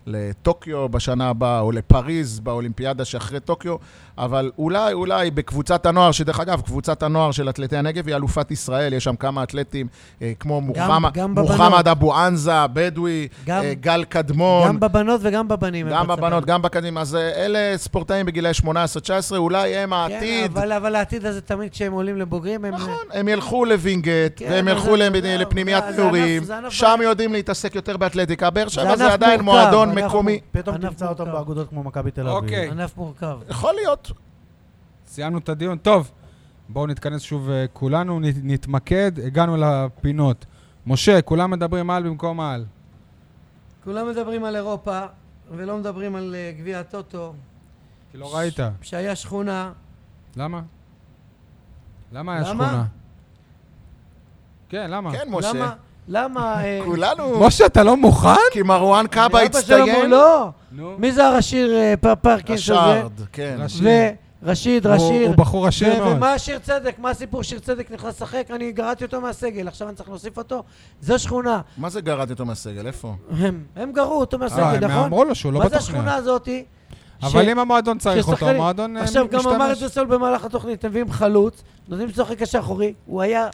Speaker 4: לטוקיו בשנה הבאה, או לפריז באולימפיאדה שאחרי טוקיו, אבל אולי, אולי בקבוצת הנוער, שדרך אגב, קבוצת הנוער של אתלטי הנגב היא אלופת ישראל, יש שם כמה אתלטים, אה, כמו מוחמד,
Speaker 3: גם בבנות.
Speaker 4: מוחמד אבו ענזה, בדואי,
Speaker 3: גם-
Speaker 4: אה, גל קדמון.
Speaker 3: גם בבנות וגם בבנים. הם
Speaker 4: גם
Speaker 3: בצבא.
Speaker 4: בבנות, גם בקדימה. אז אה, אלה ספורטאים בגילאי 18-19, אולי הם
Speaker 3: כן,
Speaker 4: העתיד.
Speaker 3: אבל- אבל העתיד הזה תמיד כשהם עולים לבוגרים, הם...
Speaker 4: נכון, הם ילכו לווינגייט,
Speaker 3: כן,
Speaker 4: והם
Speaker 3: אבל
Speaker 4: ילכו
Speaker 3: זה-
Speaker 4: למ-
Speaker 3: זהו,
Speaker 4: לפנימיית
Speaker 3: זה ענף-
Speaker 4: נעורים,
Speaker 3: זה ענף
Speaker 4: שם
Speaker 3: בעיה.
Speaker 4: יודעים להתעסק יותר באתלטיקה. באר שבע
Speaker 3: ענף
Speaker 4: זה עדיין
Speaker 3: מורכב,
Speaker 4: מועדון
Speaker 3: אנחנו-
Speaker 4: מקומי.
Speaker 2: פתאום
Speaker 3: ענף
Speaker 2: תמצא אותם
Speaker 3: מורכב.
Speaker 2: באגודות כמו מכבי תל אביב.
Speaker 1: אוקיי.
Speaker 3: ענף מורכב.
Speaker 4: יכול להיות.
Speaker 1: סיימנו את הדיון. טוב, בואו נתכנס שוב אה, כולנו, נ- נתמקד, הגענו לפינות. משה, כולם מדברים על במקום על.
Speaker 3: כולם מדברים על אירופה, ולא מדברים על אה, גביע הטוטו,
Speaker 1: כי לא ראית.
Speaker 3: שהיה שכונה.
Speaker 1: למה? למה היה
Speaker 3: למה?
Speaker 1: שכונה? כן, למה?
Speaker 4: כן, משה.
Speaker 3: למה?
Speaker 4: [laughs]
Speaker 3: למה... אה,
Speaker 4: כולנו,
Speaker 1: משה, אתה לא מוכן?
Speaker 4: כי מרואן
Speaker 3: אבא
Speaker 4: קאבה
Speaker 3: שלו אמר,
Speaker 4: הצטיין.
Speaker 3: לא!
Speaker 1: נו.
Speaker 3: מי זה הרשיר אה, פ- פרקינס הזה?
Speaker 4: השארד, כן.
Speaker 1: רש"י.
Speaker 3: ורש"יד,
Speaker 1: הוא-
Speaker 3: רשיר.
Speaker 1: הוא בחור עשיר
Speaker 3: ו-
Speaker 1: מאוד. אה,
Speaker 3: ומה השיר צדק? מה הסיפור שיר צדק נכנס לשחק? אני גרעתי אותו מהסגל, עכשיו אני צריך להוסיף אותו? זו שכונה.
Speaker 4: מה זה גרדתי אותו מהסגל? איפה?
Speaker 3: הם הם גרעו אותו
Speaker 1: אה,
Speaker 3: מהסגל,
Speaker 1: הם
Speaker 3: נכון?
Speaker 1: אמרו לו שהוא לא
Speaker 3: מה זה
Speaker 1: בתוכנית.
Speaker 3: השכונה הזאתי?
Speaker 1: אבל
Speaker 3: ש-
Speaker 1: אם המועדון צריך אותו,
Speaker 3: ששחקנים-
Speaker 1: המועדון אה,
Speaker 3: עכשיו, גם אמר את
Speaker 1: משתמש.
Speaker 3: זה סול במהלך התוכנית, מביאים חלוץ, נותנים לו לשחק קשר אחורי, הוא היה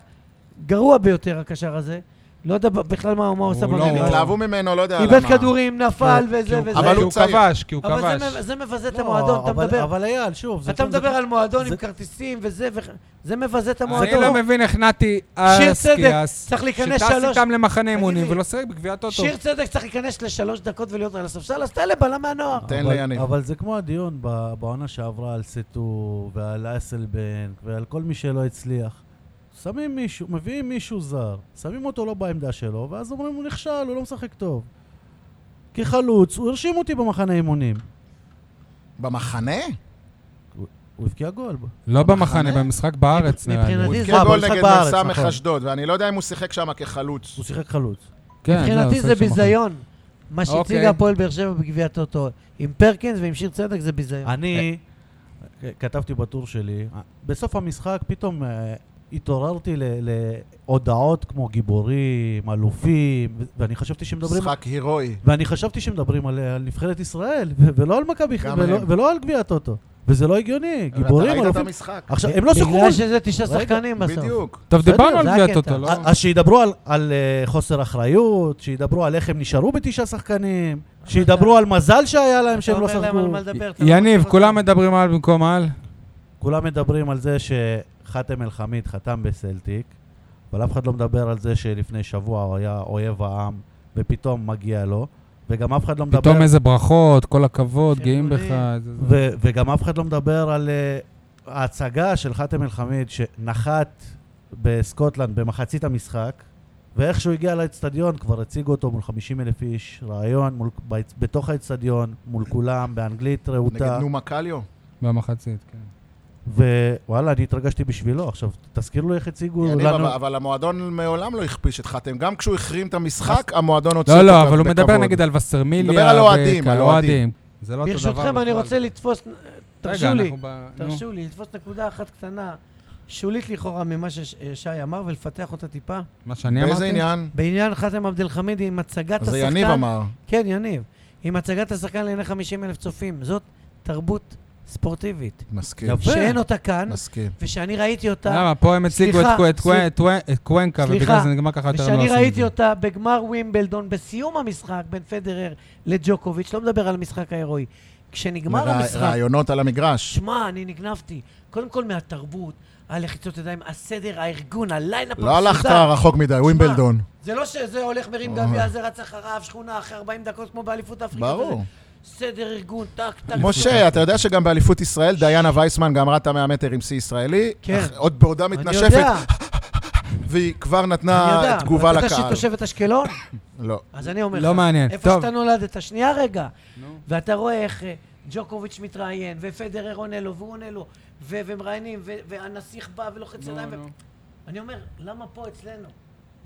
Speaker 3: גרוע ביותר, הקשר הזה. לא יודע ב- בכלל מה מה הוא עושה
Speaker 1: הוא לא-
Speaker 3: במגרש.
Speaker 4: התלהבו ממנו, לא יודע למה.
Speaker 3: איבד כדורים, נפל וזה
Speaker 1: כי הוא-
Speaker 3: וזה.
Speaker 4: אבל
Speaker 1: כי
Speaker 4: הוא
Speaker 1: הוא
Speaker 4: צעיר.
Speaker 1: כבש, כי הוא
Speaker 3: אבל
Speaker 1: כבש.
Speaker 3: זה מ- זה מבזה את
Speaker 2: לא,
Speaker 3: המועדון, אתה
Speaker 2: אבל-
Speaker 3: מדבר...
Speaker 2: אבל אייל, שוב, זה
Speaker 3: אתה
Speaker 2: כלום, זה
Speaker 3: מדבר
Speaker 2: כלום.
Speaker 3: על מועדון עם
Speaker 2: זה-
Speaker 3: כרטיסים וזה, ו- זה מבזה את
Speaker 1: אני לא
Speaker 3: המועדון.
Speaker 1: מבין איך נתי
Speaker 3: שיר צדק,
Speaker 1: אסקיאס,
Speaker 3: צריך להיכנס
Speaker 1: שטס
Speaker 3: שלוש...
Speaker 1: איתם למחנה
Speaker 3: תגיד
Speaker 1: אימונים
Speaker 3: לי,
Speaker 1: ולא שיחק בגביע הטוטו.
Speaker 3: שיר צדק צריך להיכנס לשלוש דקות ולהיות על הספסל, אז תעלה בלם מהנוער.
Speaker 4: תן
Speaker 2: אבל-
Speaker 4: לי, יניב.
Speaker 2: אבל זה כמו הדיון ב- בעונה שעברה על סטו ועל אסלבנק ועל כל מי שלא הצליח. שמים מישהו, מביאים מישהו זר, שמים אותו לא בעמדה שלו, ואז אומרים הוא נכשל, הוא לא משחק טוב. כחלוץ, הוא הרשים אותי במחנה אימונים.
Speaker 4: במחנה?
Speaker 2: הוא הבקיע גול.
Speaker 1: לא במחנה,
Speaker 4: במחנה?
Speaker 1: במשחק בארץ נראה לי.
Speaker 4: הוא
Speaker 3: מבחינתי
Speaker 4: הבקיע
Speaker 3: זה-
Speaker 2: אה,
Speaker 4: גול
Speaker 2: במשחק
Speaker 4: נגד
Speaker 2: בארץ,
Speaker 4: מסע
Speaker 2: נכון.
Speaker 4: אשדוד, ואני לא יודע אם הוא שיחק שם כחלוץ.
Speaker 2: הוא שיחק חלוץ.
Speaker 1: כן, לא,
Speaker 3: מבחינתי
Speaker 1: הוא
Speaker 3: זה
Speaker 1: שיחק במחנה.
Speaker 3: ביזיון. מה
Speaker 1: אוקיי.
Speaker 3: שהציגה הפועל באר שבע בגביע הטוטו, עם פרקינס ועם שיר צדק זה ביזיון.
Speaker 2: אני כתבתי בטור שלי, בסוף המשחק פתאום אה, התעוררתי ל- להודעות כמו גיבורים, אלופים, ו- ואני חשבתי שמדברים...
Speaker 4: משחק הירואי.
Speaker 2: ואני חשבתי שמדברים על, על נבחרת ישראל, ו- ולא על מכבי,
Speaker 4: גם
Speaker 2: ולא,
Speaker 4: הם.
Speaker 2: ולא על גביע הטוטו. וזה לא הגיוני,
Speaker 4: אתה
Speaker 2: גיבורים,
Speaker 4: ראית את
Speaker 2: אלופים.
Speaker 4: המשחק.
Speaker 2: עכשיו, הם לא שיחקו...
Speaker 3: בגלל
Speaker 2: על-
Speaker 3: שזה תשעה
Speaker 2: רגע,
Speaker 3: שחקנים בסוף.
Speaker 4: בדיוק.
Speaker 1: טוב,
Speaker 3: בסדר,
Speaker 1: דיברנו על
Speaker 3: זה
Speaker 1: גביע
Speaker 3: הקטע.
Speaker 1: הטוטו, לא?
Speaker 2: אז שידברו על, על אה, חוסר אחריות, שידברו על איך הם נשארו בתשעה שחקנים, שידברו על מזל שהיה להם
Speaker 3: אתה
Speaker 2: שהם לא
Speaker 3: אומר להם על
Speaker 2: שחקו.
Speaker 3: מה לדבר. אתה לא
Speaker 1: יניב,
Speaker 3: מקשיב
Speaker 1: כולם
Speaker 3: אותם.
Speaker 1: מדברים על במקום על?
Speaker 2: כולם מדברים על זה שחאתם אל-חמיד חתם בסלטיק, אבל אף אחד לא מדבר על זה שלפני שבוע הוא היה אויב העם, ופתאום מגיע לו, וגם אף אחד לא מדבר...
Speaker 3: כן,
Speaker 1: פתאום איזה ברכות, כל הכבוד, גאים בך.
Speaker 3: שיבולים.
Speaker 1: זה- זה-
Speaker 2: ו- וגם אף אחד לא מדבר על, אה, ההצגה של חאתם אל-חמיד, שנחת בסקוטלנד במחצית המשחק, ואיך שהוא הגיע לאצטדיון, כבר הציגו אותו מול 50 אלף איש, רעיון מול, באצ- בתוך האצטדיון, מול כולם, באנגלית
Speaker 4: נגד
Speaker 2: רהוטה,
Speaker 4: נומה קליו.
Speaker 1: במחצית, כן.
Speaker 2: ווואלה, אני התרגשתי בשבילו. עכשיו, תזכירו לי איך הציגו
Speaker 4: יניב,
Speaker 2: לנו...
Speaker 4: אבל- אבל המועדון מעולם לא הכפיש את חתם. גם כשהוא החרים את המשחק, המועדון הוציא
Speaker 1: לא,
Speaker 4: אותו
Speaker 1: לא,
Speaker 4: גם
Speaker 1: אבל הוא מדבר
Speaker 4: בכבוד.
Speaker 1: נגיד על וסרמיליה.
Speaker 4: מדבר על אוהדים,
Speaker 1: וכאלה,
Speaker 4: על אוהדים.
Speaker 1: זה לא אותו דבר.
Speaker 3: ברשותכם, אני
Speaker 1: בכלל.
Speaker 3: רוצה לתפוס...
Speaker 1: רגע,
Speaker 3: תרשו לי.
Speaker 1: אנחנו ב- נו.
Speaker 3: תרשו לי לתפוס נקודה אחת קטנה, שולית לכאורה ממה ששי אמר, ולפתח אותה טיפה.
Speaker 1: מה שאני אמרתי?
Speaker 4: באיזה עניין?
Speaker 3: בעניין חאתם עבד אל-חמיד עם הצגת השחקן...
Speaker 4: זה יניב אמר.
Speaker 3: כן, יניב. עם הצגת השחקן לעיני 50 אלף צופים. זאת תרבות ספורטיבית.
Speaker 4: מסכים.
Speaker 2: יפה.
Speaker 3: שאין אותה כאן,
Speaker 4: מסכים.
Speaker 3: ושאני ראיתי אותה...
Speaker 1: למה? פה הם הציגו את
Speaker 3: סליחה,
Speaker 1: קו- את קו-
Speaker 3: סליח-
Speaker 1: את קו- את קוונקה, ובגלל
Speaker 3: סליחה,
Speaker 1: זה נגמר ככה יותר לא
Speaker 3: ושאני
Speaker 1: עשו את
Speaker 3: ראיתי
Speaker 1: זה.
Speaker 3: אותה בגמר ווימבלדון, בסיום המשחק בין פדרר לג'וקוביץ', לא מדבר על המשחק ההירואי. כשנגמר
Speaker 4: רע-
Speaker 3: המשחק,
Speaker 4: רעיונות על המגרש.
Speaker 3: שמע, אני נגנבתי. קודם כל מהתרבות, הלחיצות ידיים, הסדר, הארגון, הליינאפ
Speaker 4: לא הלכת רחוק מדי, ווימבלדון.
Speaker 3: זה לא שזה הולך מרים
Speaker 4: אוי.
Speaker 3: גביע, זה רץ אחריו, שכונה אחרי 40 דקות, כמו באליפות אפריקה.
Speaker 4: אה. ברור.
Speaker 3: סדר ארגון, טק, טק.
Speaker 4: משה, אתה יודע שגם באליפות ישראל, דיאנה וייסמן גם ראתה 100 מטר עם שיא ישראלי?
Speaker 3: כן.
Speaker 4: אך- עוד בעודה
Speaker 3: אני
Speaker 4: מתנשפת,
Speaker 3: יודע,
Speaker 4: והיא כבר
Speaker 3: אני
Speaker 4: נתנה [laughs]
Speaker 3: יודע.
Speaker 4: תגובה
Speaker 3: אתה יודע שהיא
Speaker 4: לקהל.
Speaker 3: תושבת אשקלון?
Speaker 4: לא.
Speaker 3: אז אני אומר לך.
Speaker 1: לא מעניין.
Speaker 3: איפה
Speaker 1: טוב.
Speaker 3: שאתה נולדת, שנייה רגע. ואתה רואה איך אה, ג'וקוביץ' מתראיין, ופדרר עונה לו, והוא עונה לו, ו- ומראיינים, ו- והנסיך בא ולוחץ ידיים. ו- אני אומר, למה פה אצלנו?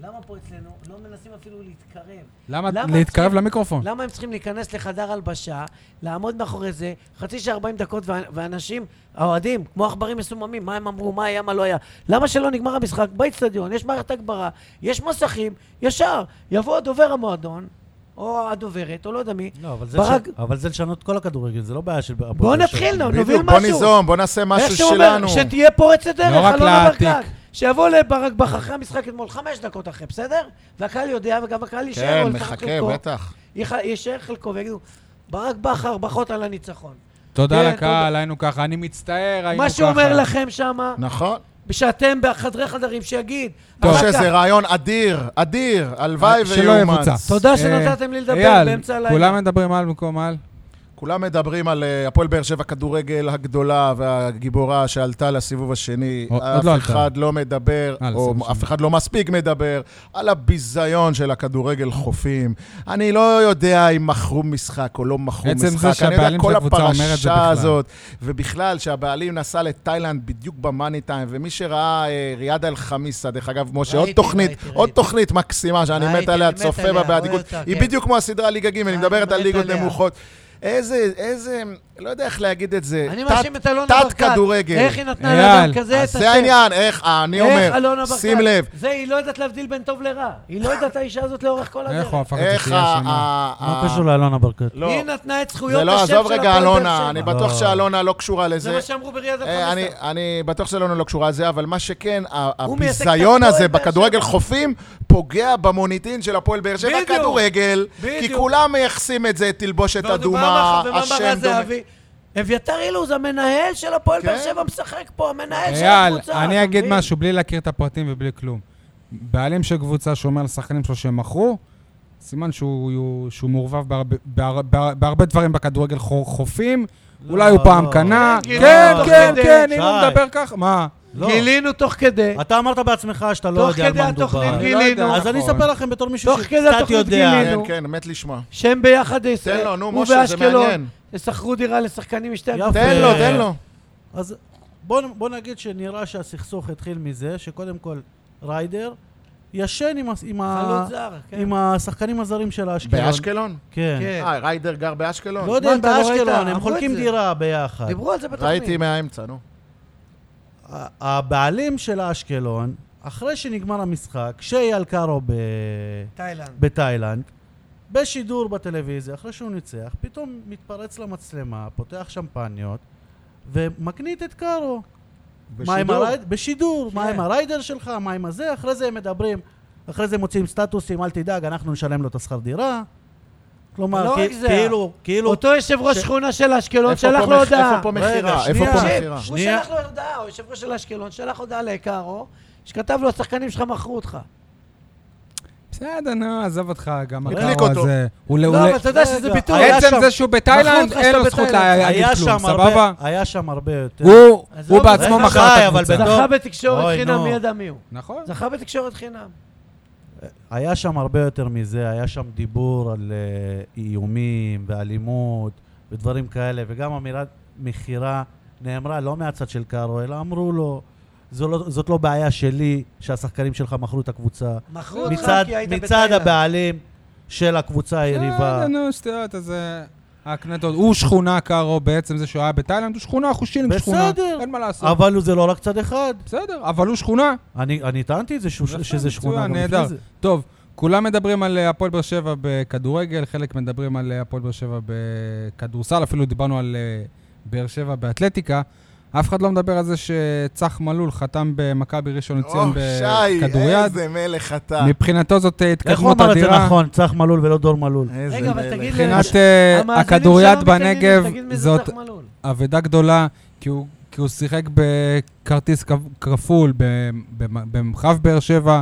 Speaker 3: למה פה אצלנו? לא מנסים אפילו להתקרב.
Speaker 1: למה
Speaker 3: למה
Speaker 1: להתקרב
Speaker 3: צריכים-
Speaker 1: למיקרופון?
Speaker 4: נכון.
Speaker 3: למה הם צריכים להיכנס לחדר הלבשה, לעמוד מאחורי זה, חצי שעה 40 דקות, וה- והאנשים, האוהדים, כמו עכברים מסוממים, מה הם אמרו, מה היה, מה לא היה. למה שלא נגמר המשחק? באיצטדיון, יש מערכת הגברה, יש מסכים, ישר. יבוא דובר המועדון, או הדוברת, או לא יודע מי.
Speaker 2: לא, אבל זה,
Speaker 3: ברק-
Speaker 2: ש... אבל זה לשנות כל הכדורגל, זה לא בעיה של... הפועל
Speaker 3: בואו
Speaker 2: באר שבע.
Speaker 3: נתחיל, נו, נוביל
Speaker 4: בדיוק,
Speaker 3: משהו.
Speaker 4: בוא ניזום, בוא נעשה משהו
Speaker 3: איך שהוא אומר,
Speaker 4: שלנו.
Speaker 3: שתהיה פורצת דרך,
Speaker 1: לא רק
Speaker 3: אלונה
Speaker 1: להעתיק.
Speaker 3: ברקת. שיבוא לברק בכר אחרי המשחק אתמול, חמש דקות אחרי, בסדר? והקהל יודע, וגם הקהל יישאר,
Speaker 4: כן,
Speaker 3: או לפחות
Speaker 4: מחכה,
Speaker 3: חלקו.
Speaker 4: בטח.
Speaker 3: יח- יישאר חלקו ויגידו, ברק בכר, ברכות על הניצחון.
Speaker 1: תודה
Speaker 3: כן,
Speaker 1: לקהל,
Speaker 3: תודה.
Speaker 1: היינו ככה, אני מצטער, היינו לא ככה.
Speaker 3: מה שהוא אומר לכם שמה,
Speaker 4: נכון.
Speaker 3: שאתם בחדרי חדרים, שיגיד.
Speaker 1: טוב. אה,
Speaker 3: אחר
Speaker 4: משה,
Speaker 3: כך,
Speaker 4: זה רעיון אדיר, אדיר. הלוואי
Speaker 1: שלא
Speaker 4: ויאומץ.
Speaker 1: יבוצע.
Speaker 3: תודה
Speaker 1: אה,
Speaker 3: שנתתם לי לדבר
Speaker 1: אייל,
Speaker 3: באמצע הלילה.
Speaker 1: כולם מדברים על במקום על?
Speaker 4: כולם מדברים על אה, הפועל באר שבע כדורגל הגדולה והגיבורה שעלתה לסיבוב השני.
Speaker 1: עוד- עוד
Speaker 4: אף
Speaker 1: לא עלתה.
Speaker 4: אחד לא מדבר,
Speaker 1: אה,
Speaker 4: או
Speaker 1: לסיבוב
Speaker 4: אף
Speaker 1: השני.
Speaker 4: אחד לא מספיק מדבר, על הביזיון של הכדורגל חופים. אני לא יודע אם מכרו משחק או לא מכרו
Speaker 1: עצם זה
Speaker 4: משחק. אני יודע
Speaker 1: שהבעלים
Speaker 4: כל
Speaker 1: של הקבוצה אומר את זה
Speaker 4: הפרשה
Speaker 1: בכלל.
Speaker 4: הזאת, ובכלל שהבעלים נסע לתאילנד בדיוק במאני טיים, ומי שראה אה, ריאד אל חמיסה, דרך אגב, משה, עוד
Speaker 3: ראיתי,
Speaker 4: תוכנית,
Speaker 3: ראיתי,
Speaker 4: עוד
Speaker 3: ראיתי.
Speaker 4: תוכנית מקסימה שאני מת
Speaker 3: ראיתי,
Speaker 4: עליה,
Speaker 3: אני מת
Speaker 4: צופה בה
Speaker 3: עליה,
Speaker 4: באדיקות.
Speaker 3: רואה אותה,
Speaker 4: היא
Speaker 3: כן.
Speaker 4: בדיוק כמו הסדרה ליגה ג', היא
Speaker 3: אני
Speaker 4: מדברת על
Speaker 3: מת
Speaker 4: ליגות
Speaker 3: עליה.
Speaker 4: נמוכות. איזה, איזה, לא יודע איך להגיד את זה.
Speaker 3: אני
Speaker 4: תת-
Speaker 3: מאשים את אלונה ברקת.
Speaker 4: תת כדורגל.
Speaker 3: איך היא נתנה
Speaker 1: אייל,
Speaker 3: לאדם כזה את
Speaker 4: אז
Speaker 3: השם.
Speaker 4: זה העניין, איך, אה, אני
Speaker 3: איך
Speaker 4: אומר,
Speaker 3: אלונה ברקת.
Speaker 4: שים לב,
Speaker 3: זה, היא לא יודעת להבדיל בין טוב לרע. היא לא יודעת האישה הזאת לאורך כל הדרך.
Speaker 1: איך הוא הפך את זה
Speaker 4: איך ה...
Speaker 1: שיהיה שמה?
Speaker 4: ה-
Speaker 2: מה
Speaker 4: ה-
Speaker 2: קשור לאלונה ברקת?
Speaker 4: לא,
Speaker 3: היא נתנה את זכויות
Speaker 4: זה לא,
Speaker 3: השם של
Speaker 4: עזוב רגע
Speaker 3: הפועל באר שבע.
Speaker 4: אלונה, אני בטוח
Speaker 2: לא.
Speaker 4: שאלונה לא קשורה
Speaker 3: זה
Speaker 4: לזה.
Speaker 3: מה שאמרו בריאד
Speaker 4: אה, אני-
Speaker 3: אלחמיסה.
Speaker 4: אני בטוח שאלונה לא קשורה לזה, אבל מה שכן, ה-
Speaker 3: הוא מייצג את
Speaker 4: הביזיון
Speaker 3: הפועל
Speaker 4: הזה
Speaker 3: באר שבע.
Speaker 4: בכדורגל חופים פוגע במוניטין של הפועל באר שבע
Speaker 3: בדיוק.
Speaker 4: כדורגל, כי
Speaker 3: בדיוק.
Speaker 4: כולם מייחסים את זה, תלבושת
Speaker 3: ועוד
Speaker 4: אדומה,
Speaker 3: ומה אמר- ומה אמרה
Speaker 4: השם דומה.
Speaker 3: זהבי? אביתר אילוז, המנהל של הפועל
Speaker 4: כן.
Speaker 3: באר שבע משחק פה, המנהל של
Speaker 1: אייל,
Speaker 3: הקבוצה.
Speaker 1: אני
Speaker 3: אתה
Speaker 1: אגיד
Speaker 3: מבין?
Speaker 1: משהו בלי להכיר את הפרטים ובלי כלום. בעלים של קבוצה שאומר לשחקנים שלו שהם מכרו, סימן שהוא שהוא מעורבב בהרבה- בהר- בהר- בהרבה דברים בכדורגל חו- חופים, אולי הוא פעם
Speaker 2: לא.
Speaker 1: קנה.
Speaker 3: כן,
Speaker 1: כן,
Speaker 3: לא,
Speaker 1: כן,
Speaker 3: לא,
Speaker 1: כן,
Speaker 2: שי.
Speaker 1: אם הוא מדבר ככה, מה?
Speaker 2: לא.
Speaker 3: גילינו תוך כדי,
Speaker 2: אתה אמרת בעצמך שאתה לא
Speaker 3: תוך
Speaker 2: יודע על
Speaker 3: כדי
Speaker 2: מה מדובר.
Speaker 3: התוכנית
Speaker 1: אני לא יודע.
Speaker 3: גילינו
Speaker 2: אז אני
Speaker 1: נכון.
Speaker 2: אספר לכם בתור מישהו
Speaker 3: תוך כדי
Speaker 2: שקצת
Speaker 3: התוכנית
Speaker 2: יודע.
Speaker 4: כן,
Speaker 3: נו.
Speaker 4: כן, מת לשמוע.
Speaker 3: שהם ביחד, אה,
Speaker 4: תן לו, נו,
Speaker 3: הוא
Speaker 4: משה, זה
Speaker 3: ואשקלון,
Speaker 4: מעניין.
Speaker 3: שכרו דירה לשחקנים משתי
Speaker 2: יפה.
Speaker 3: הגופים.
Speaker 4: תן לו,
Speaker 2: אה,
Speaker 4: תן לו.
Speaker 2: אז בוא, בוא נגיד שנראה שהסכסוך התחיל מזה שקודם כל ריידר ישן עם, הס- עם, ה,
Speaker 3: חלוץ זר, כן.
Speaker 2: עם השחקנים הזרים של האשקלון.
Speaker 4: באשקלון?
Speaker 2: כן.
Speaker 3: כן.
Speaker 4: אה, ריידר גר באשקלון?
Speaker 2: לא יודע
Speaker 3: מה,
Speaker 2: אם
Speaker 3: אתה לא ראית?
Speaker 2: באשקלון, הם
Speaker 3: אמרו
Speaker 2: חולקים
Speaker 3: את זה.
Speaker 2: דירה ביחד.
Speaker 3: דיברו על זה בתוכנית.
Speaker 4: ראיתי מהאמצע, נו.
Speaker 2: ה- הבעלים של האשקלון, אחרי שנגמר המשחק, שאייל קארו ב...
Speaker 3: תאילנד.
Speaker 2: בתאילנד, בשידור בטלוויזיה, אחרי שהוא ניצח, פתאום מתפרץ למצלמה, פותח שמפניות, ומקנית את קארו. מה עם
Speaker 4: בשידור.
Speaker 2: הרייד... בשידור, מה
Speaker 3: כן.
Speaker 2: עם הריידר שלך, מה עם הזה, אחרי זה הם מדברים, אחרי זה הם מוציאים סטטוסים, אל תדאג, אנחנו נשלם לו את השכר דירה. כלומר,
Speaker 3: לא
Speaker 2: כי-
Speaker 3: רק זה.
Speaker 2: כאילו, כאילו,
Speaker 3: אותו יושב ראש
Speaker 2: ש-
Speaker 3: שכונה של אשקלון
Speaker 4: איפה
Speaker 3: לא, שלח
Speaker 4: פה
Speaker 3: לו
Speaker 4: מח-
Speaker 3: הודעה.
Speaker 4: איפה פה
Speaker 2: רגע,
Speaker 4: מכירה? איפה
Speaker 2: שנייה.
Speaker 4: פה
Speaker 3: תקשיב,
Speaker 4: מכירה?
Speaker 3: הוא
Speaker 2: שנייה.
Speaker 3: שלח לו הודעה, הוא יושב ראש של אשקלון, שלח הודעה לקארו, שכתב לו, השחקנים שלך מכרו אותך.
Speaker 1: בסדר, נו, עזוב אותך, גם
Speaker 4: הדליק
Speaker 1: הקארו
Speaker 4: אותו.
Speaker 1: הזה. הוא לא- הוא
Speaker 3: לא,
Speaker 1: לא-
Speaker 3: אבל אתה יודע שזה
Speaker 2: רגע,
Speaker 3: ביטוי,
Speaker 2: היה
Speaker 1: עצם
Speaker 2: שם-
Speaker 1: זה שהוא
Speaker 3: מכרו
Speaker 1: בתאילנד,
Speaker 3: אותך
Speaker 1: אין
Speaker 3: שאתה
Speaker 1: לו זכות
Speaker 3: בתאילנד.
Speaker 1: להגיד
Speaker 2: נכון, היה
Speaker 1: כלום,
Speaker 2: שם
Speaker 1: סבבה?
Speaker 2: הרבה- היה שם הרבה יותר.
Speaker 1: הוא-
Speaker 3: עזוב,
Speaker 1: הוא בעצמו
Speaker 3: רגע,
Speaker 1: מכר
Speaker 2: די,
Speaker 1: את
Speaker 2: אבל
Speaker 4: אה,
Speaker 1: הקבוצה.
Speaker 2: בתור-
Speaker 3: זכה בתקשורת
Speaker 2: אוי,
Speaker 3: חינם,
Speaker 2: נו.
Speaker 3: מי ידע מי הוא.
Speaker 1: נכון.
Speaker 3: זכה בתקשורת חינם.
Speaker 2: היה שם הרבה יותר מזה, היה שם דיבור על אה, איומים ואלימות ודברים כאלה, וגם אמירת מכירה נאמרה לא מהצד של קארו, אלא אמרו לו, "זו לא- זאת לא בעיה שלי שהשחקנים שלך מכרו את הקבוצה.
Speaker 3: מכרו אותך
Speaker 2: מצד,
Speaker 3: כי היית
Speaker 2: מצד
Speaker 3: בתאילנד.
Speaker 2: הבעלים של הקבוצה היריבה.
Speaker 1: בסדר, אה, נו, שטויות, אז אה, ההקנטות. הוא שכונה קארו, בעצם זה שהוא היה בתאילנד, הוא שכונה, חושינג שכונה.
Speaker 2: בסדר.
Speaker 1: אין מה לעשות.
Speaker 2: אבל זה לא רק צד אחד.
Speaker 1: בסדר, אבל הוא שכונה.
Speaker 2: אני, אני טענתי את זה שהוא-
Speaker 1: יפה,
Speaker 2: שזה שכונה
Speaker 1: מצוין,
Speaker 2: גם לפני
Speaker 1: נהדר.
Speaker 2: זה.
Speaker 1: טוב, כולם מדברים על אה, הפועל באר שבע בכדורגל, חלק מדברים על אה, הפועל באר שבע בכדורסל, אפילו דיברנו על אה, באר שבע באתלטיקה. אף אחד לא מדבר על זה שצח מלול חתם במכבי ראשון לציון
Speaker 4: או, שי,
Speaker 1: בכדוריד.
Speaker 4: איזה מלך אתה.
Speaker 1: מבחינתו זאת אה,
Speaker 2: איך הוא
Speaker 1: התקדמות
Speaker 2: אמר את זה
Speaker 1: אדירה.
Speaker 2: נכון? צח מלול ולא דור מלול.
Speaker 4: איזה
Speaker 3: רגע, אבל תגיד לי,
Speaker 1: מבחינת אה,
Speaker 3: המאזינים
Speaker 1: הכדוריד
Speaker 3: שלנו מתעניינים,
Speaker 1: בנגב
Speaker 3: תגיד מי זה
Speaker 1: זאת
Speaker 3: צח מלול.
Speaker 1: אבדה גדולה, כי הוא, כי הוא שיחק בכרטיס כפ- כפול במ- במ- במרחב באר שבע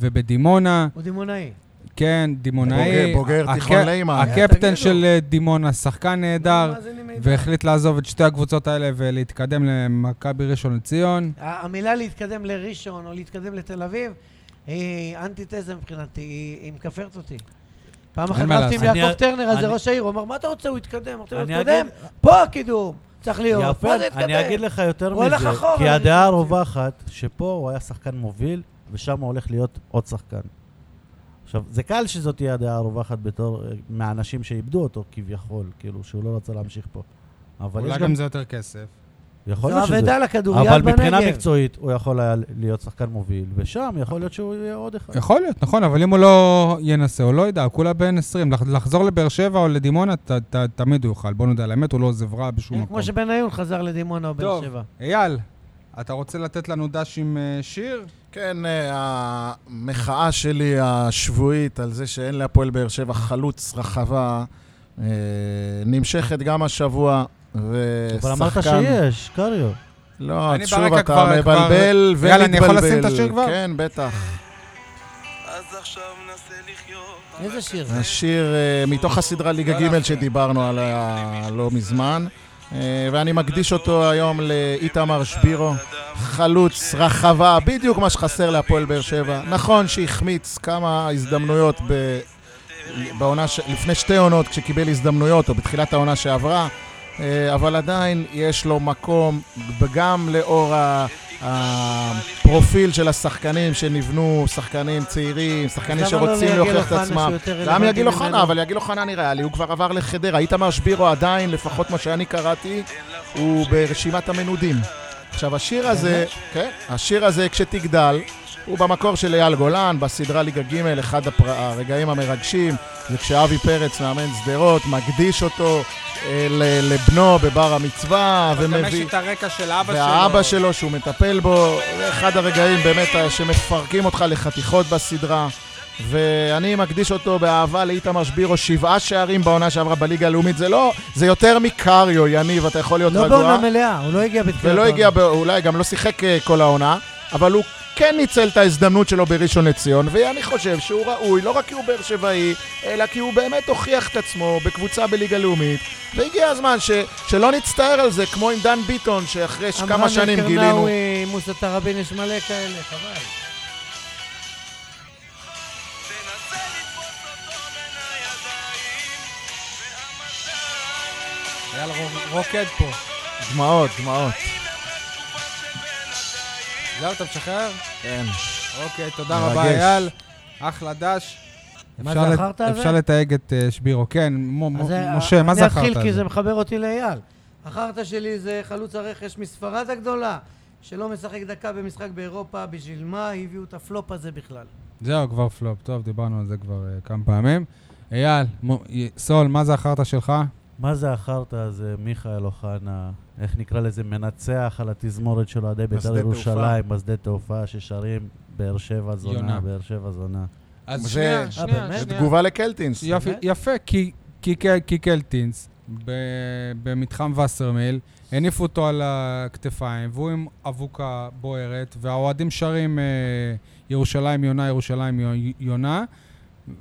Speaker 1: ובדימונה.
Speaker 3: הוא דימונאי.
Speaker 1: כן, דימונאי. כן,
Speaker 4: בוגר- בוגר
Speaker 1: הק-
Speaker 4: תיכון לימה.
Speaker 1: הקפטן
Speaker 3: תגידו.
Speaker 1: של אה, דימונה, שחקן נהדר,
Speaker 3: המאזינים מידע.
Speaker 1: והחליט לעזוב את שתי הקבוצות האלה ולהתקדם למכבי ראשון לציון.
Speaker 3: ה- המילה להתקדם לראשון או להתקדם לתל אביב היא אנטיתזה מבחינתי, היא היא מכפרת אותי. פעם אחת
Speaker 1: אין מה
Speaker 3: רבתי עם
Speaker 1: לעשות.
Speaker 3: יעקב
Speaker 2: אני-
Speaker 3: טרנר, אז זה
Speaker 2: אני-
Speaker 3: ראש העיר, הוא אמר, מה אתה רוצה, הוא יתקדם, אמרתי לו,
Speaker 2: אני
Speaker 3: יתקדם,
Speaker 2: אגיד-
Speaker 3: פה הקידום, צריך להיות,
Speaker 2: יפה,
Speaker 3: פה זה יתקדם.
Speaker 2: אני אגיד לך יותר
Speaker 3: הוא הלך
Speaker 2: מזה,
Speaker 3: אחורה,
Speaker 2: כי
Speaker 3: אני
Speaker 2: הדעה
Speaker 3: חושב.
Speaker 2: הרווחת, שפה הוא היה שחקן מוביל, ושם הוא הולך להיות עוד שחקן. עכשיו, זה קל שזאת תהיה הדעה הרווחת בתור, אה, מהאנשים שאיבדו אותו כביכול, כאילו, שהוא לא רצה להמשיך פה. אבל יש
Speaker 1: אולי
Speaker 2: גם,
Speaker 1: גם זה יותר כסף.
Speaker 2: יכול
Speaker 3: זו
Speaker 2: להיות שזה,
Speaker 3: אבדה לכדוריד
Speaker 2: אבל
Speaker 3: בנגב.
Speaker 2: מבחינה מקצועית, הוא יכול היה להיות שחקן מוביל, ושם יכול להיות שהוא יהיה עוד אחד.
Speaker 1: יכול להיות, נכון, אבל אם הוא לא ינסה, הוא לא ידע, הוא כולה בן 20. לח- לחזור לבאר שבע או לדימונה, ת- ת- תמיד הוא יוכל. בוא נודה על האמת, הוא לא עוזב רע בשום מקום.
Speaker 3: כן, כמו שבניון חזר לדימונה או באר
Speaker 1: טוב.
Speaker 3: שבע.
Speaker 1: אייל, אתה רוצה לתת לנו דש עם אה, שיר?
Speaker 4: כן, אה, המחאה שלי השבועית על זה שאין להפועל באר שבע חלוץ רחבה אה, נמשכת גם השבוע. ושחקן...
Speaker 2: אבל אמרת שיש, קריו.
Speaker 4: לא,
Speaker 1: אני
Speaker 4: שוב
Speaker 1: ברקע
Speaker 4: אתה
Speaker 1: כבר- כבר-
Speaker 4: מבלבל ומתבלבל.
Speaker 1: יאללה, אני יכול לשים את השיר כבר?
Speaker 4: כן, בטח.
Speaker 5: אז עכשיו ננסה לחיות.
Speaker 3: איזה שיר?
Speaker 4: השיר אה, מתוך הסדרה ליגה ג' שדיברנו עליה לא מזמן, אה, ואני מקדיש אותו היום לאיתמר שבירו, חלוץ, רחבה, בדיוק מה שחסר להפועל באר שבע. נכון שהחמיץ כמה הזדמנויות ב... בעונה ש... לפני שתי עונות כשקיבל הזדמנויות, או בתחילת העונה שעברה, אה, אבל עדיין יש לו מקום, גם לאור ה... הפרופיל של השחקנים שנבנו, שחקנים צעירים, שחקנים
Speaker 3: למה לא
Speaker 4: שרוצים
Speaker 3: ליגאל
Speaker 4: להוכיח את
Speaker 3: אוחנה,
Speaker 4: עצמם.
Speaker 3: שהוא יותר
Speaker 4: גם
Speaker 3: רלוונטי
Speaker 4: יגיל אוחנה,
Speaker 3: ממנו?
Speaker 4: אבל יגיל אוחנה נראה לי, הוא כבר עבר לחדרה. איתמר שבירו עדיין, לפחות מה שאני קראתי, הוא ברשימת המנודים. עכשיו, השיר הזה, כן, השיר הזה, כשתגדל, הוא במקור של אייל גולן, בסדרה ליגה ג', אחד הפר... הרגעים המרגשים, זה כשאבי פרץ, מאמן שדרות, מקדיש אותו אה, ל- לבנו בבר המצווה,
Speaker 1: גם יש
Speaker 4: ומביא...
Speaker 1: את הרקע של אבא שלו.
Speaker 4: והאבא שלו שהוא מטפל בו, זה אחד הרגעים באמת ה- שמפרקים אותך לחתיכות בסדרה. ואני מקדיש אותו באהבה לאיתמר שבירו, שבעה שערים בעונה שעברה בליגה הלאומית. זה לא, זה יותר מקריו, יניב, אתה יכול להיות
Speaker 3: לא
Speaker 4: רגוע.
Speaker 3: בעונה מלאה, הוא לא הגיע בתחילת
Speaker 4: ולא
Speaker 1: כן,
Speaker 3: העונה.
Speaker 4: הגיע, ב- אולי גם לא שיחק אה, כל העונה, אבל הוא כן ניצל את ההזדמנות שלו בראשון לציון, ואני חושב שהוא ראוי, לא רק כי הוא באר שבעי, אלא כי הוא באמת הוכיח את עצמו בקבוצה בליגה לאומית, והגיע הזמן ש, שלא נצטער על זה, כמו עם דן ביטון, שאחרי כמה שנים
Speaker 3: עמרם
Speaker 4: גילינו...
Speaker 3: אלקרנאווי, מוסא תראבין, יש מלא כאלה, חבל.
Speaker 5: תנסה לתפוס אותו בין הידיים, והמזל,
Speaker 1: אייל רוקד פה.
Speaker 4: דמעות, דמעות.
Speaker 5: הנה בתקופה שבין הדיים.
Speaker 1: זהו, אתה משחרר?
Speaker 4: כן.
Speaker 1: אוקיי, תודה
Speaker 4: מרגש.
Speaker 1: רבה, אייל. אחלה דש.
Speaker 3: מה
Speaker 1: אפשר
Speaker 3: זה
Speaker 1: לת-
Speaker 3: החרטא הזה?
Speaker 1: אפשר לתייג את אה, שבירו. כן, מו- מו-
Speaker 3: אז זה-
Speaker 1: משה, מה זה החרטא
Speaker 3: אני
Speaker 1: הזה?
Speaker 3: אתחיל כי זה מחבר אותי לאייל. החרטא שלי זה חלוץ הרכש מספרד הגדולה, שלא משחק דקה במשחק באירופה, בשביל מה הביאו את הפלופ הזה בכלל?
Speaker 1: זהו, כבר פלופ. טוב, דיברנו על זה כבר אה, כמה פעמים. אייל, מו- י- סול, מה זה החרטא שלך?
Speaker 2: מה זה החרטא הזה, מיכאל אוחנה, איך נקרא לזה, מנצח על התזמורת של אוהדי בית"ר
Speaker 4: בשדה תעופה.
Speaker 2: ירושלים, בשדה תעופה, ששרים באר שבע
Speaker 1: יונה.
Speaker 2: זונה, באר שבע זונה.
Speaker 1: אז
Speaker 4: זה-
Speaker 1: שנייה,
Speaker 4: אה,
Speaker 1: שנייה,
Speaker 3: באמת?
Speaker 1: שנייה.
Speaker 4: תגובה לקלטינס.
Speaker 1: יפה,
Speaker 3: באמת?
Speaker 1: יפה, כי- כי- כי קלטינס ב- במתחם וסרמיל, הניפו אותו על הכתפיים, והוא עם אבוקה בוערת, והאוהדים שרים אה, ירושלים יונה, ירושלים יו- יונה,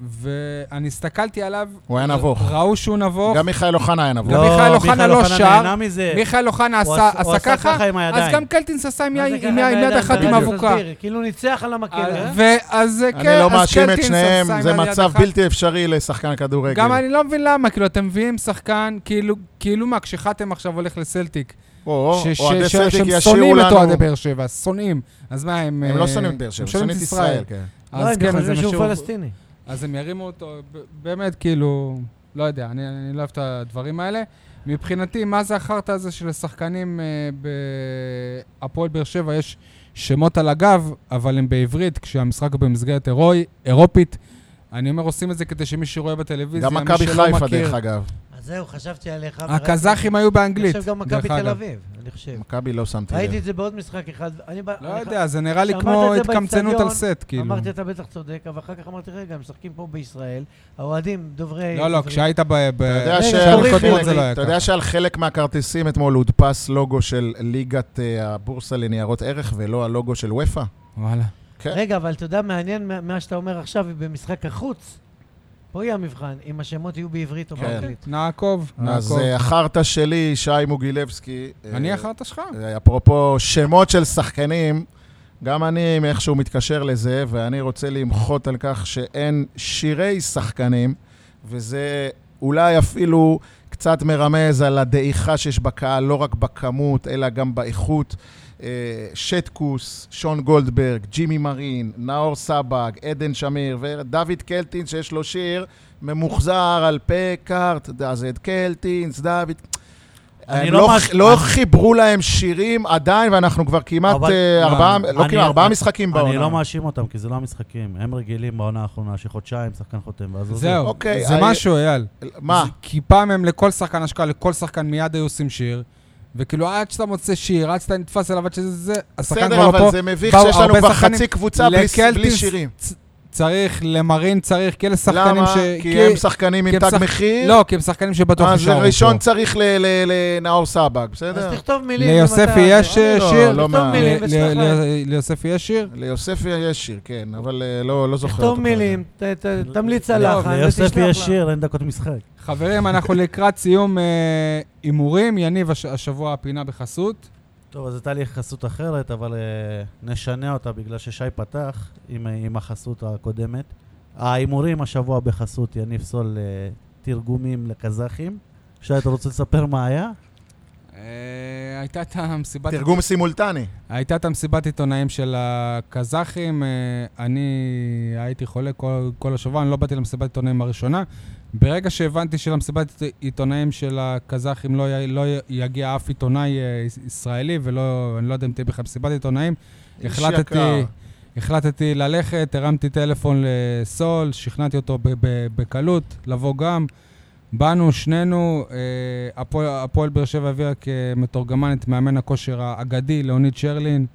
Speaker 1: ואני הסתכלתי עליו,
Speaker 4: הוא היה נבוך.
Speaker 1: ראו שהוא נבוך,
Speaker 4: גם מיכאל אוחנה היה נבוך.
Speaker 1: גם מיכאל אוחנה לא שר,
Speaker 2: נהנה מזה.
Speaker 1: מיכאל אוחנה
Speaker 2: הוא
Speaker 1: עשה
Speaker 2: עשה- הוא
Speaker 1: עשה
Speaker 2: עשה
Speaker 1: ככה,
Speaker 2: ככה עם
Speaker 1: אז
Speaker 2: הידיים.
Speaker 1: גם קלטינס עשה עם
Speaker 3: מה זה
Speaker 1: יד-
Speaker 3: ככה
Speaker 1: עם יד
Speaker 3: בידיים?
Speaker 1: אחת עם
Speaker 3: תראה,
Speaker 1: אבוקה.
Speaker 3: תסביר, כאילו ניצח על המקל.
Speaker 1: ואז אה,
Speaker 4: אני
Speaker 1: כן,
Speaker 4: לא
Speaker 1: אז
Speaker 4: מאשים את
Speaker 1: קלטינס
Speaker 4: שניהם,
Speaker 1: עשה עם
Speaker 4: זה
Speaker 1: היד
Speaker 4: מצב
Speaker 1: אחת.
Speaker 4: בלתי אפשרי לשחקן כדורגל.
Speaker 1: גם אני לא מבין למה, כאילו, אתם מביאים שחקן, כאילו, כאילו מה, כשחתם עכשיו הולך לסלטיק,
Speaker 4: או,
Speaker 1: ש- ש-
Speaker 4: אוהדי
Speaker 1: ש-
Speaker 4: סלטיק
Speaker 1: שהם
Speaker 4: ישירו
Speaker 1: שונאים את אוהדי
Speaker 4: לנו...
Speaker 1: באר שבע, שונאים. אז מה, הם...
Speaker 4: הם לא
Speaker 1: אה,
Speaker 4: שונאים את באר שבע,
Speaker 1: הם
Speaker 4: שונאים את ישראל. כן.
Speaker 3: לא,
Speaker 1: אז
Speaker 3: הם
Speaker 1: כן, אז
Speaker 3: חושבים
Speaker 1: הם
Speaker 3: שהוא
Speaker 1: ישירו-
Speaker 3: פלסטיני.
Speaker 1: אז הם ירימו אותו, ב- באמת, כאילו, לא יודע, אני אני לא אוהב את הדברים האלה. מבחינתי, מה זה החרטא הזה שלשחקנים אה, בהפועל באר שבע יש שמות על הגב, אבל הם בעברית, כשהמשחק הוא במסגרת אירוי- אירופית. אני אומר, עושים את זה כדי שמי שרואה בטלוויזיה,
Speaker 4: גם
Speaker 1: מי
Speaker 4: מכבי
Speaker 1: שלא
Speaker 4: חיפה,
Speaker 1: מכיר-
Speaker 4: דרך אגב.
Speaker 3: אז זהו, חשבתי עליך.
Speaker 1: הקזחים היו באנגלית,
Speaker 3: אני חושב גם מכבי
Speaker 1: דרך אגב.
Speaker 3: תל אביב, אני חושב.
Speaker 4: מכבי לא שמתי
Speaker 3: ראיתי
Speaker 4: לב.
Speaker 3: את זה בעוד משחק אחד. אני בא-
Speaker 1: לא
Speaker 3: אני ח-
Speaker 1: יודע, זה נראה לי
Speaker 3: כשאמרת
Speaker 1: כמו
Speaker 3: את זה
Speaker 1: התקמצנות על
Speaker 3: באיצטדיון,
Speaker 1: סט, כאילו.
Speaker 3: אמרתי, אתה בטח צודק, אבל אחר כך אמרתי, רגע, הם משחקים פה בישראל, האוהדים דוברי...
Speaker 1: לא, לא,
Speaker 3: עברית.
Speaker 1: כשהיית ב... ב-
Speaker 4: אתה יודע
Speaker 3: רגע,
Speaker 4: שעל
Speaker 3: שתוריד
Speaker 4: חלק-
Speaker 1: לי את זה לא היה
Speaker 4: אתה יודע
Speaker 1: ככה.
Speaker 4: שעל חלק מהכרטיסים אתמול הודפס לוגו של ליגת אה, הבורסה לניירות ערך ולא הלוגו של וופא?
Speaker 1: וואלה.
Speaker 3: רגע, אבל אתה יודע, מעניין מה- מה שאתה אומר עכשיו, במשחק החוץ, פה יהיה המבחן, אם השמות יהיו בעברית או
Speaker 4: כן.
Speaker 3: באנגלית.
Speaker 1: נעקוב,
Speaker 4: אז
Speaker 1: נעקוב.
Speaker 4: אה, החרטא שלי, שי מוגילבסקי. אה,
Speaker 1: אני החרטא שלך.
Speaker 4: אה, אפרופו שמות של שחקנים, גם אני איכשהו מתקשר לזה, ואני רוצה למחות על כך שאין שירי שחקנים, וזה אולי אפילו קצת מרמז על הדעיכה שיש בקהל, לא רק בכמות, אלא גם באיכות. אה, שטקוס, שון גולדברג, ג'ימי מרין, נאור סבג, עדן שמיר ודוד קלטינס, שיש לו שיר ממוחזר על פקארט, אז את קלטינס, דוד...
Speaker 2: אני
Speaker 4: הם
Speaker 2: לא
Speaker 4: לא,
Speaker 2: מאש-
Speaker 4: לא חיברו להם שירים עדיין, ואנחנו כבר כמעט
Speaker 2: אבל-
Speaker 4: אה,
Speaker 2: מה,
Speaker 4: ארבעה, לא
Speaker 2: אני-
Speaker 4: כמעט, ארבעה
Speaker 2: אני-
Speaker 4: משחקים בעונה.
Speaker 2: אני לא מאשים אותם, כי זה לא המשחקים. הם רגילים בעונה האחרונה שחודשיים שחקן חותם, ואז עוזב.
Speaker 1: זהו,
Speaker 4: אוקיי,
Speaker 1: זה
Speaker 4: אה,
Speaker 1: משהו, אייל.
Speaker 4: מה?
Speaker 1: זה- כי פעם הם לכל שחקן השקעה, לכל שחקן מיד היו עושים שיר, וכאילו עד שאתה מוצא שיר, עד שאתה נתפס אליו, עד שזה זה, השחקן
Speaker 4: בסדר,
Speaker 1: כבר לא
Speaker 4: אבל
Speaker 1: פה.
Speaker 4: זה מביך
Speaker 1: באו
Speaker 4: שיש לנו
Speaker 1: הרבה
Speaker 4: כבר
Speaker 1: שחקנים.
Speaker 4: חצי קבוצה בלי- בלי
Speaker 1: לקלטינס
Speaker 4: שירים.
Speaker 1: צ- צריך, למרין צריך, כאלה שחקנים
Speaker 4: למה?
Speaker 1: ש...
Speaker 4: כי הם שחקנים
Speaker 1: כי
Speaker 4: עם
Speaker 1: הם
Speaker 4: תג
Speaker 1: שחק-
Speaker 4: מחיר?
Speaker 1: לא, כי הם שחקנים שבטוח
Speaker 4: אז
Speaker 1: יישארו
Speaker 4: ראשון
Speaker 1: פה.
Speaker 4: צריך ל- ל- לנאור סבג, בסדר?
Speaker 3: אז תכתוב מילים. אם
Speaker 1: ליוספי
Speaker 3: אתה-
Speaker 1: יש אה,
Speaker 4: לא,
Speaker 1: שיר?
Speaker 4: לא
Speaker 3: תכתוב
Speaker 4: מה.
Speaker 3: מילים
Speaker 1: ל-
Speaker 3: ותשלח
Speaker 1: ל-
Speaker 3: להם.
Speaker 1: ליוספי יש שיר?
Speaker 4: ליוספי יש שיר, כן, אבל אה, לא לא זוכר אותו.
Speaker 3: תכתוב
Speaker 4: כרגע.
Speaker 3: מילים, ת- ת- תמליץ על
Speaker 1: לא,
Speaker 3: לחן
Speaker 4: אוקיי,
Speaker 3: ותשלח
Speaker 2: ליוספי יש
Speaker 3: לה.
Speaker 2: שיר, אין דקות משחק.
Speaker 1: חברים, אנחנו לקראת סיום אה, הימורים. יניב, הש- השבוע הפינה בחסות.
Speaker 2: טוב, אז הייתה לי חסות אחרת, אבל אה, נשנה אותה בגלל ששי פתח עם, אה, עם החסות הקודמת. ההימורים השבוע בחסות יניב סול אה, תרגומים לקזחים. שי, אתה רוצה לספר מה היה?
Speaker 1: אה, הייתה את המסיבת...
Speaker 4: תרגום סימולטני.
Speaker 1: הייתה את המסיבת עיתונאים של הקזחים, אה, אני הייתי חולה כל, כל השבוע, אני לא באתי למסיבת עיתונאים הראשונה. ברגע שהבנתי שלמסיבת עיתונאים של הקזחים לא, י- לא י- יגיע אף עיתונאי אה, יש- ישראלי, ולא, אני לא יודע אם תהיה בכלל מסיבת עיתונאים,
Speaker 4: איש
Speaker 1: החלטתי,
Speaker 4: יקר.
Speaker 1: החלטתי ללכת, הרמתי טלפון לסול, שכנעתי אותו ב- ב- בקלות לבוא גם. באנו שנינו, אה, הפועל- הפועל באר שבע הביאה כמתורגמן את מאמן הכושר האגדי, ליאוניד שרלין,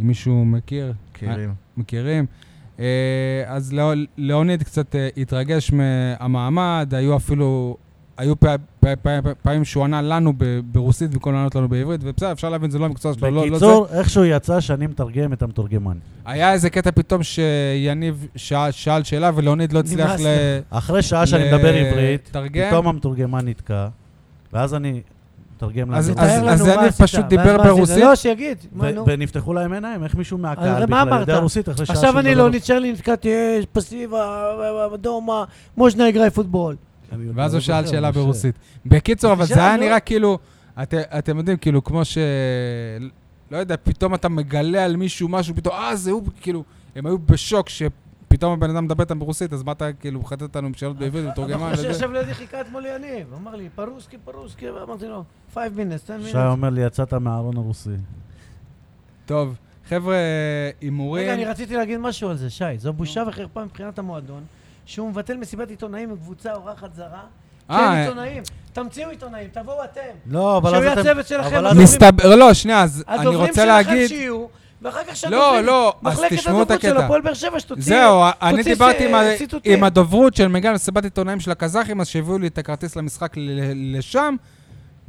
Speaker 1: אם מישהו מכיר, אה,
Speaker 4: מכירים.
Speaker 1: מכירים. אה, אז לאו- ליאוניד קצת אה, התרגש מהמעמד, היו אפילו, היו פע- פע- פע- פעמים שהוא ענה לנו ב- ברוסית במקום לענות לנו בעברית, ובסדר, אפשר להבין, זה לא המקצוע שלו, לא- לא זה. לא
Speaker 2: בקיצור, איכשהו יצא שאני מתרגם את המתורגמן.
Speaker 1: היה איזה קטע פתאום שיניב שאל, שאל שאלה ולאוניד לא הצליח
Speaker 3: נמאס
Speaker 1: ל...
Speaker 2: אחרי שעה אה, שאני מדבר עברית,
Speaker 1: לתרגם.
Speaker 2: פתאום המתורגמן נתקע, ואז אני מתרגם
Speaker 1: אז-
Speaker 2: לאנגלית.
Speaker 3: תאר
Speaker 1: אז
Speaker 3: לנו
Speaker 1: זה
Speaker 3: מה
Speaker 1: אני
Speaker 3: עשית,
Speaker 1: פשוט
Speaker 3: ואז
Speaker 1: דיבר
Speaker 3: מה עשית?
Speaker 1: ברוסית?
Speaker 3: לא, שיגיד.
Speaker 2: ו-
Speaker 3: מה, נו.
Speaker 2: ונפתחו להם עיניים, איך מישהו
Speaker 3: אז
Speaker 2: מהקהל
Speaker 3: מה
Speaker 2: בכלל
Speaker 3: אמרת?
Speaker 2: יודע רוסית אחרי שעה שהוא
Speaker 3: עכשיו אני
Speaker 2: מדבר-
Speaker 3: לא נשאר לי, נתקעתי אה, פסיבה, דומה, מוז'נה יגרעי פוטבול.
Speaker 2: אני יודע,
Speaker 1: ואז
Speaker 2: לא
Speaker 1: הוא שאל
Speaker 2: זוכר,
Speaker 1: שאלה
Speaker 2: משה.
Speaker 1: ברוסית. בקיצור, אבל זה
Speaker 3: שאל,
Speaker 1: היה
Speaker 3: לא?
Speaker 1: נראה כאילו, את, אתם יודעים, כאילו, כמו ש... לא יודע, פתאום אתה מגלה על מישהו משהו, פתאום, אה, זה הוא, כאילו, הם היו בשוק שפתאום הבן אדם מדבר איתם ברוסית, אז מה אתה, כאילו, מחטט אותנו עם שאלות בעברית,
Speaker 3: אה,
Speaker 1: מתורגמן
Speaker 3: הבחור
Speaker 1: וזה.
Speaker 3: שישב לידי חיכה אתמול ליניב, אמר לי, פרוסקי, פרוסקי, ואמרתי לו, 5 מינס, 10 מינס.
Speaker 2: שי אומר לי, יצאת מהארון הרוסי.
Speaker 1: טוב, חבר'ה, אה, הימורים.
Speaker 3: רגע, אני רציתי להגיד משהו על זה, שי. זו בושה וחרפה מבחינת המועדון, שהוא מבטל מסיבת עיתונאים עם קבוצה אורחת זרה. כי
Speaker 1: אה,
Speaker 3: אין
Speaker 1: אה.
Speaker 3: עיתונאים. תמציאו עיתונאים, תבואו אתם.
Speaker 2: לא, אבל
Speaker 3: שהוא
Speaker 2: אז
Speaker 3: יהיה
Speaker 2: אתם...
Speaker 3: הצוות שלכם,
Speaker 2: אבל
Speaker 3: אז
Speaker 2: אז-
Speaker 1: מסתבר, לא, שנייה, אז אני
Speaker 3: הדוברים
Speaker 1: רוצה
Speaker 3: שלכם
Speaker 1: להגיד...
Speaker 3: שיהיו, ואחר כך
Speaker 1: לא, לא, אז
Speaker 3: מחלקת
Speaker 1: תשמעו את
Speaker 3: הדוברות של
Speaker 1: הקטע.
Speaker 3: הפועל באר שבע, שתוציא...
Speaker 1: זהו, אני
Speaker 3: תוציא
Speaker 1: דיברתי עם ה-
Speaker 3: אה, ציטוטים.
Speaker 1: עם הדוברות של מיגל מסיבת עיתונאים של הקזחים, אז שהביאו לי את הכרטיס למשחק ל- ל- לשם,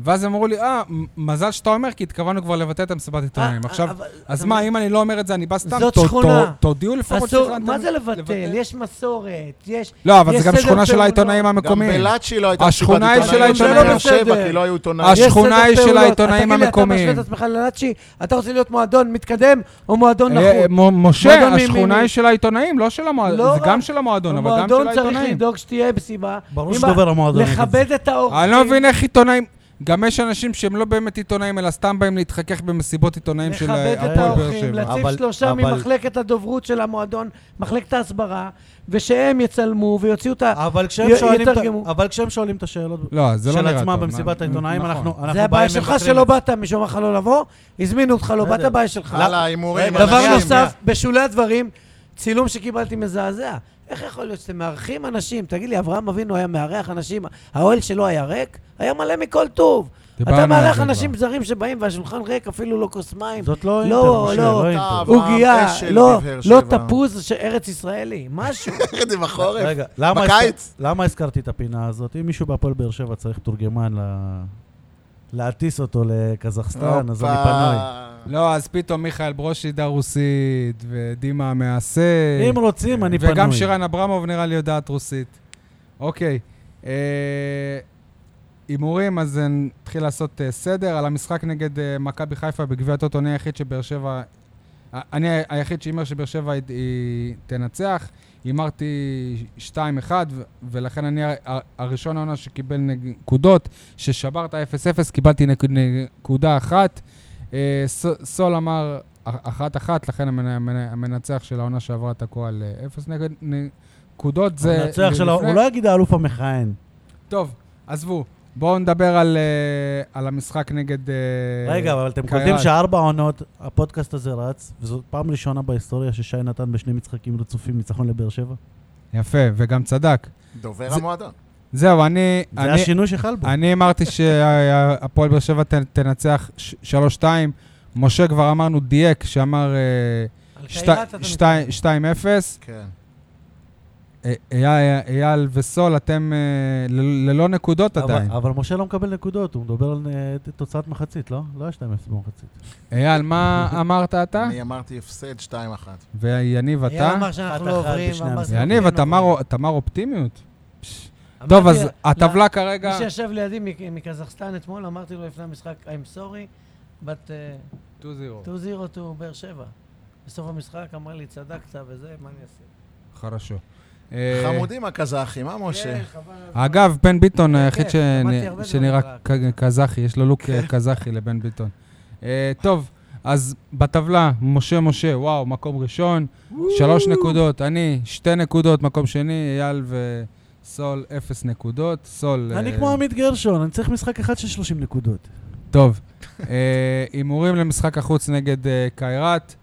Speaker 1: ואז אמרו לי, אה, מ- מזל שאתה אומר, כי התכוונו כבר לבטל את המסיבת עיתונאים.
Speaker 3: אה,
Speaker 1: עכשיו,
Speaker 3: אבל-
Speaker 1: אז
Speaker 3: אבל-
Speaker 1: מה, אם אני לא אומר את זה, אני בא סתם?
Speaker 3: זאת
Speaker 1: ת- ת-
Speaker 3: שכונה.
Speaker 1: תודיעו לפחות
Speaker 3: אסור,
Speaker 1: שהחלטתם
Speaker 3: מה זה לבטל? יש מסורת, יש...
Speaker 1: לא, אבל
Speaker 3: יש
Speaker 1: זה גם
Speaker 3: סדר
Speaker 1: שכונה של
Speaker 3: פעולות.
Speaker 1: העיתונאים
Speaker 4: גם
Speaker 1: המקומיים.
Speaker 4: בלאצ'י לא הייתה
Speaker 1: השכונה היא של
Speaker 4: של
Speaker 1: העיתונאים.
Speaker 4: באר שבע,
Speaker 3: בסדר. אה,
Speaker 4: כי לא היו עיתונאים.
Speaker 3: יש סדר
Speaker 1: השכונה היא של
Speaker 3: פעולות.
Speaker 1: העיתונאים
Speaker 3: תגיד לי,
Speaker 1: המקומיים.
Speaker 3: אתה משווה את עצמך ללאצ'י? אתה רוצה להיות מועדון מתקדם או מועדון
Speaker 1: אה,
Speaker 3: לא נחות?
Speaker 1: מ- משה,
Speaker 3: מועדון מי-
Speaker 1: השכונה
Speaker 3: מי-
Speaker 1: היא של העיתונאים, לא של המועדון,
Speaker 3: לא
Speaker 1: זה גם
Speaker 3: רק.
Speaker 1: של המועדון, אבל גם
Speaker 3: המועדון
Speaker 1: של
Speaker 3: צריך
Speaker 1: העיתונאים.
Speaker 3: לדאוג שתהיה מסיבה.
Speaker 2: ברור
Speaker 3: אם ה-
Speaker 2: שדובר המועדון יגיד את
Speaker 3: לכבד את האורחים.
Speaker 1: אני לא מבין איך עיתונאים... גם יש אנשים שהם לא באמת עיתונאים, אלא סתם באים להתחכך במסיבות עיתונאים של
Speaker 3: לכבד
Speaker 1: אה,
Speaker 3: את
Speaker 1: הפועל באר
Speaker 3: האורחים,
Speaker 1: שבע.
Speaker 2: אבל-
Speaker 3: להציב שלושה
Speaker 2: אבל-
Speaker 3: ממחלקת הדוברות של המועדון, מחלקת ההסברה, ושהם יצלמו ויוציאו את ה...
Speaker 2: אבל כשהם
Speaker 3: י-
Speaker 2: שואלים את ה-
Speaker 3: יתרגמו.
Speaker 2: אבל כשהם שואלים את השאלות
Speaker 1: לא, זה לא
Speaker 2: של
Speaker 1: נראה טוב.
Speaker 2: עצמם
Speaker 1: מה-
Speaker 2: במסיבת העיתונאים,
Speaker 1: נכון.
Speaker 2: אנחנו אנחנו באים
Speaker 3: זה הבעיה שלך
Speaker 2: ומבקרים
Speaker 3: שלא
Speaker 2: את זה.
Speaker 3: באת, מישהו אמר לך לא לבוא, הזמינו אותך, לא באת,
Speaker 2: בסדר.
Speaker 3: בעיה שלך.
Speaker 4: הלאה, הימורים.
Speaker 2: רגע,
Speaker 4: אנשים.
Speaker 3: דבר
Speaker 2: שנייה,
Speaker 3: נוסף, בשולי הדברים, צילום שקיבלתי מזעזע. איך יכול להיות שאתם מארחים אנשים? תגיד לי, אברהם אבינו היה מארח אנשים, האוהל שלו היה ריק? היה מלא מכל טוב.
Speaker 1: דיברנו
Speaker 3: אתה
Speaker 1: על
Speaker 3: מארח
Speaker 1: זה
Speaker 3: אנשים
Speaker 1: כבר.
Speaker 3: זרים שבאים והשולחן ריק, אפילו לא כוס מים.
Speaker 2: זאת לא
Speaker 3: לא,
Speaker 2: אינטר, משה,
Speaker 3: לא,
Speaker 2: לא
Speaker 3: אתה-
Speaker 2: אינטר.
Speaker 4: אברהם
Speaker 3: עוגיה,
Speaker 4: אשל
Speaker 3: לא,
Speaker 4: בבאר
Speaker 3: לא
Speaker 4: אה, שבע.
Speaker 3: תפוז ש- ארץ ישראלי,
Speaker 1: [laughs]
Speaker 3: משהו.
Speaker 4: את זה בחורף.
Speaker 2: רגע, למה
Speaker 4: בקיץ.
Speaker 2: הזכר- למה הזכרתי את הפינה הזאת? אם מישהו בהפועל באר שבע צריך תורגמן ל- להטיס אותו לקזחסטן, אז אני
Speaker 4: הופה.
Speaker 2: פנוי.
Speaker 1: לא, אז פתאום מיכאל ברושי ידע רוסית, ודימה המעשה.
Speaker 2: אם רוצים, אני פנוי.
Speaker 1: וגם שירן אברמוב נראה לי יודעת רוסית. אוקיי. אה, הימורים, אז אה, נתחיל לעשות אה, סדר. על המשחק נגד אה, מכבי חיפה בגביע הטוטו, אני היחיד שבאר שבע... אה, אני ה- היחיד שהימר שבאר שבע היא- היא תנצח. הימרתי 2-1, ו- ולכן אני ה- ה- הראשון העונה שקיבל נקודות. ששבר את ה-0-0, קיבלתי נק- נקודה אחת. אה, ס- סול אמר אח- אחת-אחת, לכן המנ- המנ- המנצח של העונה שעברה תקוע על אה, אפס נגד נקודות. זה
Speaker 2: המנצח שלו,
Speaker 1: לפני-
Speaker 2: הוא לא יגיד האלוף המכהן.
Speaker 1: טוב, עזבו. בואו נדבר על, אה, על המשחק נגד... אה,
Speaker 2: רגע, אבל אתם
Speaker 1: קיירת.
Speaker 2: קולטים שארבע עונות, הפודקאסט הזה רץ, וזו פעם ראשונה בהיסטוריה ששי נתן בשני משחקים רצופים ניצחון לבאר שבע?
Speaker 1: יפה, וגם צדק.
Speaker 4: דובר
Speaker 1: זה-
Speaker 4: המועדון.
Speaker 1: זהו, אני...
Speaker 2: זה
Speaker 1: אני-
Speaker 2: השינוי שחל בו.
Speaker 1: אני אמרתי שהפועל באר שבע ת- תנצח ש- 3-2. משה כבר אמרנו דייק, שאמר אה,
Speaker 3: על
Speaker 1: שתי-
Speaker 3: קיירת אתה
Speaker 1: שתיים- 2-0.
Speaker 4: כן.
Speaker 1: אה, אייל- אייל וסול, אתם אה, ל- ללא נקודות
Speaker 2: אבל-
Speaker 1: עדיין.
Speaker 2: אבל משה לא מקבל נקודות, הוא מדבר על אה, תוצאת מחצית, לא? לא היה 2-0 במחצית.
Speaker 1: אייל,
Speaker 3: [laughs]
Speaker 1: מה אמרת אתה?
Speaker 4: אני אמרתי הפסד 2-1.
Speaker 1: ויניב,
Speaker 3: מתאים. היה
Speaker 1: אתה?
Speaker 3: אמר שאנחנו לא
Speaker 2: אחת אחת
Speaker 3: עוברים,
Speaker 2: בשני
Speaker 3: אמר
Speaker 2: המשחקים.
Speaker 1: יניב, אתה
Speaker 3: שאנחנו
Speaker 1: מר
Speaker 3: לא עוברים.
Speaker 1: אתה מר אופטימיות.
Speaker 3: אמרתי
Speaker 1: טוב, אז
Speaker 3: לה-
Speaker 1: הטבלה כרגע...
Speaker 3: לא, מי שישב לידי מק- מקזחסטן אתמול, אמרתי לו לפני המשחק, I'm sorry, but אה,
Speaker 1: 2-0.
Speaker 3: 2-0 to באר שבע. בסוף המשחק אמר לי, צדקת וזה, מה אני אעשה?
Speaker 1: חרשו. אה,
Speaker 4: חמודים הקזחים, אה, משה?
Speaker 3: כן, חבל על הזמן.
Speaker 1: אגב, בן ביטון אה,
Speaker 3: כן,
Speaker 1: היחיד
Speaker 3: כן,
Speaker 1: שנ-
Speaker 3: למדתי הרבה
Speaker 1: שנראה
Speaker 3: דברים כן.
Speaker 1: כ- קזחי, יש לו לוק אה, קזחי לבן ביטון. אה, טוב, אז בטבלה, משה משה, וואו, מקום ראשון, שלוש נקודות, אני, שתי נקודות, מקום שני, אייל וסול, אפס נקודות, סול...
Speaker 2: אני
Speaker 1: אה,
Speaker 2: כמו עמית גרשון, אני צריך משחק אחד של 30 נקודות.
Speaker 1: טוב, אה, הימורים למשחק החוץ נגד אה, קיירת,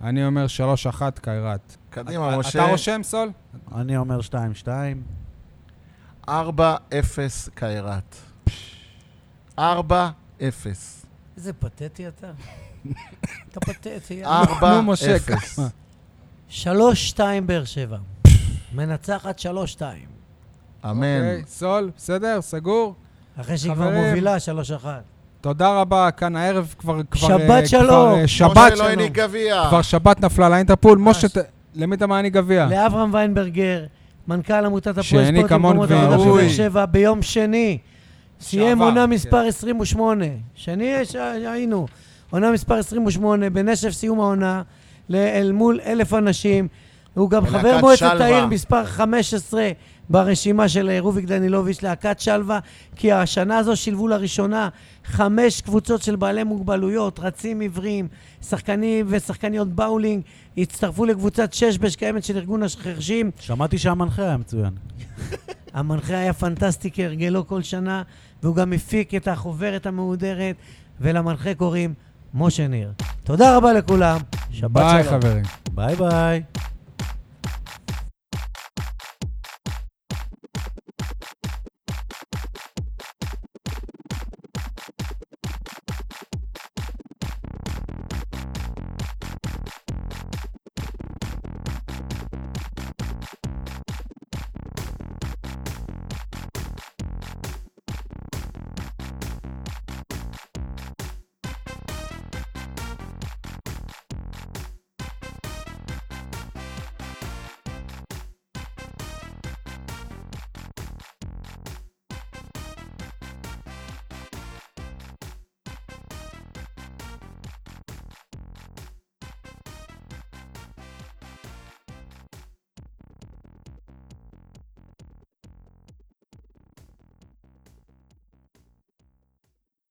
Speaker 1: אני אומר 3-1 קיירת.
Speaker 4: קדימה,
Speaker 1: אתה
Speaker 4: משה.
Speaker 1: רושם, סול?
Speaker 2: אני אומר 2-2.
Speaker 4: 4-0 קיירת. 4-0. 4-0.
Speaker 3: איזה פתטי אתה. אתה פתטי.
Speaker 1: נו, משה, כמה?
Speaker 3: שלוש שתיים באר שבע. מנצחת שלוש שתיים.
Speaker 4: אמן.
Speaker 1: אוקיי, סול, בסדר? סגור?
Speaker 3: אחרי שהיא כבר
Speaker 1: חברים.
Speaker 3: מובילה שלוש אחת. תודה
Speaker 1: תודה רבה, כאן הערב כבר... כבר,
Speaker 3: שבת
Speaker 1: אה, כבר,
Speaker 3: שלום.
Speaker 1: אה, שבת
Speaker 4: משה לא אה,
Speaker 1: שלום.
Speaker 4: העניק גביע.
Speaker 1: כבר שבת נפלה לאינטרפול. משה,
Speaker 3: ממש.
Speaker 1: ת- למי אתה מעניק גביע?
Speaker 3: לאברהם ויינברגר, מנכ"ל עמותת הפועל
Speaker 1: שהעניק
Speaker 3: ספורט
Speaker 1: המון
Speaker 3: למקומות עבודה
Speaker 4: גביעים.
Speaker 3: בבאר שבע ביום שני. סיים
Speaker 1: שעבר,
Speaker 3: עונה
Speaker 1: כן.
Speaker 3: מספר 28. שני ש- היינו. עונה מספר 28, בנשף סיום העונה, ל- אל מול אלף אנשים. הוא גם
Speaker 4: בלהקת
Speaker 3: חבר מועצת
Speaker 4: שלווה.
Speaker 3: העיר מספר 15 ברשימה של אה, רוביק דנילוביץ', להקת שלווה, כי השנה הזו שילבו לראשונה חמש קבוצות של בעלי מוגבלויות, רצים עיוורים, שחקנים ושחקניות באולינג, הצטרפו לקבוצת ששבש קיימת של ארגון החרשים.
Speaker 2: שמעתי שהמנחה היה מצוין.
Speaker 3: המנחה היה פנטסטי כהרגלו כל שנה, והוא גם הפיק את החוברת המהודרת, ולמנחה קוראים משה ניר. תודה רבה לכולם, שבת
Speaker 1: ביי,
Speaker 3: שלום.
Speaker 1: חברים.
Speaker 2: ביי ביי.